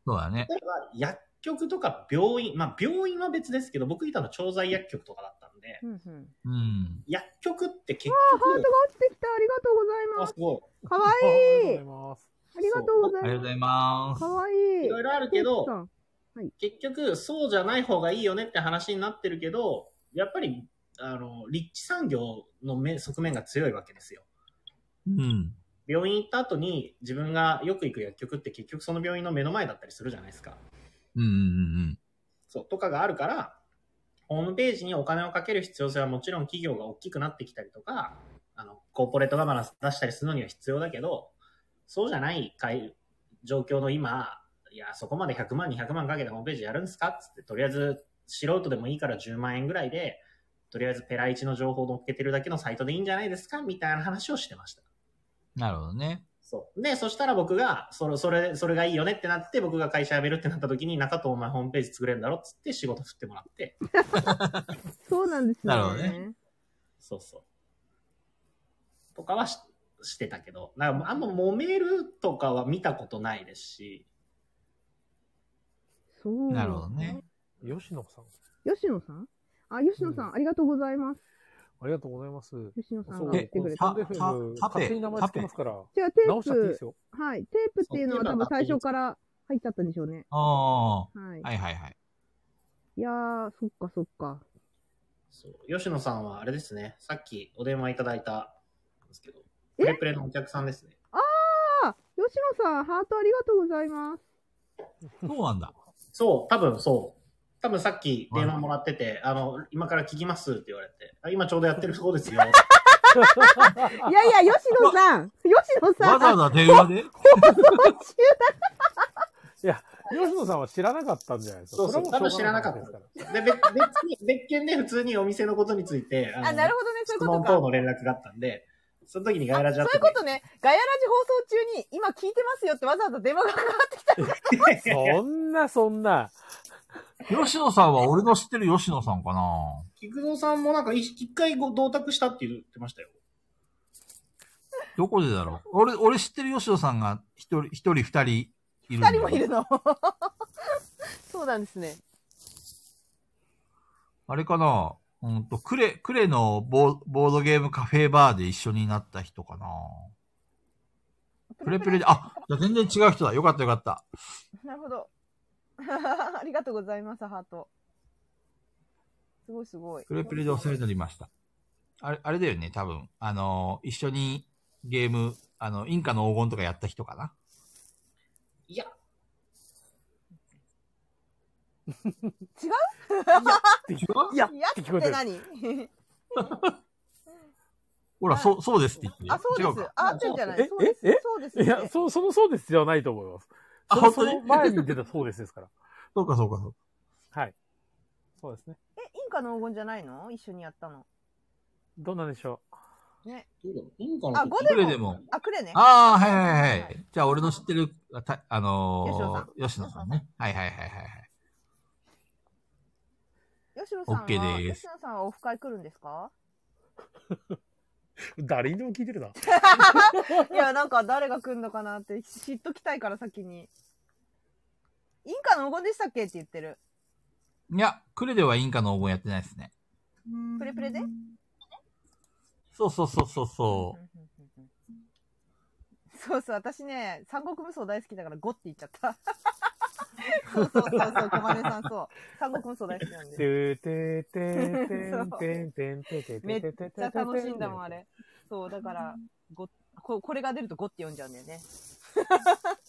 Speaker 2: そうだね。
Speaker 3: 例えば薬局とか病院、まあ病院は別ですけど、僕いたの調剤薬局とかだったんで、
Speaker 9: うんうん。
Speaker 2: うん。
Speaker 3: 薬局って結局、
Speaker 9: ハートが落ちてきた。ありがとうござい
Speaker 3: あ
Speaker 9: ます
Speaker 3: ごい。
Speaker 9: す。かわ
Speaker 4: あり
Speaker 9: いい
Speaker 4: がとう。ございます。
Speaker 9: ありがとうござ
Speaker 2: あり
Speaker 9: いう
Speaker 2: がとご
Speaker 9: ま。
Speaker 2: ざいますす
Speaker 9: か。わいい。
Speaker 3: いろいろあるけど、結局、そうじゃない方がいいよねって話になってるけど、やっぱり、あの、立地産業の面側面が強いわけですよ。
Speaker 2: うん。
Speaker 3: 病院行った後に自分がよく行く薬局って結局その病院の目の前だったりするじゃないですか。
Speaker 2: うんうんうん
Speaker 3: そう、とかがあるから、ホームページにお金をかける必要性はもちろん企業が大きくなってきたりとか、あの、コーポレートガバナンス出したりするのには必要だけど、そうじゃない会状況の今、いや、そこまで100万、200万かけてホームページやるんですかっつって、とりあえず素人でもいいから10万円ぐらいで、とりあえずペライチの情報を載っけてるだけのサイトでいいんじゃないですかみたいな話をしてました。
Speaker 2: うん。なるほどね。
Speaker 3: そう。で、そしたら僕が、それ、それ、それがいいよねってなって、僕が会社辞めるってなった時に、中藤お前ホームページ作れるんだろっつって仕事振ってもらって、
Speaker 9: そうなんですね。
Speaker 2: なるほどね。
Speaker 3: そうそう。とかはししてたけど、なんかあんま揉めるとかは見たことないですし、
Speaker 9: そう。
Speaker 2: なるほどね。。
Speaker 4: 吉野さん。
Speaker 9: 吉野さんあ、吉野さ、
Speaker 4: うん
Speaker 9: ありがとうございます。
Speaker 4: ありがとうございます。
Speaker 9: 吉野さん
Speaker 4: そう、
Speaker 9: が
Speaker 4: こ
Speaker 9: 来
Speaker 2: え
Speaker 9: てく
Speaker 4: の
Speaker 9: れ
Speaker 4: サ
Speaker 9: た
Speaker 4: ン。デーフ
Speaker 2: た
Speaker 4: ェム、
Speaker 2: た
Speaker 4: 勝手に名前つけますから、
Speaker 9: じゃあ、テ
Speaker 4: 直
Speaker 9: ー
Speaker 4: したっていいで
Speaker 9: プ
Speaker 4: す、よ。
Speaker 9: はい。テープっていうのは多分最初から入っちゃったんでしょうね。
Speaker 2: ああ。は
Speaker 9: はい。
Speaker 2: いはいはい。
Speaker 9: いやー、そっかそっか。
Speaker 3: そう吉野さんはあれですね、さっきお電話いただいたんですけど、
Speaker 9: え
Speaker 3: プレプレのお客さんですね。
Speaker 9: あ、吉野さん、ハートありがとうございます。
Speaker 2: そうなんだ。
Speaker 3: そう、多分そう。多分さっき電話もらってて、あの、今から聞きますって言われて、あ今ちょうどやってるとこですよ。
Speaker 9: いやいや、吉野さん吉野さ
Speaker 2: わ
Speaker 9: ん
Speaker 2: ざわざ電話で
Speaker 4: 吉野さんは知らなかったんじゃないですか。
Speaker 3: そうそう
Speaker 4: れはもし
Speaker 3: 多分
Speaker 4: ょうが
Speaker 3: 知らなかった
Speaker 4: です
Speaker 3: で、
Speaker 4: ら
Speaker 3: 別別に、別件で普通にお店のことについて、あの
Speaker 10: あ、なるほどね、そういう
Speaker 3: 質
Speaker 10: こと
Speaker 3: 問
Speaker 10: か。
Speaker 3: 等の連絡があったんで、その時にガイラジャ
Speaker 10: そう
Speaker 3: っ
Speaker 10: いう
Speaker 3: て
Speaker 10: ことね。ガヤラジ放送中に、今聞いてますよってわざわざ電話がかかってきた。
Speaker 4: そんな、そんな。
Speaker 2: 吉野さんは俺の知ってる吉野さんかな
Speaker 3: 菊蔵さんもなんか一一回ご同卓したって言ってましたよ。
Speaker 2: どこでだろう俺、俺知ってる吉野さんが一人、一人二人いるんだ
Speaker 10: 二人
Speaker 2: よ
Speaker 10: もいるの。そうなんですね。
Speaker 2: あれかなうんと、クレ、クレのボーボードゲームカフェバーで一緒になった人かなプレプレで、あ、じゃあ全然違う人だ。よかったよかった。
Speaker 10: なるほど。 ありがとうございます、ハート。すごいすごい。
Speaker 2: プレプレでお世話になりました。あれ、あれだよね、多分。あの、一緒にゲーム、あの、インカの黄金とかやった人かな。
Speaker 3: いや、
Speaker 4: いや、
Speaker 10: やって何
Speaker 2: ほら、そう、そうですって言
Speaker 1: あ、
Speaker 2: って。
Speaker 1: そう
Speaker 2: 違
Speaker 1: で
Speaker 2: う
Speaker 1: す
Speaker 2: か。。
Speaker 1: あ、合ってんじゃな
Speaker 4: え
Speaker 1: いそうです
Speaker 4: ええ。
Speaker 1: そうです
Speaker 4: い
Speaker 1: よ
Speaker 4: や、
Speaker 1: ね。
Speaker 4: そ、そのそうですではないと思います。
Speaker 2: あ、
Speaker 4: その
Speaker 2: 本当
Speaker 4: その
Speaker 2: に
Speaker 4: 前に出たそうですですから。
Speaker 2: そうか、そうか、そうか。
Speaker 4: はい。そうですね。
Speaker 1: え、インカの黄金じゃないの一緒にやったの。
Speaker 4: どうなんでしょ
Speaker 3: インカの
Speaker 1: あ、
Speaker 3: 時
Speaker 1: 5で
Speaker 2: どれ
Speaker 1: も。
Speaker 2: でも。
Speaker 1: あ、くれね。
Speaker 2: ああ、はいはいはい。
Speaker 1: は
Speaker 2: はい、じゃあ、俺の知ってる、あたあのー、吉
Speaker 1: 野さん
Speaker 2: 野さんね。はいはいはいはいはい。
Speaker 1: 吉野さんは、
Speaker 2: OK です
Speaker 1: 吉野さんはオフ会来るんですか
Speaker 4: う。誰にでも聞いてるな。
Speaker 1: いや、なんか誰が来るのかなって知っときたいから先に。インカの黄金でしたっけって言ってる。
Speaker 2: いや、クレではインカの応募やってないですね。
Speaker 1: プレプレで
Speaker 2: そうそうそうそうそう。
Speaker 1: そうそう、私ね、三国無双大好きだから5って言っちゃった。そうそうそうそう、小金さんそう。三国無双大好きなん
Speaker 4: て
Speaker 1: で。
Speaker 4: ーてーてーてーてーてーてーてーてーてーてーてー
Speaker 1: めっ
Speaker 4: てーてー
Speaker 1: ちゃ楽しいんだもん、あれ。そう、だから、ごここれが出ると5って読んじゃうんだよね。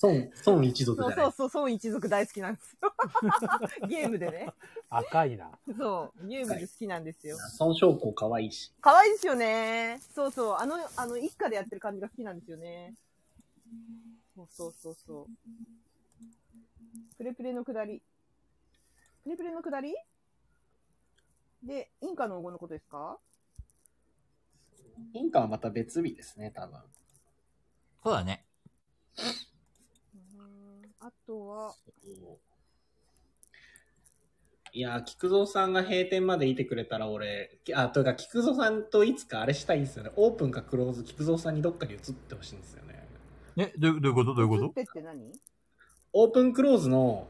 Speaker 3: 孫、孫一族
Speaker 1: そ
Speaker 3: じ
Speaker 1: う
Speaker 3: ゃな
Speaker 1: そ。
Speaker 3: いう
Speaker 1: そう、孫一族大好きなんですよ。ゲームでね。
Speaker 4: 赤いな。
Speaker 1: そう、ゲームで好きなんですよ。
Speaker 3: 孫将校可愛いし。
Speaker 1: 可愛いですよね。そうそう、あの、あの、一家でやってる感じが好きなんですよね。そうそうそうそう。プレプレの下り。プレプレの下りで、インカの黄金のことですか
Speaker 3: インカはまた別日ですね、多分。
Speaker 2: そうだね。
Speaker 1: うーんあとは、
Speaker 3: いやー、菊蔵さんが閉店までいてくれたら俺、きあ、というか菊蔵さんといつかあれしたいんですよね。オープンかクローズ、菊蔵さんにどっかに移ってほしいんですよね。
Speaker 2: え、どうどういうことどういう
Speaker 1: 映
Speaker 2: こ
Speaker 1: っ
Speaker 2: と
Speaker 1: てって何
Speaker 3: オープンクローズの、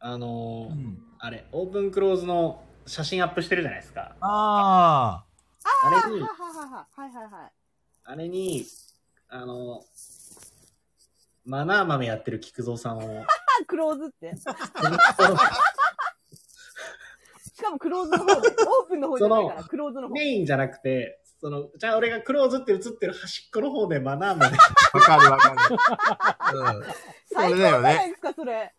Speaker 3: あのー
Speaker 2: うん。
Speaker 3: あれ、オープンクローズの写真アップしてるじゃないですか。
Speaker 2: あ
Speaker 3: あ
Speaker 1: あ
Speaker 3: れに
Speaker 1: は、ははははいはいはい。
Speaker 3: あれに、あの、マナー豆やってる菊蔵さんを、
Speaker 1: あ、クローズって。しかもクローズの 方で、オープンの方じゃないか
Speaker 3: そ
Speaker 1: ら、
Speaker 3: の
Speaker 1: クローズの方。
Speaker 3: メインじゃなくて、その、じゃあ俺がクローズって映ってる端っこの方でマナー豆。
Speaker 2: あ、わかるわかる。うん。そ
Speaker 1: 最高
Speaker 2: れだ
Speaker 1: じゃ
Speaker 2: よ
Speaker 1: ない
Speaker 2: ね。
Speaker 1: ですか、それ。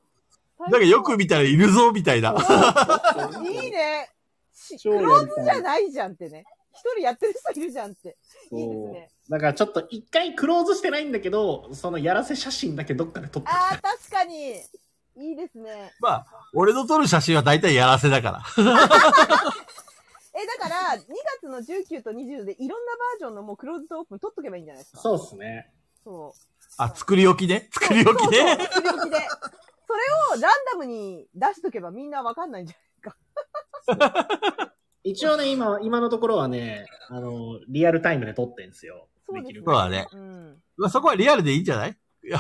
Speaker 2: だけどよく見たらいるぞ、みたいな。
Speaker 1: いいね。しク
Speaker 3: 超やりたい
Speaker 1: ローズじゃないじゃんってね。一人やってる人いるじゃんって。いいですね。
Speaker 3: だからちょっと一回クローズしてないんだけど、そのやらせ写真だけどっかで撮って
Speaker 1: ああ、確かに。いいですね。
Speaker 2: まあ、俺の撮る写真は大体やらせだから。
Speaker 1: え、だから、2月の19と20でいろんなバージョンのもうクローズとオープン取っとけばいいんじゃないですか。
Speaker 3: そうっすね。
Speaker 1: そう。
Speaker 2: あ、作り置きね。作り置き
Speaker 1: そう
Speaker 2: ね。
Speaker 1: そう作り置きで。それをランダムに出しとけばみんなわかんないんじゃ
Speaker 3: 一応ね、今、今のところはね、あの、リアルタイムで撮ってんですよ。
Speaker 1: そうですね
Speaker 3: きる
Speaker 2: そうだね。
Speaker 1: ないうん。
Speaker 2: まあ、そこはリアルでいいんじゃない いや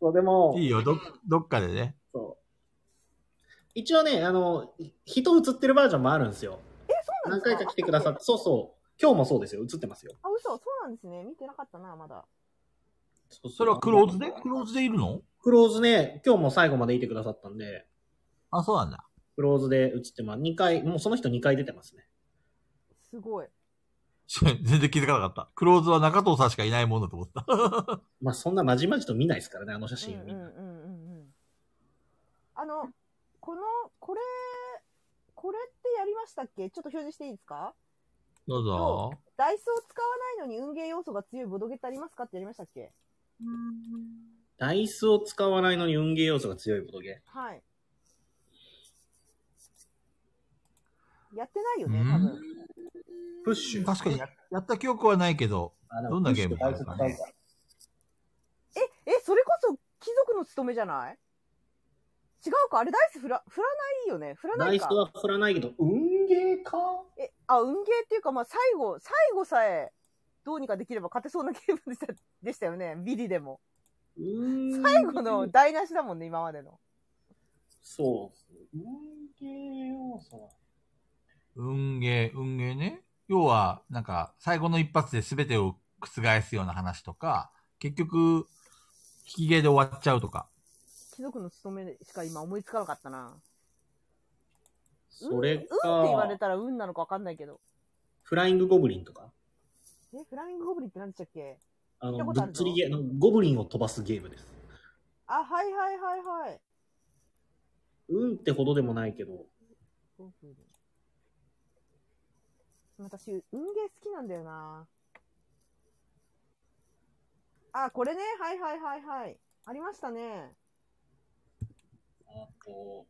Speaker 3: そう、でも、
Speaker 2: いいよ、ど、どっかでね。
Speaker 3: そう。一応ね、あの、い人映ってるバージョンもあるんですよ。
Speaker 1: そうなんで
Speaker 3: 何
Speaker 1: す
Speaker 3: 回か来てくださって、そうそう。今日もそうですよ。映ってますよ。
Speaker 1: あ、嘘。そうなんですね。見てなかったな、まだ。
Speaker 3: そうそう
Speaker 2: それはクローズでクローズでいるの
Speaker 3: クローズね、今日も最後までいてくださったんで、
Speaker 2: あ、そうなんだ。
Speaker 3: クローズで映ってます。2回、もうその人2回出てますね。
Speaker 1: すごい。
Speaker 2: 全然気づかなかった。クローズは中藤さんしかいないもんだと思った。
Speaker 3: まあそんなまじまじと見ないですからね、あの写
Speaker 1: うん
Speaker 3: 真
Speaker 1: うん
Speaker 3: をみ
Speaker 1: うん
Speaker 3: な。
Speaker 1: んうん。あの、この、これ、これってやりましたっけちょっと表示していいですか
Speaker 2: どうぞ。
Speaker 1: ダイスを使わないのに運ゲー要素が強いボドゲってありますかってやりましたっけ
Speaker 3: ダイスを使わないのに運ゲー要素が強いボトゲ。
Speaker 1: はい。やってないよ
Speaker 2: う
Speaker 1: ね、
Speaker 2: ん
Speaker 1: 多分。
Speaker 3: プッシュ。
Speaker 2: 確かにややった記憶はないけど、
Speaker 3: あでも
Speaker 2: どんなゲーム
Speaker 3: プッシュとダイス使うから
Speaker 1: え、え、それこそ貴族の務めじゃない違うかあれダイス振ら、振らないよね振らな
Speaker 3: ダ
Speaker 1: い
Speaker 3: イス
Speaker 1: か
Speaker 3: は振らないけど、運ゲーか
Speaker 1: え、あ、運ゲーっていうか、まあ、最後、最後さえ、どうにかできれば勝てそうなゲームでしたでしたよね。ビリでも。最
Speaker 3: 最
Speaker 1: 後の台無しだもんね、今までの。
Speaker 3: そう。運ゲー要素は。
Speaker 2: 運ゲー、運ゲーね。要は、なんか、最後の一発で全てを覆すような話とか、結局、引きゲーで終わっちゃうとか。
Speaker 1: 貴族の務めしか今思いつかなかったな。
Speaker 3: それ
Speaker 1: うん
Speaker 3: か
Speaker 1: うんって、言われたら運なのかわかんないけど。
Speaker 3: フライングゴブリンとか。
Speaker 1: え、フラミングゴブリンって何でしたっけ
Speaker 3: あ
Speaker 1: 聞いた
Speaker 3: の、
Speaker 1: ことあ
Speaker 3: ぶっ
Speaker 1: るぞ
Speaker 3: つりゲーの、ゴブリンを飛ばすゲームです。
Speaker 1: あ、はいはいはいはい。
Speaker 3: 運ってほどでもないけど、
Speaker 1: ゴブリン私、運ゲー好きなんだよな。あ、これね。はいはいはいはい。ありましたね。
Speaker 3: あと、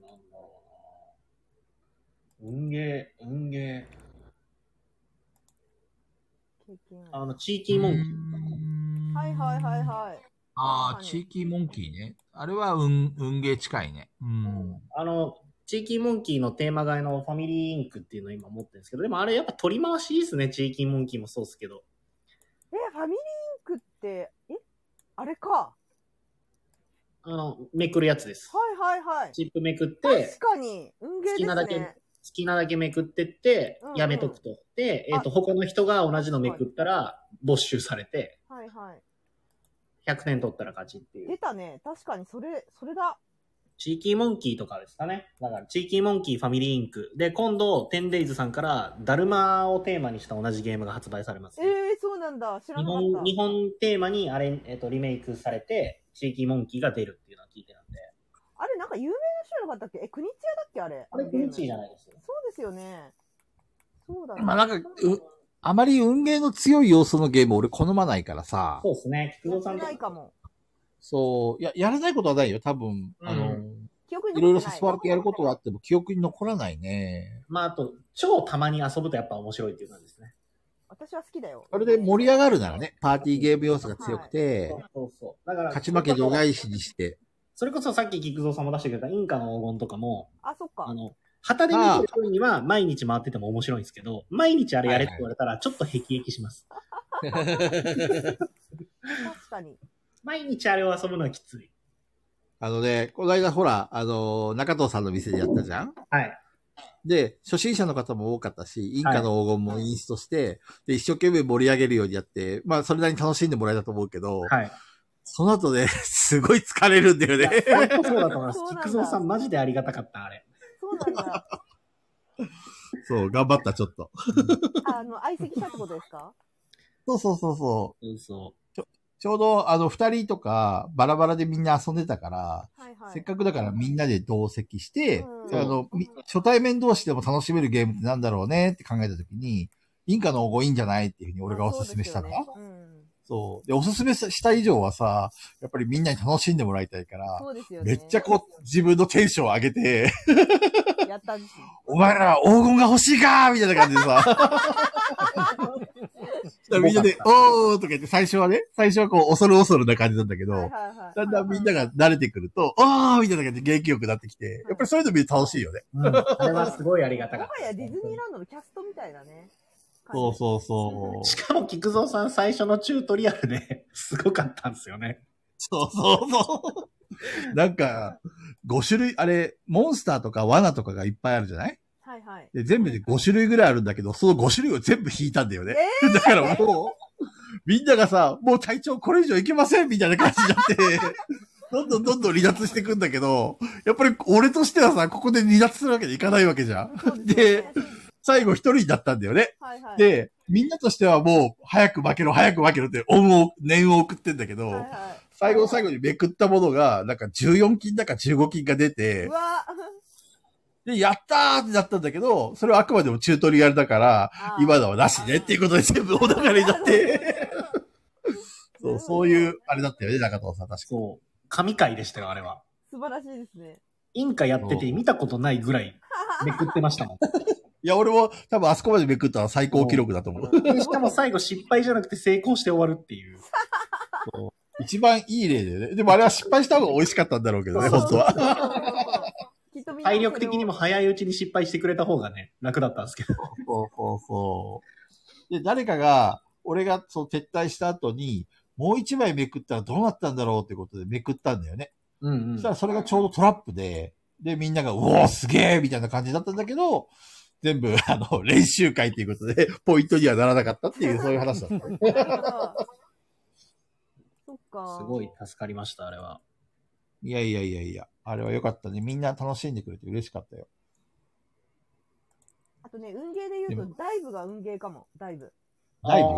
Speaker 3: なんだろうな。運ゲー、運ゲー。
Speaker 1: 経験あ
Speaker 3: あの、チーティーモンキー。
Speaker 1: る。はいはいはいはい。
Speaker 2: ああ、地域モンキーね。あれは運、運ゲー近いね。うん。
Speaker 3: あの、地域モンキーのテーマ替えのファミリーインクっていうのを今持ってるんですけど、でもあれやっぱ取り回しですね、地域モンキーもそうですけど。
Speaker 1: え、ファミリーインクって、えあれか。は
Speaker 3: あの、めくるやつです。
Speaker 1: いはいはい。
Speaker 3: チップめくって
Speaker 1: 確、かに、運ゲー
Speaker 3: 好きなだ
Speaker 1: です
Speaker 3: け
Speaker 1: ね。
Speaker 3: 好きなだけめくってって
Speaker 1: うんう、ん
Speaker 3: やめとくと。で、えっ、と、
Speaker 1: あ
Speaker 3: 他の人が同じのめくったら、没収されて、
Speaker 1: はいはい。
Speaker 3: 100点取ったら勝ちってい
Speaker 1: 出
Speaker 3: う。
Speaker 1: たね。確かに、それ、それだ。
Speaker 3: チーキーモンキーとかですかね。だから、チーキーモンキーファミリーインク。で、今度、テンデイズさんから、ダルマをテーマにした同じゲームが発売されます、
Speaker 1: ええそうなんだ。知ら
Speaker 3: 日
Speaker 1: なかった。
Speaker 3: 本、日本テーマにあれ、えっ、と、リメイクされて、地域モンキーが出るっていうのは聞いてたんで。
Speaker 1: あれ、なんか有名な人なかったっけえ、国津屋だっけあれ。
Speaker 3: あれ、
Speaker 1: の
Speaker 3: グ
Speaker 1: ゲー
Speaker 3: ッ
Speaker 1: ム
Speaker 3: チーじゃないです。
Speaker 1: そうですよね。そうだね。
Speaker 2: まあなんか、う、あまり運ゲーの強い要素のゲーム俺好まないからさ。
Speaker 3: そうですね。菊
Speaker 1: や
Speaker 3: 蔵
Speaker 1: っ
Speaker 3: さ
Speaker 1: て
Speaker 3: んと
Speaker 1: ないかも。
Speaker 2: そう。いや、やらないことはないよ。多分、
Speaker 3: うん
Speaker 2: あの、
Speaker 1: 記 憶に
Speaker 2: いろ
Speaker 1: 残
Speaker 2: いろ
Speaker 1: ってない。
Speaker 2: 誘われてやることはあっても記憶に残らないね。
Speaker 3: まあ、あと、超たまに遊ぶとやっぱ面白いっていう感じですね。
Speaker 1: 私は好きだよ。
Speaker 2: それで盛り上がるならね、パーティーゲーム要素が強くて、
Speaker 3: そうそうそう。だから、
Speaker 2: 勝ち負け除外視に して、
Speaker 3: それこそさっき菊蔵さんも出してくれたインカの黄金とかも、
Speaker 1: あ、そっか
Speaker 3: あ。の、旗で見てる分には毎日回ってても面白いんですけど、毎日あれやれって言われたらちょっと辟易します。
Speaker 1: 確かに。
Speaker 3: 毎日あれを遊ぶのはきつい。
Speaker 2: あのね、この間ほら、あの、中藤さんの店でやったじゃん
Speaker 3: はい。
Speaker 2: で、初心者の方も多かったし、インカの黄金もインストして、で、一生懸命盛り上げるようにやって、まあ、それなりに楽しんでもらえたと思うけど、
Speaker 3: はい。
Speaker 2: その後ね、 すごい疲れるんだよね。
Speaker 3: 本当そうだと思います
Speaker 1: そうなん。だ
Speaker 3: 菊蔵さんマジでありがたかった、あれ。
Speaker 1: そうなんだ。
Speaker 2: そう、頑張った、ちょっと。
Speaker 1: あの、相席したってことですか
Speaker 2: そうそうそうそう。
Speaker 3: そうそう。
Speaker 2: ちょうど、あの、二人とか、バラバラでみんな遊んでたから、
Speaker 1: はいはい。
Speaker 2: せっかくだからみんなで同席して、
Speaker 1: うん
Speaker 2: あの、み初対面同士でも楽しめるゲームってなんだろうねって考えたときに、インカの黄金いいんじゃないっていうふうに俺がおすすめしたの。
Speaker 1: あそうですよね
Speaker 2: そう。で、おすすめした以上はさ、やっぱりみんなに楽しんでもらいたいか
Speaker 1: うん
Speaker 2: ら、
Speaker 1: そうですよ
Speaker 2: め
Speaker 1: ね。
Speaker 2: っちゃこう、自分のテンション上げて、
Speaker 1: やったんです。
Speaker 2: お前らは黄金が欲しいかみたいな感じ でさ。みんなで、おーとか言って、最初はね、最初はこう、恐る恐るな感じなんだけど、
Speaker 1: はいはいはい。
Speaker 2: だんだんみんなが慣れてくると、ああみたいな感じで元気よくなってきて、やっぱりそういうの見ると楽しいよね。
Speaker 3: うんあれはすごいありがたか
Speaker 1: も
Speaker 3: った。
Speaker 1: はやディズニーランドのキャストみたいなね。
Speaker 2: そうそうそう。
Speaker 3: しかも菊蔵さん最初のチュートリアルで すごかったんですよね。
Speaker 2: そうそう そう。なんか、5種類、あれ、モンスターとか罠とかがいっぱいあるじゃない
Speaker 1: はいはい。
Speaker 2: で全部で5種類ぐらいあるんだけど、その5種類を全部引いたんだよね。だからもう、みんながさ、もう体調これ以上いけませんみたいな感じになって、どんどんどんどん離脱していくんだけど、やっぱり俺としてはさ、ここで離脱するわけにいかないわけじゃん。
Speaker 1: そうですよね、
Speaker 2: 最後一人だったんだよね。
Speaker 1: はいはい。
Speaker 2: で、みんなとしてはもう、早く負けろ、早く負けろって、恩を、念を送ってんだけど、
Speaker 1: はいは
Speaker 2: 最後の最後にめくったものが、なんか14金だか15金が出
Speaker 1: い。
Speaker 2: て
Speaker 1: う、わ
Speaker 2: で、やったーってなったんだけど、それはあくまでもチュートリアルだから、
Speaker 1: あー
Speaker 2: 今のはなしねっていうことで全部お流れにな って、そう、そういう、あれだったよね、中藤さん、確かに。
Speaker 3: そう。神回でしたよ、あれは。
Speaker 1: 素晴らしいですね。
Speaker 3: インカやってて見たことないぐらいめくってましたも ん。
Speaker 2: いや、俺も多分あそこまでめくったら最高記録だと思う。
Speaker 3: しかも最後失敗じゃなくて成功して終わるっていう。
Speaker 2: 一番いい例でね。でもあれは失敗した方が美味しかったんだろうけどね、
Speaker 3: そう
Speaker 2: 本当は。
Speaker 1: きっとみんな
Speaker 3: 体力的にも早いうちに失敗してくれた方がね、楽だったんですけど。
Speaker 2: そうそうそう。で、誰かが、俺がそう撤退した後に、もう一枚めくったらどうなったんだろうってことでめくったんだよね。
Speaker 3: うんう
Speaker 2: そ
Speaker 3: ん
Speaker 2: した。らそれがちょうどトラップで、で、みんなが、うおーすげえみたいな感じだったんだけど、全部、あの、練習会ということで、ポイントにはならなかったっていう、そういう話だった。
Speaker 1: そっか。
Speaker 3: すごい。助かりました、あれは。
Speaker 2: いやいやいやいや、あれは良かったね。みんな楽しんでくれて嬉しかったよ。
Speaker 1: あとね、運ゲーで言うと、ダイブが運ゲーかも。ダイブ。
Speaker 2: ライブ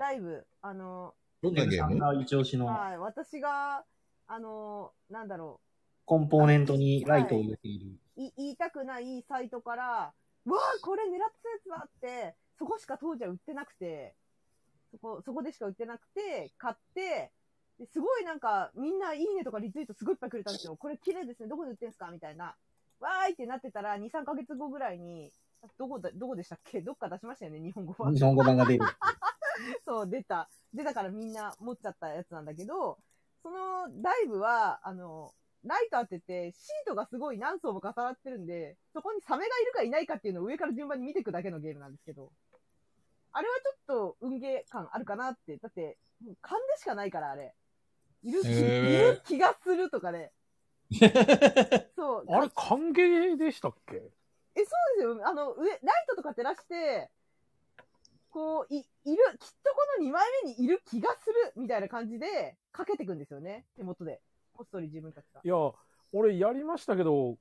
Speaker 1: ダイブ。あの、
Speaker 2: どんなゲーム
Speaker 3: さんが一押しの
Speaker 1: はい。私が、あの、なんだろ
Speaker 3: コンポーネントにライトを入れている。
Speaker 1: う。い言いたくないサイトから、わあ、これ狙ってたやつだって、そこしか当時は売ってなくて、そこ、そこでしか売ってなくて、買って、ですごいなんか、みんないいねとかリツイートすごいいっぱいくれたんですよ。これ綺麗ですね。どこで売ってんすかみたいな。わーいってなってたら、2、3ヶ月後ぐらいに、どこだ、どこでしたっけどっか出しましたよね、日本語版。
Speaker 3: 日本語版が出る。
Speaker 1: そう、出た。出たからみんな持っちゃったやつなんだけど、そのダイブは、あの、ライト当てて、シートがすごい何層も重なってるんで、そこにサメがいるかいないかっていうのを上から順番に見ていくだけのゲームなんですけど、あれはちょっと運ゲー感あるかなって、だって、もう勘でしかないから、あれ。いる気、
Speaker 3: へ
Speaker 1: い
Speaker 3: ー
Speaker 1: る気がするとかね。そう。
Speaker 4: あれ、歓迎でしたっけ
Speaker 1: え、そうですよ。あの、上、ライトとか照らして、こう、い、いる、きっとこの2枚目にいる気がするみたいな感じで、かけてくんですよね。手元で。こっそり自分たちが。
Speaker 4: いや、俺やりましたけど、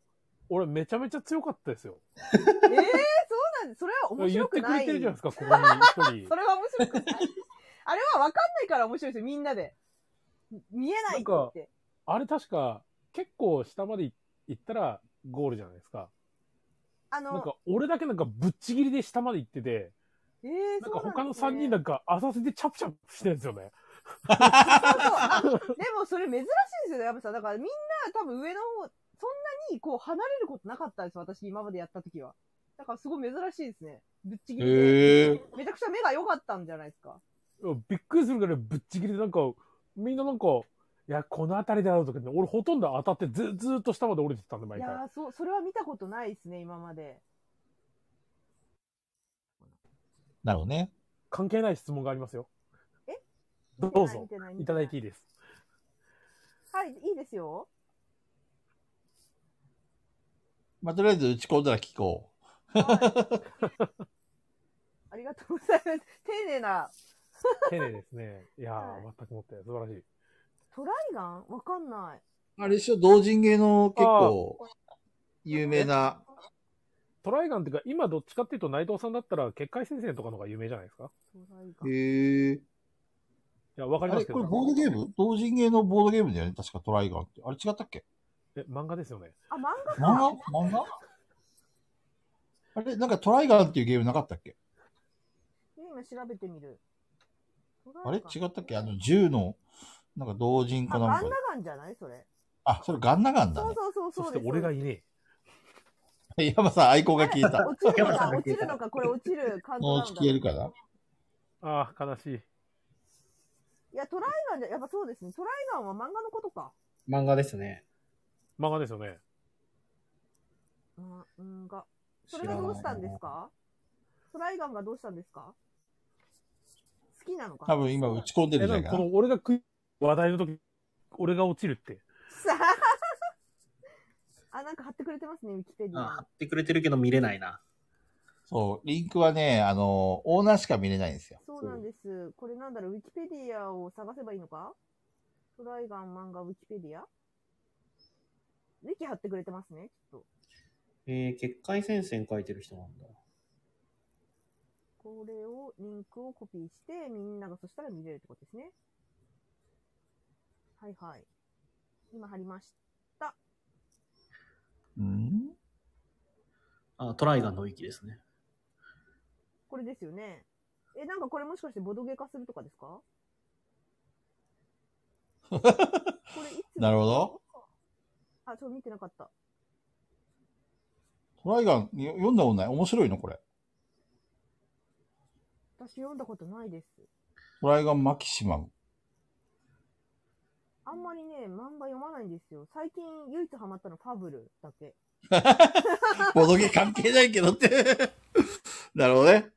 Speaker 4: 俺めちゃめちゃ強かったですよ。
Speaker 1: えー、そうなんです。それは面
Speaker 4: 言
Speaker 1: 白
Speaker 4: っ
Speaker 1: く
Speaker 4: てく
Speaker 1: な
Speaker 4: れ
Speaker 1: い。
Speaker 4: てるじゃないですか、ここに 一人
Speaker 1: そ。れは面白くない。あれはわかんないから面白いですよ、みんなで。見えないって言って。
Speaker 4: あれ確か、結構下まで行ったらゴールじゃないですか。
Speaker 1: あ
Speaker 4: なん
Speaker 1: の、
Speaker 4: か俺だけなんかぶっちぎりで下まで行ってて、
Speaker 1: えー、
Speaker 4: な
Speaker 1: そ
Speaker 4: んか
Speaker 1: うなん
Speaker 4: 他の
Speaker 1: ですね
Speaker 4: 3人なんか浅瀬でチャプチャプしてるんですよね。
Speaker 1: そうそうあでもそれ珍しいですよね、やっぱさん。だからみんな多分上の方、そんなにこう離れることなかったです、私今までやった時は。だからすごい珍しいですね。ぶっちぎりで。
Speaker 2: へえ。
Speaker 1: めちゃくちゃ目が良かったんじゃないですか。
Speaker 4: びっくりするぐらいぶっちぎりでなんか、みんななんか、いや、この辺りだろうとかね、俺ほとんど当たってず、ずーっと下まで降りてたんで、
Speaker 1: い
Speaker 4: 毎
Speaker 1: や
Speaker 4: 回。
Speaker 1: ー、そう、それは見たことないですね、今まで。
Speaker 11: なるほどね。
Speaker 4: 関係ない質問がありますよ。
Speaker 1: え
Speaker 4: どうぞ
Speaker 1: 見。てない
Speaker 4: いただいて
Speaker 1: い
Speaker 4: いいです。
Speaker 1: はい、いいですよ。
Speaker 2: まあ、とりあえず打ち込んだら聞こう。
Speaker 1: はいありがとうございます。丁寧な、
Speaker 4: 丁寧ですね。いやー、
Speaker 1: は
Speaker 4: 全くもって、素晴らしい。
Speaker 1: トライガンわかんない。
Speaker 2: あれでしょ、同人芸の結構、有名な。
Speaker 4: トライガンっていうか、今どっちかっていうと内藤さんだったら、結界先生とかの方が有名じゃないですか
Speaker 1: トライガン。
Speaker 2: へえ。
Speaker 4: いや、わかり
Speaker 2: あ
Speaker 4: ま
Speaker 2: れ、
Speaker 4: すけど。
Speaker 2: これボードゲーム同人芸のボードゲームだよね。確かトライガーって。あれ違ったっけ
Speaker 4: え、漫画ですよね。
Speaker 1: あ、漫画
Speaker 2: 漫画漫画あれなんかトライガーっていうゲームなかったっけ
Speaker 1: 今調べてみる。トライガン
Speaker 2: あれ違ったっけあの、銃の、なんか同人
Speaker 1: あ、
Speaker 2: かな
Speaker 1: ガ
Speaker 2: ん
Speaker 1: ン
Speaker 2: か
Speaker 1: ナ。ガンじゃないそれ。
Speaker 2: あ、それガンナガンだ
Speaker 1: そう
Speaker 2: ね。
Speaker 1: そうそう
Speaker 4: そ
Speaker 1: そう
Speaker 4: し
Speaker 1: で
Speaker 4: て
Speaker 1: す。
Speaker 4: 俺がいねえ。
Speaker 2: 山さん、アイコンが消えた。
Speaker 1: 落ちるの
Speaker 3: 山さ
Speaker 1: か
Speaker 3: ん、が
Speaker 1: 落ちるのか、これ落ちるカウント
Speaker 2: もう
Speaker 1: ダウンだ。
Speaker 2: 消え
Speaker 1: い
Speaker 2: るかな
Speaker 4: ああ、悲しい。
Speaker 1: や、トライガンじゃ、やっぱそうですね。トライガンは漫画のことか。
Speaker 3: 漫画ですね。
Speaker 4: 漫画ですよね。
Speaker 1: うん、うんが。 それがどうしたんですかトライガンがどうしたんですか好きなのか
Speaker 2: 多分今打ち込んでる
Speaker 4: え、
Speaker 2: んじゃなん
Speaker 4: な
Speaker 2: い
Speaker 4: か
Speaker 2: か
Speaker 4: こ
Speaker 2: な。
Speaker 4: の俺が食い、話題の時、俺が落ちるって。
Speaker 1: さ あ、あ、なんか貼ってくれてますね、ウィキペディ
Speaker 3: あ貼
Speaker 1: ア。
Speaker 3: ってくれてるけど見れないな。
Speaker 2: そう、リンクはね、あの、オーナーしか見れないんですよ。
Speaker 1: そうなんです。これなんだろう、ウィキペディアを探せばいいのかトライガン漫画ウィキペディアウィキ貼ってくれてますね、きっと。
Speaker 3: えー、結界戦線書いてる人なんだ。
Speaker 1: これを、リンクをコピーして、みんながそしたら見れるってことですね。はいはい。今貼りまし
Speaker 2: うん
Speaker 3: あ、トライガンの域ですね。
Speaker 1: これですよね。え、なんかこれもしかしてボドゲ化するとかです かこれいつ
Speaker 2: なるほど。
Speaker 1: あ、ちょ、見てなかった。
Speaker 2: トライガン、よ読んだことない面白いのこれ。
Speaker 1: 私読んだことないです。
Speaker 2: トライガンマキシマム。
Speaker 1: あんまりね、漫画読まないんですよ。最近唯一ハマったのファブルだけ。
Speaker 2: ボドゲ関係ないけどって。 なるほどね。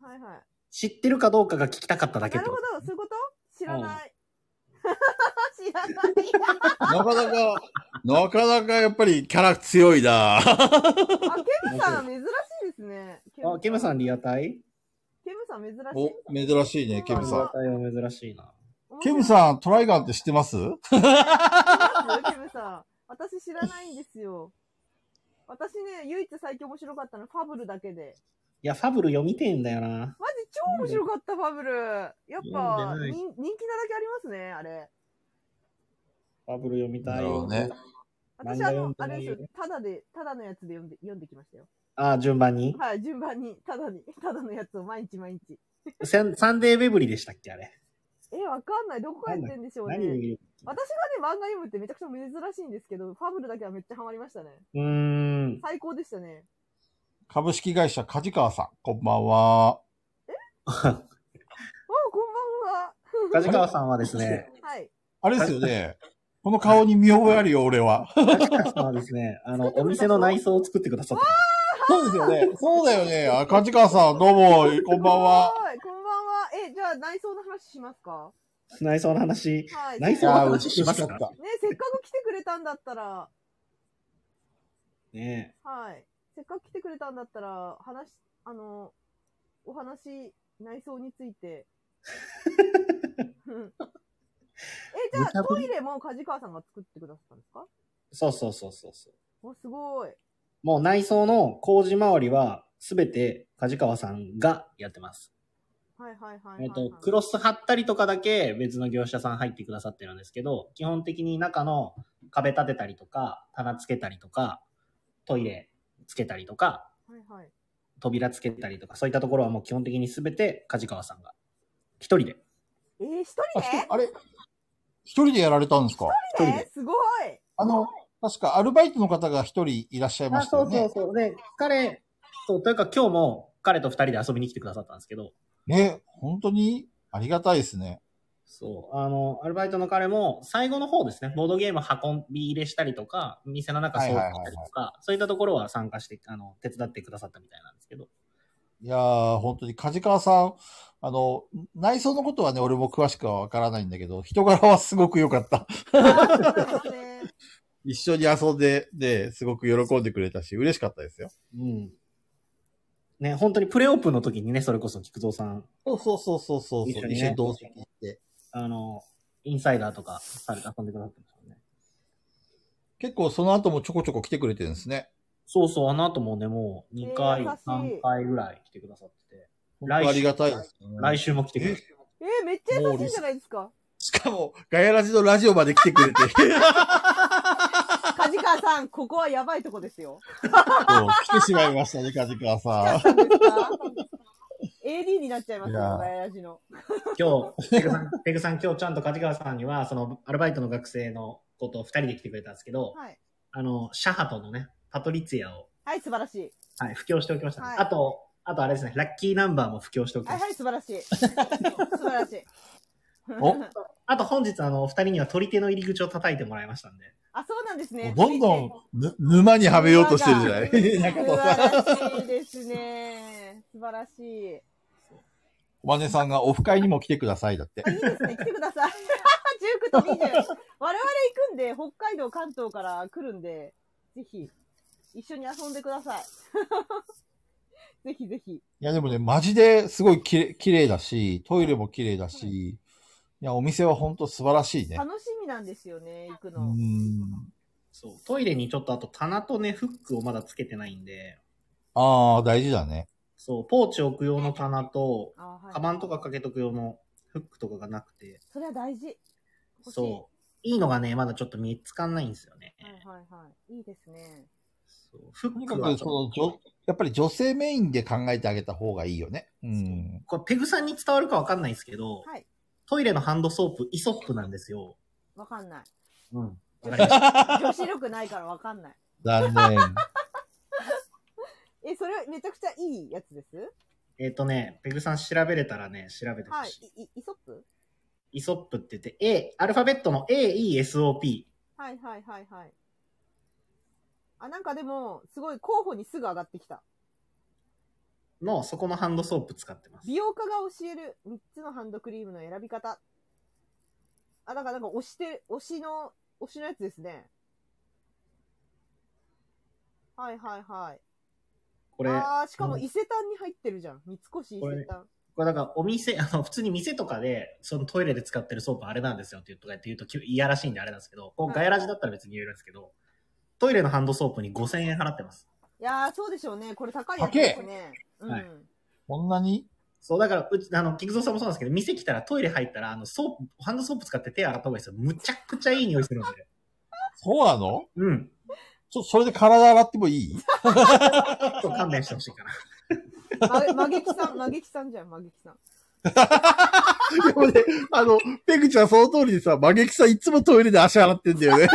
Speaker 1: はいはい。
Speaker 3: 知ってるかどうかが聞きたかっただけ
Speaker 1: な
Speaker 3: って
Speaker 1: る
Speaker 3: こ
Speaker 1: ほ
Speaker 3: と
Speaker 1: ど、そういうこと知らない。 知らない。
Speaker 2: なかなか、なかなかやっぱりキャラ強いな
Speaker 1: あ、ケムさん珍しいですね。
Speaker 3: あ、ケムさんリア
Speaker 1: ケ
Speaker 3: タイ
Speaker 1: ムさん珍しい。
Speaker 2: お、珍しいね、ケム
Speaker 3: リア
Speaker 2: さ
Speaker 3: タイは珍しいな。
Speaker 2: ん。ケムさん、トライガンって知ってます
Speaker 1: ん。ケムさん。私知らないんですよ。私ね、唯一最近面白かったのファブルだけで。
Speaker 3: いや、ファブル読みてえんだよな。
Speaker 1: マジ超面白かった、ファブル。やっぱ、
Speaker 3: 読んでない
Speaker 1: 人人気なだけありますね、あれ。
Speaker 3: ファブル読みたい
Speaker 2: なるほ
Speaker 3: よ。
Speaker 2: どね
Speaker 1: 私、
Speaker 3: 漫画
Speaker 1: あ
Speaker 3: 読
Speaker 1: の
Speaker 3: ん、で
Speaker 1: あれ
Speaker 3: ない
Speaker 1: です
Speaker 3: よ
Speaker 1: よ。ただで、ただのやつで読んで、読んできましたよ。
Speaker 3: あ、順番に。
Speaker 1: はい、順番に、ただに、ただのやつを毎日毎日。
Speaker 3: サンサンデーベブリでしたっけあれ。
Speaker 1: え、わかんない。どこやってんでしょうね。
Speaker 3: 何を言う
Speaker 1: 私がね、漫画読むってめちゃくちゃ珍しいんですけど、ファブルだけはめっちゃハマりましたね。
Speaker 3: うーん。
Speaker 1: 最高でしたね。
Speaker 2: 株式会社梶川さん、こんばんは。
Speaker 1: わあ、こんばんは。
Speaker 3: 梶川さんはです ね、
Speaker 1: はい。
Speaker 2: あれですよ ね。この顔に見覚えあるよ、俺は。
Speaker 3: 梶川さんはですね、あの、お店の内装を作ってくださった。
Speaker 2: そうですよね。そうだよね。あ梶川さん、どうも、こんばんは。
Speaker 1: い。こんばんは。え、じゃあ内装の話しますか
Speaker 3: 内装の話。
Speaker 1: はい。
Speaker 3: 内
Speaker 2: い
Speaker 3: 装の
Speaker 2: やー、
Speaker 3: 話
Speaker 2: 美し
Speaker 3: し
Speaker 2: か
Speaker 3: ま
Speaker 2: っ
Speaker 3: すか
Speaker 2: た。
Speaker 1: ね、せっかく来てくれたんだったら、
Speaker 3: ね
Speaker 1: はい。せっかく来てくれたんだったら、話、あの、お話、内装について。うんえ、じゃ
Speaker 3: 無茶
Speaker 1: あ
Speaker 3: ぶ
Speaker 1: ト
Speaker 3: り
Speaker 1: イレも梶川さんが作ってくださったんですか
Speaker 3: そうそうそうそうそう。
Speaker 1: お、すごい。
Speaker 3: もう内装の工事周りは、すべて梶川さんがやってます。
Speaker 1: はいはいはいはい、はい。
Speaker 3: えっと、クロス貼ったりとかだけ別の業者さん入ってくださってるんですけど、基本的に中の壁立てたりとか、棚つけたりとか、トイレつけたりとか、
Speaker 1: はいはい。
Speaker 3: 扉つけたりとか、そういったところはもう基本的に全て梶川さんが、一人で。
Speaker 1: えー、一
Speaker 2: あ
Speaker 1: 人
Speaker 2: ひ
Speaker 1: で
Speaker 2: とあれ一人でやられたんですか
Speaker 1: 一人ですごい
Speaker 2: あの、確かアルバイトの方が一人いらっしゃいましたよね。
Speaker 3: そう。で、彼、そう、というか今日も彼と二人で遊びに来てくださったんですけど、
Speaker 2: ね、本当にありがたいですね。
Speaker 3: そう、あの、アルバイトの彼も最後の方ですね、ボードゲーム運び入れしたりとか、店の中掃除したりとか、そういったところは参加して、あの、手伝ってくださったみたいなんですけど。
Speaker 2: いやー、本当に梶川さん、あの、内装のことはね、俺も詳しくはわからないんだけど、人柄はすごく良かった。
Speaker 1: そうね
Speaker 2: 一緒に遊んで、で、すごく喜んでくれたし、嬉しかったですよ。
Speaker 3: うん。ね、本当にプレオープンの時にね、それこそ菊蔵さん、
Speaker 2: そうそうそうそうそう。
Speaker 3: 一緒にね
Speaker 2: 一緒に同席して。
Speaker 3: あの、インサイダーとかされて遊んでくださってましたね。
Speaker 2: 結構その後もちょこちょこ来てくれてるんですね。
Speaker 3: そうそう、あの後もね、もう2
Speaker 1: え
Speaker 3: 回、
Speaker 1: ー優しい
Speaker 3: 3回ぐらい来てくださってて、
Speaker 2: 本当ありがたいです、ね。
Speaker 3: 来週も来てくださって。
Speaker 1: えー、めっちゃ優しいじゃないですか。
Speaker 2: しかも、ガヤラジのラジオ まで来てくれて。
Speaker 1: 梶川さん、ここはやばいとこですよ。
Speaker 2: そう来てしまいましたね、梶川 さん。
Speaker 1: AD になっちゃいますよ、
Speaker 2: いやー
Speaker 1: ガヤラジの。
Speaker 3: 今日、ペグさん、ペグさん今日ちゃんと梶川さんには、その、アルバイトの学生のことを2人で来てくれたんですけど、
Speaker 1: はい。
Speaker 3: あの、シャハトのね、パトリツィアを、
Speaker 1: はい、素晴らしい。
Speaker 3: はい、布教しておきました、ね
Speaker 1: はい
Speaker 3: あと、あとあれですね、ラッキーナンバーも布教しておきま
Speaker 1: は
Speaker 3: し
Speaker 1: い、
Speaker 3: た。
Speaker 1: はい、素晴らし い。素晴らしい。
Speaker 2: お
Speaker 3: あと本日、あの、お二人には取り手の入り口を叩いてもらいましたんで。
Speaker 1: あ、そうなんですね。
Speaker 2: どんどんぬ沼にはめようとしてるじゃない
Speaker 1: 続いて
Speaker 2: 中
Speaker 1: 素
Speaker 2: 藤さん。
Speaker 1: 晴らしいですね。素晴らしい。
Speaker 2: おまねさんがオフ会にも来てくださいだって
Speaker 1: あ。いいですね、来てください。19と20。我々行くんで、北海道、関東から来るんで、ぜひ、一緒に遊んでください。 ぜひぜひ。
Speaker 2: いやでもね、マジですごいきれ綺麗だし、トイレも綺麗だし、いや、お店は本当素晴らしいね。
Speaker 1: 楽しみなんですよね、行く
Speaker 2: うー
Speaker 1: の。
Speaker 2: ん。
Speaker 3: そう。トイレにちょっとあと棚とね、フックをまだつけてないんで、
Speaker 2: ああ、大事だね。
Speaker 3: そう、ポーチ置く用の棚と、
Speaker 1: あはい。
Speaker 3: カバンとかかけとく用のフックとかがなくて、
Speaker 1: それは大事。欲しい
Speaker 3: そう。いいのがね、まだちょっと見つかんないんですよね。
Speaker 1: はいはいはい。いいですね。
Speaker 3: そうフ
Speaker 2: とに
Speaker 3: ッ
Speaker 2: か
Speaker 3: クは
Speaker 2: く、
Speaker 3: ち
Speaker 2: そ
Speaker 3: ょ
Speaker 2: の
Speaker 3: っ
Speaker 2: じょ、やっぱり女性メインで考えてあげた方がいいよね。うん。
Speaker 3: と、これペグさんに伝わるかわかんないですけど、
Speaker 1: はい
Speaker 3: トイレのハンドソープ、イソップなんですよ。
Speaker 1: わかんない。
Speaker 3: うん。わかりました。
Speaker 1: 女子力ないからわかんない。
Speaker 2: 残念。
Speaker 1: え、それめちゃくちゃいいやつです
Speaker 3: えっとね、ペグさん調べれたらね、調べてほ
Speaker 1: はい
Speaker 3: し
Speaker 1: い、
Speaker 3: い。。
Speaker 1: いイソップ
Speaker 3: イソップって言って、A、アルファベットの A、E、S、O、P。
Speaker 1: はいはいはいはい。あ、なんかでも、すごい候補にすぐ上がってきた。
Speaker 3: の、そこのハンドソープ使ってます。
Speaker 1: 美容家が教える3つのハンドクリームの選び方。あ、なんかなんか押して、押しの、押しのやつですね。はいはいはい。
Speaker 3: これ、
Speaker 1: ああ、しかも
Speaker 3: うん
Speaker 1: 伊勢丹に入ってるじゃん。三越伊
Speaker 3: これ
Speaker 1: 勢丹。
Speaker 3: これだからお店、 あの、普通に店とかで、そのトイレで使ってるソープあれなんですよって言うとかって言うときいやらしいんであれなんですけど、こう
Speaker 1: はい
Speaker 3: ガヤラジだったら別に言えるんですけど、トイレのハンドソープに5000円払ってます。
Speaker 1: いやー、そうでしょうね。これ高いやつですね。うん。
Speaker 3: はい
Speaker 2: こんなに
Speaker 3: そう、だから、うち、あの、菊蔵さんもそうなんですけど、店来たらトイレ入ったら、あの、ソープ、ハンドソープ使って手洗った方がいいですよ。むちゃくちゃいい匂いするんで。
Speaker 2: そうなの
Speaker 3: うん。
Speaker 12: そ、それで体洗ってもいい
Speaker 3: ちょっと勘弁してほしいかな。
Speaker 1: ま、まげきさん、まげきさんじゃん、まげきさん。
Speaker 12: でもね、あの、ペグちゃんその通りにさ、マゲキさんいつもトイレで足洗ってんだよ ね。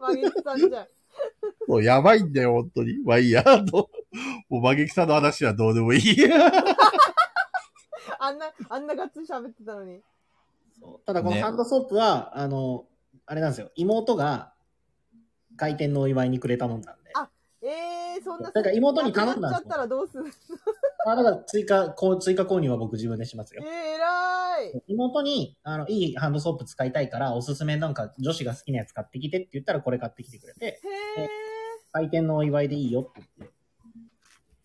Speaker 1: まげきさんじゃん。
Speaker 12: もうやばいんだよ、本当に。まあいいや、あのもうマゲキさんの話はどうでもいい。
Speaker 1: あんな、あんなガッツリ喋ってたのに。
Speaker 3: ただこの
Speaker 2: ね
Speaker 3: ハンドソープは、あの、あれなんですよ。妹が開店のお祝いにくれたもんなんで。
Speaker 1: あえー、そんな。
Speaker 3: なんか妹に頼んだん
Speaker 1: なくなっちゃ
Speaker 3: ですも
Speaker 1: ったらどうする
Speaker 3: あだから追加、こう追加購入は僕自分でします
Speaker 1: え
Speaker 3: よ。
Speaker 1: ー、偉 い。
Speaker 3: 妹に、あの、いいハンドソープ使いたいから、おすすめなんか女子が好きなやつ買ってきてって言ったらこれ買ってきてくれて、
Speaker 1: へえ、
Speaker 3: 開店のお祝いでいいよって言って。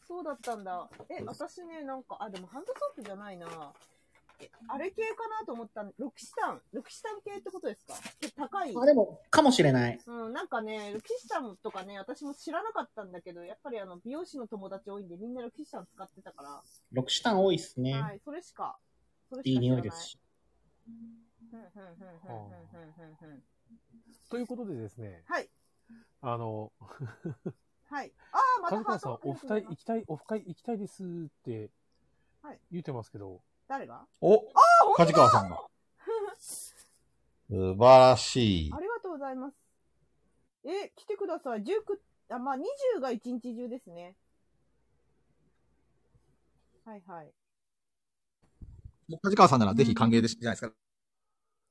Speaker 1: そうだったんだ。え、私ね、なんか、あ、でもハンドソープじゃないな。えあれ系かなと思ったんロキシタン。ロキシタン系ってことですか高い。
Speaker 3: あ、でも、かもしれない。
Speaker 1: うん、なんかね、ロキシタンとかね、私も知らなかったんだけど、やっぱりあの、美容師の友達多いんで、みんなロキシタン使ってたか
Speaker 3: ロクシタン多いっすね。
Speaker 1: ら。はい、それしか。それ
Speaker 3: い、
Speaker 1: しか知
Speaker 3: い
Speaker 1: ら
Speaker 3: 匂
Speaker 1: ない
Speaker 3: ですし。
Speaker 1: ふんふんふんふんふんふんふんふん
Speaker 4: ということでですね、
Speaker 1: はい。
Speaker 4: あの、
Speaker 1: はい。ああ、また
Speaker 4: カ
Speaker 1: ハ
Speaker 4: ズ
Speaker 1: ート
Speaker 4: カさん、オフ会行きたい、オフ会行きたいですって
Speaker 1: はい
Speaker 4: 言ってますけど、
Speaker 1: 誰が
Speaker 12: お、梶川さんが。素晴らしい
Speaker 1: あ。りがとうございます。え、来てください。19、あ、まあ、20が一日中ですね。はいはい。
Speaker 2: もう 梶川さんならぜひ歓迎でし、じゃないですか。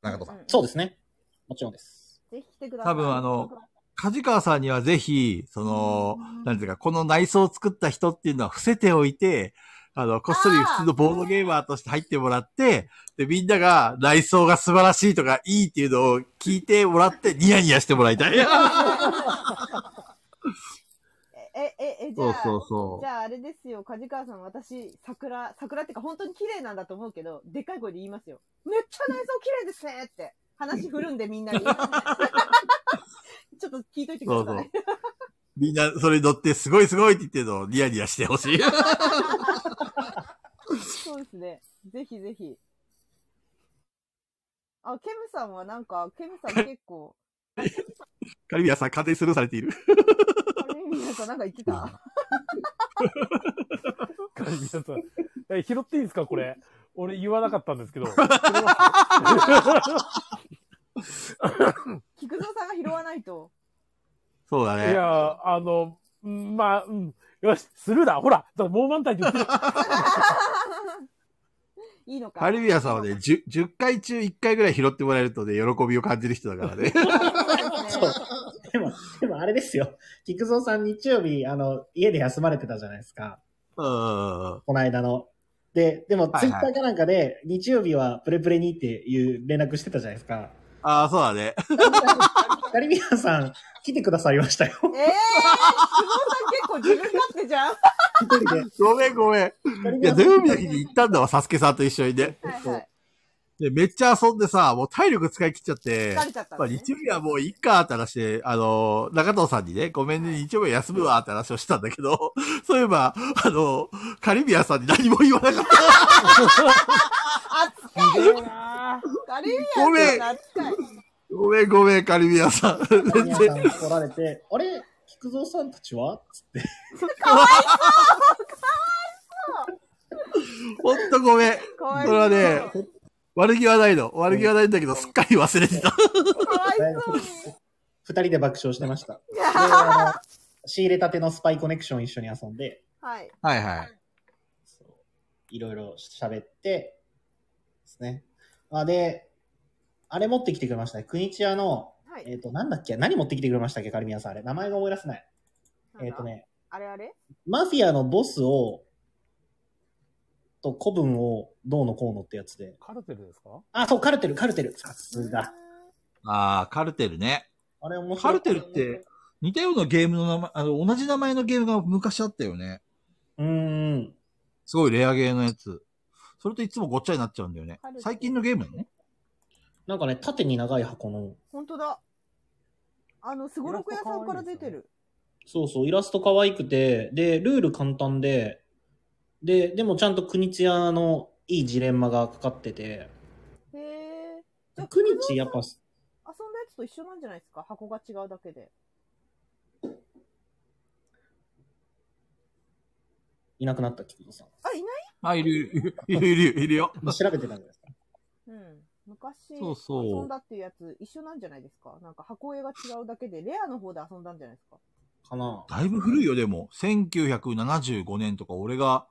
Speaker 2: 中
Speaker 1: う
Speaker 2: 戸さん。
Speaker 1: ん
Speaker 3: そうですね。もちろんです。
Speaker 1: ぜひ来てください。
Speaker 2: 多分あの、梶川さんにはぜひ、その、なんていうか、この内装を作った人っていうのは伏せておいて、あの、こっそり普通のボードゲーマーとして入ってもらって、で、みんなが内装が素晴らしいとかいいっていうのを聞いてもらって、ニヤニヤしてもらいたい。
Speaker 1: え、え、え、え、じゃ
Speaker 2: そう
Speaker 1: あ、
Speaker 2: そうそ
Speaker 1: じゃああれですよ、梶川さん、私、桜、桜ってか本当に綺麗なんだと思うけど、でっかい声で言いますよ。めっちゃ内装綺麗ですねって。話振るんでみん なに。ちょっと聞いといて
Speaker 2: う。
Speaker 1: く
Speaker 2: そ
Speaker 1: だ
Speaker 2: うそ
Speaker 1: さ
Speaker 2: う
Speaker 1: い。。
Speaker 2: みんな、それに乗って、すごいすごいって言ってるのをニヤニヤしてほ しい。
Speaker 1: そうですね。ぜひぜひ。あ、ケムさんはなんか、ケムさん結構、
Speaker 2: カリビアさん、勝手にスルーされている。
Speaker 1: カリミヤさんなんか言ってた。
Speaker 4: カリビアさん。え、拾っていいですかこれ。俺言わなかったんで すけど。
Speaker 1: 菊蔵さんが拾わないと。
Speaker 2: そうだ
Speaker 4: い
Speaker 2: ね。
Speaker 4: や、あの、うんまあ、うん。よし、スルーだ。ほら、だもう満タンって言っ てる。
Speaker 1: いいのか。
Speaker 2: カリビアさんはね、10, 10回中1回ぐらい拾ってもらえるとね、喜びを感じる人だからね。
Speaker 1: そうですね
Speaker 3: でも、でもあれですよ。菊蔵さん日曜日、あの、家で休まれてたじゃないですか。
Speaker 2: うん。
Speaker 3: この間の。で、でも、
Speaker 2: はい
Speaker 3: ツイッターかなんかで、日曜日はプレプレにっていう連絡してたじゃないですか。
Speaker 2: ああ、そうだね。
Speaker 3: ガリビアンさん、来てくださいましたよ。
Speaker 1: ええー、菊蔵さん結構自分勝手じゃん。
Speaker 3: 一人で。
Speaker 2: ごめんごめん。いや、土曜日の日に行ったんだわ、サスケさんと一緒にね。
Speaker 1: はいはい。
Speaker 2: で、めっちゃ遊んでさ、もう体力使い切っちゃって、
Speaker 1: 疲れちゃったの
Speaker 2: まあ
Speaker 1: ね、
Speaker 2: 日曜日はもういいかって話で、あの、中藤さんにね、ごめんね、日曜日は休むわって話をしたんだけど、 そういえば、あの、カリビアさんに何も言わなかっ
Speaker 1: 扱いよな。カリビアンっていうの扱い。
Speaker 2: た。ごめんごめん、カリビアさん。全
Speaker 3: ガリビアン
Speaker 2: 然。
Speaker 3: さん来られて、あれ菊蔵さんたちはつって。
Speaker 2: ほんとごめん。
Speaker 1: かわい
Speaker 2: そ
Speaker 1: そ
Speaker 2: れは
Speaker 1: う。
Speaker 2: ね、悪気はないの。悪気はないんだけど、すっかり忘れてた。
Speaker 1: かわいそうに。
Speaker 3: 二人で爆笑して ました。であの仕入れたてのスパイコネクション一緒に遊んで、
Speaker 1: はい。
Speaker 2: はいはい。
Speaker 3: そういろいろ喋って、ですね。あで、あれ持ってきてくれましたね。国千屋の、
Speaker 1: はい
Speaker 3: えっ、と、なんだっけ何持ってきてくれましたっけカルミアさん。あれ、名前が思い出せない。えっ、とね、
Speaker 1: あれあれ
Speaker 3: マフィアのボスを、と古文をどうのこうのってやつで。
Speaker 4: カルテルですか
Speaker 3: あ、そう、カルテル、カルテル。さすが。
Speaker 2: ああ、カルテルね。
Speaker 3: あれ面白い。
Speaker 2: カルテルって、似たようなゲームの名前、あの、同じ名前のゲームが昔あったよね。
Speaker 3: うーん。
Speaker 2: すごいレアゲーのやつ。それといつもごっちゃになっちゃうんだよね
Speaker 1: カルテ。ル
Speaker 2: 最近のゲームなの
Speaker 3: なんかね、縦に長い箱の、
Speaker 1: 本当だ。あの、すごろく屋さんから出てる。
Speaker 3: そうそう、イラスト可愛くて、で、ルール簡単で、で、でもちゃんと国津屋のいいジレンマがかかってて、
Speaker 1: へえ。じゃあ、
Speaker 3: 国津やっぱ、
Speaker 1: 遊んだやつと一緒なんじゃないですか箱が違うだけで。
Speaker 3: いなくなった菊蔵さん。
Speaker 1: あ、いない
Speaker 2: あ、いるいるいるいるいるいるよ。
Speaker 3: 調べてたんじゃないですか。
Speaker 1: うん。昔
Speaker 2: そうそう
Speaker 1: 遊んだっていうやつ一緒なんじゃないですかなんか箱絵が違うだけで、レアの方で遊んだんじゃないですか
Speaker 3: かな
Speaker 2: だいぶ古いよ、でも。1975年とか、俺が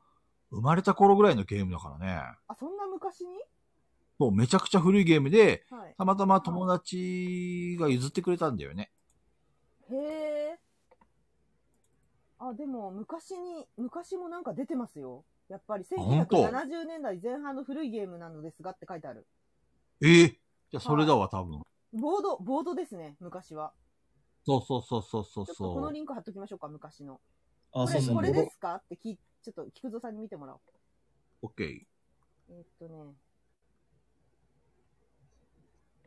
Speaker 2: 生まれた頃ぐらいのゲームだからね。
Speaker 1: あ、そんな昔に
Speaker 2: もうめちゃくちゃ古いゲームで、
Speaker 1: はい。
Speaker 2: たまたま友達が譲ってくれたんだよね。
Speaker 1: へえ。あ、でも昔に、昔もなんか出てますよ。やっぱり
Speaker 2: 本当
Speaker 1: 1970年代前半の古いゲームなのですがって書いてある。
Speaker 2: ええじゃあそれだわ、多分。
Speaker 1: ボード、ボードですね、昔は。
Speaker 2: そうそうそうそうそう
Speaker 1: ちょっとこの
Speaker 2: そう。
Speaker 1: リンク貼っときましょうか、昔の。
Speaker 3: あ、
Speaker 1: こ
Speaker 3: そう
Speaker 1: れ、
Speaker 3: そう。
Speaker 1: これですかって聞いちょっと菊蔵さんに見てもらおう。
Speaker 2: オッケー。
Speaker 1: えーっとね。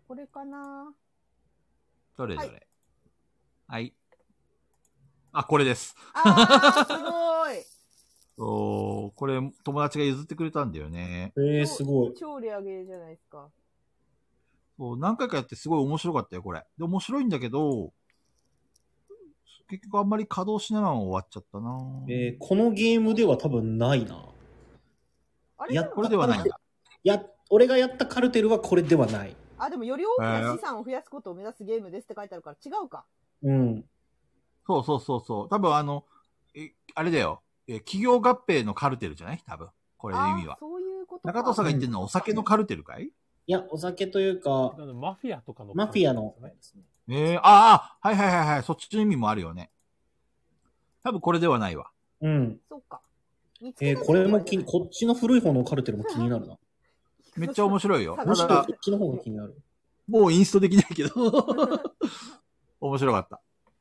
Speaker 1: これかな
Speaker 2: どれどれ。
Speaker 1: は
Speaker 2: はい。あ、これです。
Speaker 1: あー、すごい
Speaker 2: おーこれ、友達が譲ってくれたんだよね。
Speaker 3: えー、すごい。
Speaker 1: 超レアゲーじゃないですか。
Speaker 2: そう何回かやってすごい面白かったよ、これ。で、面白いんだけど、結局あんまり稼働しないまま終わっちゃったな
Speaker 3: えー、このゲームでは多分ないな。
Speaker 1: あ
Speaker 3: い
Speaker 1: れ
Speaker 3: や
Speaker 1: でも
Speaker 2: これではないんだ。
Speaker 3: や、俺がやったカルテルはこれではない。
Speaker 1: あ、でもより大きな資産を増やすことを目指すゲームですって書いてあるから違うか。
Speaker 3: うん。
Speaker 2: そうそうそうそう。多分あの、え、あれだよ。え、企業合併のカルテルじゃない多分。これの意味
Speaker 1: あ
Speaker 2: は
Speaker 1: ー、。そういうことか。
Speaker 2: 中藤さんが言ってるのはお酒のカルテルかい
Speaker 3: いや、お酒というか、
Speaker 4: あのマフィアとかの。
Speaker 3: マフィアの。
Speaker 2: えー、ああ、はいはいはいはい。そっちの意味もあるよね。多分これではないわ。
Speaker 3: うん。
Speaker 1: そうか。見つ
Speaker 3: え
Speaker 1: けた
Speaker 3: ー、これも気に、こっちの古い方のカルテルも気になるな。
Speaker 2: めっちゃ面白いよ。た
Speaker 1: 探
Speaker 3: むし
Speaker 1: し
Speaker 3: ろ
Speaker 1: て
Speaker 3: こ
Speaker 2: だ、
Speaker 3: っちの方が気になる。
Speaker 2: もうインストできないけど。 面白かった。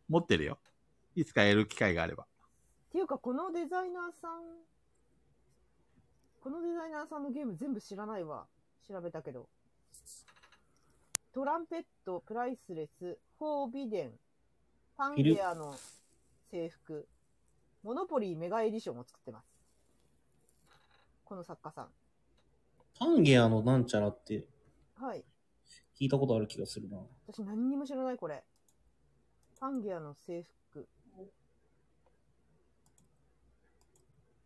Speaker 2: 持ってるよ。いつかやる機会があれば。
Speaker 1: っていうか、このデザイナーさん、このデザイナーさんのゲーム全部知らないわ。調べたけど。トランペット、プライスレス、フォービデン、パンゲアの制服、モノポリーメガエディションを作ってます。この作家さ
Speaker 3: パンゲアのなんちゃらって
Speaker 1: ん。はい。
Speaker 3: 聞いたことある気がするな。
Speaker 1: 私何にも知らない、これ。パンゲアの制服。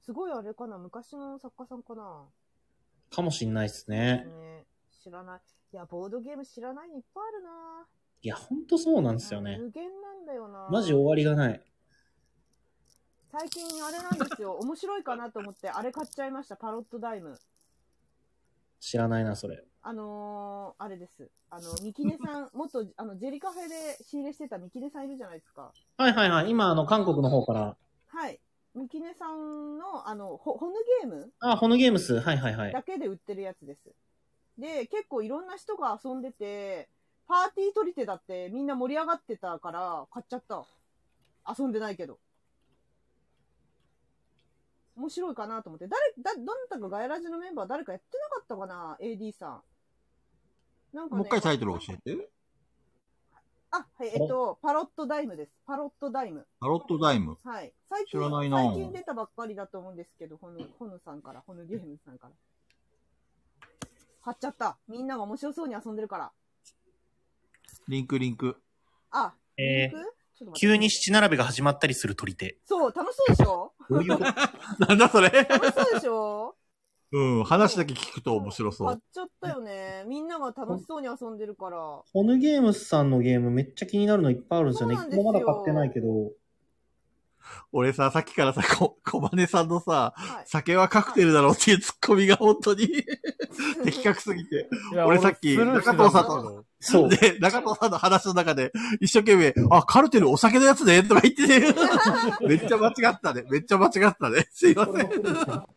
Speaker 1: すごいあれかな昔の作家さんかな
Speaker 3: かもしんないっすね。
Speaker 1: ね知らない。いや、ボードゲーム知らないのいっぱいあるない
Speaker 3: や、ほんとそうなんですよ
Speaker 1: あ
Speaker 3: ね
Speaker 1: の。無限なんだよな
Speaker 3: マジ終わりがない。
Speaker 1: 最近あれなんですよ。面白いかなと思って、あれ買っちゃいました。パロットダイム。
Speaker 3: 知らないな、それ。
Speaker 1: あのー、あれです。あの、ミキネさ ん、元、あの、ジェリカフェで仕入れしてたミキネさんいるじゃないですか。
Speaker 3: はいはいはい。今、あの、韓国の方から。
Speaker 1: はい。ミキネさんの、あの、ほ、ホヌゲーム
Speaker 3: あ、ホノゲームス。はいはいはい
Speaker 1: だ。けで売ってるやつです。で、結構いろんな人が遊んでて、パーティー取り手だってみんな盛り上がってたから買っちゃった。遊んでないけど。面白いかなと思って。誰、だ、どなたかガヤラジのメンバー誰かやってなかったかな ?AD さん。なんか、ね、
Speaker 2: もう一回タイトル教えて。
Speaker 1: あ、はい、えっと、パロットダイムです。パロットダイム。
Speaker 2: タロットダイム。
Speaker 1: はい。最近、
Speaker 2: 知らないなぁ
Speaker 1: 最近出たばっかりだと思うんですけど、ほの、ほのさんから、ほのゲームさんから。買っちゃった。みんなが面白そうに遊んでるから。
Speaker 2: リンクリンク。
Speaker 1: あ、リ
Speaker 3: え
Speaker 1: ンクちょっと待って
Speaker 3: 急に七並べが始まったりする取り 手。
Speaker 1: そう、楽しそうでしょ
Speaker 3: どういうこと
Speaker 2: なんだそれ
Speaker 1: 楽しそうでしょ
Speaker 2: うん、話だけ聞くと面白 そ
Speaker 1: 買っ
Speaker 2: う。
Speaker 1: ちゃったよね。みんなが楽しそうに遊んでるから。
Speaker 3: ホヌゲームスさんのゲームめっちゃ気になるのいっぱいあるんですよね。
Speaker 1: そうなん
Speaker 3: 一
Speaker 1: ですよ
Speaker 3: 個もまだ買ってないけど。
Speaker 2: 俺さ、さっきからさ、こ、小金さんのさ、
Speaker 1: はい。
Speaker 2: 酒はカクテルだろうっていうツッコミが本当に的確すぎて。俺さっき中藤さんと
Speaker 4: と。
Speaker 3: そう。
Speaker 2: で、中藤さんの話の中で、一生懸命、あ、カルテルお酒のやつねとか言ってて、めっちゃ間違ったね。めっちゃ間違ったね。すいません。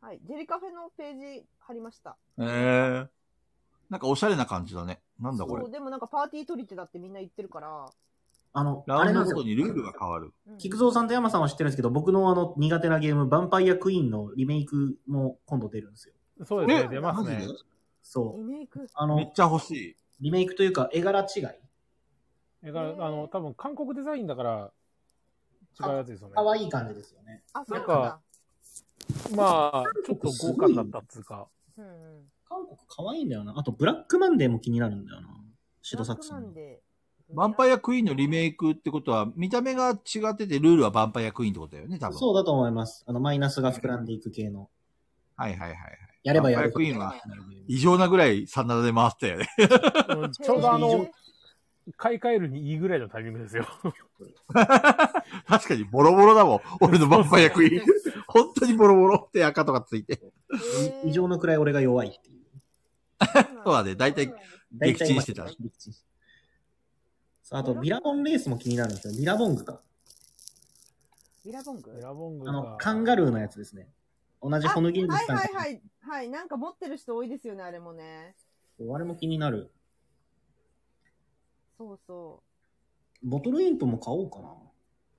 Speaker 1: はい。ジェリカフェのページ貼りました。
Speaker 2: えー、なんかおしゃれな感じだね。なんだこれ
Speaker 1: そう、。でもなんかパーティー取り手だってみんな言ってるから。
Speaker 3: あの、あ
Speaker 2: ラウ
Speaker 3: れ
Speaker 2: ン
Speaker 3: なん
Speaker 2: ド
Speaker 3: です
Speaker 2: ごと
Speaker 3: よ。
Speaker 2: にルールが変わる。
Speaker 1: うん
Speaker 3: 菊蔵さんと山さんは知ってるんですけど、僕のあの苦手なゲーム、ヴァンパイアクイーンのリメイクも今度出るんですよ。
Speaker 4: そうです
Speaker 1: え
Speaker 4: ね、出ます
Speaker 2: マ
Speaker 4: ね
Speaker 2: ジで。
Speaker 3: そ
Speaker 1: リ
Speaker 3: う。
Speaker 1: メイク。
Speaker 3: あ
Speaker 2: めっ
Speaker 3: の、
Speaker 2: ちゃ欲しい。
Speaker 3: リメイクというか絵柄違い。
Speaker 4: だから、あの、多分韓国デザインだから、違うやつですよね。
Speaker 3: 可愛い感じですよね。
Speaker 1: あ、そうなん
Speaker 4: なん
Speaker 1: だ
Speaker 4: か。まあ、ちょっと豪華だったっつうか。
Speaker 1: うんうん。
Speaker 3: 韓国可愛いんだよな。あと、ブラックマンデーも気になるんだよな。シドサックさ
Speaker 1: ブラックマ
Speaker 3: ん
Speaker 1: ン。で。
Speaker 2: ヴァンパイアクイーンのリメイクってことは、見た目が違ってて、ルールはヴァンパイアクイーンってことだよね、多分。
Speaker 3: そうだと思います。あの、マイナスが膨らんでいく系の。
Speaker 2: はいはいはいはい。
Speaker 3: やればやるほど
Speaker 2: ヴァンパイアクイ異常なぐらいサナダで回ったよね。
Speaker 4: うんちょうどあの、買い替えるにいいぐらいのタイミングですよ。
Speaker 2: 確かにボロボロだもん。俺のヴァンパイアクイーン。本当にボロボロって赤とかついて。
Speaker 3: 異常のくらい俺が弱いっていう。
Speaker 2: そうだね、大体
Speaker 3: 大
Speaker 2: 撃
Speaker 3: 体
Speaker 2: 沈してた
Speaker 3: 撃沈してさあ、あと、ミラボンレースも気になるんですよ。ミラボングか。
Speaker 1: ミラボング
Speaker 4: ラボング
Speaker 3: あの、カンガルーのやつですね。同じホヌギング
Speaker 1: は
Speaker 3: ス
Speaker 1: い
Speaker 3: さん
Speaker 1: はいはい。はい。なんか持ってる人多いですよね、あれもね。
Speaker 3: あれも気になる。
Speaker 1: そうそ
Speaker 3: ボトルインプも買おうかな。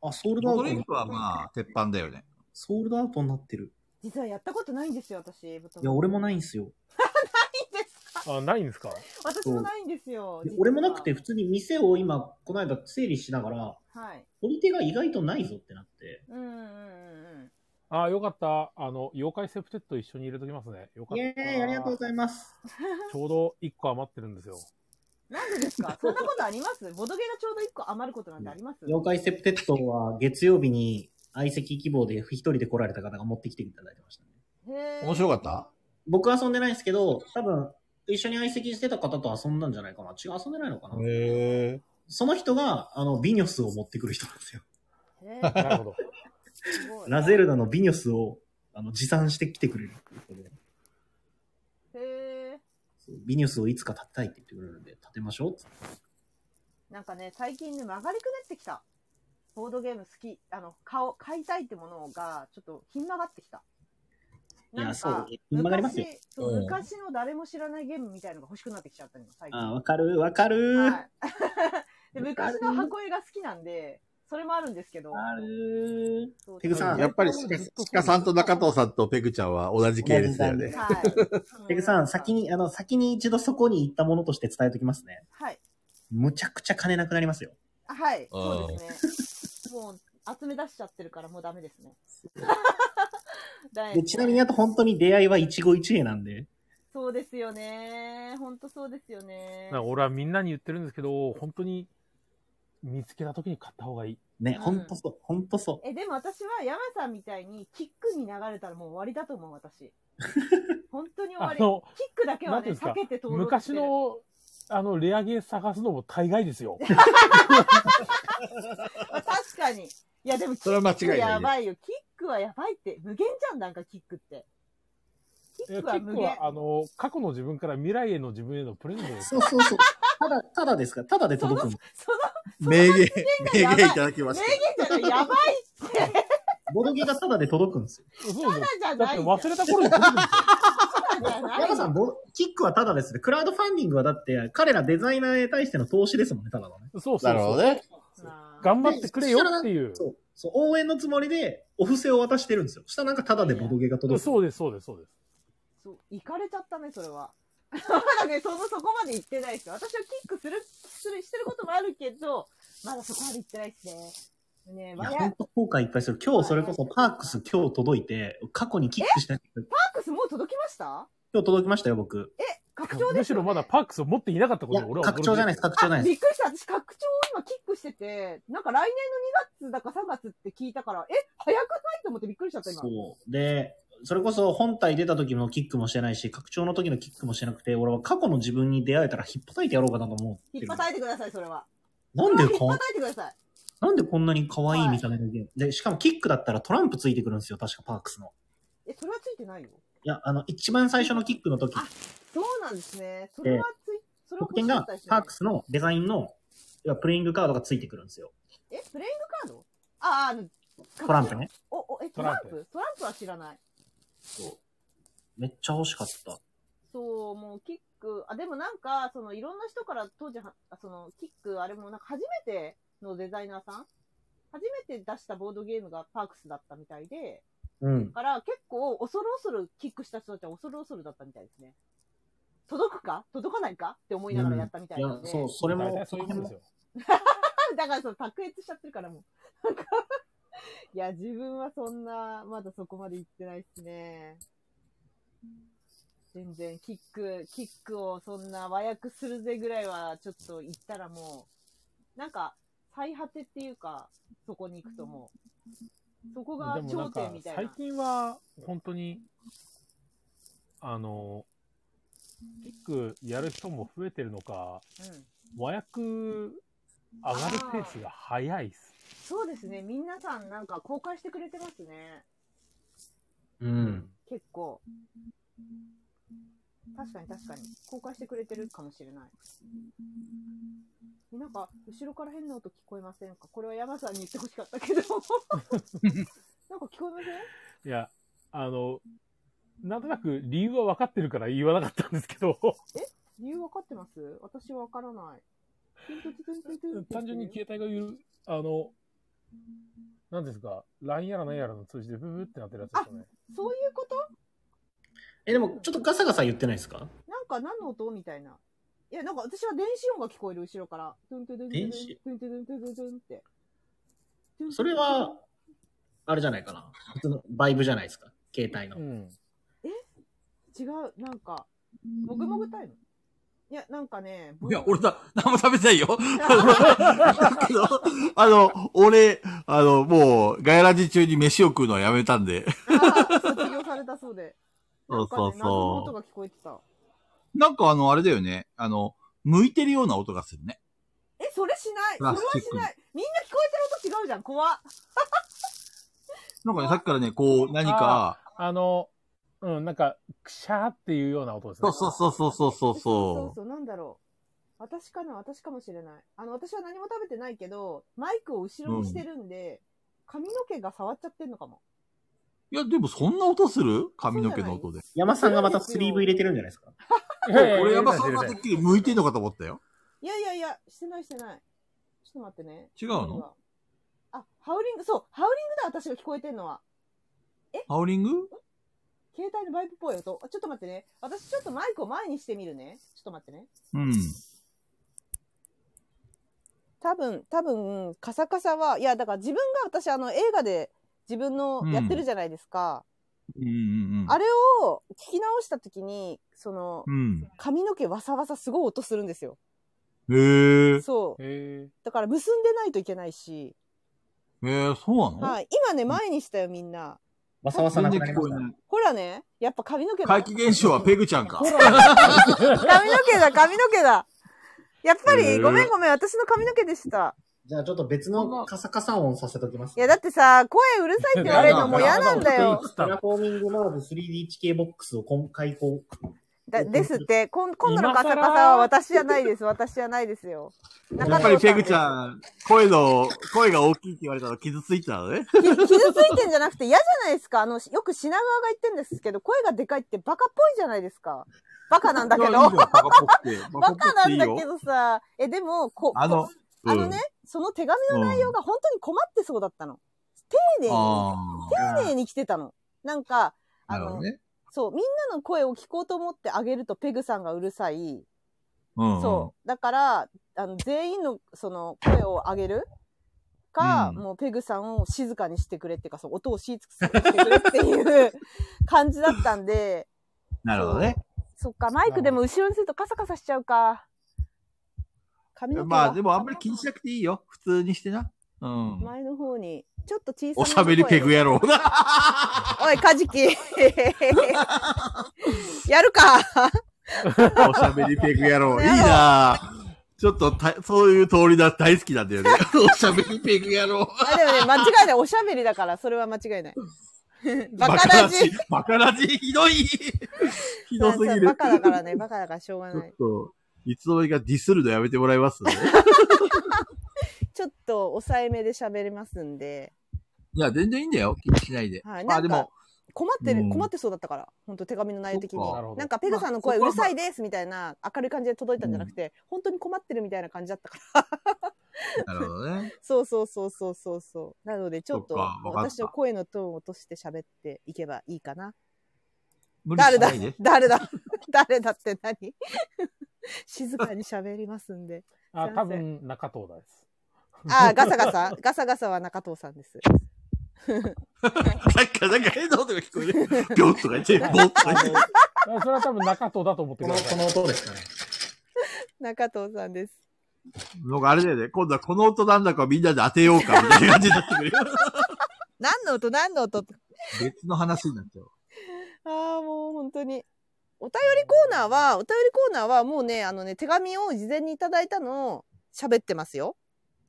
Speaker 3: あ、ソールドア
Speaker 2: ボト
Speaker 3: ウト
Speaker 2: ルイ
Speaker 3: に
Speaker 2: ン。クはまあ、鉄板だよね。
Speaker 3: ソールドアウトになってる。
Speaker 1: う。実はやったことないんですよ、私。ボト
Speaker 3: いや、
Speaker 1: ル
Speaker 3: 俺もないんすよ。
Speaker 4: あ、ないんですか
Speaker 1: 私もないんですよ
Speaker 3: で。俺もなくて、普
Speaker 1: 実
Speaker 3: 通に店を今、この間整理しながら、
Speaker 1: ははい。
Speaker 3: 取り手が意外とないぞってなって。
Speaker 1: うんうんうん
Speaker 4: あ、よかった。あの、妖怪セプテッド一緒に入れときますね。よかっ
Speaker 3: イ
Speaker 4: た。
Speaker 3: ェーイ、ありがとうございます。
Speaker 4: ちょうど1個余ってるんです よ。
Speaker 1: うん。なんでですかそんなことありますボドゲがちょうど一個余ることなんてあります
Speaker 3: 妖怪セプテッドは月曜日に相席希望で一人で来られた方が持ってきていただいてましたね。
Speaker 1: 面
Speaker 2: 面白かった
Speaker 3: 僕は遊んでないんですけど、多分、一緒に相席してた方と遊んだんじゃないかな。違う、遊んでないのかな。
Speaker 13: へえ。
Speaker 3: その人が、あの、ビニョスを持ってくる人なんですよ。
Speaker 1: た。
Speaker 4: なるほど。
Speaker 1: すごい。
Speaker 3: ラゼルダのビニョスを、あの、持参してきてくれるっていうことで。
Speaker 1: へえ。
Speaker 3: そうビニョスをいつか立てたいって言ってくれるんで、立てましょうっつって。
Speaker 1: なんかね、最近ね、曲がりくねってきた。ボードゲーム好き。あの、顔、買いたいってものが、ちょっと、ひん曲がってきた。
Speaker 3: いや、
Speaker 1: ん
Speaker 3: そう
Speaker 1: か、
Speaker 3: 曲がりますよ。
Speaker 1: 昔そう
Speaker 13: うん
Speaker 1: 昔の誰も知らないゲームみたいのが欲しくなってきちゃったの、最近。
Speaker 3: あー、わかる、わかる。
Speaker 1: はい で昔の箱絵が好きなんで、それもあるんですけど。
Speaker 3: ある。
Speaker 1: そう
Speaker 3: ペグさん
Speaker 13: やっぱり、
Speaker 3: そうです
Speaker 13: 鹿さんと中藤さんとペグちゃんは同じ系列だよね。
Speaker 1: はい。
Speaker 3: ペグさん、先に、あの、先に一度そこに行ったものとして伝えときますね。
Speaker 1: はい。
Speaker 3: むちゃくちゃ金なくなりますよ。
Speaker 1: あはい。そうですね。もう、集め出しちゃってるから、もうダメですね。だい
Speaker 3: でちなみにあと本当に出会いは一期一会なんで。
Speaker 1: そうですよね。ほんとそうですよね
Speaker 4: なん。か俺はみんなに言ってるんですけど、本当に見つけた時に買った方がいい。
Speaker 3: ね、
Speaker 1: うん
Speaker 3: ほんとそう、ほんとそ
Speaker 1: え、でも私は山さんみたいに、キックに流れたらもう終わりだと思う、 私。本当に終わり。
Speaker 4: あの
Speaker 1: キックだけはね、
Speaker 4: なんていうんですか
Speaker 1: 避けて通ろうとし
Speaker 4: 昔
Speaker 1: てる
Speaker 4: の、あの、レアゲー探すのも大概で すよ。
Speaker 1: まあ確かに。いや、でも、
Speaker 13: それは間違いないね
Speaker 1: キックやばいよ。キックはやばいって。無限じゃん、なんかキックって。キッ
Speaker 4: 結
Speaker 1: クは無限。
Speaker 4: 構、あの、過去の自分から未来への自分へのプレゼントで
Speaker 3: う。
Speaker 4: す。
Speaker 3: そうそうそう。ただ、ただですかただで届くの。
Speaker 1: そ
Speaker 13: 名言、
Speaker 1: 言がやば
Speaker 13: 名
Speaker 1: い
Speaker 13: 言いただきま
Speaker 1: の
Speaker 13: し
Speaker 1: 名
Speaker 13: た。
Speaker 1: 言じゃない。やばい
Speaker 3: ボドゲがただで届くんですよ。
Speaker 4: そうですよ
Speaker 1: じゃ
Speaker 4: だっ
Speaker 1: な
Speaker 4: て
Speaker 1: いじゃん
Speaker 4: 忘れた頃に届くんです よ。
Speaker 1: じゃない
Speaker 3: 山さん、ボキックはただですね。クラウドファンディングはだって、彼らデザイナーに対しての投資ですもんね、ただのね。
Speaker 4: そうそうそ
Speaker 13: な
Speaker 4: う
Speaker 13: るほどね。
Speaker 1: なあ
Speaker 4: 頑張ってくれよっていう。
Speaker 3: そう。そう、応援のつもりで、お布施を渡してるんですよ。そしたらなんかただでボドゲが届く。
Speaker 4: そうです、そうです、そうです。
Speaker 1: そう、行かれちゃったね、それは。まだね、その、そこまで行ってないですよ。私はキックする、する、してることもあるけど、まだそこまで行ってないですね。ねえ、
Speaker 3: い
Speaker 1: ま
Speaker 3: や、
Speaker 1: あ、
Speaker 3: ほん
Speaker 1: パ
Speaker 3: と後悔いっぱいする。今日それこそパークス今日届いて、過去にキックした人
Speaker 1: ックスもう届きました
Speaker 3: 今日届きましたよ、僕。
Speaker 1: 拡張ですよ、ね。
Speaker 4: むしろまだパークスを持っていなかった
Speaker 3: い
Speaker 4: こと
Speaker 3: や
Speaker 4: に俺、は
Speaker 3: 拡張じゃないです、拡張じゃない
Speaker 1: あ
Speaker 3: で
Speaker 1: び
Speaker 3: す。
Speaker 1: っくりした。私、拡張を今キックしてて、なんか来年の2月だか3月って聞いたから、え、早くないと思ってびっくりしちゃった、今。
Speaker 3: そう。で、それこそ本体出た時のキックもしてないし、拡張の時のキックもしてなくて、俺は過去の自分に出会えたら引っ叩いてやろうかなと思って
Speaker 1: 引っ
Speaker 3: る。
Speaker 1: 叩いてください、それは。
Speaker 3: なんで
Speaker 1: それは引っ
Speaker 3: か、
Speaker 1: 叩いてください。
Speaker 3: なんでこんなに可愛い見た目のゲーム。で、しかもキックだったらトランプついてくるんですよ、確かパークスの。
Speaker 1: え、それはついてないよ。
Speaker 3: いや、あの、一番最初のキックの時、
Speaker 1: あそうなんですね。それはつい、それは
Speaker 3: 得
Speaker 1: 欲
Speaker 3: 点
Speaker 1: しか
Speaker 3: が
Speaker 1: ったですね
Speaker 3: パークスのデザインの、要はプレイングカードがついてくるんですよ。
Speaker 1: え、プレイングカードああ、あの、
Speaker 3: トランプね。
Speaker 1: お、お、え、
Speaker 4: ト
Speaker 1: ト
Speaker 4: ラ
Speaker 1: ラ
Speaker 4: ン
Speaker 1: ン
Speaker 4: プ
Speaker 1: プトランプは知らない。
Speaker 3: そう。めっちゃ欲しかった。
Speaker 1: そう、もうキック、あ、でもなんか、その、いろんな人から当時は、あその、キック、あれもなんか初めてのデザイナーさん初めて出したボードゲームがパークスだったみたいで、
Speaker 3: うん
Speaker 1: だ。から結構恐る恐るキックした人たちは恐る恐るだったみたいですね。届くか届かないかって思いながらやったみた
Speaker 3: い
Speaker 1: いな
Speaker 3: や
Speaker 1: ん、で。
Speaker 3: そう、それ
Speaker 4: 大
Speaker 3: も
Speaker 4: 体、そういうもんですよ。
Speaker 1: だからその卓越しちゃってるからも う。なんかいや、自分はそんな、まだそこまで行ってないっすね。全然、キック、キックをそんな和訳するぜぐらいは、ちょっと行ったらも
Speaker 10: なんか、最果てっていうか、そこに行くともう、そこが
Speaker 4: でもな
Speaker 10: 頂
Speaker 4: んか
Speaker 10: 点みたいな。
Speaker 4: 最近は本当にあのキックやる人も増えてるのか
Speaker 10: うん、
Speaker 4: 和訳上がるペースが早いっす。
Speaker 10: そうですね、みんなさんなんか公開してくれてますね、
Speaker 6: うん。
Speaker 10: 結構。確かに確かに、公開してくれてるかもしれない。なんか、後ろから変な音聞こえませんかこれは山さんに言ってほしかった けど。なんか聞こえません
Speaker 4: いやあのなんとなく理由は分かってるから言わなかったんですけ ど
Speaker 10: 理由わかってます私はわからない。トゥントゥトゥトゥントゥンって言っ
Speaker 4: 単
Speaker 10: てる
Speaker 4: 純に携帯がゆるあのなんですか LINE やら何やらの通じでブブーってなってるやつですよね。
Speaker 10: そういうこと
Speaker 3: え、でも、ちょっとガサガサ言ってないですか
Speaker 10: なんか何の音みたいな。いや、なんか私は電子音が聞こえる、後ろから。トゥントゥトゥントゥン
Speaker 3: 電子
Speaker 10: トゥントゥントゥントゥントゥンって。
Speaker 3: それは、あれじゃないかな。普通のバイブじゃないですか。携帯
Speaker 4: う
Speaker 3: の。
Speaker 4: ん。
Speaker 10: 違う、なんか、もぐもぐタイムいや、なんか ね、ぼ
Speaker 2: いや、俺だ、何も食べてないよ。だけど、あの、俺、あの、もう、ガヤラジ中に飯を食うのはやめたんで。
Speaker 10: あー卒業されたそうで。
Speaker 2: そ
Speaker 10: な
Speaker 2: うん
Speaker 10: かね、
Speaker 2: そう
Speaker 10: 謎の音
Speaker 2: そ
Speaker 10: が聞こえてた。
Speaker 2: う。なんかあの、あれだよね。あの、剥いてるような音がするね。
Speaker 10: え、それしないそ
Speaker 2: プ
Speaker 10: れは
Speaker 2: ラ
Speaker 10: し
Speaker 2: スチック
Speaker 10: ないみんな聞こえてる音違うじゃん、怖っ
Speaker 2: なんかね、さっきからね、こう、何か、
Speaker 4: あのうんなんかクシャーっていうような音です
Speaker 2: そ
Speaker 4: ね。
Speaker 2: うそうそうそうそう
Speaker 10: そ
Speaker 2: そう
Speaker 10: う
Speaker 2: そ
Speaker 10: そう、なんだろう。私かな私かもしれない。あの、私は何も食べてないけど、マイクを後ろにしてるんで、髪の毛が触っちゃってんのかも。
Speaker 2: う。いや、でもそんな音する髪の毛の音で。
Speaker 3: 山さんがまたスリーブ入れてるんじゃないですか。
Speaker 4: いやいや
Speaker 2: 俺やっぱそん
Speaker 4: 入
Speaker 2: な
Speaker 4: れ
Speaker 2: て
Speaker 4: て
Speaker 2: っ
Speaker 4: な
Speaker 2: き
Speaker 4: い
Speaker 2: り剥いてんのかと思ったよ。
Speaker 10: いやいやいや、してないしてない。ちょっと待ってね。
Speaker 2: 違うの
Speaker 10: あ、ハウリング、そう、ハウリングだ、私が聞こえてんのは。
Speaker 2: ハウリング
Speaker 10: 携帯のバイプっぽい音。あちょっと待ってね。私ちょっとマイクを前にしてみるね。ちょっと待ってね。
Speaker 2: うん。
Speaker 1: 多分、多分、カサカサは、いや、だから自分が私、あの、映画で自分のやってるじゃないですか。
Speaker 2: うんうんうん。
Speaker 1: あれを聞き直したときに、その、
Speaker 2: うん。
Speaker 1: 髪の毛わさわさすごい音するんですよ。
Speaker 2: へえ。
Speaker 1: そう。
Speaker 4: へ
Speaker 1: だから結んでないといけないし。
Speaker 2: へえ、そうなの
Speaker 1: はい。今ね、前にしたよ、みんな。
Speaker 3: わさわさな
Speaker 2: 全
Speaker 3: く
Speaker 2: 然
Speaker 3: な
Speaker 2: 聞
Speaker 3: りま
Speaker 2: こ
Speaker 3: し
Speaker 2: え
Speaker 3: た
Speaker 2: ない。
Speaker 1: ほらね、やっぱ髪の毛
Speaker 2: 怪
Speaker 1: だ。
Speaker 2: 奇現象はペグちゃんか。
Speaker 1: 髪の毛だ、髪の毛だ。やっぱ
Speaker 2: へ
Speaker 1: り、
Speaker 2: ー
Speaker 1: ごめんごめん、私の髪の毛でした。
Speaker 3: じゃあちょっと別のカサカサ音させときます。
Speaker 1: いや、だってさ、声うるさいって言われるのもう嫌なんだよ。
Speaker 3: テラフォーミングマーブ 3DHK ボックスを今開放。
Speaker 1: だですって、こん今度のカサカサは私じゃないです、私じゃないですよ。
Speaker 2: やっぱりペグち
Speaker 1: ん。
Speaker 2: ゃん、声の、声が大きいって言われたら傷ついたのね。
Speaker 1: 傷ついてんじゃなくて嫌じゃないですか。あの、よく品川が言ってんですけど、声がでかいってバカっぽいじゃないですか。バカなんだけど。
Speaker 2: いやいいよバカっぽくて。
Speaker 1: バカな
Speaker 2: ぽくてい
Speaker 1: ん
Speaker 2: い
Speaker 1: だ
Speaker 2: よ
Speaker 1: けどさ、え、でも、こ、
Speaker 2: あの
Speaker 1: こ、あのね、その手紙の内容が本当に困ってそうだったの。丁
Speaker 2: うん、
Speaker 1: 寧
Speaker 2: あ
Speaker 1: に、丁寧に来てたの。なんか、
Speaker 2: あ、
Speaker 1: あ
Speaker 2: なるほど
Speaker 1: の、
Speaker 2: ね。
Speaker 1: そう、みんなの声を聞こうと思ってあげるとペグさんがうるさい。
Speaker 2: うん。
Speaker 1: そう。だから、あの、全員の、その、声を上げるか、
Speaker 2: うん
Speaker 1: もう、ペグさんを静かにしてくれっていうか、その音を静かにしてくれっていう感じだったんで、
Speaker 2: なるほどね。
Speaker 1: そっか、マイクでも後ろにするとカサカサしちゃうか。髪の毛
Speaker 2: まあ、
Speaker 1: が
Speaker 2: でもあんまり気にしなくていいよ。普通にしてな。うん。
Speaker 1: 前の方に、ちょっと小さな声
Speaker 2: おしゃべりペグ野郎だ。
Speaker 1: おい、カジキ やるか
Speaker 2: おしゃべりペグ 野郎。いいなあちょっとた、そういう通りだ、大好きなんだよね。おしゃべりペグ野郎。
Speaker 1: あ、でもね、間違いない。おしゃべりだから、それは間違いない。 バカだじ。。
Speaker 2: バカラジ、ひどい。ひどすぎる。
Speaker 1: バカだからね、バカだからしょうが
Speaker 2: ちょ
Speaker 1: ない
Speaker 2: っ。と、いつの間にかディスるのやめてもらい ます、ね、
Speaker 1: ちょっと抑えめで喋れますんで、
Speaker 2: いや、全然いいんだよ。気にしないで。
Speaker 1: はい
Speaker 2: まあ
Speaker 1: な
Speaker 2: で
Speaker 1: んか
Speaker 2: も、
Speaker 1: 困ってる、
Speaker 2: うん
Speaker 1: 困ってそうだったから、本当手紙の内容的に
Speaker 2: そっか
Speaker 4: なるほ。ど
Speaker 1: なんか、ペグさんの声う
Speaker 2: まあ
Speaker 1: る
Speaker 2: そこは
Speaker 1: さいですみたいな明るい感じで届いたんじゃなくて、本当に困ってるみたいな感じだったから。
Speaker 2: なるほどね。
Speaker 1: そうそうそうそうそうそう。なので、ちょっと
Speaker 2: そっかわかった
Speaker 1: 私の声のトーンを落として喋っていけばいいかな。
Speaker 2: 無理
Speaker 1: 誰
Speaker 2: し
Speaker 1: だ
Speaker 2: ないで。
Speaker 1: 誰だ 誰だって何 静かに喋りますんで。
Speaker 4: あ、多分中東大です。
Speaker 1: ああ、ガサガサガサガサは中藤さんです。
Speaker 2: さっきからなんか変な音が聞こえる。ぴょんとか 言って、ぼっとか言って。
Speaker 4: あそれは多分中東だと思って
Speaker 6: この、
Speaker 4: くださ
Speaker 6: こ
Speaker 4: い。
Speaker 6: の音ですかね。
Speaker 1: 中藤さんです。
Speaker 2: なんかあれだよね。今度はこの音なんだかみんなで当てようか、みたいな感じになって くるよ。
Speaker 1: 何の音何の音
Speaker 2: 別の話になっちゃう。
Speaker 1: ああ、もう本当に。お便りコーナーは、お便りコーナーはもうね、あのね、手紙を事前にいただいたのを喋ってますよ。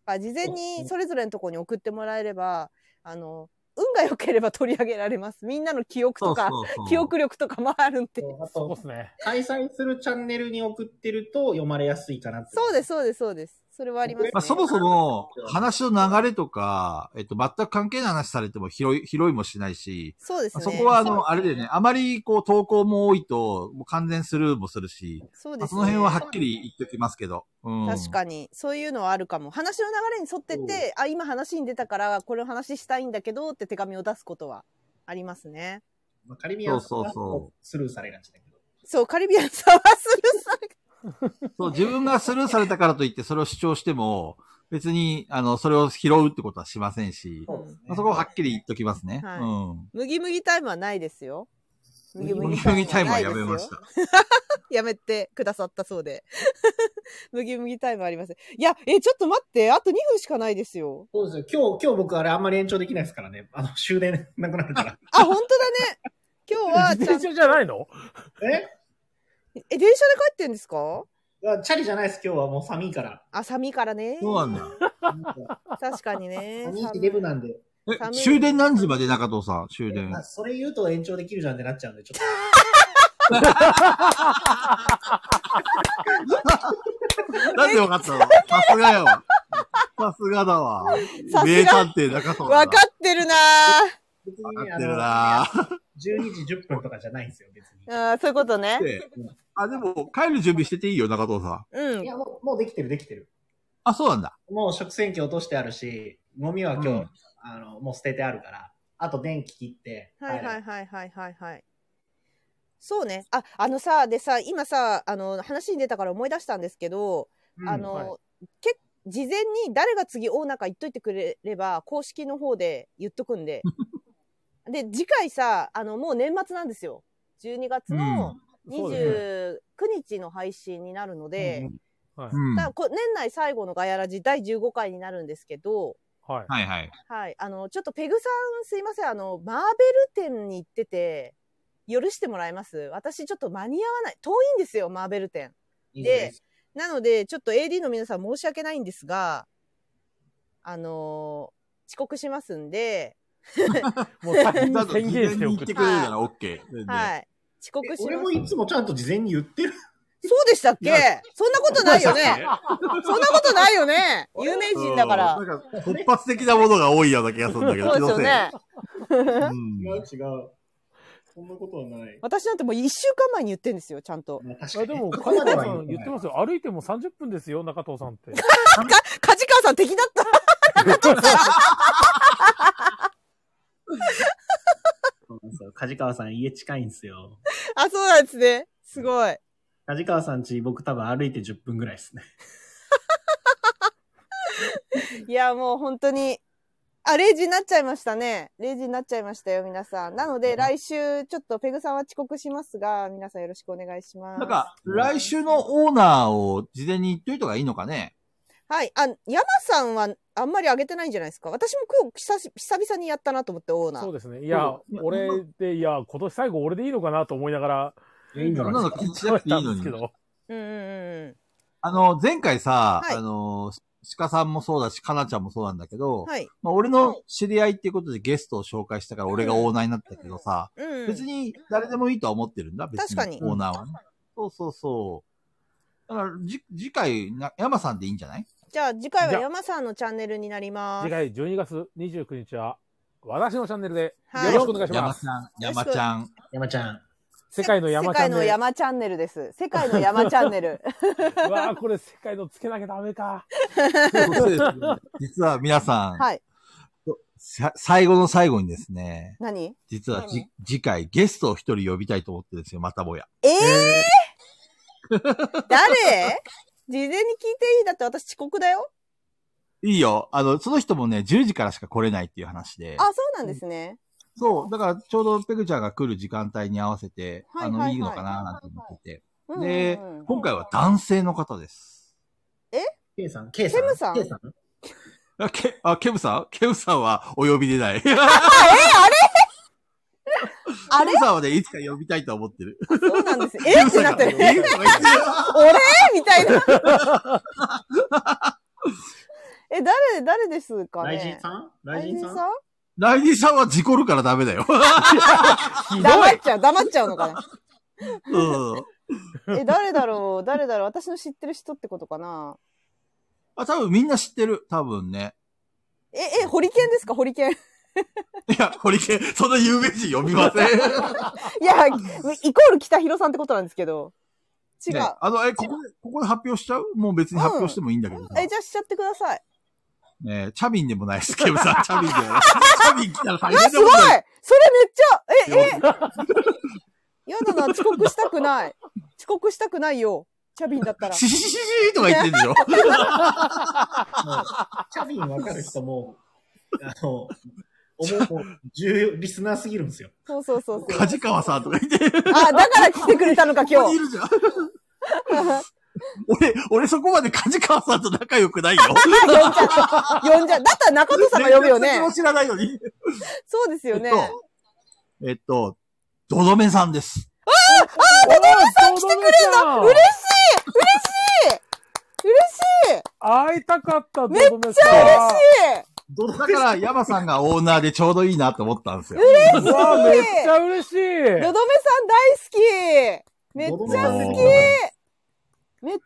Speaker 1: あ事前にそれぞれのところに送ってもらえれば、あの、運が良ければ取り上げられます。みんなの記憶とか、
Speaker 2: そうそうそう
Speaker 1: 記憶力とかもあるんで。
Speaker 3: あ
Speaker 4: そう
Speaker 3: と
Speaker 4: ですね。
Speaker 3: 開催するチャンネルに送ってると読まれやすいかなって。
Speaker 1: そうです、そうです、そうです。それはありますね。
Speaker 2: まあ、そもそも、話の流れとか、えっと、全く関係ない話されても拾い、拾いもしないし、
Speaker 1: そうですね。
Speaker 2: そこは、あ
Speaker 1: そう
Speaker 2: の、あれでね、あまり、こう、投稿も多いと、もう関連するもするし、
Speaker 1: そう
Speaker 2: ま
Speaker 1: で
Speaker 2: あ
Speaker 1: す
Speaker 2: そ
Speaker 1: ね。
Speaker 2: の辺ははっきり言っておきますけど。うん、
Speaker 1: 確かに、そういうのはあるかも。話の流れに沿ってて、あ、今話に出たから、これを話したいんだけどって手紙を出すことはありますね。
Speaker 3: まあ、仮には
Speaker 2: そうそうそう
Speaker 3: スルーされがちだけど。
Speaker 1: そう、カリビアンさんはする さ
Speaker 2: そう、自分がスルーされたからといって、それを主張しても、別に、あの、それを拾うってことはしませんし、
Speaker 1: そうですね
Speaker 2: まあ、そこははっきり言っておきますね。
Speaker 1: はい
Speaker 2: うん。
Speaker 1: 麦麦タイムはないですよ。麦
Speaker 2: 麦麦タイムはやめ
Speaker 1: ない
Speaker 2: ま
Speaker 1: です
Speaker 2: し
Speaker 1: よ
Speaker 2: た。
Speaker 1: やめてくださったそうで。 麦麦タイムありません。いや、え、ちょっと待って、あと2分しかないですよ。
Speaker 3: そうですよ。今日、今日僕あれあんまり延長できないですからね。あの、終電なくなるから。
Speaker 1: あ、本当だ ね。今日は
Speaker 4: 自
Speaker 1: ちゃん
Speaker 4: 転、車じゃないの
Speaker 3: え
Speaker 1: え、電車で帰ってんですか
Speaker 3: あチャリじゃないです、今日はもう寒 いから。
Speaker 1: あ、寒いからね。
Speaker 2: そうなんだよ。
Speaker 1: 確かにね。
Speaker 3: 寒いしデブなんで。
Speaker 1: 寒
Speaker 2: え、
Speaker 1: い
Speaker 2: 終電何時まで中藤さん終電。
Speaker 3: あそれ言うと延長できるじゃんってなっちゃうんで、ちょっと。
Speaker 2: なんでわかったのさすがよ。さすがだわ。
Speaker 1: さ
Speaker 2: 名
Speaker 1: すが、
Speaker 2: 探偵中藤だ。
Speaker 1: わかってるな
Speaker 3: 別
Speaker 2: わ
Speaker 3: にね、
Speaker 2: か
Speaker 3: あ
Speaker 2: ってる
Speaker 3: の、
Speaker 2: なぁ。
Speaker 3: 12時10分とかじゃないんですよ、別に。
Speaker 1: あーそういうことね。
Speaker 2: であ、でも、帰る準備してていいよ、中藤さん。
Speaker 1: うん
Speaker 3: い。や、もう、もうできてる、できてる。
Speaker 2: あ、そうなんだ。
Speaker 3: もう食洗機落としてあるし、ゴミは今日、
Speaker 2: うん
Speaker 3: あの、もう捨ててあるから。あと電気切って。。
Speaker 1: はいはいいはいはいはいはい。そうね。あ、あのさ、でさ、今さ、あの、話に出たから思い出したんですけど、
Speaker 3: うん
Speaker 1: あの、
Speaker 4: はい
Speaker 1: け事前に誰が次オーナーか言っといてくれれば、公式の方で言っとくん で。で、次回さ、あの、もう年末なんですよ。12月の
Speaker 4: そうですね
Speaker 1: 29日の配信になるので、
Speaker 4: はい
Speaker 2: うん。
Speaker 1: だからこ年内最後のガヤラジ第15回になるんですけど、
Speaker 4: はい。
Speaker 2: はいはい。
Speaker 1: はい。あの、ちょっとペグさんすいません。あの、マーベル店に行ってて、許してもらえます私ちょっと間に合わない。遠いんですよ、マーベル店。
Speaker 3: いいです。
Speaker 1: なので、ちょっと AD の皆さん申し訳ないんですが、あの遅刻しますんで、
Speaker 4: もう先
Speaker 2: だと
Speaker 4: に
Speaker 2: 事 前
Speaker 4: 宣言
Speaker 2: に
Speaker 4: して
Speaker 2: 言
Speaker 4: お
Speaker 2: っ
Speaker 4: く
Speaker 2: てくれるなら OK。全然
Speaker 1: はい。遅刻し
Speaker 3: 俺
Speaker 1: ま
Speaker 3: も
Speaker 1: す。
Speaker 3: いつもちゃんと事前に言 ってる。
Speaker 1: そうでしたっけ
Speaker 2: いや
Speaker 1: そんなことないよ ね。そんなことないよね。有名人だから
Speaker 2: うん。なんか突発的なものが多いような気がするんだけど、
Speaker 1: そうですよね。
Speaker 2: 気のせい。うん
Speaker 3: 違う、違う。そんなことはない。
Speaker 1: 私なんてもう1週間前に言ってんですよ、ちゃんと。
Speaker 3: まあ確か
Speaker 4: あ
Speaker 3: に。
Speaker 4: でも、
Speaker 3: こ
Speaker 4: カ
Speaker 3: こま
Speaker 4: ジ
Speaker 3: で
Speaker 4: カ
Speaker 3: は
Speaker 4: さん言ってますよ。歩いても30分ですよ、中藤さんって。
Speaker 1: 梶川さん敵だった
Speaker 3: そうなんですよ梶川さん家近いんですよ。
Speaker 1: あ、そうなんですね。すごい。
Speaker 3: 梶川さんち、僕多分歩いて10分ぐらいですね。
Speaker 1: いや、もう本当に、あ、0時になっちゃいましたね。0時になっちゃいましたよ、皆さん。なので、来週、ちょっとペグさんは遅刻しますが、皆さんよろしくお願いします。
Speaker 2: なんか、来週のオーナーを事前に言っといた方がいいのかね
Speaker 1: はい。あ、山さんはあんまり上げてないんじゃないですか。私も今日久し久々にやったなと思って、オーナ
Speaker 4: そう
Speaker 1: ー。
Speaker 4: ですね。いや、俺で、いや、今年最後俺でいいのかなと思いながら、
Speaker 3: いやいいんじゃ
Speaker 2: そ
Speaker 3: なんい
Speaker 2: な
Speaker 3: で
Speaker 2: の
Speaker 3: すか
Speaker 2: 気にしなくていいの
Speaker 4: 喋ったんですけ
Speaker 2: に。
Speaker 4: ど。
Speaker 1: うんうんうん
Speaker 2: あの、前回さ、
Speaker 1: はい
Speaker 2: あの、鹿さんもそうだし、かなちゃんもそうなんだけど、
Speaker 1: うん。はい。
Speaker 2: まあ、俺の知り合いっていうことでゲストを紹介したから俺がオーナーになったけどさ、
Speaker 1: うん。
Speaker 2: 別に誰でもいいとは思ってるんだ、別
Speaker 1: 確かに
Speaker 2: オーナーはね。そうそうそう。だから、じ、次回、な、山さんでいいんじゃない
Speaker 1: じゃあ、次回は
Speaker 4: じゃあ
Speaker 1: 山さんのチャンネルになりま
Speaker 4: 次
Speaker 1: す。
Speaker 4: 回12月29日は、私のチャンネルで
Speaker 1: はい
Speaker 4: よろしくお願いし
Speaker 2: 山
Speaker 4: ます。
Speaker 2: ちゃん、山ち ゃん。
Speaker 3: 山ちゃん。
Speaker 4: 世界の山
Speaker 1: 世
Speaker 4: ちゃ
Speaker 1: 界
Speaker 4: ん
Speaker 1: の
Speaker 4: で。
Speaker 1: 山チャンネルです。世界の山チャンネ ル。
Speaker 4: うわあこれ世界のつけなきゃダメ か。
Speaker 2: 実は皆さん、
Speaker 1: はい。
Speaker 2: さ最後の最後にですね、
Speaker 1: 何
Speaker 2: 実はじ
Speaker 1: 何
Speaker 2: 次回ゲストを一人呼びたいと思ってるんですよ、またもや。
Speaker 1: ええー、誰事前に聞いていいだって私遅刻だよ。
Speaker 2: いいよ。あの、その人もね、10時からしか来れないっていう話で
Speaker 1: あ、。そうなんですね。
Speaker 2: そう。だから、ちょうどペグちゃんが来る時間帯に合わせて、
Speaker 1: はい
Speaker 2: あの、
Speaker 1: はいはい
Speaker 2: いいのかななんて思ってて。
Speaker 1: うんうんうん
Speaker 2: で、今回は男性の方です。
Speaker 1: え
Speaker 3: K さん ?K さん
Speaker 1: ケムさん
Speaker 3: ?K さん
Speaker 2: あ、ケ、あ、ケムさんケムさんはお呼びでない。ケム
Speaker 1: あれ
Speaker 2: さんはね、いつか呼びたいと思ってる。
Speaker 1: そうなんです。えってなってる。
Speaker 2: ケムさんが
Speaker 1: 俺みたいな。 え、誰、誰ですかね
Speaker 3: 雷神さん雷神さん
Speaker 1: 雷
Speaker 2: ライディさんは事故るからダメだよ。
Speaker 1: 神さん黙っちゃう、黙っちゃうのかな。
Speaker 2: うん。
Speaker 1: え、誰だろう、誰だろう、私の知ってる人ってことかな。
Speaker 2: あ、多分みんな知ってる。多分ね。
Speaker 1: え、え、ホリケンですか、ホリケン。
Speaker 2: いや、堀ケン、そんな有名人呼びません。
Speaker 1: いや、イコール北広さんってことなんですけど。違う。
Speaker 2: ねあの、え、ここで、ここで発表しちゃうもう別に発表してもいいんだけどさ。
Speaker 1: え、じゃあしちゃってください。
Speaker 2: ねチャビンでもないです、ケムさん。チャビンでもない。チャビン来たら大
Speaker 1: え、
Speaker 2: 変
Speaker 1: す
Speaker 2: だ
Speaker 1: ごい
Speaker 2: もんだよ
Speaker 1: それめっちゃ、え、え、やだな、遅刻したくない。遅刻したくないよ。チャビンだ ったら。
Speaker 2: シシシシシシとか言ってんでしょ
Speaker 3: チャビンわかる人も、あの、思う、重要、リスナーすぎるんですよ。
Speaker 1: そうそうそうそう。
Speaker 2: 梶川さんとか言って。
Speaker 1: あ、だから来てくれたのか、
Speaker 2: こ
Speaker 1: 今
Speaker 2: こにい
Speaker 1: 日。
Speaker 2: るじゃん。 俺、俺そこまで梶川さんと仲良 くないよ。
Speaker 1: 呼んじゃう。だったら中野さんが呼ぶよね
Speaker 2: 連絡先も。知らないのに。
Speaker 1: そうですよね。
Speaker 2: えっと、ドドメさんです。
Speaker 4: あ、ドドメさん来てくれ
Speaker 1: 嬉しい嬉しい嬉しい
Speaker 4: 会いたかった、ドド
Speaker 1: めっちゃ
Speaker 4: メ
Speaker 1: 嬉
Speaker 4: さん。
Speaker 1: しい
Speaker 2: だから、ヤマさんがオーナーでちょうどいいなと思ったんですよ。
Speaker 1: 嬉しい
Speaker 4: わあ、めっちゃ嬉し
Speaker 1: のどめさん大
Speaker 4: い。
Speaker 1: 好きめっ
Speaker 3: ドドメ
Speaker 1: ちゃ
Speaker 3: さ
Speaker 1: 好
Speaker 3: ん
Speaker 1: きめっち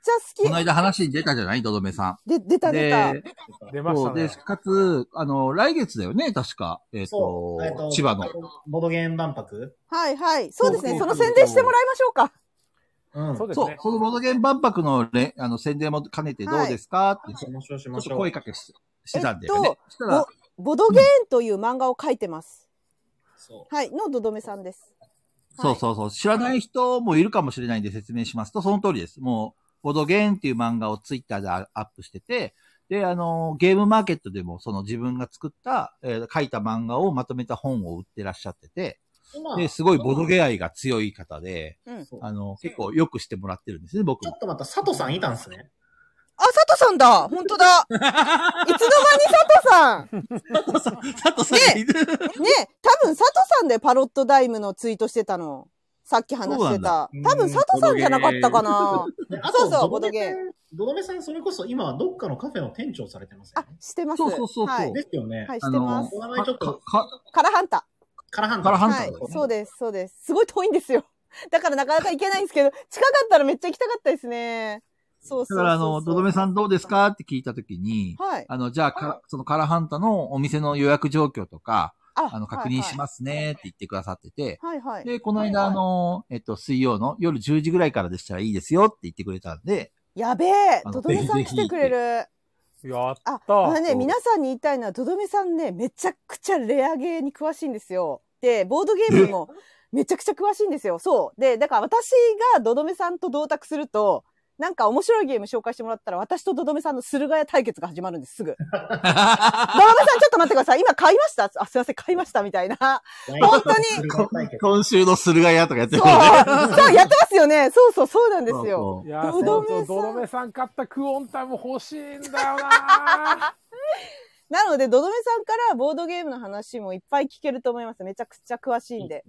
Speaker 1: ゃ
Speaker 2: こ
Speaker 1: 好
Speaker 2: の
Speaker 1: き
Speaker 2: 間話に出たじゃないドドメさ
Speaker 1: で、出た
Speaker 2: ん。
Speaker 1: 出た。
Speaker 2: で、
Speaker 4: 出まし
Speaker 2: そ
Speaker 4: た
Speaker 2: うで、
Speaker 4: ね。
Speaker 2: かつ、あの、来月だよね、確か。えっと
Speaker 3: そうえっと、
Speaker 2: 千葉の。
Speaker 3: ボドゲン万博
Speaker 1: はいはい。そうですね。
Speaker 2: そ
Speaker 1: そうの宣伝してもらいましょうか。
Speaker 3: うん。
Speaker 4: そうです
Speaker 2: そう
Speaker 4: ね、。
Speaker 2: このボードゲーム万博のれあの宣伝も兼ねてどうですか、って、ち
Speaker 3: しましょうし
Speaker 2: ょ
Speaker 3: ま
Speaker 2: っ
Speaker 3: し
Speaker 2: と
Speaker 3: ょう。
Speaker 2: 声かけししてたんだよね。
Speaker 1: えっと
Speaker 2: そしたら、
Speaker 1: ボドゲーンという漫画を書いてます。
Speaker 3: そ
Speaker 1: はい。のどどめさんです。
Speaker 2: そうそうそう、知らない人もいるかもしれないんで説明しますと、その通りです。もう、ボードゲームっていう漫画をツイッターでアアップしてて、で、あの、ゲームマーケットでも、その自分が作った、えー書いた漫画をまとめた本を売ってらっしゃってて、
Speaker 3: う。今
Speaker 2: で、すごいボードゲー愛が強い方で、
Speaker 1: うん
Speaker 3: そう
Speaker 2: あの、結構よくしてもらってるんですね、僕
Speaker 3: ちょ
Speaker 2: も
Speaker 3: っ。とまた佐藤さんいたんですね。
Speaker 1: あ、佐藤さんだ本当だ いつの間に佐藤さ ん
Speaker 2: 佐藤さんが いる
Speaker 1: ねえ、多分佐藤さんでパロットダイムのツイートしてたの。さっき話してた。
Speaker 3: そうなんだ
Speaker 1: 多分佐藤さんじゃなかったかな。
Speaker 3: で
Speaker 1: そうそう
Speaker 3: ドドメさん
Speaker 1: ボ
Speaker 3: ドドメさん、それこそ今はどっかのカフェの店長されてますよ
Speaker 1: あ
Speaker 3: ね。、
Speaker 1: してます。
Speaker 2: そうそうそうそう
Speaker 1: はい。
Speaker 3: ですよね。
Speaker 1: はい、
Speaker 2: あ
Speaker 1: してま
Speaker 2: の
Speaker 1: す。
Speaker 3: お名前ちょっと、
Speaker 2: か
Speaker 1: カラハンタ。
Speaker 3: カラハンタ。
Speaker 2: カラハンタ
Speaker 1: はい
Speaker 2: だよね。
Speaker 1: そうです、そうです。すごい遠いんですよ。だからなかなか行けないんですけど、近かったらめっちゃ行きたかったですね。そうそ
Speaker 2: だ
Speaker 1: うそうそう。
Speaker 2: から、あの、ドドメさんどうですかって聞いたときに、
Speaker 1: はい。
Speaker 2: あの、じゃあか、そのカラハンタのお店の予約状況とか、
Speaker 1: あ
Speaker 2: あの、確認しますねって言ってくださってて、
Speaker 1: はいはい。
Speaker 2: で、この間、あの、えっと、水曜の夜10時ぐらいからでしたらいいですよって言ってくれたん で、
Speaker 1: やべえ
Speaker 2: あ、の
Speaker 1: ドドメさん
Speaker 2: ぜ
Speaker 1: 来
Speaker 2: ひぜ
Speaker 1: て
Speaker 2: ひ
Speaker 1: くれる。
Speaker 4: やっ
Speaker 1: あ、
Speaker 4: た。
Speaker 1: あのね、皆さんに言いたいのは、ドドメさんね、めちゃくちゃレアゲーに詳しいんですよ。で、ボードゲームにもめちゃくちゃ詳しいんですよ。そう。で、だから私がドドメさんと同卓すると、なんか面白いゲーム紹介してもらったら、私とドドメさんの駿河屋対決が始まるん です、すぐ。ドドメさん、ちょっと待ってください。今買いましたあ、すいません、買いましたみたいな。 本当に
Speaker 2: 今週の駿河屋とかやって
Speaker 1: そう、
Speaker 2: る
Speaker 1: そう、やってますよね。そうそう、そうなんですよ。
Speaker 2: よ
Speaker 4: い。やー、
Speaker 1: ドドメさん
Speaker 4: そうそう、ドドメさん買ったクオンタも欲しいんだよな
Speaker 1: なので、ドドメさんからボードゲームの話もいっぱい聞けると思います。めちゃくちゃ詳しいんで。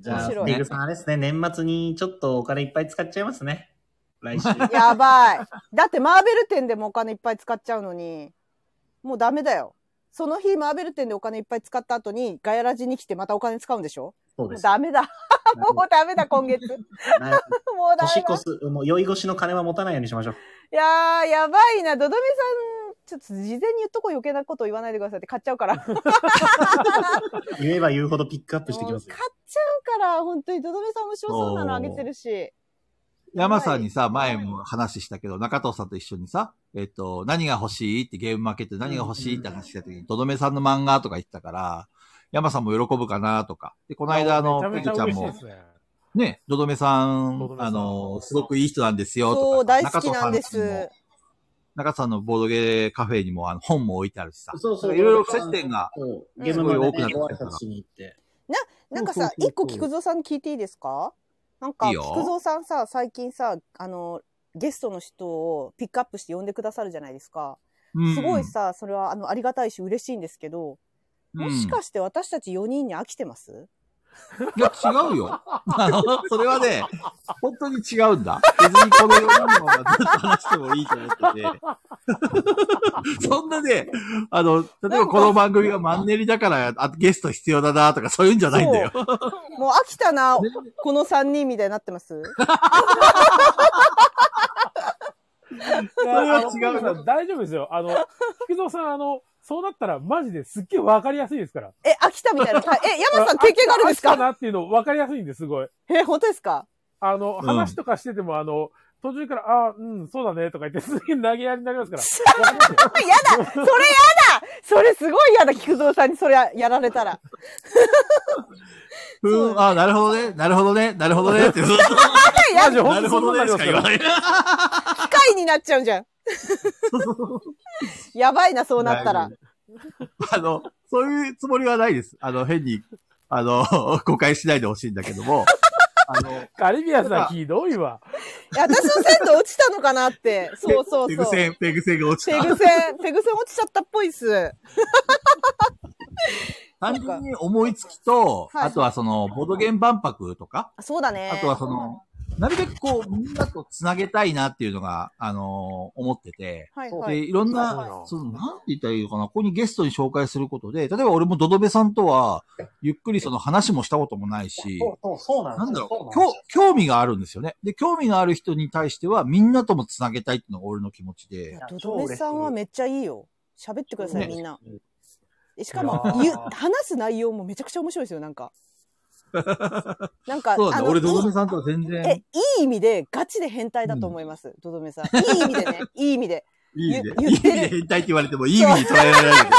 Speaker 3: じゃ
Speaker 1: 面
Speaker 3: あ、
Speaker 1: 白い
Speaker 3: デグさんあれですね、年末にちょっとお金いっぱい使っちゃいますね。来週。
Speaker 1: やばい。だってマーベル店でもお金いっぱい使っちゃうのに、もうダメだよ。その日マーベル店でお金いっぱい使った後にガヤラジに来てまたお金使うんでしょ
Speaker 3: そう
Speaker 1: も
Speaker 3: で
Speaker 1: う
Speaker 3: す。
Speaker 1: ダメだ。もうダメだ、今月。も
Speaker 3: な
Speaker 1: うダ
Speaker 3: 年
Speaker 1: メだ
Speaker 3: 越。す、もう酔い越しの金は持たないようにしましょう。
Speaker 1: いやー、やばいな。ドドメさん、ちょっと事前に言っとこう余計なこと言わないでくださいって買っちゃうから。買っ
Speaker 3: 言えば言うほどピックアップしてきますよ。
Speaker 1: ちゃうから、本当にドドメさん面白そうなのあげてるし。
Speaker 2: 山さんにさ、前も話したけど、中藤さんと一緒にさ、えっと、何が欲しいってゲームマーケットで何が欲しいって話した時に、とどめさんの漫画とか言ってたから、山さんも喜ぶかなとか。で、 この間、あの、
Speaker 4: め
Speaker 2: ペ
Speaker 4: ち
Speaker 2: グ
Speaker 4: ゃめ
Speaker 2: ち
Speaker 4: ちゃ
Speaker 2: ゃん
Speaker 4: 嬉しいで
Speaker 2: も、
Speaker 4: すね。
Speaker 2: ね、ドドメさん、
Speaker 4: ドドメさん
Speaker 2: あの、すごくいい人なんですよ、とかさ。
Speaker 1: そう、大好きなんで
Speaker 2: 中藤さんち
Speaker 1: す
Speaker 2: も。。中藤さんのボードゲーカフェにも、あの、本も置いてあるしさ。
Speaker 3: そうそう。
Speaker 2: いろいろ接点が。
Speaker 3: そう、
Speaker 1: ん
Speaker 3: ゲームマ
Speaker 2: すごい
Speaker 3: ー
Speaker 2: 多く
Speaker 3: ケ
Speaker 2: な
Speaker 3: ッ
Speaker 2: ってき
Speaker 3: トご
Speaker 2: た
Speaker 3: 挨
Speaker 2: から
Speaker 3: 拶しに行って。
Speaker 1: なんかさ、一個菊蔵さんに聞いていいですかなんか、
Speaker 2: いいよ
Speaker 1: 菊蔵さんさ、最近さ、あの、ゲストの人をピックアップして呼んでくださるじゃないですか。
Speaker 2: うん
Speaker 1: すごいさ、それはあのありがたいし嬉しいんですけど、もしかして私たち4人に飽きてます
Speaker 2: いや、違うよ。 あの、それはね、本当に違うんだ。別にこの4人のままずっと話してもいいと思ってて。 そんなね、あの、例えばこの番組がマンネリだからあゲスト必要だなとかそういうんじゃないんだよ。
Speaker 1: そうもう飽きたな、この3人みたいになってます
Speaker 4: そ
Speaker 2: れは違うな
Speaker 4: 大丈夫ですよ。あの、菊蔵さん、あの、そうなったらマジですっげえわかりやすいですから。
Speaker 1: え、飽きたみたいな。たえ、山さん経験があるんです
Speaker 4: 飽きた
Speaker 1: か
Speaker 4: なっていうのわかりやすいんです、すごい。
Speaker 1: え、本当ですか
Speaker 4: あの、
Speaker 2: うん
Speaker 4: 話とかしてても、あの、途中から、ああ、うん、そうだね、とか言って、 すげえ投げやりになりますから。わかりますよ
Speaker 1: あやだそれやだそれすごいやだ、菊蔵さんにそれややられたら。
Speaker 2: ふーん、あ、なるほどね、なるほどね、なるほ どねってずっ
Speaker 1: あや
Speaker 4: マジで
Speaker 2: と、な
Speaker 4: 本当
Speaker 2: る
Speaker 4: にそ
Speaker 2: ほど
Speaker 4: うな
Speaker 2: ね
Speaker 4: り
Speaker 2: し
Speaker 4: ます
Speaker 2: か
Speaker 4: か
Speaker 2: 言わ
Speaker 4: ら。
Speaker 2: ない。
Speaker 1: 機械になっちゃうじ ゃん。やばいな、そうなったら。
Speaker 2: あの、そういうつもりはないです。あの、変に、あの、 誤解しないでほしいんだけども、あの、
Speaker 4: カリビアンさんひどいわ。
Speaker 1: いや私の鮮度落ちたのかなって。そうそう
Speaker 2: ペ
Speaker 1: そ
Speaker 2: グ
Speaker 1: う。ペ
Speaker 2: 線、ペグ線が落ちた。
Speaker 1: グ線、ペグ線落ちちゃったっぽいっす。
Speaker 2: 単純に思いつきと、
Speaker 1: はい
Speaker 2: あとはその、ボードゲーム万博とか、
Speaker 1: あそうだね。
Speaker 2: あとはその、なるべくこう、みんなとつなげたいなっていうのが、あのー思ってて、
Speaker 1: はいは
Speaker 2: で、
Speaker 1: い。
Speaker 2: いろん
Speaker 4: はいは
Speaker 2: な、
Speaker 4: い
Speaker 2: その、なんて言ったらいいのかな、ここにゲストに紹介することで、例えば俺もドドベさんとは、ゆっくりその話もしたこともないし、
Speaker 3: そうそう、そうな
Speaker 2: なん
Speaker 3: ん
Speaker 2: だ
Speaker 3: ですよ。
Speaker 2: ろう、興興味があるんですよね。で、興味のある人に対しては、みんなともつなげたいっていうのが俺の気持ち
Speaker 1: い
Speaker 2: で
Speaker 1: や、ドドメさんはめっちゃいいよ。喋ってください、みんな。えしかも
Speaker 3: いや、ー
Speaker 1: ゆ話す内容もめちゃくちゃ面白いですよ、なん か。なんか、
Speaker 2: そうな
Speaker 1: あ
Speaker 2: んだ、
Speaker 1: の
Speaker 2: 俺ドドメさんとは全然。
Speaker 1: え、いい意味で、ガチで変態だと思います、ドドメさん。いい意味でね、いい意味で。
Speaker 2: いい意味で。
Speaker 1: 言
Speaker 2: いい
Speaker 1: 言
Speaker 2: 意
Speaker 1: ってる
Speaker 2: 味で変態って言われても、いい意味に捉えられないけど。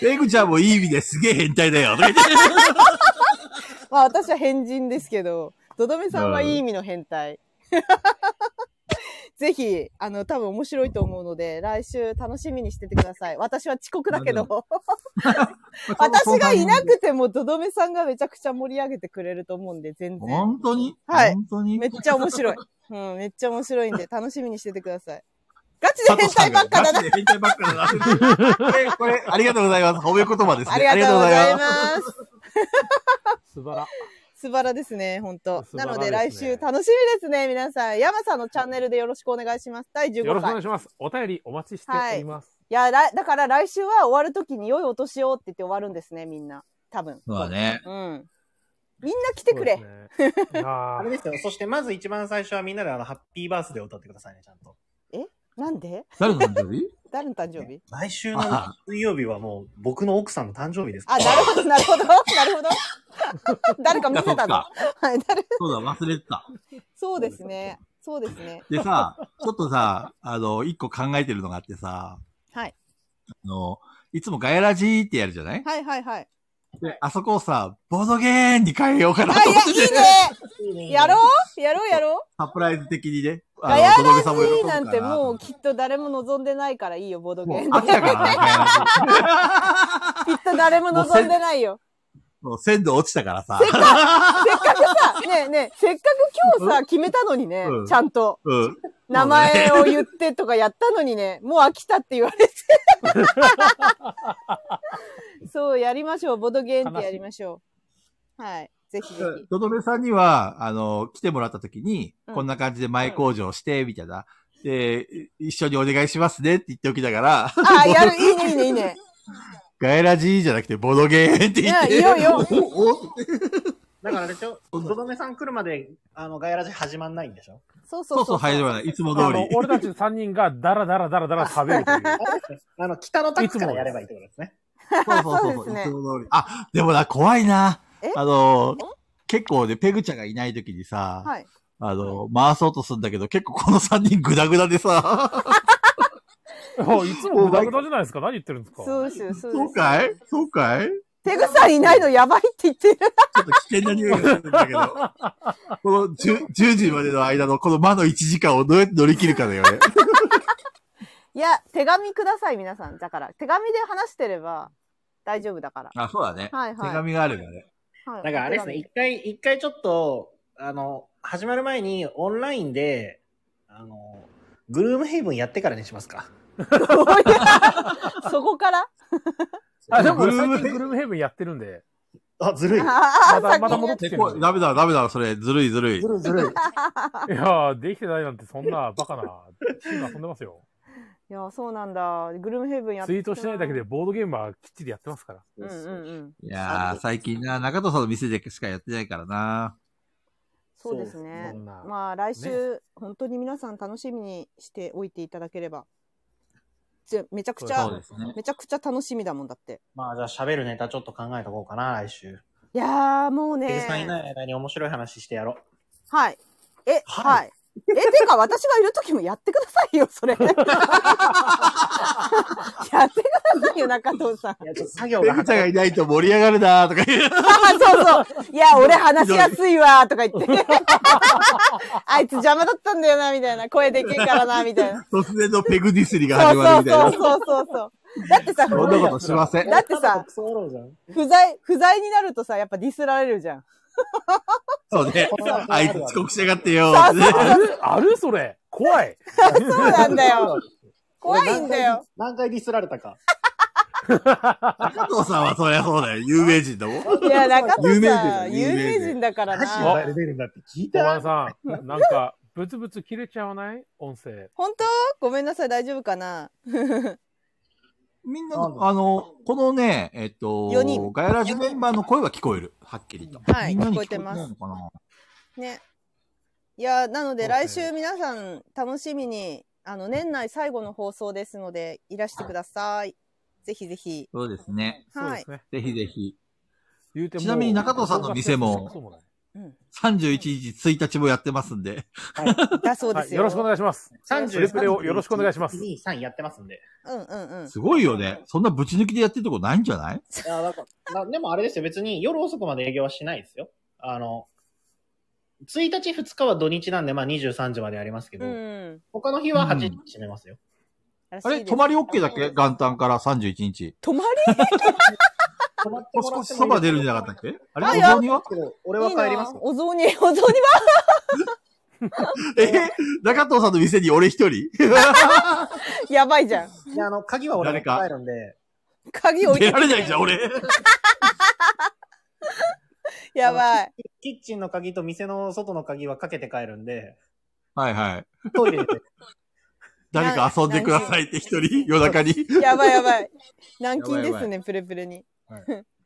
Speaker 2: ペグちゃんもいい意味ですげえ変態だよ。とか言って
Speaker 1: まあ、私は変人ですけど、ドドメさんはいい意味の変態。ぜひ、あの、多分面白いと思うので、来週楽しみにしててください。私は遅刻だけ
Speaker 2: なる
Speaker 1: ど、私がいなくても、ドドメさんがめちゃくちゃ盛り上げてくれると思うんで、全然。
Speaker 2: 本当に
Speaker 1: はい
Speaker 2: 本当に
Speaker 1: めっちゃ面白い。うん、めっちゃ面白いんで、楽しみにしててください。ガチで変態ばっかだな
Speaker 2: マジ。で変態ばっかだな。これ、これ、ありがとうございます。褒め言葉ですね。
Speaker 1: ありがとうございま
Speaker 2: あ
Speaker 1: す。
Speaker 4: 素晴ら。
Speaker 1: 素晴らですね、本当。
Speaker 4: 素晴
Speaker 1: な
Speaker 4: ら
Speaker 1: ので
Speaker 4: で
Speaker 1: 来
Speaker 4: す
Speaker 1: 週
Speaker 4: ね
Speaker 1: 楽しみですね、皆さん。山さんのチャンネルでよろしくお願いします。第
Speaker 4: よ
Speaker 1: 15
Speaker 4: ろしくお願
Speaker 1: 回。
Speaker 4: い
Speaker 1: い
Speaker 4: します。お便りお待ちしております。
Speaker 1: や、らだから来週は終わるときに良いお年をって言って終わるんですね、みんな。多分。
Speaker 2: りがとうございます。そうだね。
Speaker 1: うん。みんな来てくれ。
Speaker 4: そうですね。いや ー
Speaker 3: あれですよ。そしてまず一番最初はみんなであの、ハッピーバースデーを歌ってくださいね、ちゃんと。
Speaker 1: なんで
Speaker 2: 誰の誕生日
Speaker 1: 誰の誕生日
Speaker 3: 来週の水曜日はもう僕の奥さんの誕生日ですか
Speaker 1: あ、
Speaker 3: ら。
Speaker 1: なるほど、なるほど、 なるほど。 誰か見
Speaker 2: そ
Speaker 1: せ
Speaker 2: った
Speaker 1: の
Speaker 2: か。
Speaker 1: はい、誰
Speaker 2: そうだ、忘れてた。
Speaker 1: そうですね。そうですね。
Speaker 2: でさ、ちょっとさ、あの、一個考えてるのがあってさ、
Speaker 1: はい。
Speaker 2: あの、いつもガヤラジーってやるじゃない
Speaker 1: はいはい はい。
Speaker 2: で、あそこをさ、ボードゲーンに変えようかな
Speaker 1: あ、
Speaker 2: と
Speaker 1: い
Speaker 2: 思
Speaker 1: や、
Speaker 2: ってて。
Speaker 1: い
Speaker 3: い
Speaker 1: い
Speaker 3: いねいい
Speaker 1: ね。
Speaker 3: ね
Speaker 1: やろうやろうやろう
Speaker 2: サプライズ的にね。あの
Speaker 1: ガヤラジ
Speaker 2: ドドメさも喜ぶ
Speaker 1: ー
Speaker 2: か
Speaker 1: なんてもう
Speaker 2: き
Speaker 1: きっと誰も望んでないからいいよ、ボードゲーム。
Speaker 2: 飽きたからね、ガヤラ ジ
Speaker 1: きっと誰も望んでないよ。
Speaker 2: もう鮮度落ちたからさ。
Speaker 1: せっかくさ、ねえねえ、せっかく今日さ、決めたのにね
Speaker 2: う、ん
Speaker 1: ちゃんと。
Speaker 2: うん。
Speaker 1: 名前を言ってとかやったのに ね、もう飽きたって言われて。そう、やりましょう。ボードゲームってやりましょう。はい。ぜひぜひ。
Speaker 2: ドドメさんには、あの、来てもらった時に、
Speaker 1: うん
Speaker 2: こんな感じで前工場して、みたいな。で、一緒にお願いしますねって言っておきながら、
Speaker 1: ああ、やる。いいね、いいね、いいね。
Speaker 2: ガヤラジーじゃなくてボドゲーって言って。
Speaker 1: いやい よい
Speaker 2: おお
Speaker 3: だからあれでしょ、とどめさん来るまで、あの、ガヤラジ始まんないんでしょ
Speaker 1: そうそ
Speaker 2: そううそ、
Speaker 1: そうう。
Speaker 2: 入らない。いつも
Speaker 4: あ
Speaker 2: 通
Speaker 4: の
Speaker 2: り、。
Speaker 4: 俺たち3人がダラダラダラダ ラ食べるという。
Speaker 3: あの、北のタックからやればいいってことですね。
Speaker 2: そうそう
Speaker 1: そ
Speaker 2: そうう
Speaker 1: です
Speaker 2: そう、
Speaker 1: ね
Speaker 2: いつも通り。あ、でもな、怖いな
Speaker 1: え。
Speaker 2: あの、結構ね、ペグちゃんがいない時にさ、
Speaker 1: はい。
Speaker 2: あの、回そうとするんだけど、結構この3人グダグダでさ、
Speaker 4: もういつもグダグダじゃないですか。何言ってるんですか。
Speaker 1: そうですよ、そうです
Speaker 2: そ
Speaker 1: よ
Speaker 2: う。かいそうかい
Speaker 1: ペグさんいないのやばいって言ってる。
Speaker 2: ちょっと危険な匂いがするんだけど、この 10, 10時までの間のこの間の1時間をどうやって乗り切るかだよね。
Speaker 1: いや、手紙ください、皆さん。だから、手紙で話してれば大丈夫だから。
Speaker 2: あ、そうだね
Speaker 1: はいはい
Speaker 2: 手紙があればね。
Speaker 1: はい
Speaker 3: だからあれですね、
Speaker 1: お手
Speaker 3: 一回、一回ちょっと、あの、始まる前にオンラインで、あの、グルームヘイブンやってからにしますか。
Speaker 1: そこから
Speaker 4: あ、でも俺最近グルームヘイブンやってるんで。
Speaker 3: あ、ずるい。
Speaker 1: あ
Speaker 4: まだ、まだ戻ってきてるんで。
Speaker 14: ダメだ、ダメだ、それ。ずるい、ずるい
Speaker 3: ず。るい ずるい。
Speaker 4: いやー、できてないなんてそんなバカな。 チーム遊んでますよ。
Speaker 1: いや、そうなんだ。グルームヘイブンやっ
Speaker 4: ツイートしてないだけでボードゲームはきっちりやってますから。
Speaker 1: うんうんうん。
Speaker 2: いやー、最近な、中藤さんの店でしかやってないからな。
Speaker 1: そうですね
Speaker 4: そ。んな
Speaker 1: まあ来週、本当に皆さん楽しみにしておいていただければ。ぜめちゃくちゃ
Speaker 2: そう、ですね。
Speaker 1: めちゃくちゃ楽しみだもんだって。
Speaker 3: まあじゃあ喋るネタちょっと考えとこうかな、来週。
Speaker 1: いやー、もう
Speaker 3: 計算い
Speaker 1: ね。
Speaker 3: ない間に面白い話してやろ
Speaker 1: はい。え、はい。え、てか、私がいる時もやってくださいよ、 それ。やってくださいよ、中藤さん。
Speaker 3: う。いや、ちょっと作業
Speaker 14: ペ
Speaker 3: が
Speaker 14: グちゃんがいないと盛り上がるなーとか言う。
Speaker 1: あそうそう。いや、俺話しやすいわ、とか言って。 あいつ邪魔だったんだよな、みたいな。声でけえからな、みたいな。
Speaker 14: 突然のペグディスリが
Speaker 1: そ
Speaker 14: 始
Speaker 1: う
Speaker 14: まる
Speaker 1: そう
Speaker 14: みたい
Speaker 1: そう
Speaker 14: な。
Speaker 1: そうそうそう。だってさ、
Speaker 2: そんなことしません。
Speaker 1: だってさ、
Speaker 3: クソ野郎じゃん。
Speaker 1: 不在、不在になるとさ、やっぱディスられるじゃん。
Speaker 14: そうね。あいつ遅刻しやがってよ。ね
Speaker 4: あるあるそれ。怖い。
Speaker 1: そうなんだよ。怖いんだよ。
Speaker 3: 何回ディスられたか。
Speaker 14: 加藤さんはそりゃそうだよ。有名人だもん。
Speaker 1: いや、中藤さん、有
Speaker 14: 有名人
Speaker 1: 名人だから
Speaker 4: マ
Speaker 1: な。
Speaker 4: ジ
Speaker 3: 出るんだって聞い
Speaker 4: 小林さん、なんか、ブツブツ切れちゃわない音声。
Speaker 1: 本当ごめんなさい、大丈夫かな
Speaker 2: みんな、あの、このね、えっと
Speaker 1: 四人、
Speaker 2: ガヤラジメンバーの声は聞こえる。はっきりと。
Speaker 1: はい
Speaker 2: みんなに
Speaker 1: 聞こえてます
Speaker 2: 聞こえないのか
Speaker 1: ね。いや、なので
Speaker 4: そうで
Speaker 1: 来
Speaker 4: すね
Speaker 1: 週皆さん楽しみに、あの、年内最後の放送ですので、いらしてください。ぜひぜひ。
Speaker 2: なそうですね。
Speaker 4: そう
Speaker 1: は
Speaker 4: で
Speaker 1: い
Speaker 4: す。ね。
Speaker 2: ぜひぜひ。
Speaker 4: 言うても
Speaker 2: ちなみに中藤さんの店も
Speaker 4: そうない
Speaker 2: 31日1日もやってますんで。
Speaker 1: だそうで
Speaker 4: はい、
Speaker 1: す
Speaker 4: よ
Speaker 1: よ。
Speaker 4: ろしくお願いします。
Speaker 3: 30
Speaker 4: プレプレをよろしくお願いします
Speaker 3: 2、3やってますんで。
Speaker 1: うんうんうん。
Speaker 2: すごいよね。そんなぶち抜きでやってるとこないんじゃない
Speaker 3: いや、なんか、なでもあれですよ、別に夜遅くまで営業はしないですよ。あの、1日、2日は土日なんで、まあ23時までやりますけど、
Speaker 1: うん。
Speaker 3: 他の日は8時に閉めますよ。
Speaker 1: らし
Speaker 2: あ
Speaker 1: い
Speaker 2: れ
Speaker 1: です
Speaker 2: 泊まり OK だっけ元旦から31日。
Speaker 1: 泊ま
Speaker 3: 泊まって
Speaker 2: 年
Speaker 3: もら
Speaker 2: 越
Speaker 3: っ
Speaker 2: してそ
Speaker 3: もいいで
Speaker 2: ば
Speaker 3: す
Speaker 2: 出るんじゃなかったっけあ
Speaker 1: あい
Speaker 2: れ
Speaker 1: や
Speaker 2: お雑煮は
Speaker 3: けど俺
Speaker 1: り
Speaker 3: はい
Speaker 1: い
Speaker 3: 帰ります
Speaker 1: な
Speaker 3: よ。
Speaker 1: お雑煮、 お雑煮は
Speaker 14: え中藤さんの店に俺一人
Speaker 1: やばいじゃん。
Speaker 3: いや、あの、鍵は俺が
Speaker 2: 誰か
Speaker 3: 帰るんで、
Speaker 1: 鍵置い
Speaker 14: 出
Speaker 1: て
Speaker 14: られないじゃん、俺。
Speaker 1: やばい。
Speaker 3: キッチンの鍵と店の外の鍵はかけて帰るんで、
Speaker 2: はいはい。
Speaker 3: トイレで。
Speaker 14: 誰か遊んでくださいって一人、夜中に。
Speaker 1: やばいやばい。軟禁で
Speaker 2: やばい
Speaker 1: す
Speaker 2: や
Speaker 1: ね、プレプレに。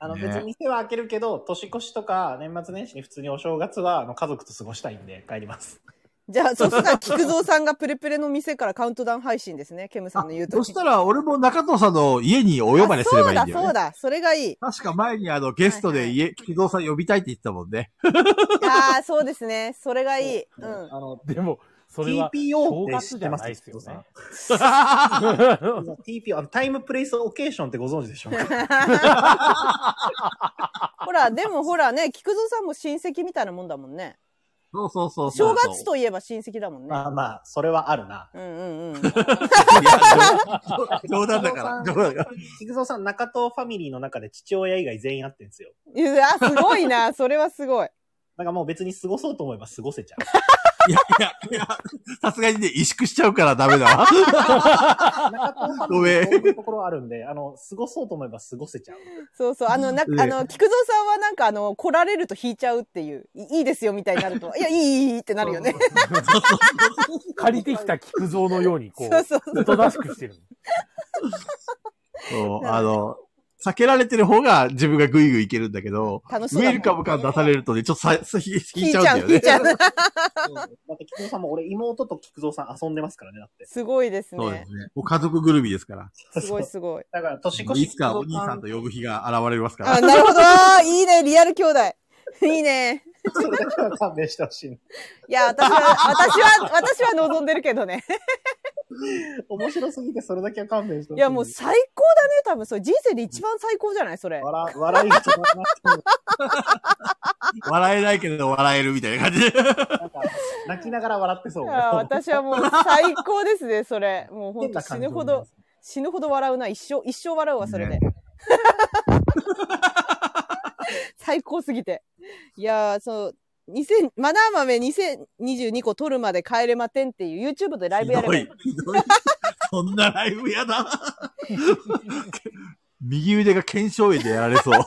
Speaker 3: あの、
Speaker 2: ね
Speaker 3: 別に店は開けるけど、年越しとか年末年始に普通にお正月は、あの、家族と過ごしたいんで、帰ります。
Speaker 1: じゃあ、そしたら、菊蔵さんがプレプレの店からカウントダウン配信ですね、ケムさんの言うと
Speaker 2: そしたら俺も中藤さんの家にお呼ばれすればいいんだ
Speaker 1: あ
Speaker 2: よ、
Speaker 1: そうだ、そう
Speaker 2: ね。
Speaker 1: だ、それがいい。
Speaker 2: 確か前にあのゲストで家、木造さん呼びたいって言ってたもんね。
Speaker 1: ああ、そうですね。それがいい。う
Speaker 3: あ
Speaker 1: ん。
Speaker 3: の、
Speaker 4: でも、それ
Speaker 3: TPO
Speaker 4: は
Speaker 3: っ、
Speaker 4: 正
Speaker 3: て知っ
Speaker 4: 月じ
Speaker 3: て
Speaker 4: ゃ
Speaker 3: ま
Speaker 4: な
Speaker 3: す
Speaker 4: いですよね。
Speaker 3: TPO、あの、タイムプレイスオケーションってご存知でしょう か
Speaker 1: ほら、でもほらね、菊蔵さんも親戚みたいなもんだもんね。
Speaker 2: そうそうそうそ
Speaker 1: 正
Speaker 2: う。
Speaker 1: 月といえば親戚だもんね。
Speaker 3: まあまあ、それはあるな。
Speaker 1: うんうんうん。
Speaker 14: いや冗談だから。冗談だから。
Speaker 3: 菊蔵さん、中藤ファミリーの中で父親以外全員会ってるんですよ。
Speaker 1: いや、すごいな。 それはすごい。
Speaker 3: だからもう別に過ごそうと思えば過ごせちゃう。
Speaker 2: いやいや、いや、さすがにね、萎縮しちゃうからダメだわ。
Speaker 3: 中藤ファ
Speaker 2: ご
Speaker 3: ミリ
Speaker 2: めん
Speaker 3: ーそういうところあるんで、あの、過ごそうと思えば過ごせちゃう。
Speaker 1: そうそう。あの、な、あ
Speaker 2: ね
Speaker 1: の、菊蔵さんはなんかあの、来られると引いちゃうっていう、いいいですよみたいになると、いや、いいいいいいってなるよね。
Speaker 4: 借りてきた菊蔵のように、こ
Speaker 1: そう
Speaker 4: う、
Speaker 1: そう
Speaker 4: おとなしくしてる。
Speaker 2: そう、あの、避けられてる方が自分がグイグイいけるんだけど、
Speaker 1: 楽しい
Speaker 2: ウ
Speaker 1: だもん。
Speaker 2: ェルカム感出されるとね、ちょっとさ、さ引
Speaker 1: 引
Speaker 2: い
Speaker 1: い
Speaker 2: ち
Speaker 1: ち
Speaker 2: ゃ
Speaker 1: ゃ
Speaker 2: う
Speaker 1: う、
Speaker 2: んだ
Speaker 1: 引
Speaker 2: よ
Speaker 1: いちゃ
Speaker 2: ね。
Speaker 1: う。
Speaker 3: だって菊蔵さんも俺妹と菊蔵さん遊んでますからね、だって。
Speaker 1: すごいです
Speaker 2: そうで
Speaker 1: ね
Speaker 2: す。ね。もう家族ぐるみですから。
Speaker 1: すごいすごい。
Speaker 3: だから年越し。
Speaker 2: いつかお兄さんと呼ぶ日が現れますから。
Speaker 1: あ、なるほど。いいね、リアル兄弟。いいね。
Speaker 3: それだけは勘弁してほしい。
Speaker 1: いや、私は、私は、私は望んでるけどね。
Speaker 3: 面白すぎてそれだけは勘弁してほし
Speaker 1: い
Speaker 3: い。
Speaker 1: や、もう最高だね、多分。それ人生で一番最高じゃないそれ。
Speaker 3: 笑、笑いが止まらなくて
Speaker 2: 笑えないけど笑えるみたいな感じで。
Speaker 3: も、なんか、泣きながら笑ってそう。
Speaker 1: いや私はもう最高ですね、それ。もうほんと死ぬほど、。死ぬほど笑うな。一生、一生笑うわ、それで。 最高すぎて。いやー、そう、 2000マナー豆2022個取るまで帰れまてんっていう YouTube でライブやればいい。
Speaker 2: ひどい。そんなライブやだ。 右腕が腱鞘炎でやられそう。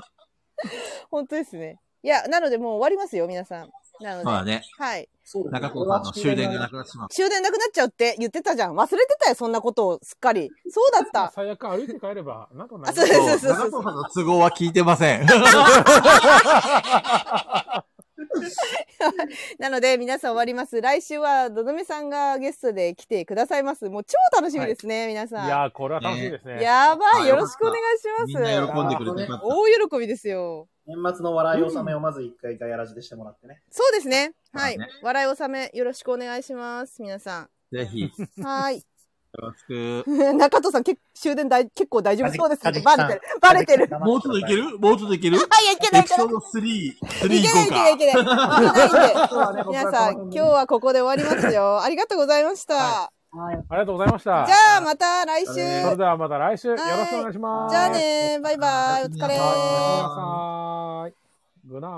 Speaker 1: 本当ですね。いや、なのでもう終わりますよ、皆さん。なので。
Speaker 2: そうだね
Speaker 1: はい。
Speaker 2: 中子さんの終電がなくなってしまう。
Speaker 1: 終電なくなっちゃうって言ってたじゃん。忘れてたよ、そんなことをすっかり。そうだっ た。
Speaker 4: 最悪歩いて帰れば、なんとな
Speaker 1: あ、
Speaker 4: る
Speaker 1: そうそうそうそう
Speaker 2: 中子さんの都合は聞いてません。
Speaker 1: なので、皆さん終わります。来週は、どどめさんがゲストで来てくださいます。もう超楽しみですね、皆さん。
Speaker 4: いやー、これは楽しみですね。
Speaker 1: やば
Speaker 2: あ
Speaker 1: い、よろしくお願いし
Speaker 2: みん
Speaker 1: ま
Speaker 2: な
Speaker 1: す。
Speaker 2: 喜んでくれてよかった。
Speaker 1: 大喜びですよ。
Speaker 3: 年末の笑い納めをまず一回ガヤラジでしてもらってね。
Speaker 1: そうですね。はい。
Speaker 2: そうだ
Speaker 1: 笑い納め、よろしくお願いします。皆さ
Speaker 2: ぜひ、よ
Speaker 1: ん。はい。
Speaker 2: ろしく。
Speaker 1: 中藤さん、け終電大結構大丈夫そうです
Speaker 3: カ
Speaker 1: ね。
Speaker 3: ジ
Speaker 1: バ
Speaker 3: キ
Speaker 1: レ
Speaker 3: さん
Speaker 1: てる。バレてる。
Speaker 2: もうちょっといけるもうちょっといける
Speaker 1: あ、いや、い けない、い
Speaker 2: エピ
Speaker 1: けな
Speaker 2: ソ
Speaker 1: い
Speaker 2: ー。ド3、
Speaker 1: いけ
Speaker 2: 3い
Speaker 1: な
Speaker 2: こ
Speaker 1: い、いうけない、いけない。いけ
Speaker 2: か。
Speaker 1: ないんで。
Speaker 3: 僕は
Speaker 1: 皆さん、今日はここで終わりますよ。ありがとうございました。
Speaker 4: ありがとうございました。
Speaker 1: じゃあ、また来週。
Speaker 3: そ
Speaker 1: じ
Speaker 3: れ
Speaker 4: それ
Speaker 1: ゃ
Speaker 4: ではまた来週、よろしくお願いします。
Speaker 1: あね、バイバイ、お疲れ。
Speaker 4: はいおやすみなさい。グナ